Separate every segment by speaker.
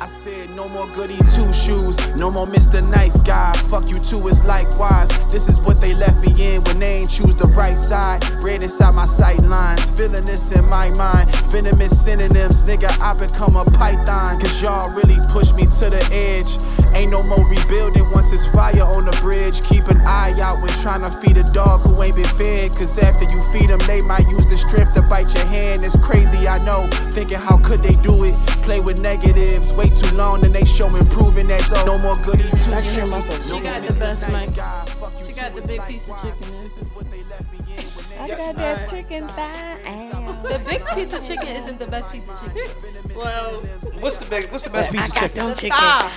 Speaker 1: I said no more goody two shoes, no more Mr. Nice Guy. Fuck you too, it's likewise. This is what they left me in when they ain't choose the right side. Red inside my sight lines, feeling this in my mind. Venomous synonyms, nigga, I become a python. Cause y'all really push me to the edge. Ain't no more rebuilding once it's fire on the bridge. Keep an eye out when trying to feed a dog who ain't been fed. Cause after you feed them, they might use the strength to bite your hand. It's crazy, I know. Thinking, how could they do it? Play with negatives way too long and they show improving that dough. No more goody two
Speaker 2: I can hear
Speaker 1: shoes.
Speaker 2: myself.
Speaker 1: No
Speaker 3: She
Speaker 1: more
Speaker 3: got the
Speaker 1: Mr.
Speaker 3: best
Speaker 1: Nice
Speaker 3: mic.
Speaker 1: Guy. Fuck you
Speaker 3: She
Speaker 1: too,
Speaker 3: got the
Speaker 1: it's
Speaker 3: big piece of
Speaker 1: likewise.
Speaker 3: chicken in.
Speaker 1: This is what they left me in when they
Speaker 4: I
Speaker 1: left
Speaker 4: got
Speaker 1: me
Speaker 4: that
Speaker 1: right
Speaker 4: chicken
Speaker 1: side.
Speaker 4: thigh.
Speaker 3: The big piece of chicken isn't the best piece of chicken.
Speaker 5: Well,
Speaker 6: What's the best? What's the best piece of
Speaker 4: I got
Speaker 6: chicken?
Speaker 4: them chicken.
Speaker 3: Thigh.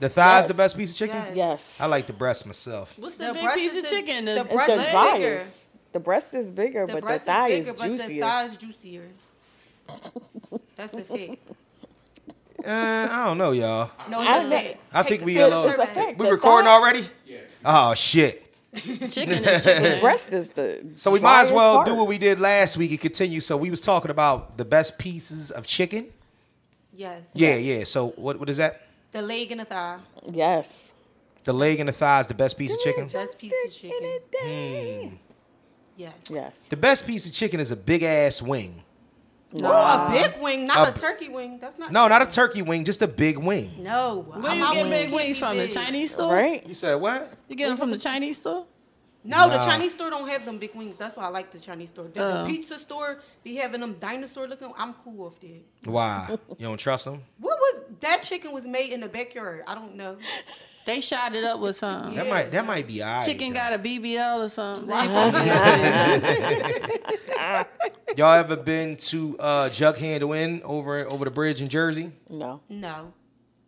Speaker 6: The thighs, the best piece of chicken.
Speaker 3: Yes.
Speaker 2: Yes.
Speaker 6: I like the breast myself.
Speaker 3: What's
Speaker 5: The
Speaker 3: the, big
Speaker 5: breast
Speaker 3: piece
Speaker 5: is
Speaker 3: of
Speaker 5: the-
Speaker 3: chicken?
Speaker 5: the
Speaker 2: It's
Speaker 5: breast
Speaker 2: the
Speaker 5: is
Speaker 2: thighs.
Speaker 5: bigger.
Speaker 2: The breast is bigger, but the
Speaker 5: breast
Speaker 2: thigh is,
Speaker 5: bigger, But the
Speaker 2: juicier.
Speaker 5: thigh is juicier. That's a fact.
Speaker 6: Uh, I don't know, y'all.
Speaker 5: No,
Speaker 2: I
Speaker 5: it's a
Speaker 2: bet-
Speaker 5: fact.
Speaker 6: I
Speaker 5: Take
Speaker 6: think
Speaker 5: the
Speaker 6: we
Speaker 5: taste
Speaker 2: It's-
Speaker 5: of
Speaker 6: alone.
Speaker 2: it's a
Speaker 5: survey.
Speaker 2: fact.
Speaker 6: We
Speaker 2: The
Speaker 6: recording
Speaker 2: thigh-
Speaker 6: already? Yeah. Oh shit.
Speaker 3: chicken is chicken.
Speaker 2: Breast is the.
Speaker 6: So we might as
Speaker 2: driest
Speaker 6: well
Speaker 2: part.
Speaker 6: do what we did last week and continue. So we was talking about the best pieces of chicken.
Speaker 5: Yes.
Speaker 6: Yeah, yeah. So what what is that?
Speaker 5: The leg and the thigh.
Speaker 2: Yes.
Speaker 6: The leg and the thighs, the best piece of
Speaker 3: Mm-hmm.
Speaker 6: chicken.
Speaker 5: Best piece of
Speaker 2: Stick in
Speaker 5: chicken.
Speaker 6: Hmm.
Speaker 2: a day.
Speaker 5: Yes.
Speaker 2: Yes.
Speaker 6: The best piece of chicken is a big ass wing.
Speaker 5: No, a big wing, not
Speaker 6: A-
Speaker 5: a, turkey wing. That's not.
Speaker 6: No, not a turkey wing, just a big wing.
Speaker 5: No.
Speaker 3: Where
Speaker 5: My
Speaker 3: you get
Speaker 5: wings
Speaker 3: big
Speaker 5: can't
Speaker 3: wings
Speaker 5: be
Speaker 3: from? The
Speaker 5: big.
Speaker 3: Chinese store?
Speaker 2: Right.
Speaker 6: You said what?
Speaker 3: You get them from the Chinese store?
Speaker 5: No, the
Speaker 6: Nah.
Speaker 5: Chinese store don't have them big wings. That's why I like the Chinese store. The, the
Speaker 3: Oh.
Speaker 5: pizza store be having them dinosaur looking. I'm cool off that.
Speaker 6: Why? You don't trust them?
Speaker 5: What was that chicken was made in the backyard? I don't know.
Speaker 3: They shot it up with something.
Speaker 6: That might that might be all right.
Speaker 3: Chicken
Speaker 6: though.
Speaker 3: got a BBL or something.
Speaker 6: Y'all ever been to uh, Jug Handle Inn over over the bridge in Jersey?
Speaker 2: No.
Speaker 5: No,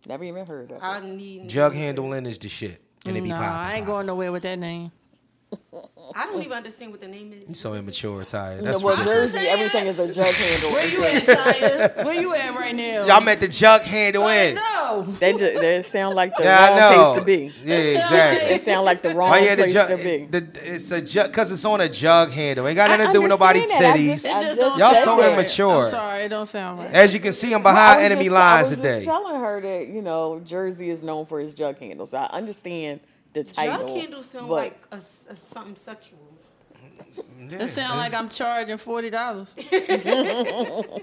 Speaker 2: Never even heard of it.
Speaker 5: I need.
Speaker 6: Jug Handle Inn is the shit, and it be
Speaker 3: no,
Speaker 6: popping.
Speaker 3: I ain't going nowhere with that name.
Speaker 5: I don't even understand what the name
Speaker 6: You
Speaker 5: is.
Speaker 6: so immature, Ty.
Speaker 2: No,
Speaker 6: That's
Speaker 2: well,
Speaker 6: ridiculous.
Speaker 2: Jersey, everything is a jug handle.
Speaker 3: Where you at, Taya? Where you at right now?
Speaker 6: Y'all met the Jug Handle Inn.
Speaker 3: No.
Speaker 2: They just they sound like the
Speaker 6: Yeah, I
Speaker 2: wrong place
Speaker 6: know.
Speaker 2: to be.
Speaker 6: Yeah,
Speaker 3: It's
Speaker 6: exactly.
Speaker 2: They sound like the wrong
Speaker 6: Why you had the
Speaker 2: place
Speaker 6: jug?
Speaker 2: to be.
Speaker 6: The, it's a jug because it's on a jug handle. Ain't got
Speaker 2: I
Speaker 6: nothing to do with nobody
Speaker 2: understand that. I
Speaker 6: titties.
Speaker 2: just-
Speaker 3: It
Speaker 2: I
Speaker 3: just
Speaker 2: just
Speaker 3: don't
Speaker 6: Y'all
Speaker 2: said
Speaker 6: so
Speaker 2: that.
Speaker 6: immature.
Speaker 3: I'm sorry, it don't sound right.
Speaker 6: As you can see, I'm
Speaker 2: I
Speaker 6: behind
Speaker 2: was
Speaker 6: enemy
Speaker 2: just-
Speaker 6: lines
Speaker 2: I was Just
Speaker 6: today.
Speaker 2: telling her that you know Jersey is known for his jug handle, so I understand the title.
Speaker 5: Jug handle sound
Speaker 2: but
Speaker 5: like a, s- a something sexual.
Speaker 3: It sound like I'm charging forty dollars.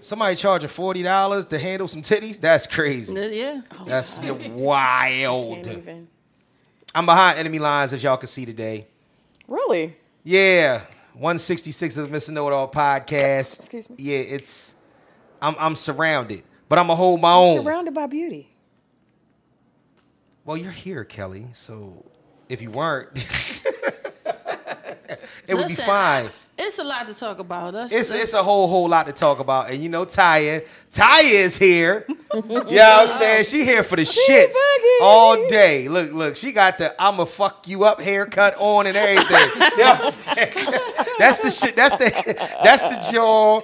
Speaker 6: Somebody charging forty dollars to handle some titties. That's crazy.
Speaker 3: Yeah.
Speaker 6: That's
Speaker 2: can't
Speaker 6: wild.
Speaker 2: even-
Speaker 6: I'm behind enemy lines as y'all can see today.
Speaker 2: Really,
Speaker 6: Yeah, 166 of the Mr. Know It All podcast.
Speaker 2: Excuse me.
Speaker 6: Yeah, it's I'm I'm surrounded, but I'm gonna hold my own.
Speaker 2: surrounded by beauty.
Speaker 6: Well, you're here, Kelly. So if you weren't, it would be
Speaker 3: Listen,
Speaker 6: fine.
Speaker 3: It's a lot to talk about. Us.
Speaker 6: It's it's a whole whole lot to talk about, and you know Taya, Taya is here. you know what I'm saying? She here for the shits
Speaker 2: bugging.
Speaker 6: all day. Look, look, she got the I'ma fuck you up haircut on and everything. you know what I'm saying? That's the shit. That's the that's the jaw.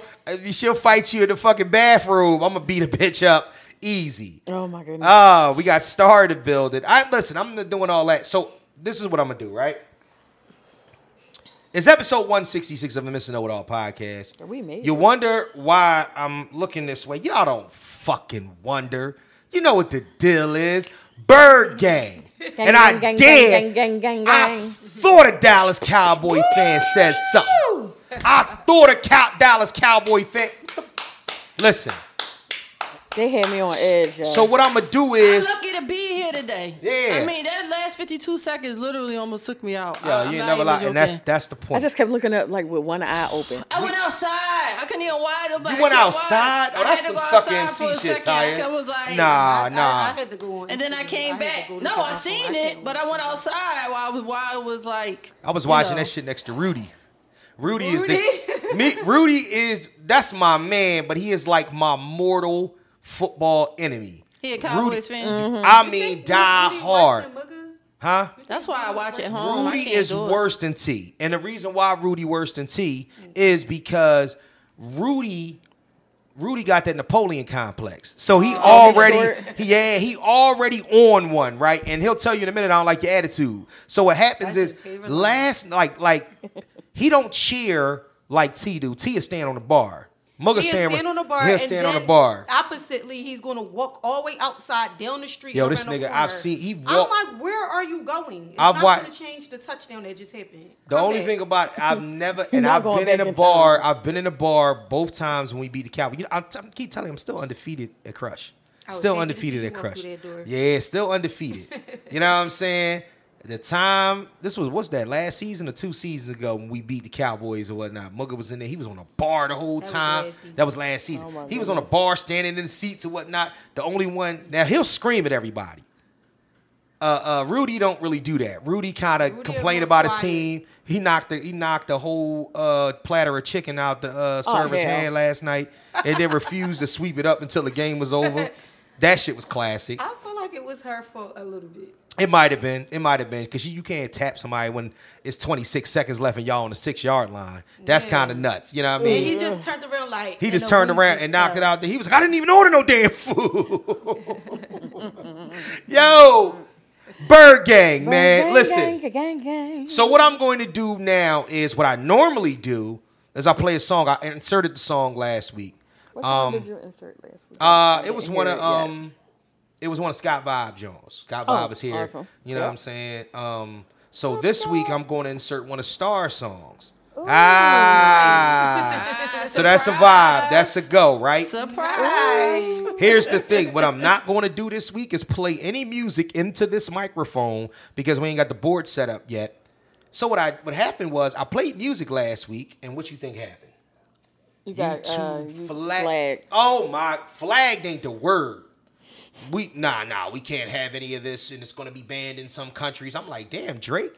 Speaker 6: She'll fight you in the fucking bathroom. I'ma beat a bitch up easy.
Speaker 2: Oh my goodness!
Speaker 6: Ah, we got started building. I listen. I'm not doing all that. So this is what I'm gonna do, right? It's episode 166 of the Missing Know It All podcast.
Speaker 2: we made
Speaker 6: You
Speaker 2: it.
Speaker 6: wonder why I'm looking this way. Y'all don't fucking wonder. You know what the deal is. Bird gang.
Speaker 2: Gang,
Speaker 6: and I
Speaker 2: gang, gang,
Speaker 6: dare.
Speaker 2: gang, gang, gang,
Speaker 6: I
Speaker 2: gang.
Speaker 6: thought a Dallas Cowboy fan said something. I thought a cow- Dallas Cowboy fan. Listen.
Speaker 2: They had me on edge. Yo.
Speaker 6: So what I'm gonna do
Speaker 3: I'm
Speaker 6: is.
Speaker 3: lucky to be here today.
Speaker 6: Yeah.
Speaker 3: I mean, that last 52 seconds literally almost took me out.
Speaker 6: Yeah,
Speaker 3: I,
Speaker 6: you ain't never lie, and that's that's the
Speaker 2: I
Speaker 6: point.
Speaker 2: just kept looking up like with one eye open.
Speaker 3: I went outside. I couldn't even watch. I'm like,
Speaker 6: you went
Speaker 3: I can't watch.
Speaker 6: outside.
Speaker 3: I
Speaker 6: Oh, that's
Speaker 3: had to
Speaker 6: some
Speaker 3: go
Speaker 6: sucker
Speaker 3: outside for
Speaker 6: MC
Speaker 3: a
Speaker 6: shit,
Speaker 3: second. I
Speaker 6: Taya.
Speaker 3: was like,
Speaker 6: Ah, Nah,
Speaker 5: I, I, I
Speaker 6: nah.
Speaker 5: had to go on.
Speaker 3: And then I
Speaker 5: Instagram.
Speaker 3: came
Speaker 5: had to
Speaker 3: back.
Speaker 5: go to
Speaker 3: No,
Speaker 5: check
Speaker 3: I
Speaker 5: my
Speaker 3: seen
Speaker 5: phone.
Speaker 3: it, but I
Speaker 5: can't
Speaker 3: went outside while I was while I was like.
Speaker 6: I was
Speaker 3: you
Speaker 6: watching
Speaker 3: know.
Speaker 6: that shit next to Rudy. Rudy, is the me. Rudy is that's my man, but he is like my mortal football enemy.
Speaker 3: He a Cowboys fan.
Speaker 6: I
Speaker 5: wait. You
Speaker 6: mean,
Speaker 5: think
Speaker 6: die
Speaker 5: Rudy
Speaker 6: hard,
Speaker 5: Weston Booger?
Speaker 6: huh?
Speaker 3: That's why I watch at
Speaker 5: Uh-huh,
Speaker 3: home. I
Speaker 6: Rudy
Speaker 3: can't
Speaker 6: is
Speaker 3: do it.
Speaker 6: worse than T. And the reason why Rudy worse than T is because Rudy Rudy got that Napoleon complex. So he
Speaker 5: Oh,
Speaker 6: already
Speaker 2: short.
Speaker 6: he- yeah, he already on one, right? And he'll tell you in a minute I don't like your attitude. So what happens
Speaker 5: That's his
Speaker 6: is
Speaker 5: favorite line.
Speaker 6: last like like he don't cheer like T do. T is standing on the bar. Mugga
Speaker 5: He'll
Speaker 6: stand,
Speaker 5: stand on the bar.
Speaker 6: He'll
Speaker 5: and
Speaker 6: stand on
Speaker 5: then
Speaker 6: the bar.
Speaker 5: Oppositely, he's gonna walk all the way outside down the street.
Speaker 6: Yo,
Speaker 5: around
Speaker 6: this
Speaker 5: the
Speaker 6: nigga, I've
Speaker 5: corner.
Speaker 6: seen- he
Speaker 5: I'm
Speaker 6: walk-
Speaker 5: like, where are you going? It's
Speaker 6: I've
Speaker 5: not
Speaker 6: wa-
Speaker 5: gonna change the touchdown that just happened.
Speaker 6: The
Speaker 5: Come
Speaker 6: only
Speaker 5: back.
Speaker 6: thing about I've never
Speaker 2: You're
Speaker 6: and
Speaker 2: not
Speaker 6: I've
Speaker 2: going
Speaker 6: been in
Speaker 2: back
Speaker 6: a
Speaker 2: in
Speaker 6: bar.
Speaker 2: time.
Speaker 6: I've been in a bar both times when we beat the Cowboys. You know, I t- I keep telling him I'm still undefeated at Crush.
Speaker 5: I was
Speaker 6: Still
Speaker 5: happy to
Speaker 6: undefeated
Speaker 5: see
Speaker 6: at
Speaker 5: you walk
Speaker 6: Crush.
Speaker 5: through that door.
Speaker 6: Yeah, still undefeated. you know what I'm saying? The time this was what's that last season or two seasons ago when we beat the Cowboys or whatnot. Mugga was in there. He was on a bar the whole
Speaker 5: That was
Speaker 6: time.
Speaker 5: last season.
Speaker 6: that was last season.
Speaker 2: Oh, my
Speaker 6: he was on a bar standing in the seats or whatnot. The only one now he'll scream at everybody. Uh, uh, Rudy don't really do that. Rudy kind of
Speaker 5: Rudy
Speaker 6: complained
Speaker 5: real
Speaker 6: about his
Speaker 5: quiet.
Speaker 6: team. He knocked the he knocked the whole uh, platter of chicken out the uh, server's
Speaker 2: hell.
Speaker 6: hand last night, and then refused to sweep it up until the game was over. That shit was classic.
Speaker 5: I feel like it was her fault a little bit.
Speaker 6: It might have been. It might have been because you, you can't tap somebody when it's 26 seconds left and y'all on the six yard line. That's
Speaker 5: Yeah.
Speaker 6: kind of nuts. You know what I
Speaker 5: And
Speaker 6: mean?
Speaker 5: he just turned around like
Speaker 6: He
Speaker 5: and
Speaker 6: just
Speaker 5: the
Speaker 6: turned
Speaker 5: wings
Speaker 6: around
Speaker 5: just
Speaker 6: and knocked
Speaker 5: fell.
Speaker 6: it out. there. He was, I didn't even order no damn food. Yo, Bird Gang, man,
Speaker 2: Gang,
Speaker 6: listen.
Speaker 2: gang, gang, gang.
Speaker 6: So what I'm going to do now is what I normally do is I play a song. I inserted the song last week.
Speaker 2: What song did you insert last week? I
Speaker 6: um, Uh, it
Speaker 2: didn't
Speaker 6: was
Speaker 2: hear
Speaker 6: one of
Speaker 2: it yet. Oh,
Speaker 6: um, it was one of Scott Vibe Jones. Scott Vibe was here.
Speaker 2: awesome.
Speaker 6: You know what
Speaker 2: Yeah.
Speaker 6: I'm saying? Um, so this week I'm going to insert one of Star songs. Ah, so that's a vibe. That's a go, right?
Speaker 3: Surprise!
Speaker 6: Here's the thing. What I'm not going to do this week is play any music into this microphone because we ain't got the board set up yet. So what I what happened was I played music last week, and what you think happened?
Speaker 2: you got uh,
Speaker 6: YouTube
Speaker 2: you
Speaker 6: flag.
Speaker 2: flagged.
Speaker 6: Oh my, flagged ain't the word. We nah nah, we can't have any of this, and it's gonna be banned in some countries. I'm like, damn, Drake.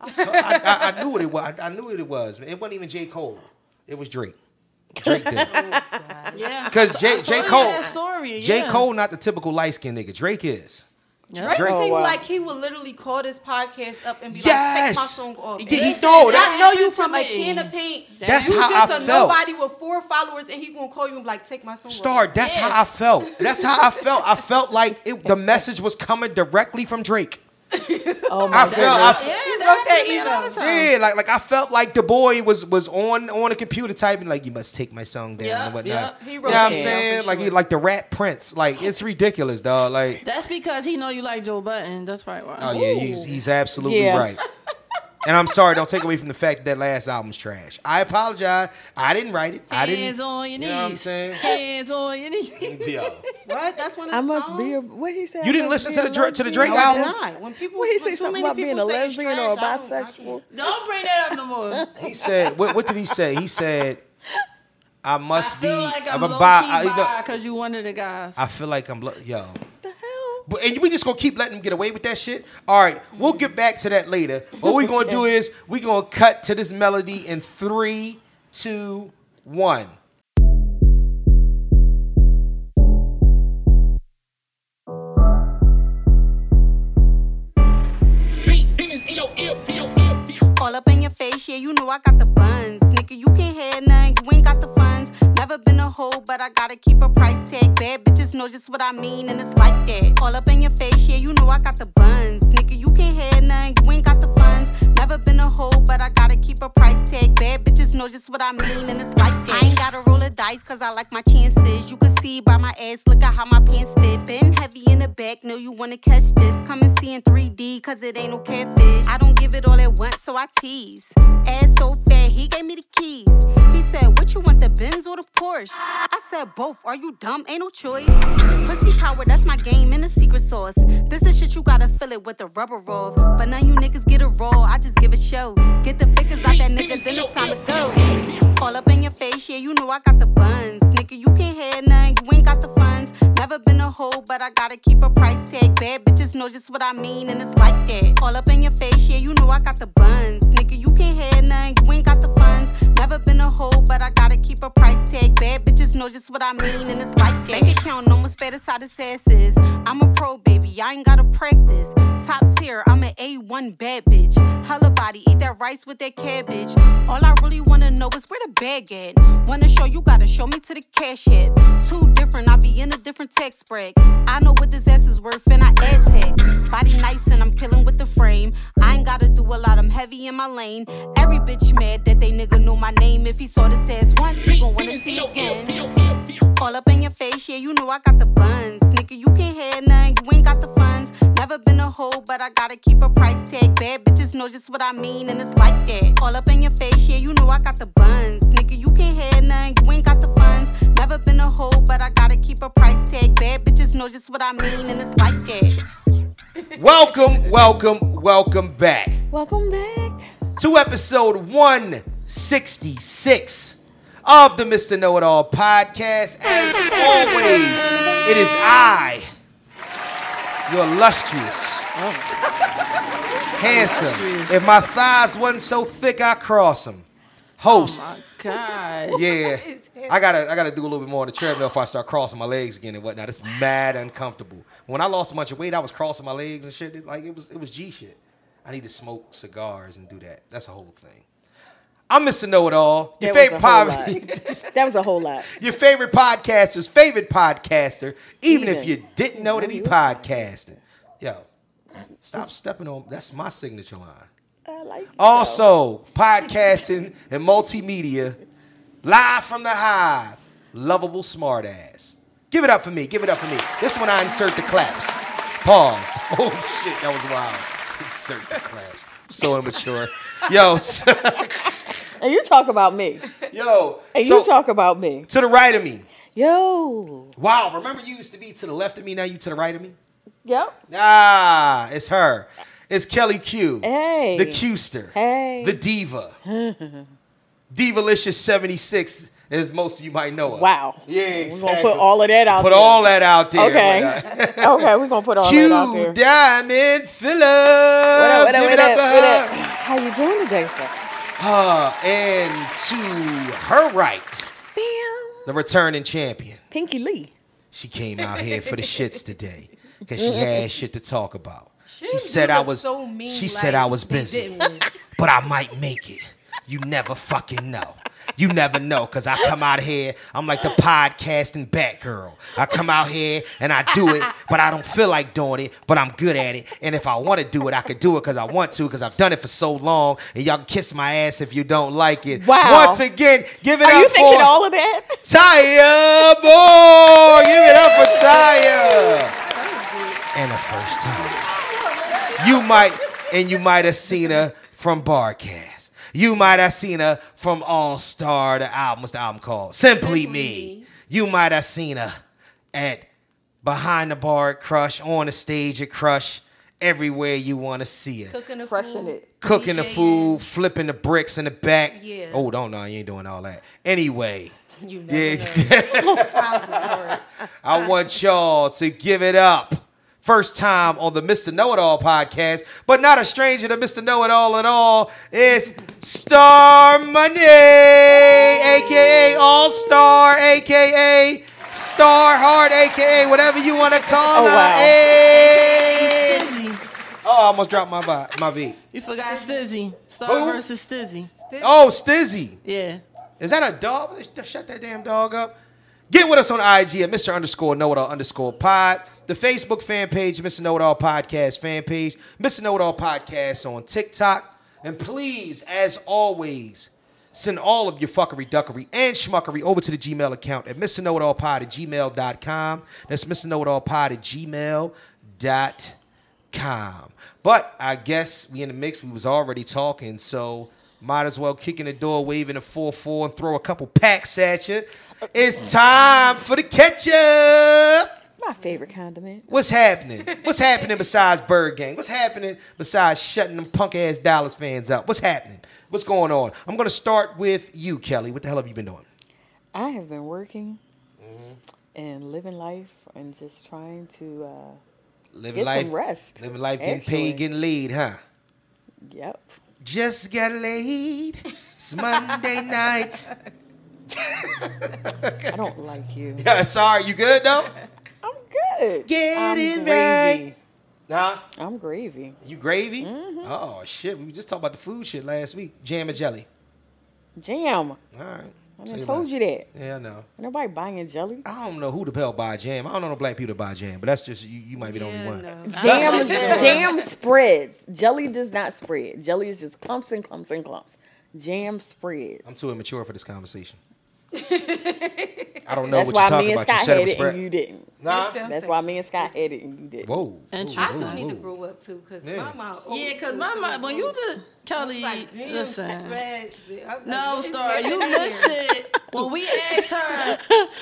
Speaker 6: I, t- I- I- I knew what it was. I, I knew what it was. It wasn't even J Cole. It was Drake. Drake did. it.
Speaker 2: Oh,
Speaker 3: Yeah,
Speaker 6: Because
Speaker 3: I
Speaker 6: J,
Speaker 3: told
Speaker 6: J.
Speaker 3: you
Speaker 6: Cole,
Speaker 3: that story,
Speaker 6: J.
Speaker 3: yeah.
Speaker 6: Cole, not the typical light skinned nigga. Drake is.
Speaker 5: Drake
Speaker 6: Drake-
Speaker 5: seemed
Speaker 2: Oh, wow.
Speaker 5: like he would literally call this podcast up and be
Speaker 6: Yes.
Speaker 5: like, "Take my song off."
Speaker 6: Yeah, he
Speaker 5: Listen,
Speaker 6: know
Speaker 5: I
Speaker 6: that-
Speaker 5: know
Speaker 3: happened
Speaker 5: you
Speaker 3: to
Speaker 5: from a
Speaker 3: me.
Speaker 5: can of paint.
Speaker 6: That's
Speaker 5: you
Speaker 6: how
Speaker 5: just
Speaker 6: I
Speaker 5: a
Speaker 6: felt.
Speaker 5: Nobody with four followers, and he gonna call you and be like, "Take my song
Speaker 6: Star,
Speaker 5: off."
Speaker 6: that's how I felt. That's how I felt. I felt like it, the message was coming directly from Drake.
Speaker 2: Oh my
Speaker 6: I felt, I,
Speaker 3: Yeah,
Speaker 6: felt-
Speaker 3: that
Speaker 5: wrote
Speaker 3: happened
Speaker 5: that
Speaker 3: to me
Speaker 5: email.
Speaker 3: all the time.
Speaker 6: yeah, like like I felt like the boy was was on on a computer typing like you must take my song down
Speaker 3: Yup,
Speaker 6: and whatnot.
Speaker 3: yup, he
Speaker 6: you know
Speaker 3: wrote
Speaker 6: what I'm
Speaker 3: that down
Speaker 6: saying?
Speaker 5: for
Speaker 6: Like he
Speaker 5: sure.
Speaker 6: like the rap prince. Like it's ridiculous, dog. Like
Speaker 3: That's because he know you like Joe Button. That's probably why.
Speaker 6: oh yeah, he's he's absolutely
Speaker 2: Yeah.
Speaker 6: right. And I'm sorry, don't take away from the fact that that last album's trash. I apologize. I didn't write it. I didn't.
Speaker 3: Hands on your
Speaker 6: you
Speaker 3: knees.
Speaker 6: know what I'm saying?
Speaker 3: Hands on your knees.
Speaker 6: Yo.
Speaker 5: What? That's one of the
Speaker 2: I must be a
Speaker 5: songs?
Speaker 2: what he said.
Speaker 6: You
Speaker 2: I
Speaker 6: didn't
Speaker 2: must
Speaker 6: listen
Speaker 2: be
Speaker 6: to
Speaker 2: a
Speaker 6: the Dra- to the
Speaker 2: lesbian.
Speaker 6: Drake
Speaker 5: I
Speaker 6: album?
Speaker 5: did not. When people,
Speaker 2: What he
Speaker 5: when
Speaker 2: say
Speaker 5: too
Speaker 2: something
Speaker 5: many
Speaker 2: about
Speaker 5: people
Speaker 2: being a
Speaker 5: say it's
Speaker 2: lesbian or a
Speaker 5: trash, I don't like it.
Speaker 2: bisexual?
Speaker 3: Don't bring that up no more.
Speaker 6: He said, what, what did he say? He said, I
Speaker 3: I
Speaker 6: must
Speaker 3: feel
Speaker 6: be.
Speaker 3: like I'm
Speaker 6: a
Speaker 3: low key
Speaker 6: bi- I,
Speaker 3: bi
Speaker 6: you know,
Speaker 3: because you one of the guys.
Speaker 6: I feel like I'm. lo- Yo.
Speaker 2: The hell?
Speaker 6: But, and we just gonna keep letting them get away with that shit. All right, we'll get back to that later. What we gonna do is we gonna cut to this melody in three, two, one.
Speaker 4: All up in your face, yeah, you know I got the buns. Nigga, you can't have none, you ain't got the funds. Never been a hoe, but I gotta keep a price tag. Bad bitches know just what I mean, and it's like that. All up in your face, yeah, you know I got the buns. Nigga, you can't have none, you ain't got the funds. Never been a hoe, but I gotta keep a price tag. Bad bitches know just what I mean, and it's like that. I ain't gotta roll a dice, cause I like my chances. You can see by my ass, look at how my pants fit. Been heavy in the back, know you wanna catch this. Come and see in 3D, cause it ain't no catfish. I don't give it all at once, so I tease. Ass so fat, he gave me the keys. He said, What you want, the Benz or the Porsche? I said, Both. Are you dumb? Ain't no choice. Pussy power, that's my game and the secret sauce. This the shit you gotta fill it with the rubber roll. But none you niggas get a roll, I just give a show. Get the figures out that niggas, then it's time to go. All up in your face, yeah, you know I got the buns. Nigga, you can't have none, you ain't got the funds. Never been a hoe, but I gotta keep a price tag. Bad bitches know just what I mean, and it's like that. All up in your face, yeah, you know I got the buns. Nigga, you can't have none, you ain't got the funds. Never been a hoe, but I gotta keep a price tag. Bad bitches know know just what I mean, and it's like that. Bank account almost fat as hot as ass is. I'm a pro, baby, I ain't gotta practice. Top tier, I'm an A1 bad bitch. Holla body, eat that rice with that cabbage. All I really wanna know is where the bag at. Wanna show you gotta show me to the cash at. Two different, I be in a different tax spread. I know what this ass is worth, and I add tax. Body nice, and I'm killing with the frame. I ain't gotta do a lot, I'm heavy in my lane. Every bitch mad that they nigga knew my name. If he saw this ass once, he gon' wanna see again. All up in your face, yeah, you know I got the buns. Nigga, you can't have none, you ain't got the funds. Never been a hoe, but I gotta keep a price tag. Bad bitches know just what I mean, and it's like that. All up in your face, yeah, you know I got the buns. Nigga, you can't have none, you ain't got the funds. Never been a hoe, but I gotta keep a price tag. Bad bitches know just what I mean, and it's like that.
Speaker 6: Welcome, welcome, welcome back
Speaker 2: Welcome back.
Speaker 6: to episode 166 of the Mr. Know It All podcast. As always, it is I, your illustrious, handsome. If my thighs wasn't so thick, I cross them. Host.
Speaker 3: God.
Speaker 6: Yeah, I gotta I gotta do a little bit more on the treadmill if I start crossing my legs again and whatnot. It's mad uncomfortable. When I lost a bunch of weight, I was crossing my legs and shit. It- Like it was it was G shit. I need to smoke cigars and do that. That's a whole thing. I'm Mr. Know It All. Your
Speaker 2: That was
Speaker 6: favorite
Speaker 2: a whole
Speaker 6: pod,
Speaker 2: That was a whole lot.
Speaker 6: your favorite podcaster's favorite podcaster, even, if
Speaker 2: Even.
Speaker 6: you didn't know that he podcasted. Yo, stop stepping on. That's my signature line.
Speaker 2: I like you, though.
Speaker 6: Also, podcasting and multimedia, live from the hive, lovable smartass. Give it up for me. Give it up for me. This one I insert the claps. Pause. Oh shit, that was wild. Insert the claps. So immature. Yo, so,
Speaker 2: and you talk about me.
Speaker 6: yo.
Speaker 2: And
Speaker 6: so,
Speaker 2: you talk about me.
Speaker 6: to the right of me.
Speaker 2: Yo.
Speaker 6: Wow. Remember, you used to be to the left of me. Now you to the right of me.
Speaker 2: Yep.
Speaker 6: Ah, it's her. It's Kelly Q.
Speaker 2: Hey.
Speaker 6: The Qster.
Speaker 2: Hey.
Speaker 6: The Diva. Divalicious 76, as most of you might know her.
Speaker 2: Wow.
Speaker 6: Yeah,
Speaker 2: We're
Speaker 6: exactly.
Speaker 2: gonna put all of that out
Speaker 6: Put
Speaker 2: there.
Speaker 6: all that out there.
Speaker 2: Okay. okay, we're gonna put all that out
Speaker 6: Q
Speaker 2: there.
Speaker 6: Diamond Phillips.
Speaker 2: What up, what up,
Speaker 6: Give
Speaker 2: what
Speaker 6: it
Speaker 2: up,
Speaker 6: up to
Speaker 2: what up?
Speaker 6: her.
Speaker 2: How you doing today, sir?
Speaker 6: Uh, and to her right, the returning champion.
Speaker 2: Pinky Lee.
Speaker 6: She came out here for the shits today because she had shit to talk about. She,
Speaker 5: Dude,
Speaker 6: said
Speaker 5: you
Speaker 6: I
Speaker 5: look
Speaker 6: was.
Speaker 5: so mean,
Speaker 6: she
Speaker 5: like,
Speaker 6: said I was
Speaker 5: they
Speaker 6: busy,
Speaker 5: didn't.
Speaker 6: but I might make it. You never fucking know. You never know because I come out here. I'm like the podcasting Batgirl. I come out here and I do it, but I don't feel like doing it. But I'm good at it, and if I want to do it, I can do it because I want to because I've done it for so long. And y'all can kiss my ass if you don't like it.
Speaker 2: Wow.
Speaker 6: Once again, give it
Speaker 2: Are
Speaker 6: up
Speaker 2: you
Speaker 6: for
Speaker 2: thinking all of that?
Speaker 6: Taya Moore. Give it up for Taya. And the first time. You might, and you might have seen her from Barcast. You might have seen her from All Star, the album. What's the album called? Simply Me. You might have seen her at Behind the Bar at Crush, on the stage at Crush, everywhere you want to see her
Speaker 5: Cooking the
Speaker 2: Crushing
Speaker 5: food.
Speaker 2: it.
Speaker 6: cooking the
Speaker 5: DJing.
Speaker 6: food, flipping the bricks in the back.
Speaker 5: Yeah.
Speaker 6: Oh, don't know. You ain't doing all that. Anyway,
Speaker 5: You never
Speaker 6: yeah,
Speaker 5: know.
Speaker 6: I want y'all to give it up. First time on the Mr. Know It All podcast, but not a stranger to Mr. Know It All at all. It's Star Money, aka All Star, aka Star Heart, aka whatever you want to call
Speaker 2: Oh,
Speaker 6: her.
Speaker 2: wow.
Speaker 6: Hey.
Speaker 3: Stizzy.
Speaker 6: Oh, I almost dropped my vi- my V.
Speaker 3: You forgot Stizzy. Star
Speaker 6: Who?
Speaker 3: versus Stizzy.
Speaker 6: Oh, Stizzy.
Speaker 3: Yeah.
Speaker 6: Is that a dog? Sh- Shut that damn dog up. Get with us on IG at Mr. Underscore Know It All Underscore Pod, the Facebook fan page, Mr. Know It All Podcast fan page, Mr. Know It All Podcast on TikTok. And please, as always, send all of your fuckery, duckery, and schmuckery over to the Gmail account at Mr. Know It All Pod at gmail.com. That's Mr. Know It All Pod at gmail.com. But I guess we in the mix, we was already talking, so might as well kick in the door, waving a 4 4 and throw a couple packs at you. It's time for the ketchup.
Speaker 2: My favorite condiment.
Speaker 6: What's happening? What's happening besides Bird Gang? What's happening besides shutting them punk ass Dallas fans up? What's happening? What's going on? I'm gonna start with you, Kelly. What the hell have you been doing?
Speaker 2: I have been working Mm-hmm. and living life and just trying to uh
Speaker 6: Living
Speaker 2: Get some
Speaker 6: life,
Speaker 2: rest,
Speaker 6: Living life, getting
Speaker 2: actually.
Speaker 6: paid, getting laid, huh?
Speaker 2: yep.
Speaker 6: Just got laid. It's Monday night.
Speaker 2: I don't like you.
Speaker 6: Yeah, sorry, you good though?
Speaker 2: I'm good.
Speaker 6: Get
Speaker 2: I'm
Speaker 6: it
Speaker 2: gravy.
Speaker 6: Nah.
Speaker 2: I'm gravy.
Speaker 6: You gravy?
Speaker 2: Mm-hmm.
Speaker 6: Oh shit, we just talked about the food shit last week. Jam and jelly.
Speaker 2: Jam.
Speaker 6: All right.
Speaker 2: I
Speaker 6: Say
Speaker 2: done told
Speaker 6: less.
Speaker 2: you that.
Speaker 6: Yeah, I know.
Speaker 2: Ain't nobody buying jelly.
Speaker 6: I don't know who the hell buy jam. I don't know no black people that buy jam, but that's just you. You might be the only one.
Speaker 2: Jam, is- jam spreads. Jelly does not spread. Jelly is just clumps and clumps and clumps. Jam spreads.
Speaker 6: I'm too immature for this conversation. I don't know
Speaker 2: That's
Speaker 6: what you're
Speaker 2: why
Speaker 6: talking
Speaker 2: me and
Speaker 6: about. You
Speaker 2: Scott
Speaker 6: said it
Speaker 2: had it
Speaker 6: was
Speaker 2: and
Speaker 6: spread.
Speaker 2: you didn't.
Speaker 6: Nah.
Speaker 5: Yourself. I'm
Speaker 2: That's
Speaker 5: sick.
Speaker 2: why me and Scott had it and you didn't.
Speaker 6: Whoa.
Speaker 5: I
Speaker 6: Whoa,
Speaker 5: still
Speaker 6: whoa,
Speaker 5: need to
Speaker 6: whoa.
Speaker 5: grow up too, cause
Speaker 6: Yeah.
Speaker 5: my mom. old
Speaker 3: Yeah, cause
Speaker 5: school,
Speaker 3: my
Speaker 5: so
Speaker 3: mom, when you did Kelly,
Speaker 5: it's like green
Speaker 3: listen.
Speaker 5: reds. I'm
Speaker 3: No,
Speaker 5: like,
Speaker 3: Star,
Speaker 5: it's
Speaker 3: you
Speaker 5: been
Speaker 3: missed
Speaker 5: here.
Speaker 3: it. When we asked her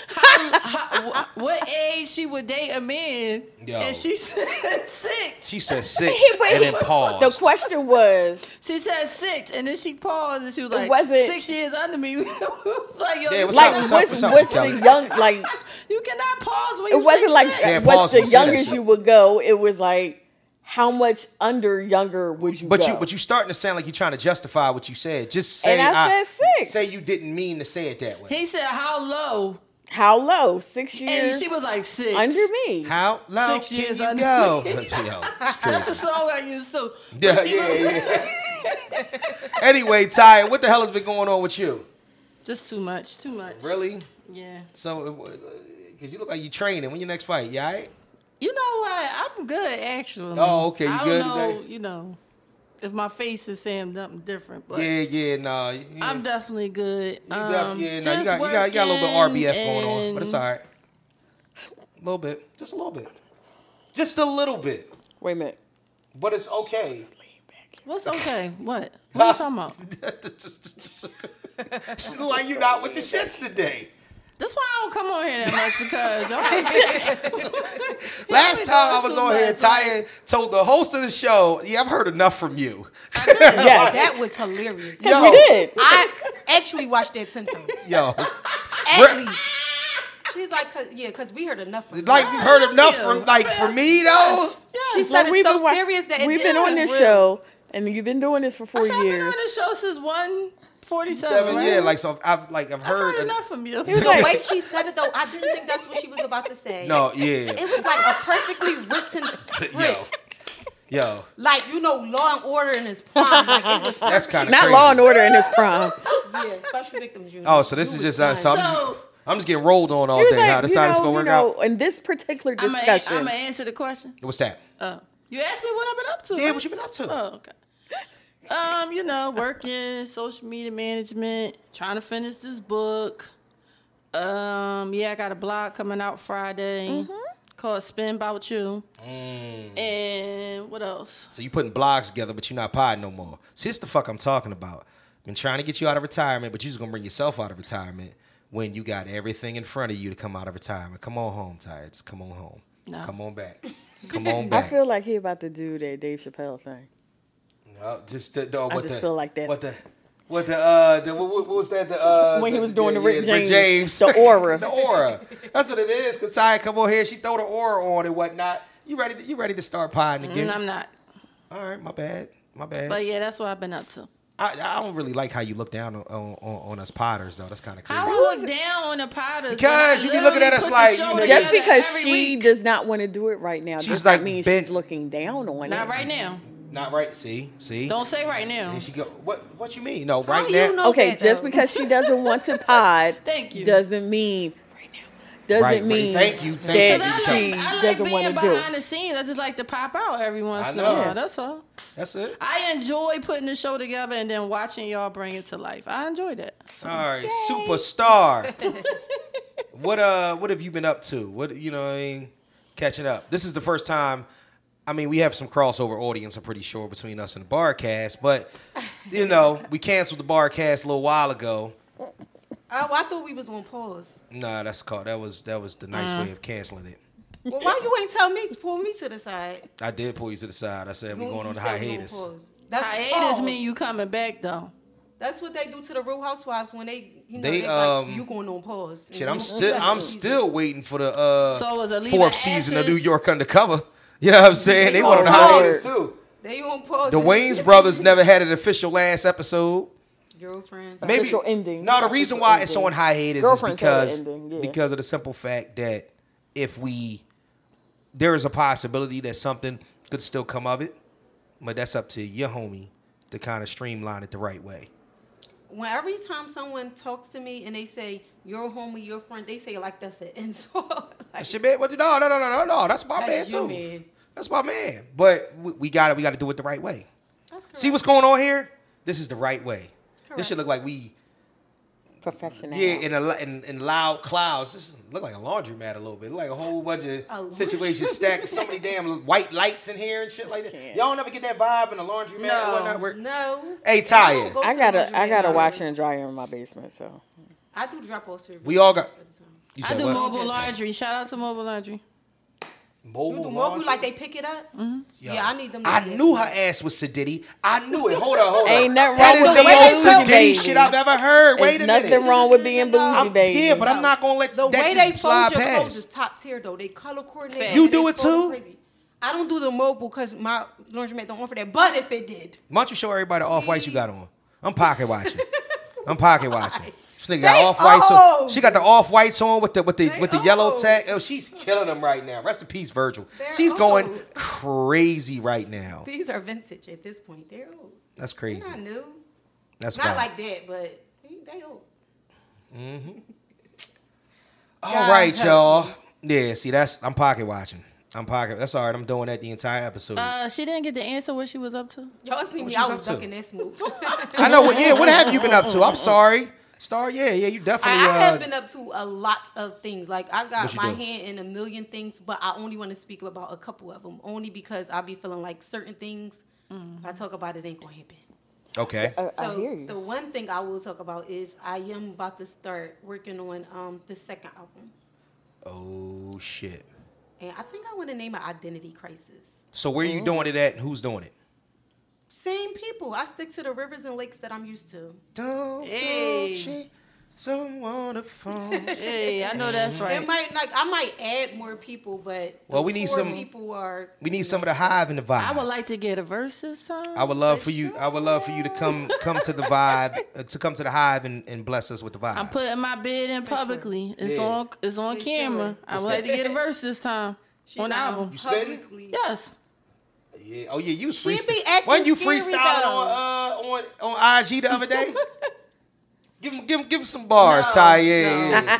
Speaker 3: how, how, wh- what age she would date a man,
Speaker 6: Yo.
Speaker 3: and she said six.
Speaker 6: She said six
Speaker 2: Hey, wait,
Speaker 6: and then
Speaker 2: what-
Speaker 6: paused.
Speaker 2: The question was
Speaker 3: She said six, and then she paused and she was like,
Speaker 2: wasn't-
Speaker 3: six years under me. We was like, yo,
Speaker 6: Yeah,
Speaker 3: you
Speaker 6: what's
Speaker 2: like
Speaker 6: up,
Speaker 3: cannot-
Speaker 2: what's,
Speaker 6: what's up, what's
Speaker 2: what's
Speaker 6: up, Kelly?
Speaker 2: the young like
Speaker 3: You cannot pause when
Speaker 2: it
Speaker 3: you say
Speaker 2: wasn't like
Speaker 3: six.
Speaker 6: Yeah,
Speaker 2: what's
Speaker 6: pause
Speaker 2: the
Speaker 6: when you say that
Speaker 2: youngest
Speaker 6: shit.
Speaker 2: you would go. It was like how much under younger would you
Speaker 6: But
Speaker 2: go?
Speaker 6: you, but you starting to sound like you're trying to justify what you said. Just say
Speaker 2: And I said six.
Speaker 6: Say you didn't mean to say it that way.
Speaker 3: He said, how low?
Speaker 2: how low? Six
Speaker 3: And
Speaker 2: years
Speaker 3: she was like, six.
Speaker 2: under me.
Speaker 6: How low
Speaker 3: Six
Speaker 6: can
Speaker 3: years
Speaker 6: you
Speaker 3: under-
Speaker 6: go? Yo, it's
Speaker 3: That's the
Speaker 6: crazy.
Speaker 3: song I used to. But
Speaker 6: yeah,
Speaker 3: she
Speaker 6: yeah,
Speaker 3: was-
Speaker 6: yeah. anyway, Ty, what the hell has been going on with you?
Speaker 3: Just too much, too much.
Speaker 6: Really?
Speaker 3: Yeah.
Speaker 6: So, because you look like you training. When your next fight? Yeah. Right?
Speaker 3: You know what? I'm good actually.
Speaker 6: Oh, okay, you
Speaker 3: I don't
Speaker 6: good
Speaker 3: know,
Speaker 6: today?
Speaker 3: you know, if my face is saying something different, but
Speaker 6: Yeah, yeah, nah. Yeah.
Speaker 3: I'm definitely good. Um, You
Speaker 6: You def- yeah, nah, you got, you, got, you got a little bit of RBF going on, but it's all right. A little bit. Just a little bit. Just a little bit.
Speaker 2: Wait a minute.
Speaker 6: But it's okay.
Speaker 3: What's okay? What? What are you talking about?
Speaker 6: Just- just- just- just- She look like you not with the shits today.
Speaker 3: That's why I don't come on here that much because I'm-
Speaker 6: Last time I was
Speaker 3: too
Speaker 6: on here,
Speaker 3: much.
Speaker 6: Taya told the host of the show, "Yeah, I've heard enough from you."
Speaker 2: Yes.
Speaker 5: That was hilarious.
Speaker 6: Yo,
Speaker 2: we did.
Speaker 5: I actually watched that ten times.
Speaker 6: yo,
Speaker 5: At
Speaker 6: We're-
Speaker 5: least. She's like, cause, yeah, cause we heard enough. From
Speaker 6: like
Speaker 5: you.
Speaker 6: you've heard enough from like for me though.
Speaker 5: she said
Speaker 2: We've
Speaker 5: it's so
Speaker 2: been wa-
Speaker 5: serious that it
Speaker 2: we've been on
Speaker 5: isn't
Speaker 2: this
Speaker 5: real.
Speaker 2: show and you've been doing this for four
Speaker 3: I've been on
Speaker 2: years.
Speaker 3: the show since one forty-seven.
Speaker 6: Seven,
Speaker 3: Right?
Speaker 6: yeah, like so I've like I've
Speaker 3: I've heard,
Speaker 6: heard. an-
Speaker 3: enough from you.
Speaker 2: was
Speaker 5: The
Speaker 2: like-
Speaker 5: way she said it though, I didn't think that's what she was about to say.
Speaker 6: no,
Speaker 5: It
Speaker 6: yeah,
Speaker 5: was like a perfectly written
Speaker 6: yo,
Speaker 5: script.
Speaker 6: yo,
Speaker 5: Like, you know, Law and Order in his prime. Like, it was
Speaker 6: that's kind of
Speaker 2: Not
Speaker 6: crazy.
Speaker 2: Law and Order in his prime.
Speaker 5: yeah, special victims unit.
Speaker 6: Oh, so this is just uh, so I'm,
Speaker 3: So-
Speaker 6: just, I'm just getting rolled on all
Speaker 2: He was
Speaker 6: day. How
Speaker 2: like,
Speaker 6: this
Speaker 2: you
Speaker 6: how this
Speaker 2: know,
Speaker 6: gonna
Speaker 2: you
Speaker 6: work
Speaker 2: know,
Speaker 6: out?
Speaker 2: in this particular
Speaker 3: I'm gonna,
Speaker 2: discussion,
Speaker 3: I'm gonna answer the question.
Speaker 6: What's that?
Speaker 2: uh,
Speaker 3: Oh, you asked me what I've been up to.
Speaker 6: Yeah, what you been up to?
Speaker 3: Oh, okay. Um, you know, working, social media management, trying to finish this book. Um, yeah, I got a blog coming out Friday
Speaker 2: Mm-hmm.
Speaker 3: called Spin About You.
Speaker 6: Mm.
Speaker 3: And what else?
Speaker 6: So you putting blogs together, but you're not podding no more. See, this the fuck I'm talking about. Been trying to get you out of retirement, but you just gonna bring yourself out of retirement when you got everything in front of you to come out of retirement. Come on home, Ty. Just come on home.
Speaker 3: No.
Speaker 6: Come on back. Come on
Speaker 2: I
Speaker 6: back.
Speaker 2: feel like he about to do that Dave Chappelle thing.
Speaker 6: no, just the, no, what
Speaker 2: just
Speaker 6: the-
Speaker 2: feel like that's-
Speaker 6: What the? What the? Uh, the what, what was that? The uh,
Speaker 2: When he
Speaker 6: the-
Speaker 2: was doing the
Speaker 6: yeah,
Speaker 2: Rick
Speaker 6: yeah,
Speaker 2: James, the aura.
Speaker 6: the aura. That's what it is. Cause Ty come on here, she throw the aura on and whatnot. You ready? To, you ready to start
Speaker 2: Mm,
Speaker 6: podding again?
Speaker 3: And I'm not.
Speaker 6: All right, my bad. My bad.
Speaker 3: But yeah, that's what I've been up to.
Speaker 6: I, I don't really like how you look down on, on, on us potters though. That's kind of crazy.
Speaker 3: I look down on the potters.
Speaker 6: Because
Speaker 3: when I
Speaker 6: you be looking at us
Speaker 3: literally put the
Speaker 6: like, you
Speaker 3: show
Speaker 6: niggas-
Speaker 3: together
Speaker 2: Just because
Speaker 3: every
Speaker 2: she
Speaker 3: week.
Speaker 2: does not want to do it right now,
Speaker 6: She's
Speaker 2: does not
Speaker 6: like
Speaker 2: mean
Speaker 6: bent-
Speaker 2: she's looking down on it.
Speaker 3: Not right now.
Speaker 6: Not right. See, see.
Speaker 3: Don't say right now.
Speaker 6: And she go. What? What you mean? No, right
Speaker 5: do
Speaker 6: now.
Speaker 5: you know-
Speaker 2: Okay,
Speaker 5: that,
Speaker 2: just
Speaker 5: though.
Speaker 2: because she doesn't want to pod,
Speaker 3: Thank you.
Speaker 2: doesn't mean right now doesn't
Speaker 6: Right, right.
Speaker 2: mean
Speaker 6: Thank you, thank
Speaker 2: that
Speaker 6: you.
Speaker 3: 'Cause I
Speaker 2: she
Speaker 3: like, I like
Speaker 2: doesn't
Speaker 3: being
Speaker 2: want to do.
Speaker 3: behind the scenes. I just like to pop out every once
Speaker 6: I
Speaker 3: in a while.
Speaker 6: know.
Speaker 3: That's all.
Speaker 6: That's it.
Speaker 3: I enjoy putting the show together and then watching y'all bring it to life. I enjoy that.
Speaker 6: All right, superstar. what uh? What have you been up to? What you know? What I mean, catching up. This is the first time. I mean, we have some crossover audience. I'm pretty sure between us and the barcast, but you know, we canceled the barcast a little while ago.
Speaker 5: Oh, I thought we was on pause.
Speaker 6: Nah, that's called. That was that was the nice
Speaker 5: Uh-huh.
Speaker 6: way of canceling it.
Speaker 5: Well, why you ain't tell me to pull me to the side?
Speaker 6: I did pull you to the side. I said we're
Speaker 5: You
Speaker 6: going on a
Speaker 5: said we on
Speaker 6: hiatus.
Speaker 5: pause. That's
Speaker 3: Hiatus
Speaker 5: pause.
Speaker 3: mean you coming back though.
Speaker 5: That's what they do to the Real Housewives when they, you know,
Speaker 6: They,
Speaker 5: they, like,
Speaker 6: um,
Speaker 5: you going on pause.
Speaker 6: Shit, I'm still I'm still waiting for the uh
Speaker 3: So was Alina
Speaker 6: fourth season of
Speaker 3: Ashes-
Speaker 6: New York Undercover. You know what I'm saying? They went on
Speaker 2: Oh,
Speaker 6: hiatus too.
Speaker 5: They on pause.
Speaker 6: The Wayne's brothers never had an official last episode.
Speaker 5: Girlfriends.
Speaker 6: Maybe
Speaker 2: Official ending.
Speaker 6: no. The reason why
Speaker 2: Official
Speaker 6: it's
Speaker 2: ending.
Speaker 6: on hiatus is
Speaker 2: Girlfriends had an
Speaker 6: because
Speaker 2: ending, yeah.
Speaker 6: because of the simple fact that if we there is a possibility that something could still come of it, but that's up to your homie to kind of streamline it the right way.
Speaker 5: When every time someone talks to me and they say your homie, your friend, they say it like that's an insult. like,
Speaker 6: That's your man. What? No, no, no, no, no, no. That's my
Speaker 5: That's
Speaker 6: man
Speaker 5: your
Speaker 6: too.
Speaker 5: man.
Speaker 6: That's my man. But we, we got to We got to do it the right way.
Speaker 5: that's correct.
Speaker 6: See what's going on here? This is the right way. This
Speaker 5: Correct.
Speaker 6: should look like we
Speaker 2: Professional.
Speaker 6: yeah in a lo- in, in loud clouds. This look like a laundromat a little bit. Look like a whole bunch of
Speaker 5: Oh.
Speaker 6: situations stacked. So many damn white lights in here and shit like that.
Speaker 2: Can't.
Speaker 6: Y'all don't never get that vibe in a laundromat. or
Speaker 5: no,
Speaker 6: whatnot where-
Speaker 5: no.
Speaker 6: Hey, Taya.
Speaker 5: go
Speaker 2: I
Speaker 5: to
Speaker 2: got
Speaker 5: the
Speaker 2: a I got a
Speaker 5: laundromat.
Speaker 2: washer and dryer in my basement, so
Speaker 5: I do drop off service.
Speaker 6: We all got-
Speaker 5: most of the time.
Speaker 6: You
Speaker 3: I
Speaker 6: said
Speaker 3: do
Speaker 6: what?
Speaker 3: mobile laundry. Shout out to mobile laundry.
Speaker 6: Mobile
Speaker 5: You do more
Speaker 6: laundry?
Speaker 5: we like they pick it up.
Speaker 2: Mm-hmm.
Speaker 6: Yo,
Speaker 5: Yeah, I need them. to
Speaker 6: I
Speaker 5: do that.
Speaker 6: knew her ass was sedity. I knew it. Hold on, hold on.
Speaker 2: Ain't nothing
Speaker 6: that
Speaker 2: wrong with
Speaker 5: being
Speaker 6: is the most
Speaker 5: bougie,
Speaker 6: sedity
Speaker 2: baby.
Speaker 6: shit I've ever heard. Wait
Speaker 2: There's
Speaker 6: a
Speaker 2: nothing
Speaker 6: minute.
Speaker 2: wrong with being
Speaker 5: No,
Speaker 2: bougie,
Speaker 5: no, no.
Speaker 6: I'm-
Speaker 2: baby.
Speaker 6: Yeah, but I'm not gonna let
Speaker 5: The
Speaker 6: that
Speaker 5: way
Speaker 6: just
Speaker 5: they
Speaker 6: slide
Speaker 5: fold your clothes is
Speaker 6: past.
Speaker 5: top tier though. They color coordinate.
Speaker 3: Facts. You
Speaker 5: They
Speaker 6: do it
Speaker 5: fold
Speaker 6: too?
Speaker 5: crazy. I don't do the mobile because my laundromat don't offer that. But if it did,
Speaker 6: Why don't you show everybody off white you got on? I'm pocket watching. I'm pocket watching. This nigga got
Speaker 5: They
Speaker 6: off whites on.
Speaker 5: old.
Speaker 6: She got the off whites on with the with the
Speaker 5: They
Speaker 6: with the yellow
Speaker 5: old.
Speaker 6: tag. Oh, she's killing them right now. Rest in peace, Virgil.
Speaker 5: They're
Speaker 6: she's going
Speaker 5: old.
Speaker 6: crazy right now.
Speaker 5: these are vintage at this point. They're old.
Speaker 6: That's
Speaker 5: They're
Speaker 6: crazy.
Speaker 5: not new.
Speaker 6: That's
Speaker 5: Not
Speaker 6: wild.
Speaker 5: like that, but they- they old.
Speaker 6: All right, y'all. Yeah, see, that's I'm pocket watching. I'm pocket. That's all right. I'm doing that the entire episode.
Speaker 3: Uh, she didn't get the answer what she was up to.
Speaker 5: Y'all see me?
Speaker 6: you
Speaker 5: I
Speaker 6: up
Speaker 5: was
Speaker 6: to?
Speaker 5: ducking that smooth.
Speaker 6: I know. What, yeah, what have you been up to? I'm sorry, Star. Yeah, yeah, you
Speaker 5: I, I
Speaker 6: definitely. uh,
Speaker 5: have been up to a lot of things. Like I
Speaker 6: What
Speaker 5: got
Speaker 6: you
Speaker 5: my
Speaker 6: do?
Speaker 5: hand in a million things, but I only want to speak about a couple of them, only because I be feeling like certain things.
Speaker 6: Mm-hmm.
Speaker 5: If I talk about it, ain't gonna happen.
Speaker 6: Okay.
Speaker 2: I, I
Speaker 5: So
Speaker 2: hear you.
Speaker 5: the one thing I will talk about is I am about to start working on um the second album,
Speaker 6: Oh shit.
Speaker 5: and I think I want to name it Identity Crisis.
Speaker 6: So where you doing it at, and who's doing it?
Speaker 5: Same people. I stick to the rivers and lakes that I'm used to.
Speaker 6: Don't
Speaker 3: Hey.
Speaker 6: she someone to phone?
Speaker 3: Hey, I know that's right.
Speaker 5: It might like I might add more people, but the
Speaker 6: Well, we need
Speaker 5: core
Speaker 6: some-
Speaker 5: people are.
Speaker 6: We need some of the hive in the vibe.
Speaker 3: I would like to get a versus song.
Speaker 6: I would love for you. I would love for you to come come to the vibe, uh, to come to the hive and, and bless us with the vibe.
Speaker 3: I'm putting my bid in publicly. It's
Speaker 6: Yeah.
Speaker 3: on. It's on
Speaker 5: For
Speaker 3: camera.
Speaker 5: sure.
Speaker 3: I would like to get a verse this time
Speaker 5: She
Speaker 3: on the
Speaker 5: not
Speaker 3: album.
Speaker 6: spitting?
Speaker 5: publicly.
Speaker 3: Yes.
Speaker 6: yeah. Oh yeah, you was
Speaker 5: She be
Speaker 6: freestyle-
Speaker 5: acting
Speaker 6: Wasn't you
Speaker 5: scary,
Speaker 6: freestyling
Speaker 5: though.
Speaker 6: on uh, on on IG the other day? give him give him give him some bars, Ty. Yeah, yeah.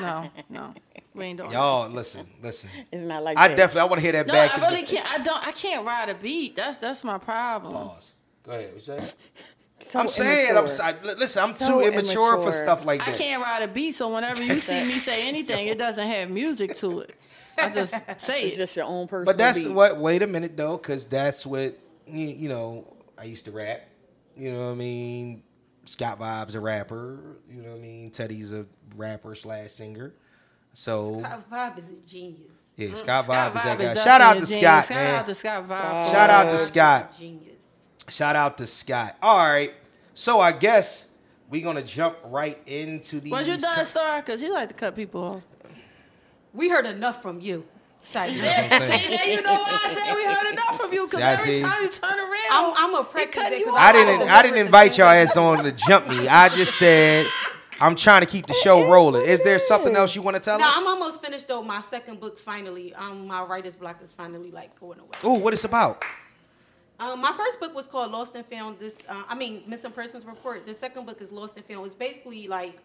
Speaker 3: No, no, we ain't doing.
Speaker 6: Y'all, listen, listen.
Speaker 2: it's not like
Speaker 6: I
Speaker 2: that.
Speaker 6: definitely I want to hear that
Speaker 3: No,
Speaker 6: back.
Speaker 3: I
Speaker 6: to the- Oh,
Speaker 3: really can't. I don't. I can't ride a beat. That's that's my problem.
Speaker 6: Pause. Go ahead. What you say?
Speaker 2: So
Speaker 6: I'm saying I'm
Speaker 2: immature.
Speaker 6: si- li- listen. I'm
Speaker 2: So
Speaker 6: too immature, for
Speaker 2: immature.
Speaker 6: stuff like
Speaker 3: I
Speaker 6: that.
Speaker 3: can't ride a beat. So whenever you see me say anything, it doesn't have music to it. I just say
Speaker 2: It's
Speaker 3: it.
Speaker 2: just your own personal.
Speaker 6: But that's
Speaker 2: beat.
Speaker 6: what. Wait a minute though, because that's what you, you know. I used to rap. You know what I mean? Scott Vibes a rapper. You know what I mean? Teddy's a rapper slash singer. So
Speaker 5: Her vibe is a genius.
Speaker 6: yeah,
Speaker 3: mm, Scott
Speaker 6: Scott, Vibe is that
Speaker 3: Vibe
Speaker 6: guy.
Speaker 3: is
Speaker 6: Shout out to
Speaker 3: definitely a
Speaker 6: Scott,
Speaker 3: genius.
Speaker 6: man.
Speaker 3: Shout out to Scott Vibe. for-
Speaker 6: Shout out to
Speaker 5: Vibe is a
Speaker 6: Scott.
Speaker 5: Genius.
Speaker 6: Shout out to Scott. All right. So I guess we're gonna jump right into the.
Speaker 3: Was you done, Star? Because he like to cut people off.
Speaker 5: We heard enough from you. Sorry.
Speaker 3: See, now you know why I said we heard enough from you. Because
Speaker 6: See, I
Speaker 3: every
Speaker 6: see.
Speaker 3: time you turn around,
Speaker 5: I'm, I'm a
Speaker 3: it
Speaker 5: practice
Speaker 3: cut
Speaker 5: it
Speaker 3: you
Speaker 5: 'cause
Speaker 3: off.
Speaker 6: I didn't. I didn't
Speaker 5: remember
Speaker 6: invite
Speaker 5: the
Speaker 6: y'all
Speaker 5: same
Speaker 6: ass on to jump me. I just said I'm trying to keep the show rolling. Is there something else you want to tell
Speaker 5: No,
Speaker 6: us?
Speaker 5: I'm almost finished though. My second book finally. Um, my writer's block is finally like going away.
Speaker 6: Ooh, what it's about?
Speaker 5: Um, my first book was called Lost and Found. This, uh, I mean, Missing Persons Report. The second book is Lost and Found. It's basically like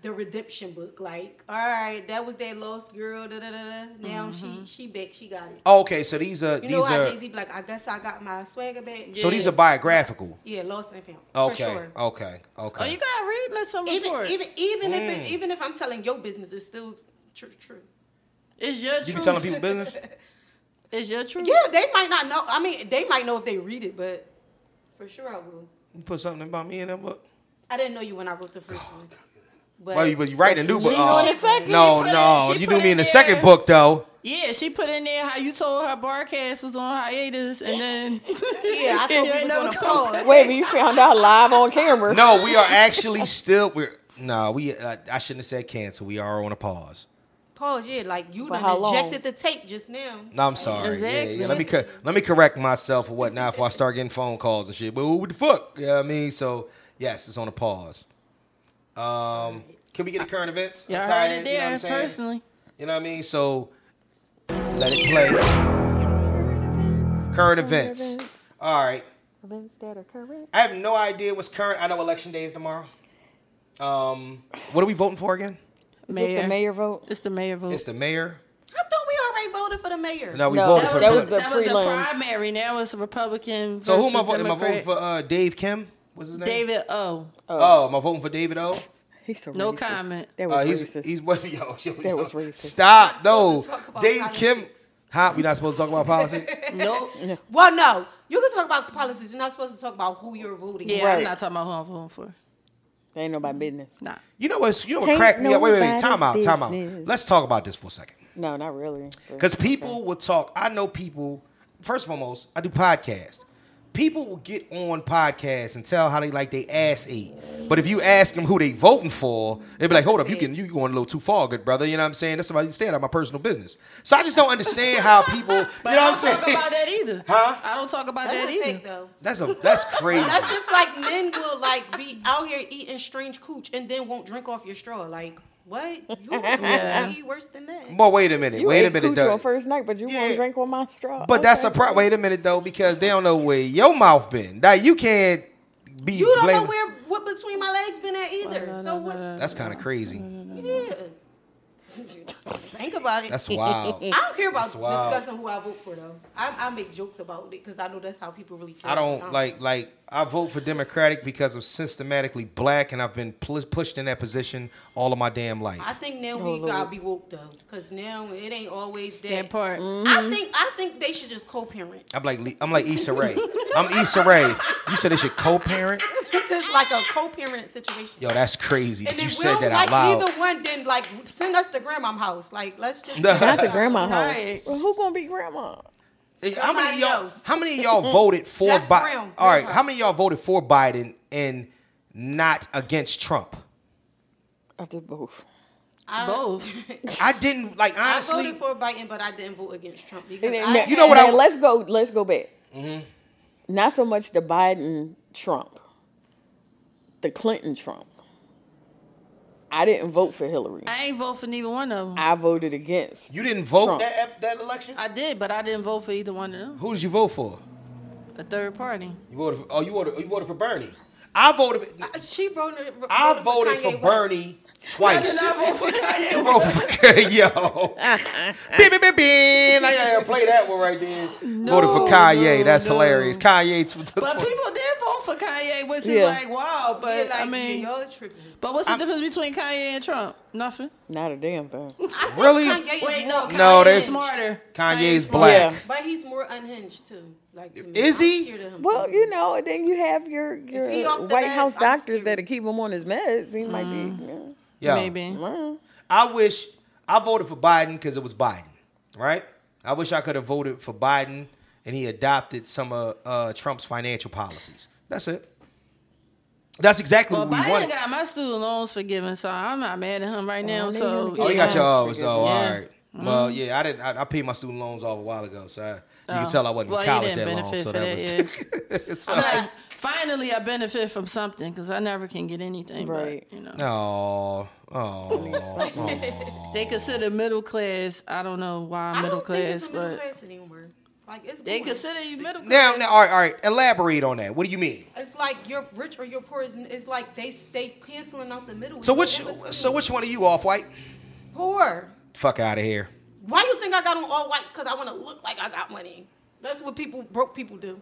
Speaker 5: the redemption book. Like, all right, that was that lost girl. Da, da, da, da. Now she she back. She got it.
Speaker 6: Oh, okay, so these are
Speaker 5: You
Speaker 6: these
Speaker 5: know how
Speaker 6: are
Speaker 5: Jay Z be like, I guess I got my swagger back.
Speaker 6: so these are biographical.
Speaker 5: yeah, Lost and Found.
Speaker 6: Okay, Uh,
Speaker 5: for sure.
Speaker 6: okay,
Speaker 3: Oh,
Speaker 6: okay.
Speaker 3: you gotta read Mr.
Speaker 5: even
Speaker 3: Report.
Speaker 5: even even if
Speaker 6: Mm.
Speaker 5: it, even if I'm telling your business, it's still true. True.
Speaker 3: it's your
Speaker 6: You
Speaker 3: truth.
Speaker 6: be telling people business?
Speaker 3: It's your truth.
Speaker 5: Yeah, they might not know. I mean, they might know if they read it, but for sure I will.
Speaker 6: You put something about me in that book?
Speaker 5: I didn't know you when I wrote the first one. But
Speaker 6: Well, you, but you writing a new book.
Speaker 3: She
Speaker 6: uh,
Speaker 3: put it fucking-
Speaker 6: no,
Speaker 3: she put
Speaker 6: no,
Speaker 3: it- she
Speaker 6: you
Speaker 3: put
Speaker 6: do me
Speaker 3: it
Speaker 6: in the
Speaker 3: there.
Speaker 6: second book though.
Speaker 3: Yeah, she put in there how you told her barcast was on hiatus, and then
Speaker 5: yeah, I
Speaker 3: You
Speaker 5: thought
Speaker 3: ain't
Speaker 5: we was
Speaker 3: never
Speaker 5: on a
Speaker 3: come
Speaker 5: pause.
Speaker 2: Wait, but you found out live on camera.
Speaker 6: No, we are actually still we're no, we uh, I shouldn't have said cancel. We are on a pause.
Speaker 5: Pause, yeah. Like you
Speaker 2: For
Speaker 5: done
Speaker 2: how long?
Speaker 5: ejected the tape just now.
Speaker 6: No, I'm sorry.
Speaker 3: Exactly.
Speaker 6: Yeah, yeah. Let me co- let me correct myself or whatnot before I start getting phone calls and shit. But what the fuck? Yeah, I mean, so Yes, it's on a pause. Um, can we get the current events?
Speaker 3: Y'all
Speaker 6: Tie
Speaker 3: heard
Speaker 6: in,
Speaker 3: it
Speaker 6: you know what
Speaker 3: there
Speaker 6: I'm saying?
Speaker 3: personally.
Speaker 6: You know what I mean? So let it play. Current events. All right.
Speaker 2: Events that are current.
Speaker 6: I have no idea what's current. I know election day is tomorrow. Um, what are we voting for again?
Speaker 2: Is this the mayor vote?
Speaker 3: It's the mayor vote.
Speaker 6: It's the mayor.
Speaker 5: I thought we already voted for the mayor.
Speaker 6: No, we
Speaker 2: No,
Speaker 6: voted
Speaker 2: that
Speaker 6: for.
Speaker 2: was- that
Speaker 6: the-
Speaker 2: was the
Speaker 3: that was the
Speaker 2: prelims.
Speaker 3: primary. Now it's a Republican.
Speaker 6: so who am I
Speaker 3: versus
Speaker 6: voting? Am I voting
Speaker 3: Democrat.
Speaker 6: for uh, Dave Kim? What's his name?
Speaker 3: David O.
Speaker 6: Oh, am I voting for David O?
Speaker 2: He's so
Speaker 3: No
Speaker 2: racist.
Speaker 3: comment.
Speaker 2: That was
Speaker 6: Uh, he's
Speaker 2: racist.
Speaker 6: he's what yo, yo, yo.
Speaker 2: was racist.
Speaker 6: Stop no.
Speaker 5: supposed to talk about
Speaker 6: Dave
Speaker 5: politics.
Speaker 6: Kim. Huh? We not supposed to talk about politics.
Speaker 3: Nope.
Speaker 5: Well, no. You can talk about policies. You're not supposed to talk about who you're voting.
Speaker 3: Yeah,
Speaker 2: Right.
Speaker 3: I'm not talking about who I'm voting for.
Speaker 2: That ain't nobody business.
Speaker 3: Nah.
Speaker 6: You know what's you know what
Speaker 2: Tain't
Speaker 6: cracked me up? Wait, wait, wait. Time out,
Speaker 2: nobody's
Speaker 6: time out.
Speaker 2: business.
Speaker 6: Let's talk about this for a second.
Speaker 2: No, not really.
Speaker 6: Because people will talk. I know people. First and foremost, I do podcasts. People will get on podcasts and tell how they like they ass eat. But if you ask them who they voting for, they be like, "Hold up, you can you going a little too far, good brother." You know what I'm saying? That's somebody staying out of my personal business. So I just don't understand how people. You know
Speaker 3: But
Speaker 6: what
Speaker 3: I
Speaker 6: I'm
Speaker 3: don't talk
Speaker 6: saying?
Speaker 3: about that either.
Speaker 6: Huh?
Speaker 3: I don't talk about
Speaker 5: That's
Speaker 3: that
Speaker 5: a
Speaker 3: either.
Speaker 5: take, though.
Speaker 6: That's a that's crazy.
Speaker 5: That's just like men will like be out here eating strange cooch and then won't drink off your straw. Like what? You yeah. be worse than that.
Speaker 6: But wait a minute.
Speaker 2: You
Speaker 6: wait a
Speaker 2: ate
Speaker 6: minute,
Speaker 2: cooch
Speaker 6: though.
Speaker 2: on first night, but you
Speaker 6: Yeah.
Speaker 2: won't drink on my straw.
Speaker 6: But that's a
Speaker 2: Okay.
Speaker 6: problem. Wait a minute though, because they don't know where your mouth been. Now you can't be.
Speaker 5: You don't know
Speaker 6: blaming-
Speaker 5: where what between my legs been at either. so what?
Speaker 6: That's kind of crazy.
Speaker 5: Yeah. Think about it.
Speaker 6: That's wild.
Speaker 5: I don't care about
Speaker 6: That's wild.
Speaker 5: discussing who I vote for though. I, I make jokes about it because I know that's how people really feel. Um,
Speaker 6: I don't like like I vote for Democratic because I'm systematically black and I've been pl- pushed in that position all of my damn life.
Speaker 5: I think now we gotta be woke though, because now it ain't always that.
Speaker 3: That part. Mm-hmm.
Speaker 5: I think I think they should just co-parent.
Speaker 6: I'm like Le- I'm like Issa Rae. I'm Issa Rae. You said they should co-parent.
Speaker 5: just like a co-parent situation.
Speaker 6: Yo, that's crazy.
Speaker 5: And
Speaker 6: that
Speaker 5: if
Speaker 6: you
Speaker 5: we
Speaker 6: said
Speaker 5: don't
Speaker 6: that
Speaker 5: like
Speaker 6: out loud.
Speaker 5: either one, then like send us to grandma's house. Like let's just
Speaker 2: Not the grandma house.
Speaker 3: Right.
Speaker 2: Well, who gonna be grandma?
Speaker 6: Hey, How many of y'all?
Speaker 5: else.
Speaker 6: How many of y'all voted for
Speaker 5: Jeff
Speaker 6: Biden?
Speaker 5: Brown.
Speaker 6: All right. How many of y'all voted for Biden and not against Trump?
Speaker 2: I did both.
Speaker 5: I,
Speaker 3: Both.
Speaker 6: I didn't like
Speaker 5: I
Speaker 6: honestly.
Speaker 5: voted for Biden, but I didn't vote against Trump because
Speaker 2: Now-
Speaker 5: I,
Speaker 6: You know what
Speaker 2: now
Speaker 6: I-
Speaker 2: Let's go. Let's go back. Not so much the Biden Trump, the Clinton Trump. I didn't vote for Hillary.
Speaker 3: I ain't vote for neither one of them.
Speaker 2: I voted against.
Speaker 6: you didn't vote
Speaker 2: Trump.
Speaker 6: that ep- that election.
Speaker 3: I did, but I didn't vote for either one of them.
Speaker 6: Who did you vote for?
Speaker 3: A third party.
Speaker 6: You voted. For, oh, you voted. You voted for Bernie. I voted.
Speaker 5: she voted.
Speaker 6: I voted for
Speaker 5: Kanye West.
Speaker 6: Bernie twice.
Speaker 3: I vote for Kanye.
Speaker 6: Bro, yo, beep, beep, beep, beep. I gotta play that one right there. voted for Kanye.
Speaker 3: no,
Speaker 6: That's
Speaker 3: no.
Speaker 6: hilarious. Kanye. T-
Speaker 3: But people did vote for Kanye, which
Speaker 2: Yeah.
Speaker 3: is like wow. But
Speaker 5: Like,
Speaker 3: I mean,
Speaker 5: y'all tripping.
Speaker 3: but what's the difference between Kanye and Trump? Nothing.
Speaker 2: Not a damn thing.
Speaker 6: really?
Speaker 5: Kanye is
Speaker 3: Wait,
Speaker 5: more-
Speaker 3: no. Kanye
Speaker 6: No,
Speaker 3: is
Speaker 6: there's-
Speaker 3: smarter.
Speaker 6: Kanye's
Speaker 3: smarter.
Speaker 6: black.
Speaker 2: Yeah.
Speaker 5: but he's more unhinged too. Like to me.
Speaker 6: Is
Speaker 5: I'm
Speaker 6: he?
Speaker 5: scared of him
Speaker 2: Well,
Speaker 5: sometimes.
Speaker 2: you know, and then you have your your
Speaker 5: he off the
Speaker 2: White
Speaker 5: meds,
Speaker 2: House
Speaker 5: I'm
Speaker 2: doctors
Speaker 5: scared.
Speaker 2: that keep him on his meds. He might be. yeah.
Speaker 6: Yo,
Speaker 3: Maybe.
Speaker 6: I wish I voted for Biden because it was Biden, right? I wish I could have voted for Biden and he adopted some of uh, Trump's financial policies. That's it. That's exactly
Speaker 3: Well,
Speaker 6: what we
Speaker 3: Biden
Speaker 6: wanted.
Speaker 3: got my student loans forgiven, so I'm not mad at him right
Speaker 2: I knew
Speaker 3: now.
Speaker 2: you
Speaker 3: so
Speaker 2: were
Speaker 6: oh, you
Speaker 2: yeah.
Speaker 6: got your oh, so,
Speaker 2: Yeah.
Speaker 6: all right.
Speaker 3: Mm-hmm.
Speaker 6: Well, yeah, I didn't. I, I paid my student loans off a while ago, so I, you can tell I wasn't
Speaker 3: Oh. Well,
Speaker 6: in
Speaker 3: you
Speaker 6: college
Speaker 3: didn't
Speaker 6: that long.
Speaker 3: benefit
Speaker 6: So
Speaker 3: for
Speaker 6: that was. so,
Speaker 3: I'm like, finally, I benefit from something because I never can get anything.
Speaker 2: Right.
Speaker 3: But, you know,
Speaker 6: oh, oh,
Speaker 3: they consider middle class. I don't know why
Speaker 5: I
Speaker 3: middle
Speaker 5: don't think
Speaker 3: class,
Speaker 5: it's a middle
Speaker 3: but
Speaker 5: class anymore. Like it's
Speaker 3: they
Speaker 5: boring.
Speaker 3: consider you middle class.
Speaker 6: now, now, all right, all right. Elaborate on that. What do you mean?
Speaker 5: It's like you're rich or you're poor. It's- It's like they they canceling out the middle.
Speaker 6: So
Speaker 5: It's
Speaker 6: which,
Speaker 5: in between.
Speaker 6: so which one are you off white?
Speaker 5: poor?
Speaker 6: Fuck out of here.
Speaker 5: Why you think I got on all whites? Because I want to look like I got money. That's what people broke people do.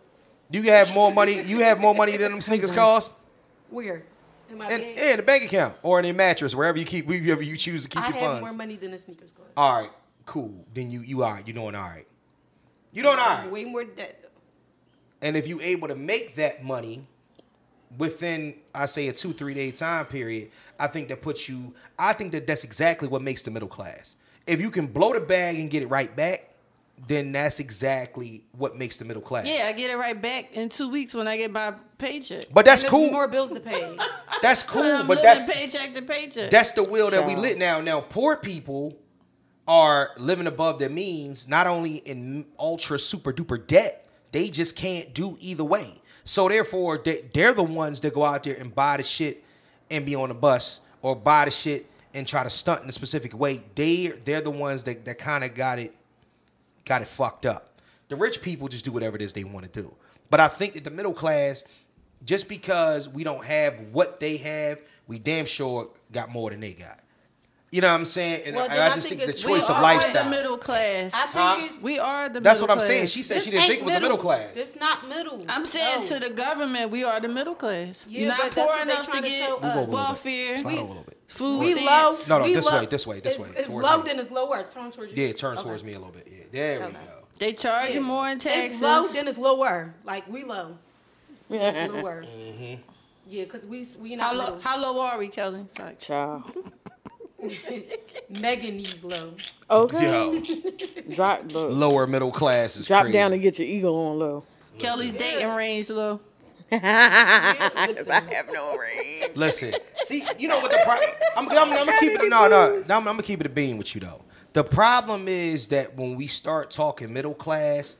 Speaker 6: You have more money. You have more money than them sneakers cost,
Speaker 5: Where? In my
Speaker 6: and
Speaker 5: bag?
Speaker 6: in a bank account or in a mattress, wherever you keep, wherever you choose to keep
Speaker 5: I
Speaker 6: your
Speaker 5: have
Speaker 6: funds. Oh,
Speaker 5: more money than the sneakers cost.
Speaker 6: All right, cool. Then you you are you doing all right. You doing all right.
Speaker 5: Way more debt.
Speaker 6: And if you able to make that money within, I say a two three day time period, I think that puts you. I think that that's exactly what makes the middle class. If you can blow the bag and get it right back, then that's exactly what makes the middle class.
Speaker 3: Yeah, I get it right back in two weeks when I get my paycheck.
Speaker 6: But that's
Speaker 5: There's
Speaker 6: cool.
Speaker 5: More bills to pay.
Speaker 6: that's
Speaker 3: But
Speaker 6: cool.
Speaker 3: I'm
Speaker 6: But
Speaker 3: living
Speaker 6: that's
Speaker 3: paycheck to paycheck.
Speaker 6: that's the will that we
Speaker 2: Child.
Speaker 6: lit now. Now, poor people are living above their means, not only in ultra super duper debt, they just can't do either way. So therefore, they, they're the ones that go out there and buy the shit and be on the bus or buy the shit and try to stunt in a specific way. They they're the ones that, that kind of got it got it fucked up. The rich people just do whatever it is they want to do. But I think that the middle class, just because we don't have what they have, we damn sure got more than they got. You know what I'm saying? And
Speaker 5: Well,
Speaker 6: I,
Speaker 5: then
Speaker 6: I
Speaker 5: I
Speaker 6: just
Speaker 5: think
Speaker 6: think, the
Speaker 5: it's- we
Speaker 6: choice of
Speaker 5: are
Speaker 3: are
Speaker 6: lifestyle.
Speaker 3: the middle class.
Speaker 5: I think it's,
Speaker 3: we are the
Speaker 6: That's
Speaker 3: middle
Speaker 6: what I'm
Speaker 3: class.
Speaker 6: saying. She said
Speaker 5: this
Speaker 6: she didn't think
Speaker 5: ain't
Speaker 6: it was a middle class.
Speaker 5: This not middle.
Speaker 3: I'm saying
Speaker 5: No.
Speaker 3: to the government, we are the middle class.
Speaker 5: Yeah,
Speaker 3: You're
Speaker 5: but
Speaker 3: not
Speaker 5: that's
Speaker 3: poor
Speaker 5: what they
Speaker 3: enough to
Speaker 5: trying to
Speaker 3: get
Speaker 5: tell us. Move over
Speaker 6: a little bit.
Speaker 3: welfare,
Speaker 6: Slide over a little bit.
Speaker 3: food
Speaker 5: We
Speaker 3: stamps.
Speaker 5: low.
Speaker 6: No, no,
Speaker 5: we
Speaker 6: this
Speaker 5: low.
Speaker 6: way, this way, this
Speaker 5: It's-
Speaker 6: way,
Speaker 5: It's
Speaker 6: towards
Speaker 5: low,
Speaker 6: me.
Speaker 5: then it's lower. Turn towards you.
Speaker 6: Yeah, it turns
Speaker 5: Okay.
Speaker 6: towards me a little bit. Yeah, there we
Speaker 5: Okay.
Speaker 6: go.
Speaker 3: They charge you more in
Speaker 5: It's
Speaker 3: taxes.
Speaker 5: low, then it's lower. Like we low.
Speaker 2: Uh-uh.
Speaker 5: It's lower.
Speaker 6: Mm-hmm.
Speaker 5: Yeah, cause we we
Speaker 3: how
Speaker 5: not
Speaker 3: low?
Speaker 5: low.
Speaker 3: How low are we, Kelly? Sorry.
Speaker 2: Child.
Speaker 5: Megan needs low.
Speaker 2: Okay.
Speaker 6: Yo,
Speaker 2: Drop look,
Speaker 6: lower middle class is
Speaker 2: drop
Speaker 6: crazy.
Speaker 2: down and get your ego on low.
Speaker 3: Kelly's dating range low.
Speaker 2: I have no range.
Speaker 6: Listen, see, you know what the problem? I'm, I'm, I'm gonna keep it. No, no, no I'm, gonna keep it a bean with you though. The problem is that when we start talking middle class,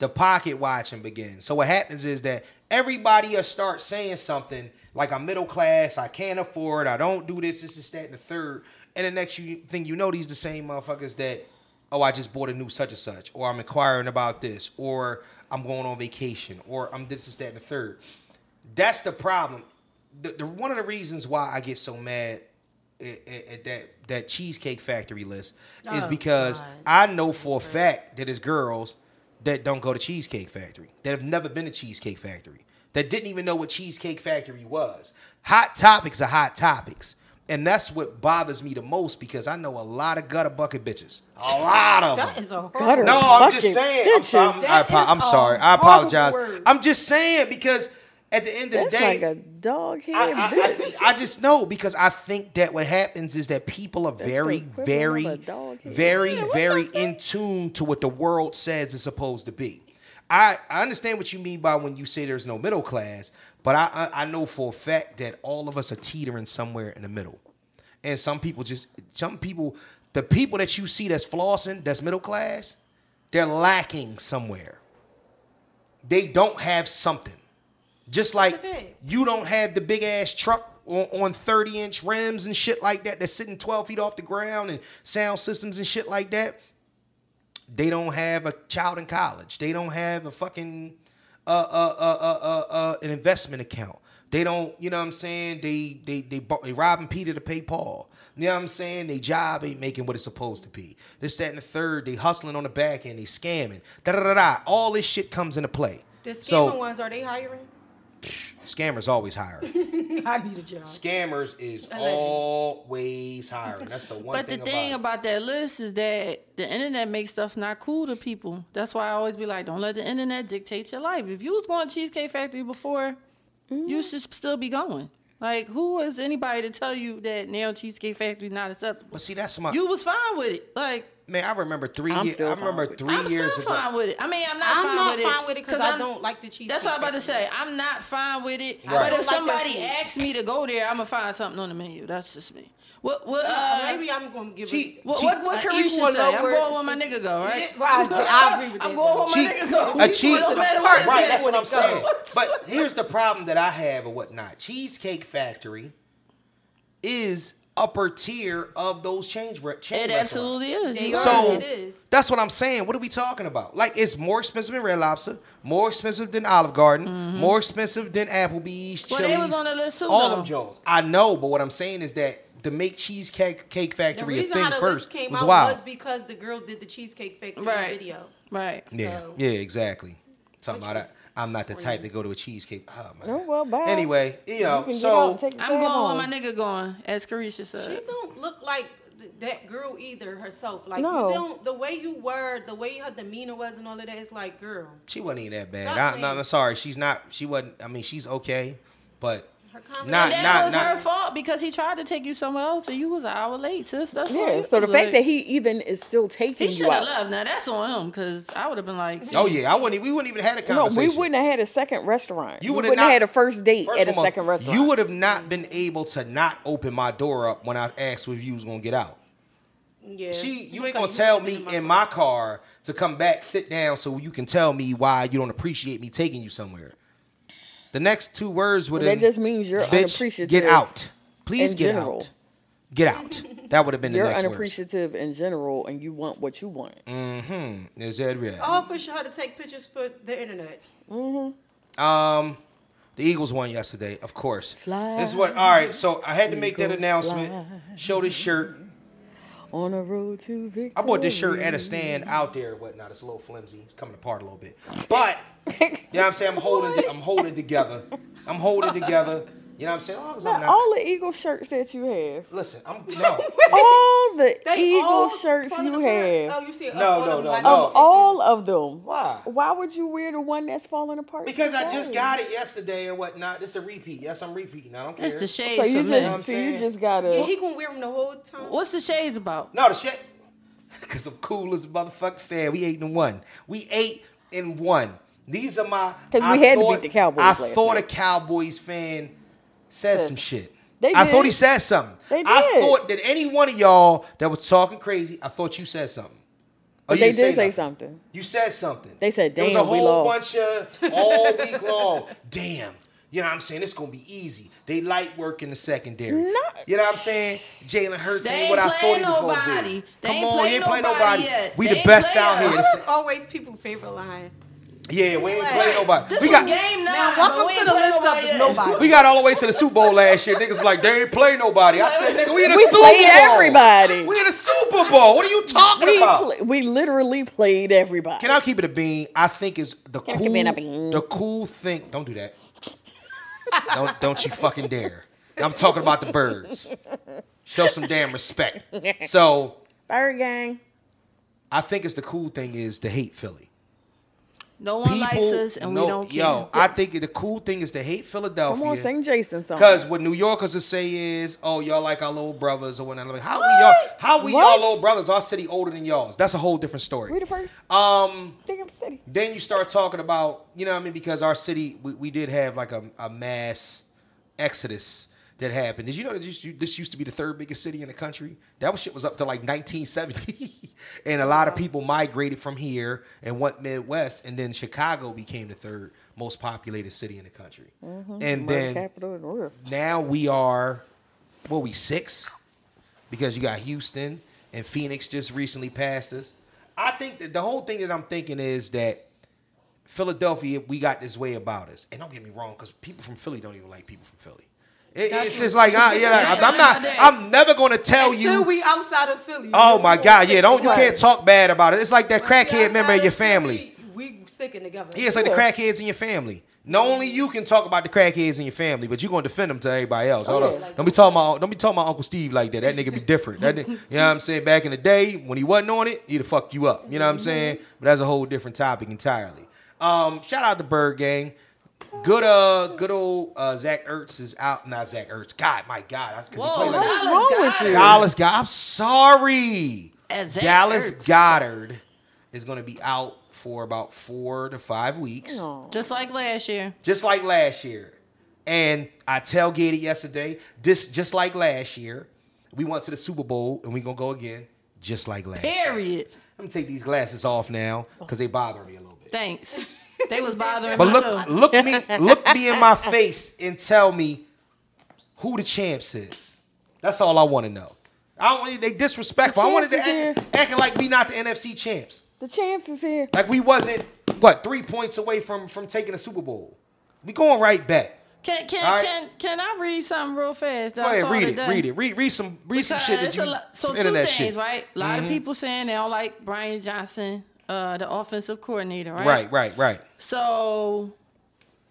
Speaker 6: the pocket watching begins. So what happens is that everybody will start saying something like, "I'm middle class. I can't afford. I don't do this. This is that and the third. And the next you, thing you know, these the same motherfuckers that, oh, I just bought a new such and such, or I'm inquiring about this, or I'm going on vacation, or I'm this is that and the third. That's the problem. The, the one of the reasons why I get so mad at, at- at that that cheesecake factory list is
Speaker 5: Oh,
Speaker 6: because
Speaker 5: God.
Speaker 6: I know for a fact that it's girls that don't go to Cheesecake Factory that have never been to Cheesecake Factory that didn't even know what Cheesecake Factory was. Hot topics are hot topics. And that's what bothers me the most because I know a lot of gutter bucket bitches. A lot of
Speaker 5: That
Speaker 6: them.
Speaker 5: is a horrible.
Speaker 2: Gutter
Speaker 6: No, I'm
Speaker 2: bucking
Speaker 6: just saying. I'm, sorry, I'm-
Speaker 2: bitches.
Speaker 6: I
Speaker 5: That
Speaker 6: apo-
Speaker 5: is
Speaker 6: I'm
Speaker 5: a
Speaker 6: sorry. I
Speaker 5: horrible
Speaker 6: apologize.
Speaker 5: word.
Speaker 6: I'm just saying because at the end of
Speaker 2: That's
Speaker 6: the day,
Speaker 2: like a dog
Speaker 6: I,
Speaker 2: head
Speaker 6: I- I
Speaker 2: bitch.
Speaker 6: just, I just know because I think that what happens is that people are
Speaker 2: the
Speaker 6: very,
Speaker 2: equivalent
Speaker 6: very,
Speaker 2: of a dog head.
Speaker 6: very, very in tune to what the world says is supposed to be. I, I understand what you mean by when you say there's no middle class, but I, I I know for a fact that all of us are teetering somewhere in the middle. And some people just some people the people that you see that's flossing, that's middle class, they're lacking somewhere. They don't have something. Just like
Speaker 5: a fact.
Speaker 6: you don't have the big ass truck on, on 30 inch rims and shit like that that's sitting 12 feet off the ground and sound systems and shit like that. They don't have a child in college. They don't have a fucking uh, uh, uh, uh, uh, uh, an investment account. They don't, you know what I'm saying? They they they, bu- they robbing Peter to pay Paul. You know what I'm saying? They job ain't making what it's supposed to be. This, that, and the third. They hustling on the back end. They scamming. Da da da da. All this shit comes into play.
Speaker 5: The scamming
Speaker 6: So-
Speaker 5: ones are they hiring?
Speaker 6: Scammers always hiring.
Speaker 5: I need a job.
Speaker 6: Scammers is
Speaker 5: Allegedly.
Speaker 6: always hiring. That's the one
Speaker 3: But
Speaker 6: thing,
Speaker 3: the thing
Speaker 6: about,
Speaker 3: about, that list is that the internet makes stuff not cool to people. That's why I always be like, don't let the internet dictate your life. If you was going to Cheesecake Factory before,
Speaker 5: Mm-hmm.
Speaker 3: you should still be going. Like, who is anybody to tell you that now Cheesecake Factory not acceptable?
Speaker 6: But see, that's my
Speaker 3: You was fine with it. Like,
Speaker 6: man. I remember three.
Speaker 2: I'm
Speaker 6: years.
Speaker 2: still
Speaker 6: I
Speaker 2: fine
Speaker 6: remember
Speaker 2: with it.
Speaker 6: 3
Speaker 3: I'm still
Speaker 6: years ago.
Speaker 3: fine with it. I mean, I'm not
Speaker 5: I'm
Speaker 3: fine
Speaker 5: not
Speaker 3: with it.
Speaker 5: fine with it because I
Speaker 3: I'm-
Speaker 5: don't like the cheese.
Speaker 3: That's what I'm about to say. I'm not fine with it. But if
Speaker 6: Right.
Speaker 5: I don't like that
Speaker 3: somebody
Speaker 5: food.
Speaker 3: asks me to go there, I'm gonna find something on the menu. That's just me. What? What?
Speaker 5: Uh,
Speaker 3: Uh,
Speaker 5: maybe I'm gonna give
Speaker 6: She-
Speaker 5: it.
Speaker 3: What,
Speaker 6: Che-
Speaker 3: what, what
Speaker 5: an
Speaker 3: Carisha
Speaker 5: equal
Speaker 3: say? I'm
Speaker 5: lower-
Speaker 3: going where my nigga go, right?
Speaker 5: Yeah, right, I see. I agree with
Speaker 3: I'm
Speaker 5: that.
Speaker 3: going where my
Speaker 6: Che-
Speaker 3: nigga go.
Speaker 6: a cheese-
Speaker 3: No matter what it
Speaker 6: Right,
Speaker 3: is.
Speaker 6: that's what I'm saying.
Speaker 3: What?
Speaker 6: But here's the problem that I have or whatnot. Cheesecake Factory is upper tier of those change re- chain
Speaker 3: It
Speaker 6: restaurants.
Speaker 3: absolutely is.
Speaker 5: They
Speaker 3: You
Speaker 5: are.
Speaker 3: right.
Speaker 6: So
Speaker 5: It is.
Speaker 6: that's what I'm saying. What are we talking about? Like it's more expensive than Red Lobster, more expensive than Olive Garden,
Speaker 5: Mm-hmm.
Speaker 6: more expensive than Applebee's.
Speaker 3: Well,
Speaker 6: Chili's,
Speaker 3: they was on the list too,
Speaker 6: All
Speaker 3: though.
Speaker 6: them Jones. I know, but what I'm saying is that to make Cheesecake Cake
Speaker 5: The
Speaker 6: Factory a
Speaker 5: reason
Speaker 6: thing
Speaker 5: how the
Speaker 6: first
Speaker 5: list came
Speaker 6: was
Speaker 5: out
Speaker 6: wild.
Speaker 5: was because the girl did the cheesecake factory
Speaker 3: Right.
Speaker 5: video.
Speaker 3: right.
Speaker 6: yeah,
Speaker 5: so-
Speaker 6: yeah, exactly. Talking
Speaker 5: Which
Speaker 6: about
Speaker 5: was
Speaker 6: I, I'm not the type to go to a cheesecake. Oh, man.
Speaker 2: Oh, well, bye.
Speaker 6: Anyway, you
Speaker 2: You
Speaker 6: know,
Speaker 2: can get out
Speaker 6: so
Speaker 2: and take the
Speaker 3: I'm
Speaker 2: cab
Speaker 3: going
Speaker 2: home.
Speaker 3: where my nigga going, as Carisha
Speaker 2: Uh,
Speaker 5: She
Speaker 3: said.
Speaker 5: don't look like th- that girl either herself. Like
Speaker 2: No.
Speaker 5: you don't. The way you were, the way her demeanor was, and all of that. It's like, girl,
Speaker 6: she wasn't even that bad.
Speaker 5: Stop
Speaker 6: I, no,
Speaker 5: saying-
Speaker 6: I'm sorry. She's not. She wasn't. I mean, she's okay, but
Speaker 5: her comment.
Speaker 6: Nah,
Speaker 3: And that
Speaker 6: nah,
Speaker 3: was
Speaker 6: nah.
Speaker 3: her fault because he tried to take you somewhere else and you was an hour late, sis. That's on
Speaker 2: Yeah.
Speaker 3: you.
Speaker 2: So the
Speaker 3: Like,
Speaker 2: fact that he even is still
Speaker 3: he
Speaker 2: taking
Speaker 3: should
Speaker 2: you
Speaker 3: have
Speaker 2: out.
Speaker 3: left. Now that's on him because I would have been like,
Speaker 6: oh yeah, I wouldn't. We wouldn't even had a
Speaker 2: No,
Speaker 6: conversation.
Speaker 2: we wouldn't have had a second restaurant.
Speaker 6: You
Speaker 2: You
Speaker 6: would've
Speaker 2: wouldn't have
Speaker 6: not-
Speaker 2: had a first date
Speaker 6: First
Speaker 2: at a
Speaker 6: of all,
Speaker 2: second restaurant.
Speaker 6: You would have not been able to not open my door up when I asked if you was gonna get out.
Speaker 5: yeah.
Speaker 6: She, you ain't
Speaker 5: Because
Speaker 6: gonna tell
Speaker 5: been
Speaker 6: me in my car to come back, sit down, so you can tell me why you don't appreciate me taking you somewhere. The next two words would
Speaker 2: Well, that
Speaker 6: have
Speaker 2: just means you're
Speaker 6: bitch,
Speaker 2: unappreciative
Speaker 6: Get out. Please
Speaker 2: in
Speaker 6: get
Speaker 2: general.
Speaker 6: out. Get out. That would have been the
Speaker 2: You're
Speaker 6: next Mm. word.
Speaker 2: unappreciative in general, and you want what you want.
Speaker 6: Is that real?
Speaker 5: All for sure how to take pictures for the internet.
Speaker 6: Um, the Eagles won yesterday, of course.
Speaker 2: Fly,
Speaker 6: This is what. All right, so I had to make that
Speaker 2: Eagles
Speaker 6: announcement.
Speaker 2: fly.
Speaker 6: Show this shirt.
Speaker 2: On a road to victory.
Speaker 6: I bought this shirt at a stand out there, and whatnot. It's a little flimsy. It's coming apart a little bit, but you know what I'm saying. I'm holding. I'm holding together. I'm holding together. You know what I'm saying. As long as I'm
Speaker 2: Now,
Speaker 6: not-
Speaker 2: all the Eagle shirts that you have,
Speaker 6: Listen, I'm no,
Speaker 2: all the
Speaker 5: They
Speaker 2: Eagle
Speaker 5: all
Speaker 2: shirts
Speaker 5: falling
Speaker 2: you
Speaker 5: apart.
Speaker 2: have,
Speaker 5: Oh, you see?
Speaker 6: No,
Speaker 5: all
Speaker 6: no,
Speaker 5: of them
Speaker 6: no,
Speaker 5: like- oh,
Speaker 6: no.
Speaker 2: of all of them,
Speaker 6: Oh, Why?
Speaker 2: Why would you wear the one that's falling apart?
Speaker 6: because I just
Speaker 2: today?
Speaker 6: got it yesterday and whatnot. It's a repeat. Yes, I'm repeating. I don't care.
Speaker 3: It's the shades
Speaker 2: So you
Speaker 3: for men.
Speaker 2: just, so you
Speaker 6: saying?
Speaker 2: just gotta.
Speaker 5: Yeah, he gonna wear them the whole time.
Speaker 3: What's the shades about?
Speaker 6: No, the shit. Because I'm cool as a motherfucking fan. We eight and one. We eight and one. These are my.
Speaker 2: 'Cause
Speaker 6: I
Speaker 2: we had to
Speaker 6: thought-
Speaker 2: beat the Cowboys
Speaker 6: I
Speaker 2: last
Speaker 6: thought a
Speaker 2: night.
Speaker 6: Cowboys fan said some shit.
Speaker 2: They
Speaker 6: I
Speaker 2: did.
Speaker 6: thought he said something.
Speaker 2: They
Speaker 6: I
Speaker 2: did.
Speaker 6: thought that any one of y'all that was talking crazy, I thought you said something. Oh,
Speaker 2: but
Speaker 6: you
Speaker 2: they
Speaker 6: didn't
Speaker 2: did say
Speaker 6: nothing.
Speaker 2: something.
Speaker 6: You said something.
Speaker 2: They said,
Speaker 6: There was a
Speaker 2: "Damn, we
Speaker 6: whole
Speaker 2: lost."
Speaker 6: bunch of all week long. Damn. You know what I'm saying? It's gonna be easy. They light work in the secondary.
Speaker 2: Not-
Speaker 6: You know what I'm saying? Jalen Hurts
Speaker 3: They
Speaker 6: ain't
Speaker 3: ain't
Speaker 6: what I thought
Speaker 3: playing
Speaker 6: he was gonna
Speaker 3: nobody.
Speaker 6: be.
Speaker 3: They
Speaker 6: Come
Speaker 3: ain't
Speaker 6: on, he
Speaker 3: playing
Speaker 6: ain't playing
Speaker 3: nobody
Speaker 6: nobody.
Speaker 3: yet.
Speaker 6: We
Speaker 3: They
Speaker 6: the
Speaker 3: ain't
Speaker 6: best
Speaker 3: playing
Speaker 6: out here.
Speaker 3: us.
Speaker 5: This is always people's favorite line.
Speaker 6: Yeah, we ain't playing nobody.
Speaker 3: This
Speaker 6: We
Speaker 3: is
Speaker 6: got
Speaker 3: game nine.
Speaker 5: Now,
Speaker 3: but
Speaker 5: welcome
Speaker 3: we
Speaker 5: to
Speaker 3: ain't
Speaker 5: the
Speaker 3: playing
Speaker 5: list
Speaker 3: nobody
Speaker 5: of
Speaker 3: yet.
Speaker 5: nobody.
Speaker 6: we got all the way to the Super Bowl last year. Niggas was like they ain't play nobody. I said, nigga, we in the
Speaker 2: We
Speaker 6: Super
Speaker 2: played
Speaker 6: Bowl.
Speaker 2: everybody.
Speaker 6: We in the Super Bowl. What are you talking
Speaker 2: We,
Speaker 6: about?
Speaker 2: pl- we literally played everybody.
Speaker 6: Can I keep it a bean? I think it's the
Speaker 2: Can I
Speaker 6: cool
Speaker 2: keep it a bean?
Speaker 6: the cool thing. Don't do that. don't don't you fucking dare. I'm talking about the birds. Show some damn respect. So
Speaker 2: Bird gang.
Speaker 6: I think it's the cool thing is to hate Philly.
Speaker 3: No one likes us, and
Speaker 6: no-
Speaker 3: we don't care.
Speaker 6: yo, I think the cool thing is to hate Philadelphia.
Speaker 2: Come on, sing Jason song.
Speaker 6: Cause what New Yorkers would say is, "Oh, y'all like our little brothers or whatnot." I'm Like, how we y'all? How we
Speaker 2: What?
Speaker 6: y'all little brothers? Our city older than y'all's. That's a whole different story.
Speaker 2: we the first
Speaker 6: um,
Speaker 2: damn city.
Speaker 6: then you start talking about you know what I mean because our city we, we did have like a, a mass exodus that happened. Did you know that this, this used to be the third biggest city in the country? That was, shit was up to like 1970, and a lot of people migrated from here and went Midwest, and then Chicago became the third most populated city in the country, and
Speaker 2: Mm-hmm. Murder
Speaker 6: then
Speaker 2: capital in the world.
Speaker 6: now we are what we six because you got Houston and Phoenix just recently passed us. I think that the whole thing that I'm thinking is that Philadelphia, we got this way about us. And don't get me wrong, because people from Philly don't even like people from Philly. It- it's just like, I, yeah, like, I'm not, I'm never gonna tell
Speaker 5: Till
Speaker 6: you.
Speaker 5: we outside of Philly.
Speaker 6: Oh my God, yeah, don't you
Speaker 2: Right.
Speaker 6: can't talk bad about it. It's like that crackhead
Speaker 5: Outside
Speaker 6: member of your
Speaker 5: Philly,
Speaker 6: family.
Speaker 5: We sticking together.
Speaker 6: Yeah, it's like the crackheads in your family. Not only you can talk about the crackheads in your family, but you're gonna defend them to everybody else. Hold
Speaker 2: yeah.
Speaker 6: on. Don't be talking about don't be talking about Uncle Steve like that. That nigga be different. That nigga, you know what I'm saying? Back in the day, when he wasn't on it, he'd have fucked you up. You know what I'm saying? But that's a whole different topic entirely. Um, shout out to Bird Gang. Good uh good old uh Zach Ertz is out. Not Zach Ertz. God, my God. I- 'cause he
Speaker 3: Whoa,
Speaker 6: played like-
Speaker 2: What's wrong
Speaker 3: Oh,
Speaker 2: with
Speaker 3: Dallas got
Speaker 2: you?
Speaker 3: it.
Speaker 6: Dallas God. I'm sorry.
Speaker 3: And Zach
Speaker 6: Dallas
Speaker 3: Ertz.
Speaker 6: Goddard is gonna be out for about four to five weeks
Speaker 2: Aw.
Speaker 3: Just like last year.
Speaker 6: just like last year. And I tailgated yesterday, just just like last year. We went to the Super Bowl and we gonna go again, just like last. year.
Speaker 3: Period.
Speaker 6: I'm gonna take these glasses off now because they bother me a little bit.
Speaker 3: Thanks. They was bothering
Speaker 6: But
Speaker 3: me
Speaker 6: look,
Speaker 3: too.
Speaker 6: look me, look me in my face and tell me who the champs is. That's all I want to know. I don't. They disrespectful.
Speaker 2: The
Speaker 6: I wanted to
Speaker 2: champs is
Speaker 6: act, acting like we not the NFC champs.
Speaker 2: The champs is here.
Speaker 6: Like we wasn't what three points away from from taking the Super Bowl. We going right back.
Speaker 3: Can can
Speaker 6: All right.
Speaker 3: can can I read something real fast? that
Speaker 6: Go
Speaker 3: I
Speaker 6: ahead,
Speaker 3: saw
Speaker 6: read
Speaker 3: today?
Speaker 6: it. Read it. Read read some read some
Speaker 3: Because
Speaker 6: shit that
Speaker 3: it's
Speaker 6: you
Speaker 3: a lot- so
Speaker 6: some
Speaker 3: two
Speaker 6: internet
Speaker 3: things,
Speaker 6: shit. Mm-hmm.
Speaker 3: right? A lot of people saying they don't like Brian Johnson, uh, the offensive coordinator, right?
Speaker 6: Right, right, right.
Speaker 3: So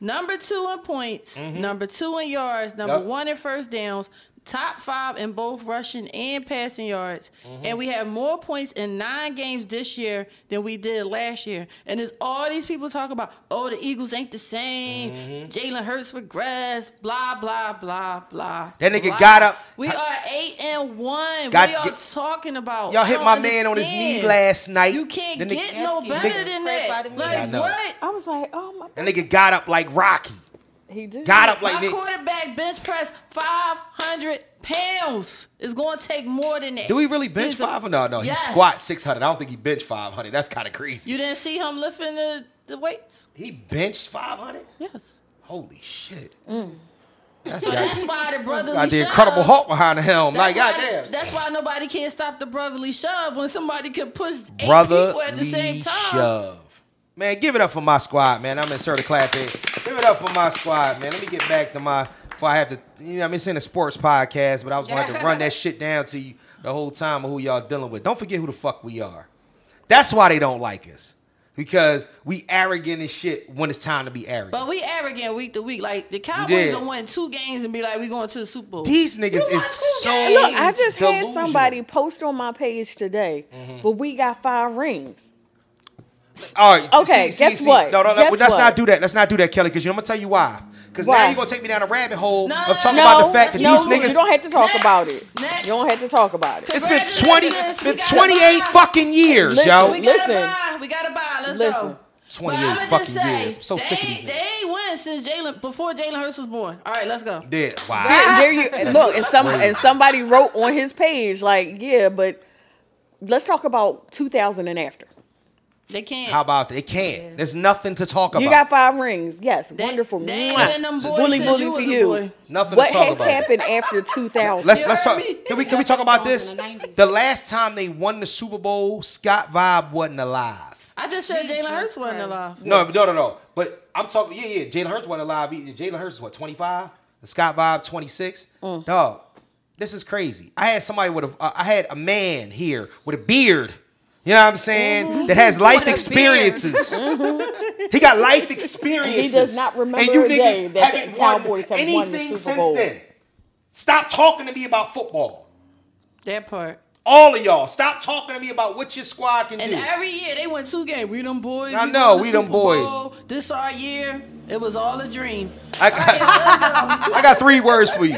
Speaker 3: number two in points, number two in yards, number
Speaker 6: Mm-hmm. Yup.
Speaker 3: one in first downs, top five in both rushing and passing yards,
Speaker 6: Mm-hmm.
Speaker 3: and we have more points in nine games this year than we did last year. And it's all these people talking about, oh, the Eagles ain't the same,
Speaker 6: Mm-hmm.
Speaker 3: Jalen Hurts regressed, blah blah blah blah.
Speaker 6: That nigga
Speaker 3: blah.
Speaker 6: got up-
Speaker 3: We are eight and one.
Speaker 6: Got-
Speaker 3: what are y'all
Speaker 6: get-
Speaker 3: talking about?
Speaker 6: Y'all
Speaker 3: I
Speaker 6: hit
Speaker 3: don't
Speaker 6: my man on his
Speaker 3: understand.
Speaker 6: knee last night.
Speaker 3: You can't
Speaker 6: The nigga-
Speaker 3: get no
Speaker 5: Gaskin.
Speaker 3: better
Speaker 5: Nigga-
Speaker 3: than
Speaker 5: Fred
Speaker 3: that.
Speaker 5: Vitamin.
Speaker 6: Yeah, I
Speaker 3: Like
Speaker 6: know.
Speaker 3: what?
Speaker 2: I was like, oh my
Speaker 6: That
Speaker 2: god.
Speaker 6: nigga got up like Rocky.
Speaker 2: He did.
Speaker 6: Got up like
Speaker 3: My
Speaker 6: nigga.
Speaker 3: quarterback bench press 500 pounds. It's going to take more than that.
Speaker 6: Do we really bench
Speaker 3: He's a-
Speaker 6: five? No, no.
Speaker 3: Yes.
Speaker 6: He squat six hundred. I don't think he bench five hundred. That's kind of crazy.
Speaker 3: You didn't see him lifting the, the weights?
Speaker 6: He benched five hundred.
Speaker 3: Yes.
Speaker 6: holy shit. That's,
Speaker 3: Mm. That's
Speaker 6: got,
Speaker 3: why the brotherly
Speaker 6: got the
Speaker 3: shove-
Speaker 6: Incredible Hulk behind the helm.
Speaker 3: That's
Speaker 6: Like,
Speaker 3: why,
Speaker 6: goddamn.
Speaker 3: That's why nobody can't stop the brotherly shove when somebody can push eight
Speaker 6: Brother,
Speaker 3: people at the
Speaker 6: Lee
Speaker 3: same time.
Speaker 6: shove. Man, give it up for my squad, man. I'm inserted clap in. Give it up for my squad, man. Let me get back to my. Before I have to, you know, I mean, it's in a sports podcast, but I was going to have to run that shit down to you the whole time of who y'all dealing with. Don't forget who the fuck we are. That's why they don't like us because we arrogant as shit when it's time to be arrogant.
Speaker 3: But we arrogant week to week. Like the Cowboys
Speaker 6: did.
Speaker 3: will win two games and be like, we going to the Super Bowl.
Speaker 6: These niggas is so.
Speaker 2: Look, I just had
Speaker 6: delusional. Mm-hmm.
Speaker 2: somebody post on my page today, but we got five rings.
Speaker 6: All right.
Speaker 2: Okay,
Speaker 6: see, see,
Speaker 2: guess
Speaker 6: see.
Speaker 2: what?
Speaker 6: No, no, no.
Speaker 2: Guess
Speaker 6: let's not
Speaker 2: what?
Speaker 6: do that. Let's not do that, Kelly, because you know, I'm gonna tell you why. Because now
Speaker 2: Why?
Speaker 6: you're gonna take me down a rabbit hole
Speaker 3: No,
Speaker 6: of talking
Speaker 3: no,
Speaker 6: about the fact that
Speaker 2: no,
Speaker 6: these
Speaker 2: no, you
Speaker 6: niggas.
Speaker 2: don't have to talk
Speaker 3: Next,
Speaker 2: about it.
Speaker 3: next.
Speaker 2: You don't have to talk about it.
Speaker 6: It's been 20, been
Speaker 3: Congratulations, we got
Speaker 6: 28
Speaker 3: a buy.
Speaker 6: fucking years,
Speaker 2: Listen,
Speaker 6: yo.
Speaker 3: We gotta
Speaker 2: Listen.
Speaker 3: buy. We gotta buy. Let's
Speaker 2: Listen.
Speaker 3: go.
Speaker 6: 28
Speaker 3: But I'ma
Speaker 6: fucking
Speaker 3: just say,
Speaker 6: years. I'm so
Speaker 3: they,
Speaker 6: sick of these
Speaker 3: They ain't win since Jalen before Jalen Hurst was born. All right, let's go.
Speaker 6: Yeah, wow.
Speaker 2: there, there you look, and some and somebody wrote on his page like, yeah, but let's talk about 2000 and after.
Speaker 3: They can't.
Speaker 6: How about that? It can't. There's nothing to talk about.
Speaker 2: You got five rings, yes,
Speaker 3: They-
Speaker 2: wonderful.
Speaker 3: They ain't
Speaker 2: Mwah.
Speaker 3: been them boys
Speaker 2: Bully,
Speaker 3: since
Speaker 2: bully
Speaker 3: you
Speaker 2: for
Speaker 3: was
Speaker 2: you.
Speaker 3: a boy.
Speaker 6: nothing
Speaker 2: what
Speaker 6: to talk
Speaker 2: has
Speaker 6: about.
Speaker 2: happened after 2000?
Speaker 6: Let's
Speaker 3: You
Speaker 6: let's
Speaker 3: heard
Speaker 6: talk.
Speaker 3: me?
Speaker 6: Can we can we talk about this?
Speaker 5: In the 90s.
Speaker 6: The last time they won the Super Bowl, Scott Vibe wasn't alive.
Speaker 3: I just said Jalen Hurts wasn't
Speaker 5: Christ.
Speaker 3: alive.
Speaker 6: No, no, no, no. But I'm talking. Yeah, yeah. Jalen Hurts wasn't alive. either. Jalen Hurts is what 25. Scott Vibe 26.
Speaker 2: Mm.
Speaker 6: Dog, this is crazy. I had somebody with a. uh, I had a man here with a beard. You know what I'm saying?
Speaker 2: Mm-hmm.
Speaker 6: That has life experiences. he got life experiences.
Speaker 2: does not remember
Speaker 6: And you
Speaker 2: a day
Speaker 6: niggas
Speaker 2: that the
Speaker 6: haven't won
Speaker 2: Cowboys have
Speaker 6: anything
Speaker 2: won the Super
Speaker 6: since
Speaker 2: Bowl.
Speaker 6: then. Stop talking to me about football.
Speaker 3: That part.
Speaker 6: All of y'all, stop talking to me about what your squad can
Speaker 3: And
Speaker 6: do.
Speaker 3: every year they win two games. We them boys.
Speaker 6: I
Speaker 3: we
Speaker 6: know,
Speaker 3: won the
Speaker 6: we them
Speaker 3: Super
Speaker 6: boys.
Speaker 3: Bowl. This our year. It was all a dream.
Speaker 6: I got, I got three words for you.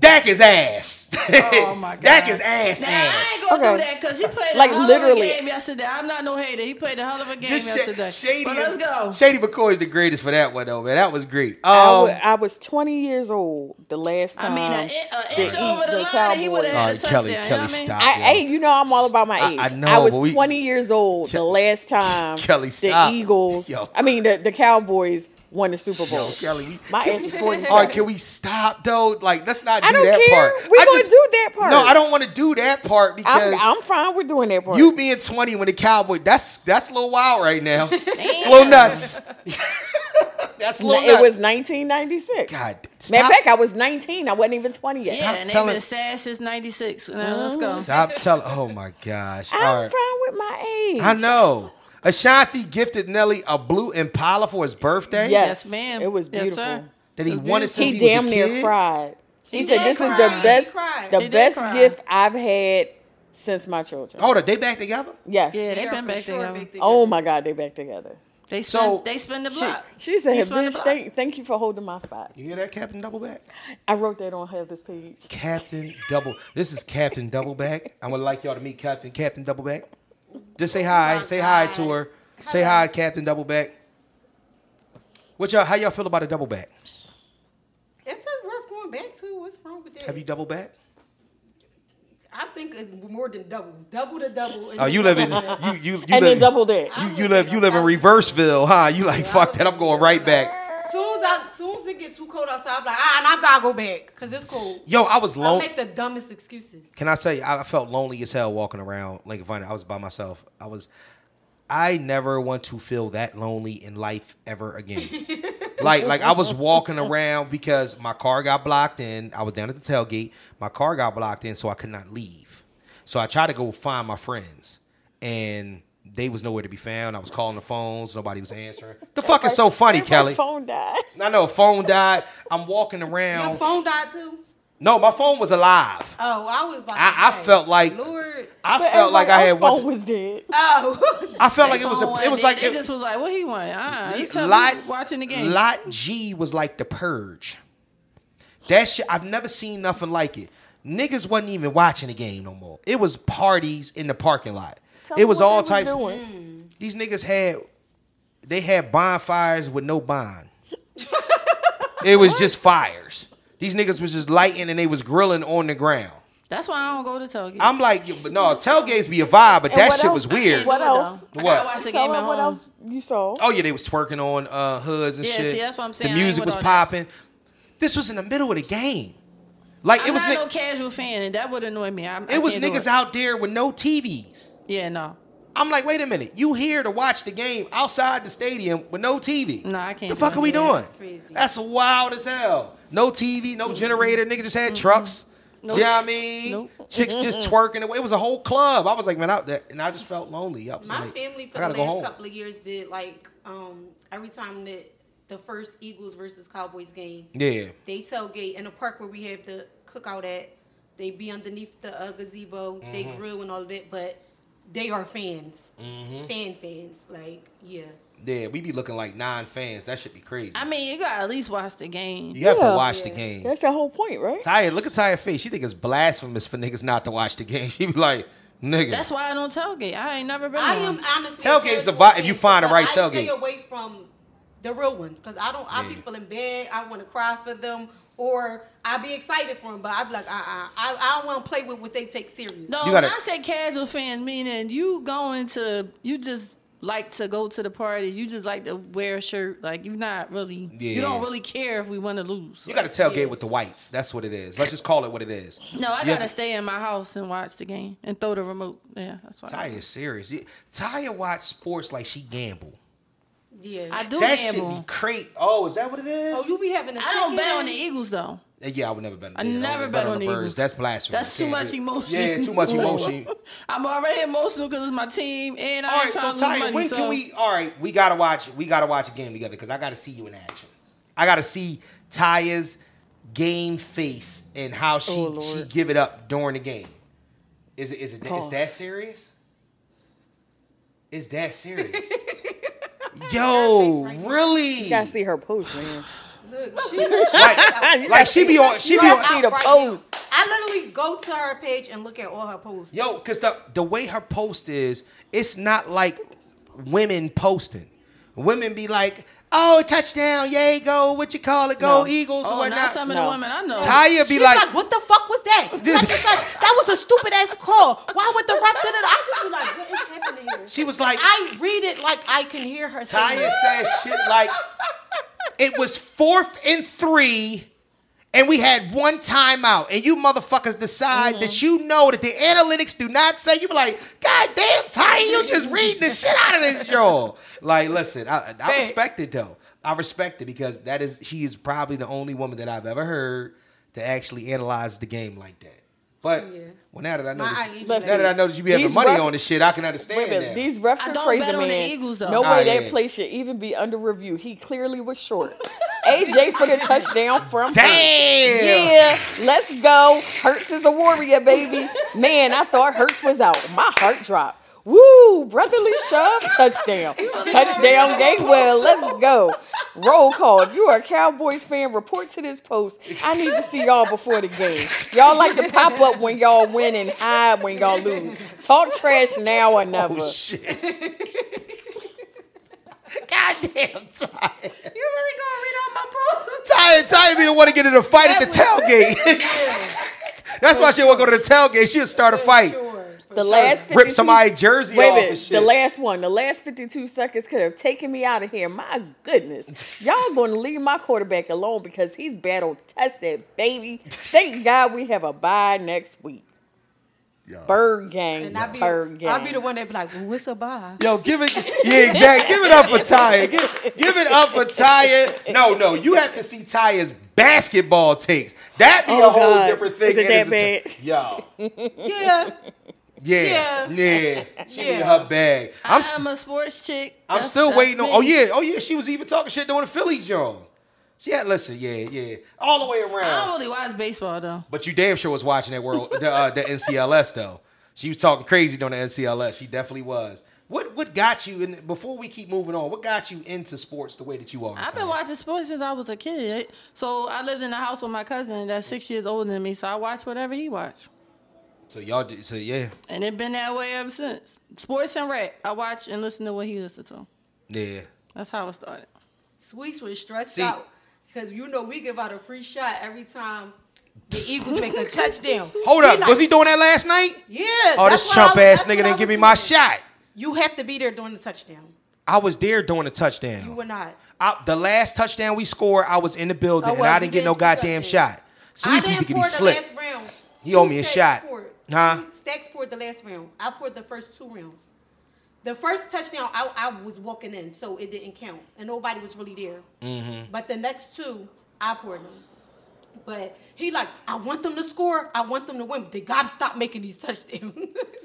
Speaker 6: Dak is ass.
Speaker 3: Oh my god.
Speaker 6: Dak is ass
Speaker 3: Now I
Speaker 6: ass.
Speaker 3: ain't gonna do
Speaker 2: Okay.
Speaker 3: that because he played
Speaker 2: Like,
Speaker 3: a hell
Speaker 2: literally.
Speaker 3: of a game yesterday. I'm not no hater. He played a hell of a game
Speaker 6: Just Sha-
Speaker 3: yesterday.
Speaker 6: Shady,
Speaker 3: but
Speaker 6: is-
Speaker 3: let's go.
Speaker 6: Shady McCoy is the greatest for that one though, man. That was great.
Speaker 2: I wa-
Speaker 6: Um,
Speaker 2: I was 20 years old the last
Speaker 3: I
Speaker 2: time.
Speaker 3: mean, uh, an inch
Speaker 2: the
Speaker 3: over
Speaker 2: Oh.
Speaker 3: the,
Speaker 2: the
Speaker 3: line, and he would have
Speaker 2: Cowboys.
Speaker 3: had a touchdown.
Speaker 6: Alright, Kelly,
Speaker 3: you know what
Speaker 6: Kelly,
Speaker 3: I mean?
Speaker 6: stop.
Speaker 2: I, hey, you know I'm all about
Speaker 6: I-
Speaker 2: my age.
Speaker 6: I
Speaker 2: I,
Speaker 6: know,
Speaker 2: was
Speaker 6: but we-
Speaker 2: 20 years old the last time
Speaker 6: Kelly, stop.
Speaker 2: the Eagles,
Speaker 6: Yo.
Speaker 2: I mean the, the Cowboys won the Super Bowl.
Speaker 6: Yo, Kelly, we-
Speaker 2: my ass is 40.
Speaker 6: all right, can we stop though? Like, let's not do
Speaker 2: I don't
Speaker 6: that
Speaker 2: care.
Speaker 6: part.
Speaker 2: We
Speaker 6: I
Speaker 2: gonna do that part.
Speaker 6: No, I don't want to do that part because
Speaker 2: I'm, I'm fine with doing that part.
Speaker 6: you being 20 when the Cowboy, that's that's a little wild right now. It's a little nuts. that's a little
Speaker 2: it
Speaker 6: nuts.
Speaker 2: was 1996.
Speaker 6: God,
Speaker 2: Matter of
Speaker 6: stop
Speaker 2: fact, I was 19. I wasn't even 20 yet.
Speaker 3: Yeah, and they've
Speaker 6: telling-
Speaker 3: been sad since '96. Now let's go.
Speaker 6: Stop telling. Oh my gosh.
Speaker 2: I'm
Speaker 6: All right.
Speaker 2: fine with my age.
Speaker 6: I know. Ashanti gifted Nelly a blue Impala for his birthday
Speaker 2: Yes,
Speaker 3: Yes, ma'am.
Speaker 2: It was
Speaker 3: Yes,
Speaker 2: beautiful.
Speaker 3: sir.
Speaker 6: that he
Speaker 3: It was
Speaker 6: wanted
Speaker 3: beautiful.
Speaker 6: since
Speaker 2: he,
Speaker 6: he,
Speaker 2: damn
Speaker 6: was a
Speaker 2: near
Speaker 6: kid.
Speaker 2: cried. He, said,
Speaker 3: did
Speaker 2: "This
Speaker 3: cry.
Speaker 2: is the
Speaker 3: He
Speaker 2: best,
Speaker 5: cried.
Speaker 2: the
Speaker 3: He did
Speaker 2: best
Speaker 3: cry.
Speaker 2: gift I've had since my children."
Speaker 6: Hold up, they back together?
Speaker 2: yes.
Speaker 3: Yeah,
Speaker 5: They
Speaker 3: they've
Speaker 5: are
Speaker 3: been
Speaker 5: for
Speaker 3: back
Speaker 5: sure
Speaker 3: together.
Speaker 5: big together.
Speaker 2: Oh my God, they back together.
Speaker 3: They
Speaker 6: So-
Speaker 3: spend, they spend the
Speaker 2: She,
Speaker 3: block.
Speaker 2: she said,
Speaker 3: They spend the
Speaker 2: "Bitch,
Speaker 3: block.
Speaker 2: thank, thank you for holding my spot."
Speaker 6: You hear that, Captain Doubleback?
Speaker 2: I wrote that on her this page.
Speaker 6: Captain Double. This is Captain Doubleback. I would like y'all to meet Captain Captain Doubleback. Just say hi. say hi to her. Say hi, Captain Doubleback. What y'all? How y'all feel about a doubleback?
Speaker 5: If it's worth going back to, what's wrong with that?
Speaker 6: Have you double back?
Speaker 5: I think it's more than double. Double to double.
Speaker 6: Oh, you live in you you you
Speaker 2: And
Speaker 6: live,
Speaker 2: then double that.
Speaker 6: You, you live you live in Reverseville, huh? You like fuck that? I'm going right back.
Speaker 5: Soon as I, soon as it gets too cold outside, I'm like, ah, and I gotta go back because it's cold.
Speaker 6: Yo, I was
Speaker 5: I
Speaker 6: lonely.
Speaker 5: make the dumbest excuses.
Speaker 6: Can I say I I felt lonely as hell walking around Lincoln Finance. I was by myself. I was. I never want to feel that lonely in life ever again. like like I was walking around because my car got blocked in. I was down at the tailgate. My car got blocked in, so I could not leave. So I tried to go find my friends, and they was nowhere to be found. I was calling the phones. Nobody was answering. The fuck is so funny,
Speaker 2: My
Speaker 6: Kelly?
Speaker 2: phone died.
Speaker 6: I know phone died. I'm walking
Speaker 5: Your
Speaker 6: around.
Speaker 5: phone died too.
Speaker 6: No, my phone was alive.
Speaker 5: Oh, I was about. To
Speaker 6: I- I
Speaker 5: say,
Speaker 6: felt like-
Speaker 5: Lord.
Speaker 6: I
Speaker 2: But
Speaker 6: felt like
Speaker 2: everybody
Speaker 6: I had
Speaker 2: else's phone
Speaker 6: one.
Speaker 2: was dead.
Speaker 5: Oh,
Speaker 6: I felt like it was. A, it was like
Speaker 3: they
Speaker 6: it,
Speaker 3: just was like, what he want? Ah, just tell me
Speaker 6: Lot
Speaker 3: who's watching the game.
Speaker 6: Lot G was like the purge. That shit, I've never seen nothing like it. Niggas wasn't even watching the game no more. It was parties in the parking lot.
Speaker 2: Tell me
Speaker 6: it was
Speaker 2: what they
Speaker 6: all types.
Speaker 2: doing.
Speaker 6: These niggas had, they had bonfires with no bond. it was just fires. These niggas was just lighting and they was grilling on the ground.
Speaker 3: That's why I don't go to Tokyo.
Speaker 6: I'm like, yo, but no, tailgates be a vibe, but
Speaker 2: And
Speaker 6: that
Speaker 2: what
Speaker 6: shit
Speaker 2: else-
Speaker 6: was weird.
Speaker 2: What
Speaker 3: do it, though.
Speaker 2: else?
Speaker 3: I
Speaker 6: What?
Speaker 3: gotta watch
Speaker 2: Tell
Speaker 3: the game at
Speaker 2: them what
Speaker 3: home.
Speaker 2: else you saw.
Speaker 6: Oh yeah, they was twerking on uh, hoods and
Speaker 3: Yeah,
Speaker 6: shit.
Speaker 3: see, that's what I'm saying. I
Speaker 6: The
Speaker 3: ain't
Speaker 6: music
Speaker 3: with
Speaker 6: was
Speaker 3: all that.
Speaker 6: popping. This was in the middle of the game. Like
Speaker 3: I'm
Speaker 6: it was
Speaker 3: not
Speaker 6: ni-
Speaker 3: no casual fan, and that would annoy me. I, I
Speaker 6: it was
Speaker 3: can't do
Speaker 6: niggas out there with no TVs.
Speaker 3: Yeah, no,
Speaker 6: I'm like, wait a minute, you here to watch the game outside the stadium with no TV?
Speaker 3: No, I can't
Speaker 6: The fuck
Speaker 3: do
Speaker 6: are we
Speaker 3: that.
Speaker 6: doing?
Speaker 5: That's crazy.
Speaker 6: wild as hell. No TV, no generator. Nigga just had trucks.
Speaker 3: Nope.
Speaker 6: Yeah, I mean,
Speaker 3: Nope.
Speaker 6: chicks just twerking. It was a whole club. I was like, man, I, that, and I just felt lonely. I was
Speaker 5: My
Speaker 6: like,
Speaker 5: family for
Speaker 6: I
Speaker 5: the
Speaker 6: gotta
Speaker 5: last
Speaker 6: go home.
Speaker 5: couple of years did like um, every time that the first Eagles versus Cowboys game,
Speaker 6: Yeah,
Speaker 5: they tailgate in the park where we have the cookout at. They be underneath the uh, gazebo, they
Speaker 6: Mm-hmm.
Speaker 5: grill and all of that, but they are fans,
Speaker 6: Mm-hmm.
Speaker 5: fan fans. Like yeah,
Speaker 6: yeah, we be looking like nine fans. That should be crazy.
Speaker 3: I mean you gotta at least watch the game.
Speaker 6: you have
Speaker 2: Yeah.
Speaker 6: to watch the
Speaker 5: Yeah.
Speaker 6: game.
Speaker 2: That's the whole point, right?
Speaker 6: Taya, look at Taya's face. She think it's blasphemous for niggas not to watch the game. She be like, nigga.
Speaker 3: That's why I don't tailgate. I ain't never been.
Speaker 5: I
Speaker 3: on.
Speaker 5: am honestly a
Speaker 6: Tailgate's
Speaker 5: casual
Speaker 6: a vibe if
Speaker 5: fan,
Speaker 6: you find the
Speaker 5: but
Speaker 6: right
Speaker 5: I Stay
Speaker 6: tailgate.
Speaker 5: away from the real ones because I don't. I be
Speaker 6: Yeah.
Speaker 5: feeling bad. I want to cry for them. Or I be excited for them, but I be like, uh, uh I, I don't want to play with what they take serious.
Speaker 3: No,
Speaker 6: You gotta-
Speaker 3: when I say casual fan, meaning you going to, you just like to go to the party. You just like to wear a shirt. Like you're not really, you
Speaker 6: Yeah.
Speaker 3: don't really care if we want to lose.
Speaker 6: You got to tailgate with the whites. That's what it is. Let's just call it what it is.
Speaker 3: no, I
Speaker 6: You
Speaker 3: gotta
Speaker 6: have-
Speaker 3: stay in my house and watch the game and throw the remote. Yeah, that's why.
Speaker 6: Taya is serious. Yeah, Taya watch sports like she gamble.
Speaker 5: Yeah.
Speaker 3: I do
Speaker 6: that
Speaker 3: gamble.
Speaker 6: shit be crazy. Oh, is that what it is?
Speaker 5: Oh, you be having a
Speaker 3: I don't
Speaker 5: ticket?
Speaker 3: bet on the Eagles though.
Speaker 6: Uh, yeah, I would never bet on.
Speaker 3: I
Speaker 6: the Eagles.
Speaker 3: never
Speaker 6: would
Speaker 3: bet on the
Speaker 6: Birds.
Speaker 3: Eagles.
Speaker 6: That's blasphemy.
Speaker 3: That's too
Speaker 6: Can't
Speaker 3: much
Speaker 6: do it.
Speaker 3: emotion.
Speaker 6: Yeah, too much emotion.
Speaker 3: I'm already emotional because it's my team and I
Speaker 6: all
Speaker 3: ain't trying to
Speaker 6: right, so
Speaker 3: lose
Speaker 6: Taya,
Speaker 3: money.
Speaker 6: when
Speaker 3: so
Speaker 6: can we? All right, we gotta watch. We gotta watch a game together because I gotta see you in action. I gotta see Taya's game face and how she
Speaker 2: Oh, Lord.
Speaker 6: she give it up during the game. Is it is it is
Speaker 2: Pause.
Speaker 6: that serious? Is that serious? Yo, really?
Speaker 2: You gotta see her post, man.
Speaker 5: Look, she-
Speaker 6: Like, like she be on, she
Speaker 2: You
Speaker 6: be
Speaker 2: gotta
Speaker 6: on.
Speaker 2: see the
Speaker 5: Right
Speaker 2: post.
Speaker 5: I literally go to her page and look at all her posts.
Speaker 6: Yo, cause the the way her post is, it's not like women posting. Women be like, "Oh, touchdown! Yay, go! What you call it? Go
Speaker 2: No.
Speaker 6: Eagles or
Speaker 3: Oh, not
Speaker 6: whatnot."
Speaker 3: some of
Speaker 2: No.
Speaker 3: the women I know.
Speaker 6: Taya be
Speaker 5: She's
Speaker 6: like,
Speaker 5: like, what the fuck was that? Such and such. That was a stupid ass call. Why would the ref? da, da, da?" I just be like, what is happening here?
Speaker 6: she was like,
Speaker 5: I read it like I can hear her. say
Speaker 6: Taya
Speaker 5: that.
Speaker 6: says shit like, "It was fourth and three, and we had one timeout, and you motherfuckers decide that you know that the analytics do not say you be like, God damn, Taya, you just reading the shit out of this y'all." Like, listen, I, I respect it though. I respect it because that is she is probably the only woman that I've ever heard to actually analyze the game like that. But
Speaker 5: Yeah.
Speaker 6: well, now that I know,
Speaker 5: My
Speaker 6: that
Speaker 5: eye
Speaker 6: you, now
Speaker 5: itches.
Speaker 6: that I know that you be having
Speaker 2: These
Speaker 6: money
Speaker 2: rough-
Speaker 6: on this shit, I can
Speaker 2: Wait a
Speaker 6: understand
Speaker 2: minute.
Speaker 6: that.
Speaker 2: These refs
Speaker 3: I
Speaker 2: and
Speaker 3: don't
Speaker 2: Fraser
Speaker 3: bet on the
Speaker 2: man.
Speaker 3: Eagles, though.
Speaker 2: No
Speaker 6: Nah,
Speaker 2: way
Speaker 6: yeah.
Speaker 2: that play should even be under review. He clearly was short. AJ for the touchdown from Hurts.
Speaker 6: Damn.
Speaker 2: Yeah, let's go. Hurts is a warrior, baby. Man, I thought Hurts was out. My heart dropped. Woo! Brotherly shove, touchdown. Touchdown Gainwell, let's go. Roll call. If you are a Cowboys fan, report to this post. I need to see y'all before the game. Y'all like to pop up when y'all win and hide when y'all lose. Talk trash now or never.
Speaker 6: Oh shit. Goddamn tired.
Speaker 3: You really gonna read all my posts?
Speaker 6: Tired, tired be the one to get in a fight at the tailgate. That's why she won't go to the tailgate. She'll start a fight.
Speaker 5: Sure.
Speaker 2: The last 52,
Speaker 6: Rip somebody's jersey
Speaker 2: Wait a
Speaker 6: off
Speaker 2: minute,
Speaker 6: and shit.
Speaker 2: the last one, the last 52 seconds could have taken me out of here. My goodness, y'all going to leave my quarterback alone because he's battle tested, baby. Thank God we have a bye next week.
Speaker 6: Yo.
Speaker 2: Bird gang,
Speaker 5: And I be,
Speaker 2: bird gang.
Speaker 5: I be the one that be like, well, what's a bye?
Speaker 6: Yo, give it, yeah, exactly. Give it up for Taya. Give, give it up for Taya. No, no, you have to see Taya's basketball takes. That be
Speaker 2: Oh,
Speaker 6: a whole
Speaker 2: God.
Speaker 6: different thing.
Speaker 2: Is it
Speaker 6: and
Speaker 2: that
Speaker 6: it's a t- Yo,
Speaker 5: Yeah,
Speaker 6: yeah, yeah,
Speaker 5: Yeah.
Speaker 6: She
Speaker 5: Yeah.
Speaker 6: in her bag. I'm,
Speaker 3: I'm,
Speaker 6: st-
Speaker 3: a sports chick.
Speaker 6: I'm
Speaker 3: That's-
Speaker 6: still
Speaker 3: that's
Speaker 6: waiting on.
Speaker 3: me.
Speaker 6: Oh yeah, oh yeah. She was even talking shit during the Phillies job. She had listen, yeah, yeah, all the way
Speaker 3: I don't
Speaker 6: around.
Speaker 3: really watch baseball though.
Speaker 6: But you damn sure was watching that world, the, uh, the NCLS though. She was talking crazy during the NCLS. She definitely was. What what got you? And before we keep moving on, what got you into sports the way that you are?
Speaker 3: I've
Speaker 6: Tanya?
Speaker 3: been watching sports since I was a kid. So I lived in a house with my cousin that's six years older than me. So I watched whatever he watched,
Speaker 6: So y'all did. So yeah,
Speaker 3: and it's been that way ever since. Sports and rap. I watch and listen to what he listened to.
Speaker 6: yeah.
Speaker 3: That's how it started.
Speaker 5: Sweets was stressed
Speaker 6: See-
Speaker 5: out because you know we give out a free shot every time The Eagles make a touchdown.
Speaker 6: Hold up.
Speaker 5: like-
Speaker 6: was he doing that last night?
Speaker 5: Yeah.
Speaker 6: Oh,
Speaker 5: that's
Speaker 6: this
Speaker 5: what
Speaker 6: chump
Speaker 5: I was-
Speaker 6: ass
Speaker 5: that's
Speaker 6: nigga
Speaker 5: what I
Speaker 6: didn't give
Speaker 5: was
Speaker 6: me my
Speaker 5: thinking.
Speaker 6: shot.
Speaker 5: You have to be there during the touchdown.
Speaker 6: I was there doing a
Speaker 5: You
Speaker 6: touchdown.
Speaker 5: were not.
Speaker 6: I- the last touchdown we scored, I was in the building
Speaker 5: Oh,
Speaker 6: and
Speaker 5: well,
Speaker 6: I
Speaker 5: you
Speaker 6: didn't get
Speaker 5: didn't
Speaker 6: no
Speaker 5: speak up
Speaker 6: goddamn
Speaker 5: then.
Speaker 6: shot. So
Speaker 5: I
Speaker 6: he's
Speaker 5: didn't
Speaker 6: thinking
Speaker 5: pour
Speaker 6: he's
Speaker 5: the
Speaker 6: slick.
Speaker 5: last round.
Speaker 6: He
Speaker 5: Two
Speaker 6: owe me a
Speaker 5: Stacks
Speaker 6: shot.
Speaker 5: poured.
Speaker 6: Huh?
Speaker 5: Two Stacks poured the last round. I poured the first two rounds. The first touchdown, I, I was walking in, so it didn't count, and nobody was really there.
Speaker 6: Mm-hmm.
Speaker 5: But the next two, I poured them. But he like, I want them to score. I want them to win. But they gotta stop making these touchdowns.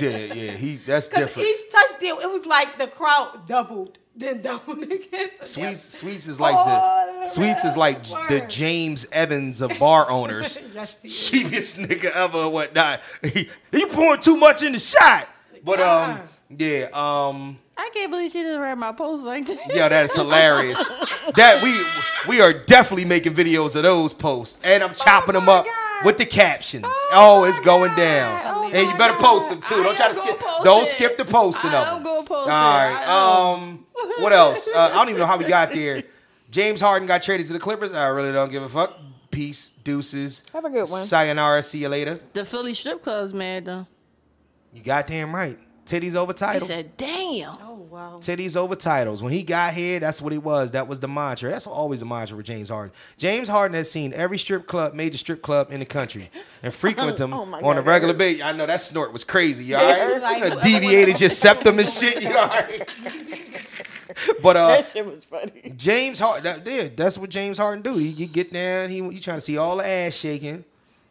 Speaker 6: Yeah, yeah, he that's
Speaker 5: Because
Speaker 6: different.
Speaker 5: each touchdown, it was like the crowd doubled, then doubled again. So that-
Speaker 6: Sweets, sweets is like
Speaker 5: Oh,
Speaker 6: the sweets is like
Speaker 5: word.
Speaker 6: the James Evans of bar owners,
Speaker 5: Yes, he is.
Speaker 6: cheapest nigga ever, or whatnot. you pouring too much in the shot, but um, yeah, um,
Speaker 3: I can't believe she just read my post like that.
Speaker 6: yeah, that is hilarious. that we we are definitely making videos of those posts, and I'm chopping them
Speaker 3: Oh my
Speaker 6: up
Speaker 3: God.
Speaker 6: with the captions. Oh,
Speaker 3: my
Speaker 6: it's going
Speaker 3: God.
Speaker 6: down,
Speaker 3: Oh
Speaker 6: and you
Speaker 3: my
Speaker 6: better
Speaker 3: God.
Speaker 6: post them too.
Speaker 3: I
Speaker 6: Don't try
Speaker 3: am
Speaker 6: to skip.
Speaker 3: gonna post
Speaker 6: Don't
Speaker 3: it.
Speaker 6: skip the posting
Speaker 3: I
Speaker 6: of
Speaker 3: am
Speaker 6: them.
Speaker 3: gonna post it.
Speaker 6: All right.
Speaker 3: I am.
Speaker 6: Um, what else? Uh, I don't even know how we got there. James Harden got traded to the Clippers. I really don't give a fuck. Peace, deuces.
Speaker 2: Have a good one.
Speaker 6: Sayonara. See you later.
Speaker 3: The Philly strip club's mad though.
Speaker 6: You goddamn right. Titties over
Speaker 3: He
Speaker 6: titles.
Speaker 3: said, "Damn."
Speaker 5: Oh wow.
Speaker 6: Titties over titles. When he got here, that's what it was. That was the mantra. That's always the mantra with James Harden. James Harden has seen every strip club, major strip club in the country, and frequent them
Speaker 2: Oh my
Speaker 6: on
Speaker 2: God,
Speaker 6: a
Speaker 2: that
Speaker 6: regular basis. I know that snort was crazy. You all right?
Speaker 5: Like-
Speaker 6: You done deviated your septum and shit. You all right? but uh,
Speaker 2: That shit was funny.
Speaker 6: James Harden, that, yeah, that's what James Harden do. He, you get down, he you trying to see all the ass shaking,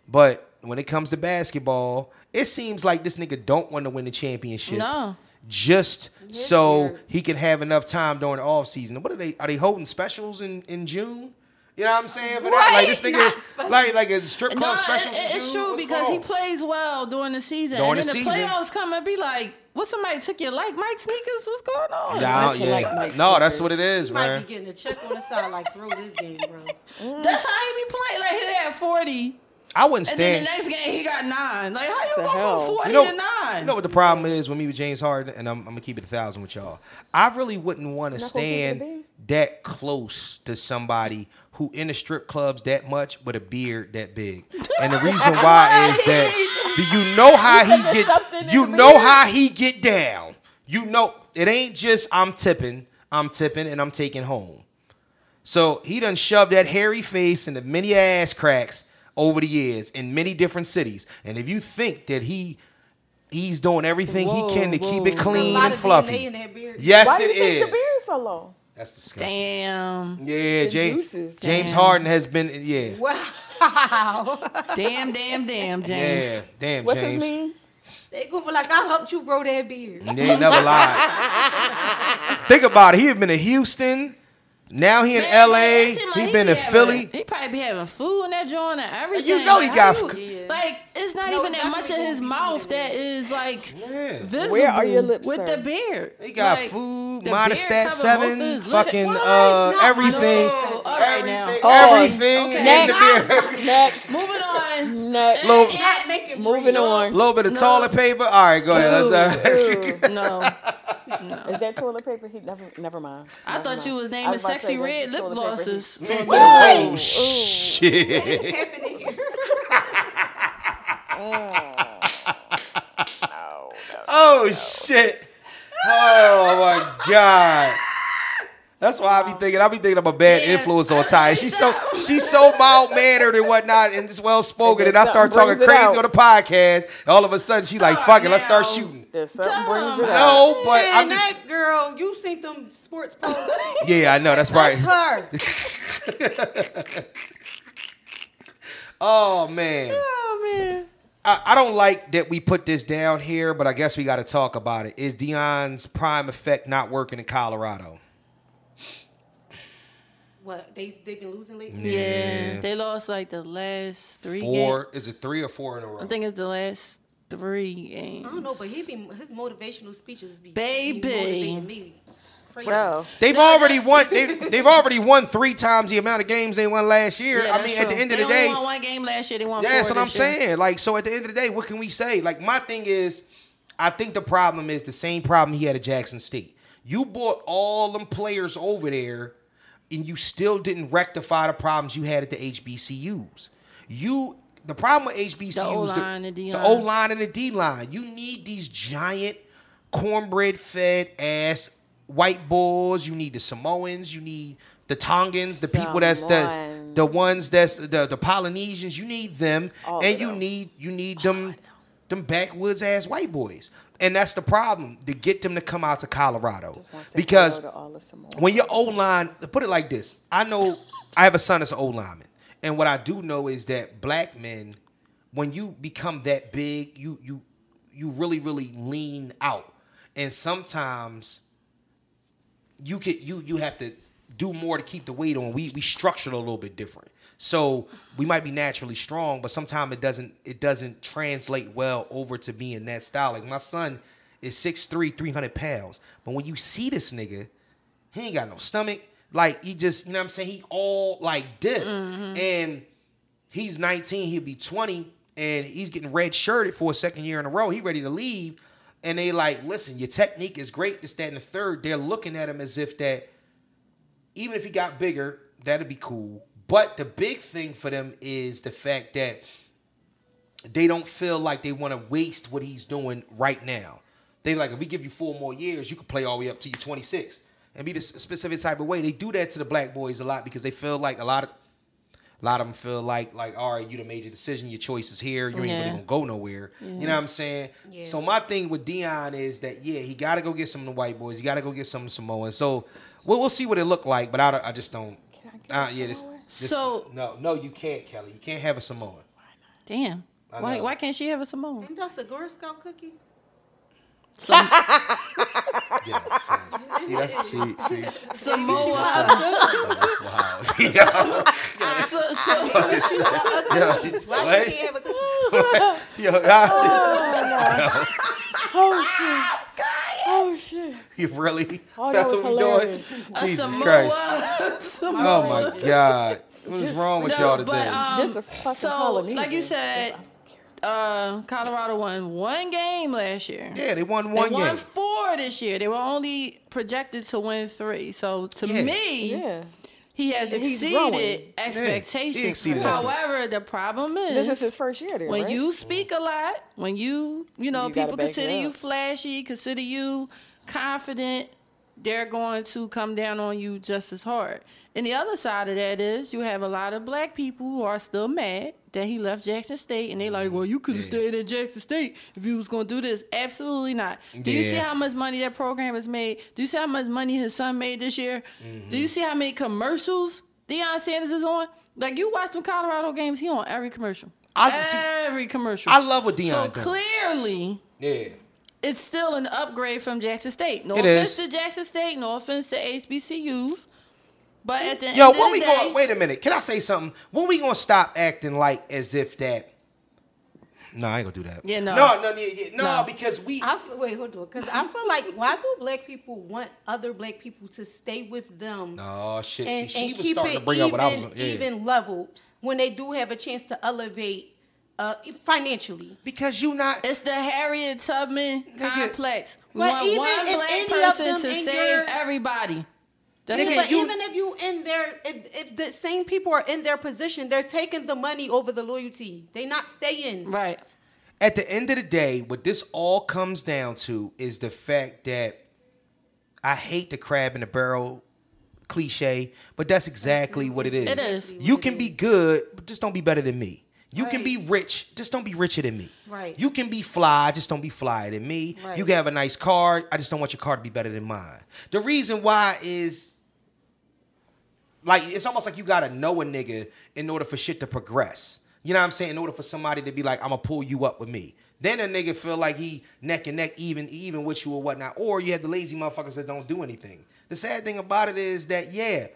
Speaker 6: but when it comes to basketball, it seems like this nigga don't want to win the championship.
Speaker 3: No.
Speaker 6: Just so
Speaker 5: weird.
Speaker 6: he can have enough time during the offseason. What are they? Are they holding specials in, in June? You know what I'm saying? For that, like this
Speaker 5: Right,
Speaker 6: nigga,
Speaker 5: not
Speaker 6: like like a strip
Speaker 3: No,
Speaker 6: club
Speaker 3: it-
Speaker 6: special.
Speaker 3: it- it's true because he plays well during the season,
Speaker 6: During
Speaker 3: and then
Speaker 6: the
Speaker 3: the,
Speaker 6: season.
Speaker 3: playoffs come and be like, "What? Somebody took your like Mike sneakers? What's going on?"
Speaker 6: Nah,
Speaker 2: Much
Speaker 6: yeah.
Speaker 2: like Mike
Speaker 6: no, that's what it is,
Speaker 5: Might be
Speaker 6: man.
Speaker 5: getting a check on the side, like throw this game, bro.
Speaker 3: That's how he be playing. Like he had forty,
Speaker 6: I wouldn't
Speaker 3: and then
Speaker 6: stand.
Speaker 3: the next game he got nine. Like how
Speaker 2: What
Speaker 3: you
Speaker 2: the
Speaker 3: go
Speaker 2: hell?
Speaker 3: from forty
Speaker 6: You know,
Speaker 3: to nine?
Speaker 6: you know what the problem is with me with James Harden, and I'm, I'm gonna keep it a thousand with y'all. I really wouldn't want to
Speaker 2: Not gonna keep it a
Speaker 6: stand
Speaker 2: bean?
Speaker 6: that close to somebody who in the strip clubs that much with a beard that big. And the reason why is that do you know how
Speaker 2: Because there's
Speaker 6: he
Speaker 2: something
Speaker 6: get
Speaker 2: in
Speaker 6: you
Speaker 2: the
Speaker 6: know
Speaker 2: beard.
Speaker 6: how he get down. You know it ain't just I'm tipping, I'm tipping, and I'm taking home. So he done shoved that hairy face into many ass cracks over the years in many different cities. And if you think that he he's doing everything
Speaker 3: Whoa,
Speaker 6: he can to keep it
Speaker 3: whoa.
Speaker 5: A
Speaker 6: clean
Speaker 5: lot
Speaker 6: and
Speaker 5: of DNA
Speaker 6: fluffy,
Speaker 5: in that beard.
Speaker 6: yes
Speaker 2: Why do
Speaker 6: it
Speaker 2: you think
Speaker 6: is.
Speaker 2: the beard so long?
Speaker 6: That's disgusting.
Speaker 3: Damn,
Speaker 6: Yeah, James,
Speaker 2: juices,
Speaker 6: James
Speaker 3: damn.
Speaker 6: Harden has been yeah.
Speaker 5: Wow.
Speaker 3: damn, damn, damn, James.
Speaker 6: Yeah, damn
Speaker 2: What's his
Speaker 6: James.
Speaker 2: name?
Speaker 5: they gonna be like, I helped you grow that beard.
Speaker 6: They ain't never lied. Think about it. He had been in Houston. Now he in
Speaker 3: Man,
Speaker 6: LA.
Speaker 3: it seem like
Speaker 6: he
Speaker 3: he
Speaker 6: been
Speaker 3: be
Speaker 6: in Philly.
Speaker 3: having- He probably be having food in that joint and everything.
Speaker 6: know he
Speaker 3: Like,
Speaker 6: got
Speaker 3: how
Speaker 6: f-
Speaker 3: you-
Speaker 5: Yeah.
Speaker 3: Like it's not
Speaker 5: No,
Speaker 3: even that
Speaker 5: definitely
Speaker 3: much of
Speaker 5: gonna
Speaker 3: his
Speaker 5: be
Speaker 3: mouth
Speaker 5: doing
Speaker 3: that is like
Speaker 6: Yeah.
Speaker 3: visible.
Speaker 2: Where are your lips,
Speaker 3: with
Speaker 2: sir?
Speaker 3: the beard?
Speaker 6: He got
Speaker 3: Like,
Speaker 6: food,
Speaker 3: the
Speaker 6: Monistat
Speaker 3: beard covered most of
Speaker 6: seven,
Speaker 3: his lips.
Speaker 6: fucking
Speaker 3: What?
Speaker 6: uh,
Speaker 5: No,
Speaker 6: everything,
Speaker 3: no. All right now.
Speaker 6: everything,
Speaker 2: Oh,
Speaker 6: everything in the
Speaker 2: Next.
Speaker 6: beer.
Speaker 2: Next,
Speaker 3: Moving on.
Speaker 2: next.
Speaker 6: Little,
Speaker 5: Not making
Speaker 2: Moving on.
Speaker 6: little bit of
Speaker 3: No.
Speaker 6: toilet paper. All right, go ahead. Let's, uh,
Speaker 2: Ooh.
Speaker 3: No,
Speaker 2: Is that toilet paper? He never, never mind.
Speaker 3: I
Speaker 2: Never
Speaker 3: thought
Speaker 2: mind.
Speaker 3: you was
Speaker 2: I
Speaker 3: naming
Speaker 2: about to
Speaker 3: sexy
Speaker 2: say
Speaker 3: red
Speaker 2: that's
Speaker 3: lip
Speaker 2: toilet paper.
Speaker 3: glosses.
Speaker 6: oh shit!
Speaker 5: What's happening here?
Speaker 6: Oh shit! Oh my god! That's why I be thinking. I be thinking I'm a bad
Speaker 3: Yeah.
Speaker 6: influence on Ty. She's so she's so mild mannered and whatnot, and just well spoken. And I start
Speaker 2: Something
Speaker 6: talking
Speaker 2: brings it out.
Speaker 6: crazy on the podcast. And all of a sudden, she like,
Speaker 3: Start
Speaker 6: "Fuck it, let's start
Speaker 3: now.
Speaker 6: shooting."
Speaker 2: There's something brings it out.
Speaker 6: No, but I'm
Speaker 5: Man,
Speaker 6: just.
Speaker 5: that girl, you seen them sports posts.
Speaker 6: Yeah, I know. That's
Speaker 5: That's
Speaker 6: right.
Speaker 5: her.
Speaker 6: Oh man.
Speaker 3: Oh man.
Speaker 6: I, I don't like that we put this down here, but I guess we got to talk about it. Is Dion's prime effect not working in Colorado?
Speaker 5: What? They they've been losing lately.
Speaker 3: Yeah, they lost like the last three
Speaker 6: Four
Speaker 3: games.
Speaker 6: is it three or four in a row?
Speaker 3: I think it's the last three games.
Speaker 5: I don't know, but he be his motivational speeches be be
Speaker 3: Baby.
Speaker 5: motivating me. It's crazy.
Speaker 2: No.
Speaker 6: they've already won. They, they've already won three times the amount of games they won last year.
Speaker 3: Yeah,
Speaker 6: I
Speaker 3: that's
Speaker 6: mean, at the
Speaker 3: true.
Speaker 6: end of
Speaker 3: They
Speaker 6: the
Speaker 3: only
Speaker 6: day,
Speaker 3: won one game last year. They won.
Speaker 6: Yeah,
Speaker 3: four
Speaker 6: that's what I'm
Speaker 3: this year.
Speaker 6: saying. Like, so at the end of the day, what can we say? Like, my thing is, I think the problem is the same problem he had at Jackson State. You bought all them players over there, and you still didn't rectify the problems you had at the HBCUs. You the problem with HBCUs
Speaker 3: The O-line
Speaker 6: the,
Speaker 3: and
Speaker 6: the
Speaker 3: D-line.
Speaker 6: O line and the D line. You need these giant cornbread fed ass white bulls. You need the Samoans. You need the Tongans, the people that's the
Speaker 2: Samoans.
Speaker 6: the ones that's the the Polynesians. You need them,
Speaker 2: All
Speaker 6: and
Speaker 2: of
Speaker 6: you
Speaker 2: them.
Speaker 6: need you need them them backwoods ass white boys. And that's the problem to get them to come out to Colorado because when your O line, put it like this. I know I have a son that's an O lineman, and what I do know is that black men, when you become that big, you you you really really lean out, and sometimes you could you you have to do more to keep the weight on. We we structured a little bit different. So we might be naturally strong, but sometimes it doesn't it doesn't translate well over to being that style. Like my son is 6'3", 300 pounds. But when you see this nigga, he ain't got no stomach. Like he just, you know what I'm saying? He all like this. And he's 19, he'll be 20, and he's getting red shirted for a second year in a row. He ready to leave. And they like, listen, your technique is great, this, that, and the third. They're looking at him as if that, even if he got bigger, that'd be cool. But the big thing for them is the fact that they don't feel like they want to waste what he's doing right now. They like if we give you four more years, you can play all the way up to you 26 and be the s- specific type of way. They do that to the black boys a lot because they feel like a lot of a lot of them feel like like all right, you done made your decision, your choice is here, you ain't
Speaker 3: Yeah.
Speaker 6: really gonna go nowhere. You know what I'm saying? So my thing with Dion is that yeah, he got to go get some of the white boys, he got to go get some Samoan. So we'll, we'll see what it looked like, but I, don't- I just don't.
Speaker 2: Can I get
Speaker 6: uh,
Speaker 2: a
Speaker 6: yeah, this,
Speaker 2: Samoan?
Speaker 6: this-
Speaker 3: So-
Speaker 6: no, no, you can't, Kelly. You can't have a Samoan.
Speaker 3: Damn.
Speaker 6: I
Speaker 3: Why,
Speaker 6: know.
Speaker 3: why can't she have a Samoan?
Speaker 5: Ain't that a Girl Scout cookie?
Speaker 3: Some,
Speaker 6: Yeah, see, see, that's see, see.
Speaker 3: Samoa.
Speaker 6: That's wild. yo,
Speaker 3: So, so,
Speaker 6: yo,
Speaker 5: Why
Speaker 6: what?
Speaker 5: you can't have a cookie?
Speaker 6: Yo, I-
Speaker 2: Oh shit! Oh shit!
Speaker 6: you really?
Speaker 2: Oh, that
Speaker 6: That's
Speaker 2: was
Speaker 6: what we doing?
Speaker 2: hilarious.
Speaker 3: a
Speaker 6: Jesus Christ!
Speaker 3: Samoa. Samoa.
Speaker 6: Oh my God! What is wrong with
Speaker 3: No,
Speaker 6: y'all
Speaker 3: but,
Speaker 6: today?
Speaker 3: um,
Speaker 2: Just a fucking
Speaker 3: so,
Speaker 2: Polynesian.
Speaker 3: like you said, uh, Colorado won one game last year.
Speaker 6: yeah, they won
Speaker 3: They
Speaker 6: one
Speaker 3: won
Speaker 6: game.
Speaker 3: four this year. They were only projected to win three. So to
Speaker 6: Yeah.
Speaker 3: me,
Speaker 2: yeah.
Speaker 3: he has
Speaker 2: He's
Speaker 3: exceeded
Speaker 2: growing.
Speaker 3: expectations.
Speaker 6: he exceeded
Speaker 3: However, the problem is
Speaker 2: This is his first year there,
Speaker 3: when
Speaker 2: right?
Speaker 3: you speak a lot, when you you know
Speaker 2: You gotta
Speaker 3: people
Speaker 2: back it
Speaker 3: consider you
Speaker 2: up.
Speaker 3: flashy, consider you confident, they're going to come down on you just as hard. And the other side of that is you have a lot of black people who are still mad that he left Jackson State, and they like, well, you could have
Speaker 6: Mm-hmm. Yeah.
Speaker 3: stayed at Jackson State if you was going to do this. Absolutely not. Do you see
Speaker 6: Yeah.
Speaker 3: how much money that program has made? Do you see how much money his son made this year?
Speaker 6: Mm-hmm.
Speaker 3: Do you see how many commercials Deion Sanders is on? Like you watch them Colorado games, he on every commercial.
Speaker 6: I- see-
Speaker 3: every commercial.
Speaker 6: I love what Deion
Speaker 3: So
Speaker 6: doing.
Speaker 3: clearly,
Speaker 6: Yeah,
Speaker 3: it's still an upgrade from Jackson State. No
Speaker 6: It
Speaker 3: offense
Speaker 6: is.
Speaker 3: to Jackson State. No offense to HBCUs. But at the
Speaker 6: yo,
Speaker 3: end
Speaker 6: when
Speaker 3: of the
Speaker 6: we
Speaker 3: day,
Speaker 6: going? Wait a minute. Can I say something? When we gonna stop acting like as if that? No, I ain't gonna do that.
Speaker 3: Yeah, no.
Speaker 6: no, no, yeah, yeah, no,
Speaker 3: No.
Speaker 6: because we.
Speaker 5: I f- wait, hold on, because I feel like why do black people want other black people to stay with them
Speaker 6: oh shit!
Speaker 5: and,
Speaker 6: see, she
Speaker 5: and
Speaker 6: was
Speaker 5: keep
Speaker 6: starting
Speaker 5: it
Speaker 6: to bring
Speaker 5: even,
Speaker 6: up what I was. Yeah.
Speaker 5: even level when they do have a chance to elevate uh, financially?
Speaker 6: because you not.
Speaker 3: it's the Harriet Tubman
Speaker 6: Nigga.
Speaker 3: complex. We
Speaker 5: But
Speaker 3: want
Speaker 5: even
Speaker 3: one
Speaker 5: if
Speaker 3: black
Speaker 5: any of
Speaker 3: person
Speaker 5: them
Speaker 3: to
Speaker 5: in
Speaker 3: save
Speaker 5: your-
Speaker 3: everybody. That's
Speaker 6: Nigga,
Speaker 3: it.
Speaker 5: but
Speaker 6: you-
Speaker 5: even if you in their if, if the same people are in their position, they're taking the money over the loyalty. They not staying.
Speaker 3: right.
Speaker 6: At the end of the day, what this all comes down to is the fact that I hate the crab in the barrel cliche, but that's exactly what it is.
Speaker 3: It is.
Speaker 6: You can be good, but just don't be better than me. You can be
Speaker 5: Right.
Speaker 6: rich, just don't be richer than me.
Speaker 5: Right.
Speaker 6: You can be fly, just don't be flyer than me.
Speaker 5: Right.
Speaker 6: You can have a nice car, I just don't want your car to be better than mine. The reason why is like it's almost like you gotta know a nigga in order for shit to progress. You know what I'm saying? In order for somebody to be like, I'm gonna pull you up with me. Then a nigga feel like he neck and neck even even with you or whatnot. Or you have the lazy motherfuckers that don't do anything. The sad thing about it is that yeah,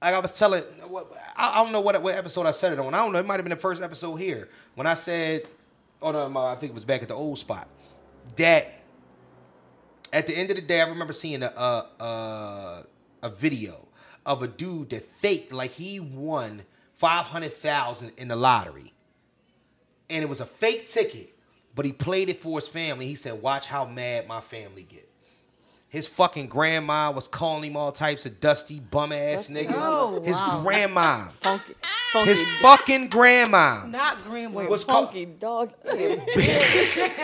Speaker 6: like I was telling, what- I I don't know what what episode I said it on. I don't know. It might have been the first episode here when I said, oh no, my- I think it was back at the old spot. That at the end of the day, I remember seeing a a, a, a video of a dude that faked like he won five hundred thousand in the lottery, and it was a fake ticket, but he played it for his family. He said, "Watch how mad my family get." His fucking grandma was calling him all types of dusty bum ass niggas.
Speaker 5: Oh,
Speaker 6: his
Speaker 5: wow.
Speaker 6: grandma
Speaker 2: Funky. Funky,
Speaker 6: His fucking grandma.
Speaker 5: Not grandma.
Speaker 6: was called,
Speaker 2: funky dog.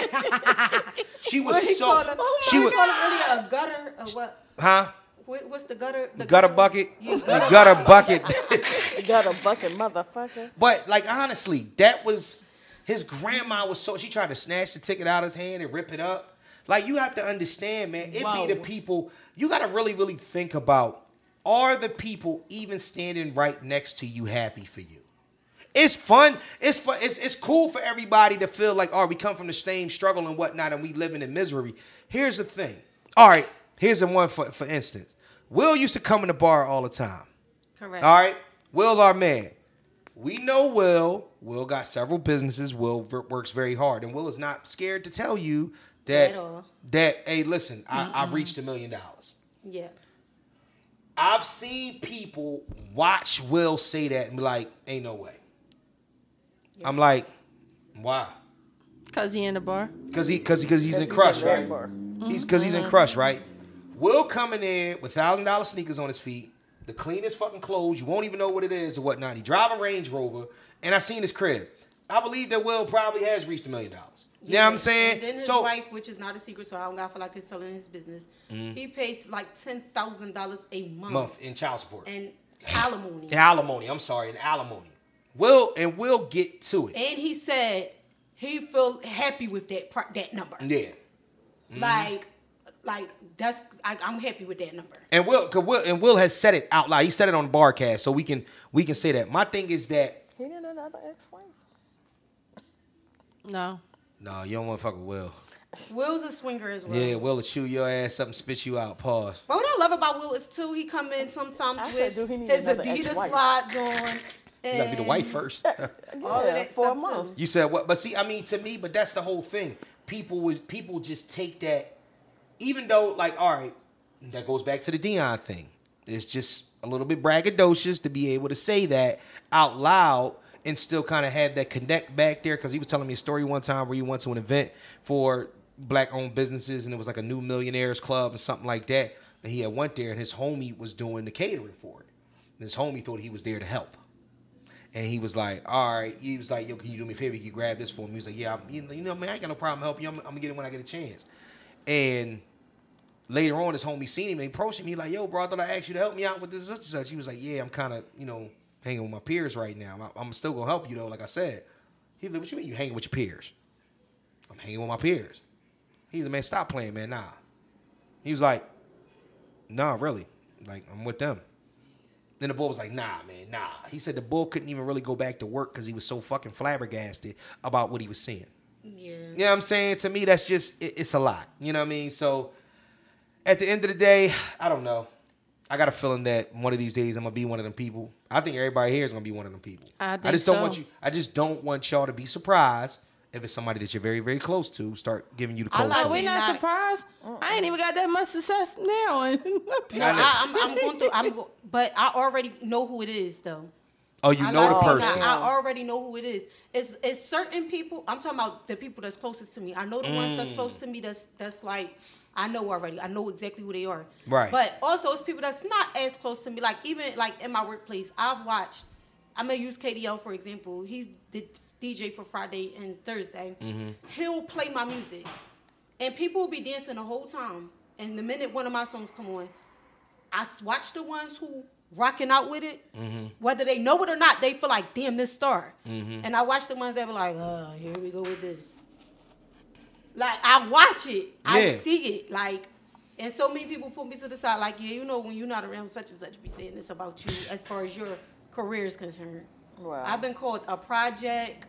Speaker 6: she
Speaker 5: What he
Speaker 6: was so oh
Speaker 5: called it?
Speaker 6: she
Speaker 5: he
Speaker 6: was
Speaker 5: called it earlier a gutter. A what?
Speaker 6: huh
Speaker 5: What- What's the gutter? The
Speaker 6: gutter bucket
Speaker 5: Yeah,
Speaker 6: the gutter bucket
Speaker 2: Got a bucket, motherfucker.
Speaker 6: but like honestly that was his grandma was so she tried to snatch the ticket out of his hand and rip it up like you have to understand man it
Speaker 5: Wow.
Speaker 6: be the people you got to really really think about are the people even standing right next to you happy for you it's fun. It's fun. It's, it's cool for everybody to feel like, oh, we come from the same struggle and whatnot, and we living in misery. Here's the thing. All right, here's the one for for instance. Will used to come in the bar all the time.
Speaker 5: Correct.
Speaker 6: All right, Will, our man. We know Will. Will got several businesses. Will ver- works very hard, and Will is not scared to tell you that
Speaker 5: At all.
Speaker 6: that hey, listen, I, I reached a million dollars.
Speaker 5: Yeah.
Speaker 6: I've seen people watch Will say that and be like, ain't no way. I'm like, why?
Speaker 3: Cause he in the bar.
Speaker 6: Because he, cause, he- cause he's in
Speaker 2: he's
Speaker 6: crush,
Speaker 2: in
Speaker 6: right?
Speaker 2: Red Bar.
Speaker 6: He's because he's in
Speaker 5: Mm-hmm.
Speaker 6: crush, right? Will coming in with thousand dollar sneakers on his feet, the cleanest fucking clothes. You won't even know what it is or whatnot. He drive a Range Rover, and I seen his crib. I believe that Will probably has reached a million dollars. You know what I'm saying?
Speaker 5: And then his
Speaker 6: so
Speaker 5: wife, which is not a secret, so I don't gotta feel like it's telling his business. He pays like ten thousand dollars a month,
Speaker 6: Mm-hmm. month in child support,
Speaker 5: and alimony.
Speaker 6: in alimony. I'm sorry, in alimony. Will and Will get to it.
Speaker 5: And he said he feel happy with that pro- that number.
Speaker 6: Yeah. Mm-hmm.
Speaker 5: Like, like that's I, I'm happy with that number.
Speaker 6: And Will, 'cause Will, and Will has said it out loud. He said it on the barcast, so we can we can say that. My thing is that
Speaker 2: He didn't another ex-wife.
Speaker 3: No.
Speaker 6: no, you don't want to fuck with Will.
Speaker 5: Will's a swinger as well.
Speaker 6: Yeah, Will will chew your ass up and spit you out. Pause.
Speaker 5: But what I love about Will is too, he come in sometimes
Speaker 2: I
Speaker 5: with
Speaker 2: said, do he need
Speaker 5: his
Speaker 2: another
Speaker 5: Adidas
Speaker 2: ex-wife?
Speaker 5: slides on. And
Speaker 6: You gotta be the wife first.
Speaker 5: All
Speaker 2: Yeah,
Speaker 5: of that
Speaker 2: for a
Speaker 5: stuff
Speaker 2: month.
Speaker 5: too.
Speaker 6: you said what? But see, I mean, to me, but that's the whole thing. People would people just take that, even though like all right, that goes back to the Dion thing. It's just a little bit braggadocious to be able to say that out loud and still kind of have that connect back there. Because he was telling me a story one time where he went to an event for black-owned businesses, and it was like a new millionaires club or something like that. And he had went there, and his homie was doing the catering for it. And his homie thought he was there to help. And he was like, all right. He was like, yo, can you do me a favor? Can you grab this for me? He was like, yeah, I'm, you know, you know, man, I ain't got no problem helping you. I'm, I'm gonna get it when I get a chance. And later on, his homie seen him and approached him. He like, yo, bro, I thought I asked you to help me out with this such and such. He was like, yeah, I'm kind of, you know, hanging with my peers right now. I, I'm still gonna help you though, like I said. He like, what you mean you hanging with your peers? I'm hanging with my peers. He was like, man, stop playing, man. Nah. He was like, nah, really. Like, I'm with them. Then the boy was like, nah, man, nah. He said the boy couldn't even really go back to work because he was so fucking flabbergasted about what he was seeing.
Speaker 5: Yeah.
Speaker 6: You know what I'm saying? To me, that's just, it- it's a lot. You know what I mean? So at the end of the day, I don't know. I got a feeling that one of these days I'm gonna be one of them people. I think everybody here is gonna be one of them people.
Speaker 3: I
Speaker 6: I
Speaker 3: think
Speaker 6: just don't
Speaker 3: so.
Speaker 6: want you. I just don't want y'all to be surprised if it's somebody that you're very, very close to start giving you the
Speaker 5: I
Speaker 6: cold
Speaker 5: like
Speaker 3: Oh,
Speaker 6: shoulder.
Speaker 3: we not,
Speaker 5: Not-
Speaker 3: surprised. I ain't even got that much success now.
Speaker 5: No,
Speaker 6: I know.
Speaker 5: I, I'm, I'm going through. I'm, go- but I already know who it is, though.
Speaker 6: Oh, you
Speaker 5: I
Speaker 6: know
Speaker 5: like
Speaker 6: the
Speaker 5: to not-
Speaker 6: person.
Speaker 5: I already know who it is. It's it's certain people. I'm talking about the people that's closest to me. I know the ones
Speaker 6: Mm.
Speaker 5: that's close to me. That's that's like I know already. I know exactly who they are.
Speaker 6: Right.
Speaker 5: But also it's people that's not as close to me. Like even like in my workplace, I've watched. I'm gonna use KDL for example. He's the DJ for Friday and Thursday.
Speaker 6: Mm-hmm.
Speaker 5: He'll play my music, and people will be dancing the whole time. And the minute one of my songs come on, I s- watch the ones who rocking out with it, whether they know it or not, they feel like, damn, this star. And I watch the ones that were like, oh, here we go with this. Like I watch it, I
Speaker 6: Yeah.
Speaker 5: see it, like, and so many people pull me to the side, like, yeah, you know, when you're not around such and such, be saying this about you as far as your career is concerned.
Speaker 2: Wow.
Speaker 5: I've been called a project,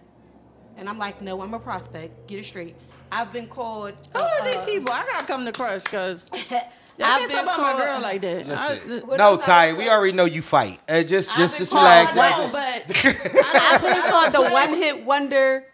Speaker 5: and I'm like, no, I'm a prospect. Get it straight. I've been called.
Speaker 3: Who are these
Speaker 5: uh,
Speaker 3: people? I gotta come to crush because I
Speaker 5: I've
Speaker 3: can't talk about my girl like that.
Speaker 6: Listen,
Speaker 5: I-
Speaker 6: no,
Speaker 5: what is
Speaker 6: Ty,
Speaker 5: that?
Speaker 6: we already know you fight. Uh, just, just,
Speaker 5: been
Speaker 6: just
Speaker 5: called
Speaker 6: relax.
Speaker 5: that.
Speaker 3: I, Oh, no, but
Speaker 5: I've been called the one hit wonder.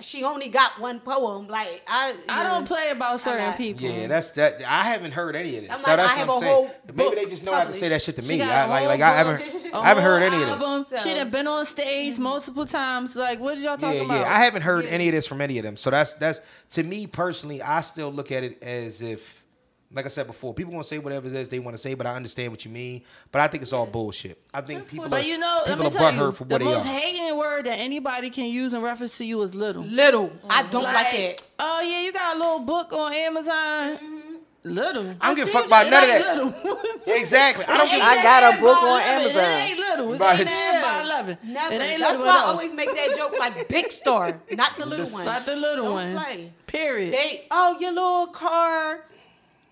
Speaker 5: She only got one poem. Like I, mm,
Speaker 3: I don't play about certain
Speaker 5: got-
Speaker 3: people.
Speaker 6: Yeah, that's that. I haven't heard any of this.
Speaker 5: I'm
Speaker 6: so
Speaker 5: like,
Speaker 6: that's
Speaker 5: I have
Speaker 6: what I'm
Speaker 5: a
Speaker 6: saying.
Speaker 5: whole
Speaker 6: Maybe
Speaker 5: book
Speaker 6: they just know how to say that shit to
Speaker 3: She
Speaker 6: me.
Speaker 3: got
Speaker 6: I,
Speaker 3: a
Speaker 6: like,
Speaker 3: whole
Speaker 6: like I
Speaker 3: book,
Speaker 6: haven't,
Speaker 3: a
Speaker 6: I haven't
Speaker 3: whole
Speaker 6: heard any of this.
Speaker 3: album. She done been on
Speaker 5: Mm-hmm.
Speaker 3: stage multiple times. Like, what did y'all talking
Speaker 6: Yeah,
Speaker 3: about?
Speaker 6: yeah. I haven't heard any of this from any of them. So that's that's to me personally. I still look at it as if Like I said before, people gonna say whatever it is they want to say, but I understand what you mean. But I think it's all bullshit. I think people, are,
Speaker 3: But you know, let me
Speaker 6: people are
Speaker 3: tell
Speaker 6: butthurt
Speaker 3: you,
Speaker 6: for
Speaker 3: the
Speaker 6: what they
Speaker 3: most
Speaker 6: are.
Speaker 3: hating word that anybody can use in reference to you is little.
Speaker 5: Little. I
Speaker 3: Mm,
Speaker 5: don't like, it.
Speaker 3: Oh yeah, you got a little book on Amazon. Little.
Speaker 6: Mm-hmm. I don't give a
Speaker 3: see what
Speaker 6: fuck about
Speaker 3: you-
Speaker 6: none of
Speaker 3: it
Speaker 6: that.
Speaker 3: ain't Little.
Speaker 6: Exactly. I don't
Speaker 3: It
Speaker 6: give.
Speaker 3: ain't
Speaker 2: I got a
Speaker 3: that
Speaker 2: book
Speaker 3: by
Speaker 2: on
Speaker 3: 11.
Speaker 2: Amazon.
Speaker 3: It ain't little. It's
Speaker 6: Right.
Speaker 3: ain't that by eleven.
Speaker 5: Never.
Speaker 3: It ain't
Speaker 5: That's
Speaker 3: little
Speaker 5: why
Speaker 3: at
Speaker 5: I
Speaker 3: all.
Speaker 5: always make that joke like big star, not the little one.
Speaker 3: Not the little
Speaker 5: Don't
Speaker 3: one.
Speaker 5: play.
Speaker 3: Period.
Speaker 5: They oh your little car.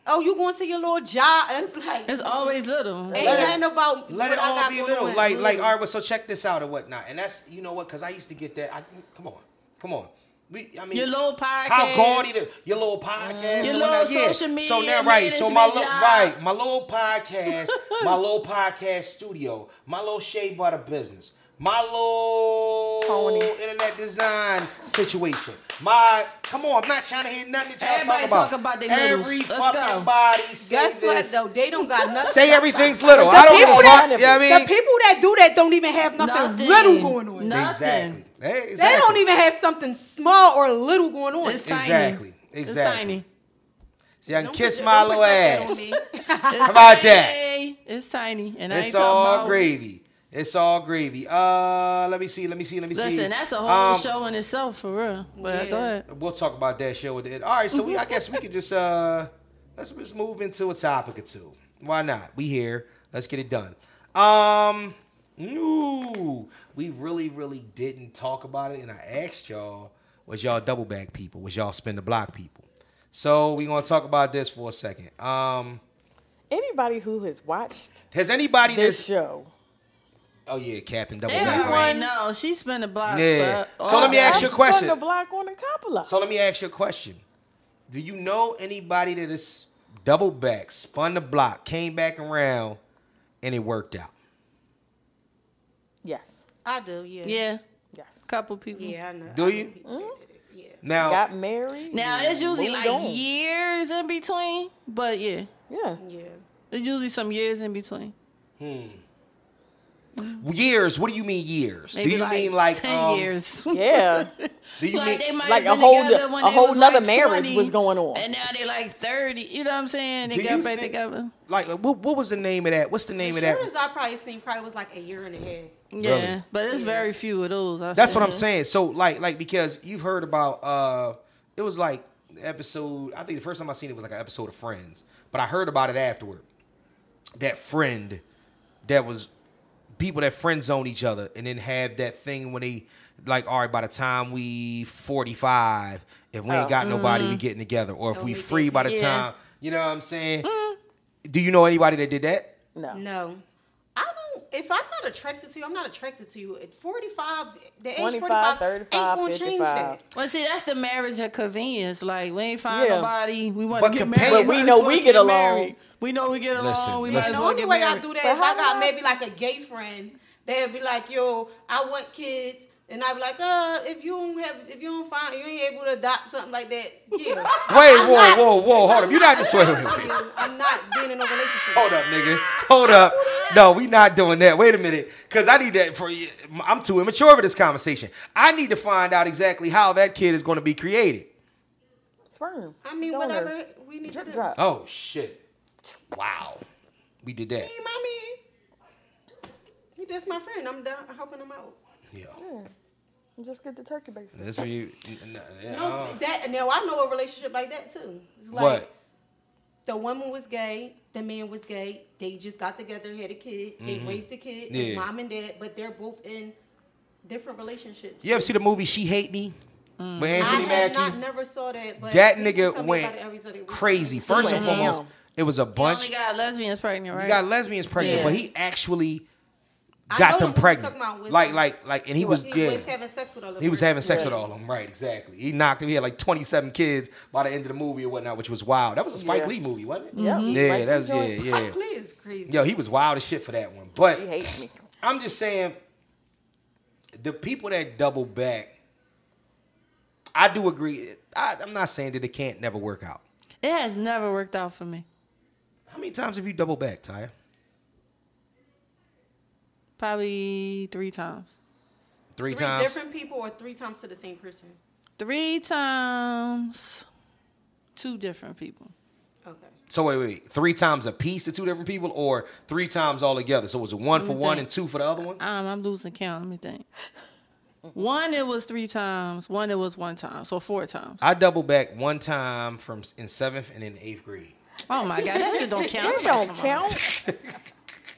Speaker 5: Oh, you going to your little job? It's like
Speaker 3: it's always little.
Speaker 5: ain't
Speaker 6: Let it-
Speaker 5: nothing about
Speaker 6: Let
Speaker 5: what
Speaker 6: it
Speaker 5: I
Speaker 6: all
Speaker 5: got
Speaker 6: be
Speaker 5: going
Speaker 6: little.
Speaker 5: on.
Speaker 6: Like,
Speaker 3: Mm.
Speaker 6: like, all right, well, so check this out or whatnot. And that's, you know what, because I used to get that. I, come on, come on. We, I mean,
Speaker 3: Your little
Speaker 6: How
Speaker 3: podcast. Mm.
Speaker 6: gaudy the, your little
Speaker 3: Your
Speaker 6: podcast. and
Speaker 3: little
Speaker 6: whatnot. yeah.
Speaker 3: social media
Speaker 6: So now, right? So my little,
Speaker 3: management job.
Speaker 6: right, my little podcast, my little podcast studio, my little shea butter business, my little internet design situation. My, come on, I'm not trying to hear nothing that y'all
Speaker 3: Everybody
Speaker 6: talk about.
Speaker 3: talk about they littles.
Speaker 6: Every
Speaker 3: Let's
Speaker 6: fucking
Speaker 3: go.
Speaker 6: body say
Speaker 5: Guess what
Speaker 6: this.
Speaker 5: though? They don't got nothing.
Speaker 6: Say everything's little. I don't give a
Speaker 5: people
Speaker 6: fuck.
Speaker 5: that-
Speaker 6: You know what I mean?
Speaker 5: The people that do that don't even have nothing,
Speaker 3: Nothing.
Speaker 5: little going on.
Speaker 3: Nothing.
Speaker 6: Exactly. Hey, exactly.
Speaker 5: They don't even have something small or little going on.
Speaker 3: It's tiny.
Speaker 6: Exactly.
Speaker 3: It's
Speaker 6: Exactly.
Speaker 3: tiny.
Speaker 6: See, I can
Speaker 5: Don't
Speaker 6: kiss
Speaker 5: put-
Speaker 6: my
Speaker 5: don't put
Speaker 6: little
Speaker 5: your head on
Speaker 6: ass.
Speaker 5: me.
Speaker 3: How
Speaker 6: about that?
Speaker 3: It's tiny, and I ain't
Speaker 6: It's
Speaker 3: talking
Speaker 6: all
Speaker 3: about.
Speaker 6: gravy. It's all gravy. Uh, let me see. Let me see. Let me see.
Speaker 3: Listen, that's a whole
Speaker 6: Um,
Speaker 3: show in itself for real. But
Speaker 5: Yeah.
Speaker 3: go ahead.
Speaker 6: We'll talk about that show at the end. All right, so we I guess we could just uh let's just move into a topic or two. Why not? We here. Let's get it done. Um no, we really, really didn't talk about it. And I asked y'all, was y'all double back people? Was y'all spin the block people? So we're gonna talk about this for a second. Um
Speaker 2: Anybody who has watched
Speaker 6: has anybody
Speaker 2: this
Speaker 6: this
Speaker 2: show,
Speaker 6: Oh yeah, Captain Double Back.
Speaker 3: Everyone knows she spent the block.
Speaker 6: Yeah.
Speaker 3: for
Speaker 6: So let me
Speaker 3: all
Speaker 6: ask
Speaker 3: that.
Speaker 6: you a
Speaker 2: I've
Speaker 6: question.
Speaker 2: spun the block on a couple of.
Speaker 6: So let me ask you a question. Do you know anybody that is double back, spun the block, came back around, and it worked out?
Speaker 2: yes,
Speaker 5: I do, yeah.
Speaker 3: Yeah,
Speaker 2: yes.
Speaker 3: couple people.
Speaker 5: Yeah, I know.
Speaker 6: Do
Speaker 5: I know
Speaker 6: you?
Speaker 5: people that did it, Yeah.
Speaker 6: Now,
Speaker 2: Got married.
Speaker 3: Now it's usually
Speaker 2: Moved
Speaker 3: like
Speaker 2: on.
Speaker 3: years in between, but yeah,
Speaker 2: Yeah.
Speaker 5: Yeah.
Speaker 3: it's usually some years in between.
Speaker 6: years. What do you mean years?
Speaker 3: Maybe
Speaker 6: do you
Speaker 3: like
Speaker 6: mean like
Speaker 3: ten
Speaker 6: um,
Speaker 3: years?
Speaker 2: Yeah.
Speaker 6: Do you
Speaker 3: Like,
Speaker 6: mean
Speaker 3: they might
Speaker 2: Like
Speaker 3: have
Speaker 2: a
Speaker 3: been
Speaker 2: whole
Speaker 3: together
Speaker 2: di-
Speaker 3: when
Speaker 2: a
Speaker 3: they
Speaker 2: whole
Speaker 3: was,
Speaker 2: nother
Speaker 3: like,
Speaker 2: marriage
Speaker 3: 20,
Speaker 2: was going on.
Speaker 3: and now they like thirty. You know what I'm saying? They
Speaker 6: do
Speaker 3: got
Speaker 6: you
Speaker 3: back
Speaker 6: think-
Speaker 3: together.
Speaker 6: Like what, what was the name of that? What's the name of that?
Speaker 5: As soon as I probably seen probably was like a year and a half.
Speaker 3: Yeah, but it's very few of those. I
Speaker 6: That's
Speaker 3: say.
Speaker 6: what I'm saying. So like like because you've heard about uh it was like the episode I think the first time I seen it was like an episode of Friends, but I heard about it afterward. That friend that was people that friend zone each other and then have that thing when they like all right by the time we 45 if we ain't got nobody we getting together or if we free by the
Speaker 3: Yeah.
Speaker 6: time you know what I'm saying? Do you know anybody that did that?
Speaker 2: No.
Speaker 5: No. I don't if I'm not attracted to you, I'm not attracted to you. At 45, the age
Speaker 2: 25,
Speaker 5: 45
Speaker 2: 35,
Speaker 5: ain't gonna change that.
Speaker 2: 55.
Speaker 3: Well, see, that's the marriage of convenience. Like we ain't find
Speaker 2: Yeah.
Speaker 3: nobody. We want to
Speaker 6: But
Speaker 3: get
Speaker 6: compare-
Speaker 3: married.
Speaker 6: But we
Speaker 3: might as
Speaker 2: know
Speaker 3: well
Speaker 2: we get along.
Speaker 3: married. We know we get along.
Speaker 6: Listen,
Speaker 3: we
Speaker 6: listen.
Speaker 3: might
Speaker 5: The
Speaker 3: as well
Speaker 5: only
Speaker 3: get
Speaker 5: way I
Speaker 3: married.
Speaker 5: do that
Speaker 2: But
Speaker 5: if I
Speaker 2: how
Speaker 5: got
Speaker 2: do I-
Speaker 5: maybe like a gay friend, they'd be like, "Yo, I want kids," and I'd be like, "Uh, if you don't have, if you don't find, you ain't able to adopt something like that, yeah."
Speaker 6: Wait,
Speaker 5: I'm
Speaker 6: whoa,
Speaker 5: not-
Speaker 6: whoa, whoa, hold up. You're not just wait, wait, wait.
Speaker 5: I'm, I'm not being in no relationship.
Speaker 6: Hold up, nigga. Hold up. No, we not doing that. Wait a minute, because I need that for. you. I'm too immature for this conversation. I need to find out exactly how that kid is going to be created.
Speaker 2: Sperm.
Speaker 5: I mean,
Speaker 2: Donor.
Speaker 5: whatever we need
Speaker 2: Drip
Speaker 5: to do.
Speaker 2: drop.
Speaker 6: Oh shit! Wow, we did that.
Speaker 5: Hey, mommy, he just my friend. I'm down helping him out.
Speaker 6: Yeah,
Speaker 2: Just get the turkey baster.
Speaker 6: that's for you. n- n- yeah,
Speaker 5: No,
Speaker 6: uh,
Speaker 5: that now I know a relationship like that too. It's like
Speaker 6: What?
Speaker 5: the woman was gay, the man was gay. They just got together, had a kid, they raised the kid, it's
Speaker 6: Mm-hmm. Yeah.
Speaker 5: mom and dad, but they're both in different relationships.
Speaker 6: You ever see the movie She Hate Me? With
Speaker 5: Mm. I
Speaker 6: Anthony
Speaker 5: have not
Speaker 6: Mackie.
Speaker 5: never saw that, but
Speaker 6: That
Speaker 5: people tell
Speaker 6: nigga
Speaker 5: me about it every Sunday
Speaker 6: went
Speaker 5: weekend.
Speaker 6: crazy. First and
Speaker 2: went
Speaker 6: foremost,
Speaker 2: ham.
Speaker 6: it was a
Speaker 3: We
Speaker 6: bunch.
Speaker 3: only got lesbians pregnant, right?
Speaker 6: He got lesbians pregnant,
Speaker 3: Yeah.
Speaker 6: but he actually
Speaker 5: I know
Speaker 6: got
Speaker 5: the
Speaker 6: them
Speaker 5: one you're
Speaker 6: pregnant.
Speaker 5: talking about was-
Speaker 6: Like, like, like, and he was
Speaker 5: He
Speaker 6: yeah.
Speaker 5: was having sex with all of
Speaker 6: He was
Speaker 5: them.
Speaker 6: having sex with all of them, right? Exactly. He knocked him. He had like 27 kids by the end of the movie or whatnot, which was wild. That was a Spike
Speaker 2: Yeah.
Speaker 6: Lee movie, wasn't it?
Speaker 5: Mm-hmm.
Speaker 2: Yep. Spike
Speaker 6: Yeah,
Speaker 2: Lee
Speaker 6: that's yeah,
Speaker 2: joint.
Speaker 6: yeah.
Speaker 5: Mike Lee is crazy.
Speaker 6: Yo, he was wild as shit for that one. But
Speaker 2: He hates me.
Speaker 6: I'm just saying, the people that double back, I do agree. I, I'm not saying that it can't never work out.
Speaker 3: It has never worked out for me.
Speaker 6: How many times have you double back, Ty?
Speaker 3: Probably three times.
Speaker 6: Three,
Speaker 5: Three
Speaker 6: times.
Speaker 5: different people or three times to the same person.
Speaker 3: Three times. Two different people.
Speaker 5: Okay.
Speaker 6: So wait, wait, wait, three times a piece to two different people, or three times all together? So was it one for one
Speaker 3: think.
Speaker 6: and two for the other one?
Speaker 3: Um, I'm losing count. Let me think. One, it was three times. One, it was one time. So four times.
Speaker 6: I double back one time from s- in seventh and in eighth grade.
Speaker 3: Oh my God, that shit don't count.
Speaker 2: It don't count.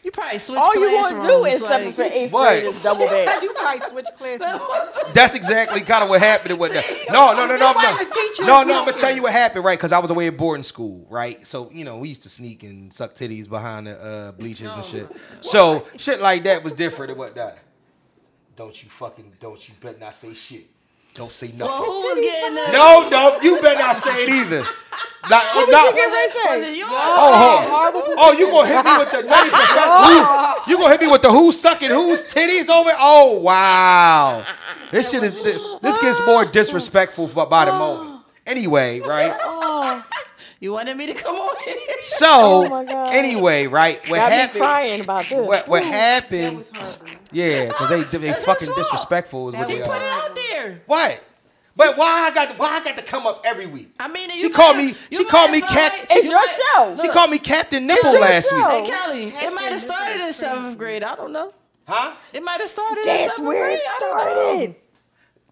Speaker 3: You probably switched
Speaker 2: All you want
Speaker 3: classrooms.
Speaker 2: to do is
Speaker 3: like- Oh,
Speaker 2: seventh and eighth
Speaker 6: What?
Speaker 2: grade is double that.
Speaker 5: You probably switch classes.
Speaker 6: That's exactly kind of what happened. and What the, no, no, no, no,
Speaker 5: why
Speaker 6: no,
Speaker 5: the teacher-
Speaker 6: no, no. I'm gonna tell you what happened, right? Because I was away at boarding school, right? So you know, we used to sneak and suck titties behind the uh, bleachers and shit. So shit like that was different and whatnot. Don't you fucking, don't you better not say shit. Don't say nothing.
Speaker 3: Well, who was getting the?
Speaker 6: No, no, you better not say it either. oh, Not, not-
Speaker 3: Was it you?
Speaker 6: oh, oh, oh, you gonna hit me with the nutty professor? Who? You gonna hit me with the who's sucking who's titties over? Oh wow, this shit is this gets more disrespectful by- by the moment. Anyway, right?
Speaker 3: You wanted me to come on here?
Speaker 6: So
Speaker 2: my God.
Speaker 6: anyway, right? What
Speaker 2: I'd be
Speaker 6: happened?
Speaker 2: crying about this.
Speaker 6: What, what happened?
Speaker 5: It's horrible.
Speaker 6: Yeah, because they they fucking
Speaker 3: wrong.
Speaker 6: disrespectful is
Speaker 5: That
Speaker 6: what they
Speaker 5: was
Speaker 3: Put it
Speaker 6: are.
Speaker 3: out there.
Speaker 6: What? But why I got why I got to come up every week?
Speaker 3: I mean,
Speaker 6: She
Speaker 3: you
Speaker 6: called
Speaker 3: might-
Speaker 6: me-
Speaker 3: you
Speaker 6: she
Speaker 3: might
Speaker 6: called me
Speaker 3: have
Speaker 6: cat-
Speaker 3: felt
Speaker 6: she-
Speaker 3: like-
Speaker 2: It's your show.
Speaker 6: She called me Captain Nipple
Speaker 2: your
Speaker 6: last
Speaker 2: show.
Speaker 6: week.
Speaker 3: Hey, Kelly, it might have started in seventh grade. I don't know.
Speaker 6: Huh?
Speaker 3: It might have started. in
Speaker 2: That's
Speaker 3: seventh
Speaker 2: where
Speaker 3: grade.
Speaker 2: it
Speaker 3: I don't know.
Speaker 2: started.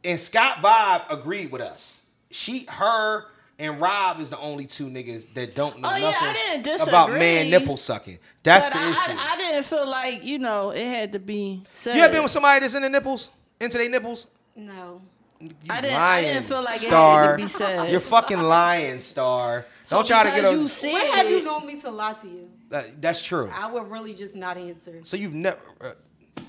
Speaker 6: And Scott Vibe agreed with us. She, her, and Rob is the only two niggas that don't know
Speaker 3: Oh, yeah,
Speaker 6: nothing
Speaker 3: I didn't
Speaker 6: about
Speaker 3: disagree.
Speaker 6: man nipple sucking. That's
Speaker 3: But
Speaker 6: the
Speaker 3: I,
Speaker 6: issue.
Speaker 3: I, I didn't feel like you know it had to be. Said.
Speaker 6: you ever been with somebody that's into nipples? Into their nipples?
Speaker 5: No.
Speaker 6: You
Speaker 3: I didn't- I
Speaker 6: lying,
Speaker 3: didn't feel like it had to
Speaker 6: star.
Speaker 3: be said.
Speaker 6: You're fucking lying, star. Don't try to get
Speaker 3: Because
Speaker 6: over.
Speaker 3: You said
Speaker 5: Where have you
Speaker 3: it.
Speaker 5: known me to lie to you?
Speaker 6: Uh, that's true.
Speaker 5: I would really just not answer.
Speaker 6: So you've never. Uh,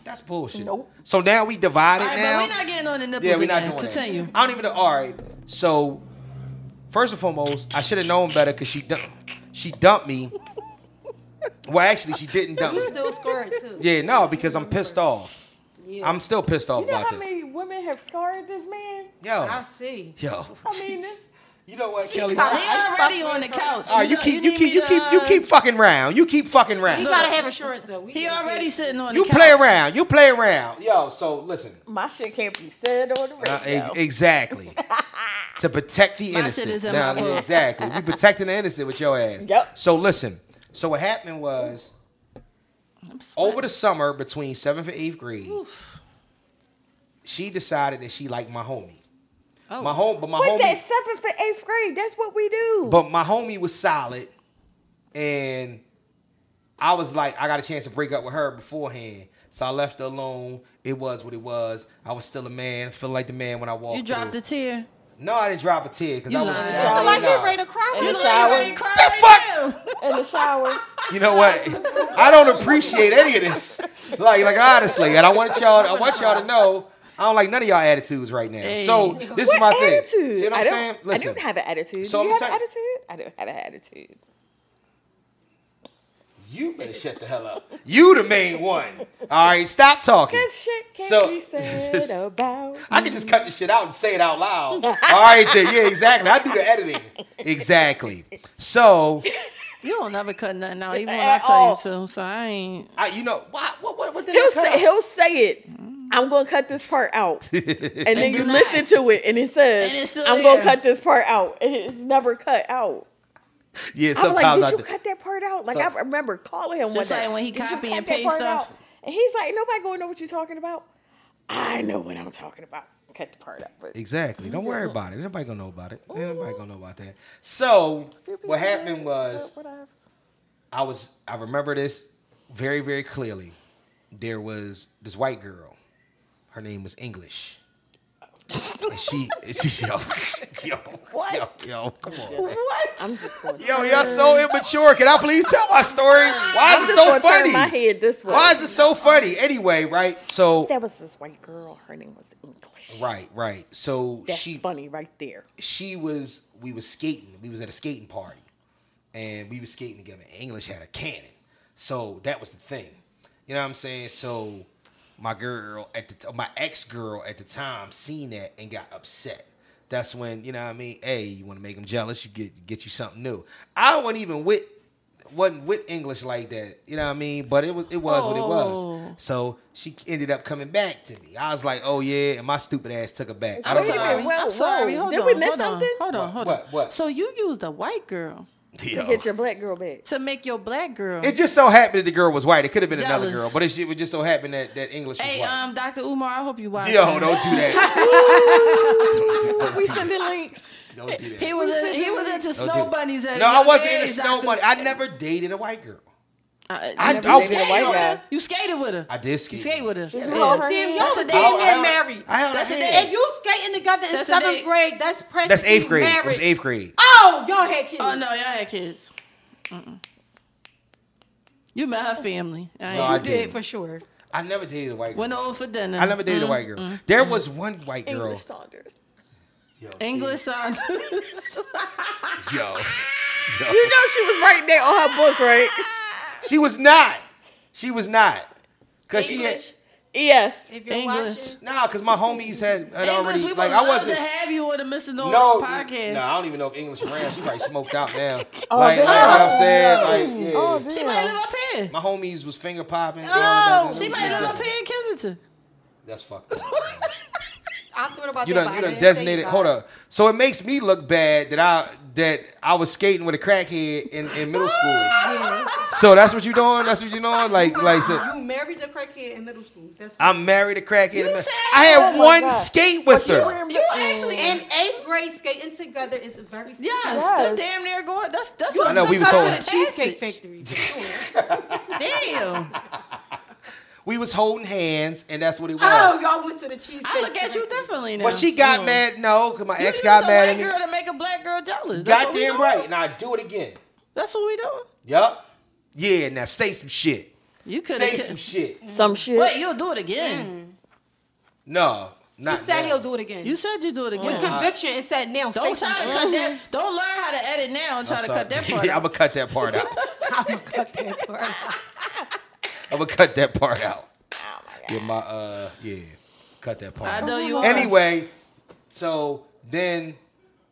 Speaker 6: that's bullshit.
Speaker 2: Nope.
Speaker 6: So now we divided
Speaker 3: All right,
Speaker 6: now.
Speaker 3: but we're not getting on the nipples
Speaker 6: Yeah, we're not
Speaker 3: again.
Speaker 6: doing
Speaker 3: Continue.
Speaker 6: that. I don't even know. All right. So, first and foremost, I should have known better because she dumped. She dumped me. Well, actually, she didn't dump me.
Speaker 5: Still scored too.
Speaker 6: Yeah, no, because I'm pissed off.
Speaker 5: Yeah.
Speaker 6: I'm still pissed off
Speaker 2: You know
Speaker 6: about
Speaker 2: how
Speaker 6: this.
Speaker 2: many women have scarred this man?
Speaker 6: yo,
Speaker 5: I see.
Speaker 6: yo.
Speaker 2: I mean, this.
Speaker 6: You know what, Kelly?
Speaker 5: caught
Speaker 6: All
Speaker 5: it.
Speaker 3: He already on the couch.
Speaker 6: right, you
Speaker 3: know-
Speaker 6: keep, you
Speaker 3: need
Speaker 6: keep,
Speaker 3: me
Speaker 6: you
Speaker 3: to,
Speaker 6: keep, you
Speaker 3: uh,
Speaker 6: keep fucking round. You keep fucking
Speaker 5: You
Speaker 6: round.
Speaker 5: gotta have insurance though. We
Speaker 3: He already sitting on.
Speaker 6: You
Speaker 3: the couch.
Speaker 6: play around. You play around. Yo, so listen.
Speaker 2: My shit can't be said on the
Speaker 6: Uh,
Speaker 2: radio.
Speaker 6: e- exactly. to protect the innocent.
Speaker 3: is in
Speaker 6: Nah,
Speaker 3: my
Speaker 6: yeah,
Speaker 3: book.
Speaker 6: exactly. We protecting the innocent with your ass.
Speaker 2: Yep.
Speaker 6: So listen. So what happened was over the summer between seventh and eighth grade, she decided that she liked my homie.
Speaker 3: Oh.
Speaker 6: My home, but my
Speaker 2: What
Speaker 6: homie,
Speaker 2: that seventh and eighth grade? That's what we do.
Speaker 6: but my homie was solid, and I was like, I got a chance to break up with her beforehand, so I left her alone. It was what it was. I was still a man. I feel like the man when I walked.
Speaker 3: You dropped
Speaker 6: through.
Speaker 3: a tear.
Speaker 6: No, I didn't drop a tear because
Speaker 3: You
Speaker 6: I was.
Speaker 3: lying.
Speaker 6: I was
Speaker 5: like
Speaker 6: nah.
Speaker 5: you're ready to cry.
Speaker 2: in
Speaker 5: You
Speaker 2: the
Speaker 5: look-
Speaker 2: shower.
Speaker 6: The fuck?
Speaker 2: In the shower.
Speaker 6: You know what? I don't appreciate any of this. Like, like honestly, and I want y'all, I want y'all to know, I don't like none of y'all attitudes right now. So this is my
Speaker 2: What
Speaker 6: thing.
Speaker 2: attitude?
Speaker 6: See what I'm
Speaker 2: I don't-
Speaker 6: saying?
Speaker 2: I
Speaker 6: Listen,
Speaker 2: don't have an attitude.
Speaker 6: So
Speaker 2: do you
Speaker 6: I'ma
Speaker 2: have an
Speaker 6: tell
Speaker 2: attitude? I don't have an attitude.
Speaker 6: you better shut the hell up. You the main one. All right, stop talking.
Speaker 2: This shit can't
Speaker 6: So-
Speaker 2: be said about.
Speaker 6: I can just cut this shit out and say it out loud. All right, then. Yeah, exactly. I do the editing. Exactly. So,
Speaker 3: You don't never cut nothing out, even when I
Speaker 2: At
Speaker 3: tell
Speaker 2: all.
Speaker 3: you to. So I ain't.
Speaker 6: I, you know, why, what, what, what did
Speaker 2: He'll
Speaker 6: I cut
Speaker 2: say,
Speaker 6: out?
Speaker 2: he'll say it. Mm. I'm gonna cut this part out, and then you
Speaker 3: do not.
Speaker 2: listen to it, and it says,
Speaker 3: And it's still
Speaker 2: "I'm
Speaker 3: there.
Speaker 2: gonna cut this part out," and it's never cut out.
Speaker 6: Yeah,
Speaker 2: I'm like,
Speaker 6: sometimes
Speaker 2: "Did you
Speaker 6: I do.
Speaker 2: cut that part out?" Like
Speaker 6: Some-
Speaker 2: I remember calling him
Speaker 3: Just
Speaker 2: one day,
Speaker 3: like when he
Speaker 2: "Did you
Speaker 3: copy
Speaker 2: cut
Speaker 3: and
Speaker 2: that
Speaker 3: paste
Speaker 2: part
Speaker 3: stuff.
Speaker 2: out?" and he's like, "Nobody gonna know what you're talking about." I know what I'm talking about. Cut the part out. But
Speaker 6: Exactly. Don't worry about it. Ain't Nobody gonna know about it. Ain't Nobody gonna know about that. So what happened was
Speaker 2: What else?
Speaker 6: I was I remember this very very clearly. There was this white girl. Her name was English. And she, she yo, yo, what? Yo, yo, come on.
Speaker 2: I'm just going.
Speaker 6: Yo, y'all so immature. Can I please tell my story? Why
Speaker 2: I'm
Speaker 6: is it
Speaker 2: just
Speaker 6: so
Speaker 2: gonna turn my
Speaker 6: funny?
Speaker 2: head this way.
Speaker 6: Why is it so funny? Anyway, right? So
Speaker 2: That was this white girl. Her name was English.
Speaker 6: right, right. So
Speaker 2: That's
Speaker 6: she
Speaker 2: funny right there.
Speaker 6: she was we was skating. We was at a skating party, and we was skating together. English had a cannon, so that was the thing. You know what I'm saying? So my girl at the t- my ex girl at the time seen that and got upset. That's when you know what I mean. Hey, you want to make them jealous? You get get you something new. I wasn't even with wasn't with English like that. You know what I mean? But it was it was what it
Speaker 2: Oh.
Speaker 6: was. So she ended up coming back to me. I was like, oh yeah, and my stupid ass took her back. I
Speaker 2: Wait
Speaker 6: don't
Speaker 2: a minute.
Speaker 6: know.
Speaker 2: Whoa,
Speaker 3: I'm sorry.
Speaker 2: whoa.
Speaker 3: Hold
Speaker 2: Did
Speaker 3: on.
Speaker 2: we miss
Speaker 3: hold
Speaker 2: something?
Speaker 3: On. Hold on. Hold
Speaker 6: What,
Speaker 3: on.
Speaker 6: what?
Speaker 3: So you used a white girl
Speaker 6: Yo.
Speaker 2: Get your black girl back.
Speaker 3: to make your black girl.
Speaker 6: It just so happened that the girl was white. It could have been another
Speaker 3: Jealous.
Speaker 6: girl, but it, shit was just so happened that that English was
Speaker 3: hey,
Speaker 6: white.
Speaker 3: um, Dr. Umar, I hope you watch.
Speaker 6: Yo, don't do that.
Speaker 2: We sending links.
Speaker 6: Don't do
Speaker 3: He
Speaker 6: that.
Speaker 3: was in, he was into
Speaker 6: Don't
Speaker 3: snow
Speaker 6: do-
Speaker 3: bunnies. At a
Speaker 6: No, I
Speaker 3: young
Speaker 6: wasn't into
Speaker 3: age,
Speaker 6: snow
Speaker 3: Dr.
Speaker 6: bunny. I never dated a white girl.
Speaker 3: I,
Speaker 6: I,
Speaker 2: never
Speaker 6: I,
Speaker 2: dated a
Speaker 6: I,
Speaker 2: white
Speaker 3: with
Speaker 2: guy.
Speaker 3: her. You skated with her.
Speaker 6: I did ski.
Speaker 3: You skated with her.
Speaker 2: hold her
Speaker 3: Yeah.
Speaker 2: hand.
Speaker 5: Damn, y'all
Speaker 3: That's
Speaker 5: was
Speaker 3: a damn
Speaker 5: damn near
Speaker 6: I-
Speaker 5: married.
Speaker 6: I held
Speaker 3: That's
Speaker 6: her
Speaker 3: a
Speaker 6: hand.
Speaker 5: And you skating together in
Speaker 3: That's a
Speaker 5: seventh
Speaker 3: date.
Speaker 5: grade. That's practically
Speaker 6: That's eighth grade. It was
Speaker 5: marriage.
Speaker 6: eighth grade.
Speaker 5: Oh, y'all had kids.
Speaker 3: Oh no, y'all had kids. Mm-mm. You met her family. I
Speaker 6: No,
Speaker 3: ain't-
Speaker 6: I
Speaker 5: you did
Speaker 6: didn't.
Speaker 5: for sure.
Speaker 6: I never dated a white girl.
Speaker 3: Went over for dinner.
Speaker 6: I never dated a white girl.
Speaker 3: mm,
Speaker 6: There was one white girl.
Speaker 7: English Saunders.
Speaker 6: Yo, she-
Speaker 3: English song.
Speaker 6: Yo. Yo.
Speaker 2: You know she was right there on her book, right?
Speaker 6: She was not. She was not. Cause she
Speaker 5: English.
Speaker 6: had
Speaker 2: Yes.
Speaker 5: If you're
Speaker 3: English.
Speaker 5: watching,
Speaker 6: nah, cause my homies had,
Speaker 3: English,
Speaker 6: had already
Speaker 3: we would
Speaker 6: like I
Speaker 3: love
Speaker 6: wasn't.
Speaker 3: to have you on the Mr. Normal
Speaker 6: No,
Speaker 3: podcast.
Speaker 6: no, I don't even know if English ran. She probably smoked out now.
Speaker 2: Oh,
Speaker 6: like,
Speaker 2: damn.
Speaker 6: like what I'm saying, like yeah.
Speaker 3: she might live up here.
Speaker 6: My homies was finger popping.
Speaker 5: No,
Speaker 3: She might live up here in Kensington.
Speaker 6: That's fucked. up.
Speaker 5: I thought about
Speaker 6: You
Speaker 5: that.
Speaker 6: done,
Speaker 5: but
Speaker 6: you
Speaker 5: I
Speaker 6: done
Speaker 5: didn't say you
Speaker 6: designated.
Speaker 5: guys.
Speaker 6: Hold up. So it makes me look bad that I that I was skating with a crackhead in, in middle school. so that's what you doing. That's what you doing. Like like so
Speaker 5: You married the crackhead in middle school. That's
Speaker 6: I'm married to crackhead.
Speaker 3: You said-
Speaker 6: I had
Speaker 2: Oh
Speaker 6: one
Speaker 2: my God.
Speaker 6: skate with
Speaker 2: You
Speaker 6: her.
Speaker 2: remember-
Speaker 3: You actually
Speaker 5: and
Speaker 3: and
Speaker 5: eighth grade skating together is very
Speaker 3: yes,
Speaker 2: Yes.
Speaker 3: the damn near going. That's that's.
Speaker 6: I know, we was
Speaker 5: Come to
Speaker 6: holding-
Speaker 5: the Cheesecake Factory. for sure.
Speaker 3: Damn.
Speaker 6: We was holding hands, and that's what it was.
Speaker 5: oh, y'all went to the Cheesecake
Speaker 3: I look at you
Speaker 5: Factory.
Speaker 3: differently now.
Speaker 6: But she got
Speaker 3: Mm.
Speaker 6: mad. No, because my
Speaker 3: You
Speaker 6: ex
Speaker 3: used
Speaker 6: got
Speaker 3: a
Speaker 6: mad
Speaker 3: white
Speaker 6: at me.
Speaker 3: girl to make a black girl jealous. That's what we
Speaker 6: Goddamn
Speaker 3: doing.
Speaker 6: right. Now do it again.
Speaker 3: That's what we doing.
Speaker 6: Yup. Yeah. Now say some shit.
Speaker 3: You could
Speaker 6: Say some shit. Mm.
Speaker 2: Some shit.
Speaker 3: Wait, you'll do it again.
Speaker 6: No, not.
Speaker 5: He said
Speaker 6: now.
Speaker 5: he'll do it again.
Speaker 3: You said you do it again.
Speaker 5: with conviction and said now.
Speaker 3: don't
Speaker 5: say
Speaker 3: try to
Speaker 5: something.
Speaker 3: cut that. Don't learn how to edit now and try to cut that part.
Speaker 6: I'm
Speaker 3: out.
Speaker 6: gonna cut that part out.
Speaker 5: that part.
Speaker 6: I'm gonna cut that part out. Get my uh yeah, cut that part
Speaker 3: I
Speaker 6: out.
Speaker 3: know you are.
Speaker 6: Anyway, so then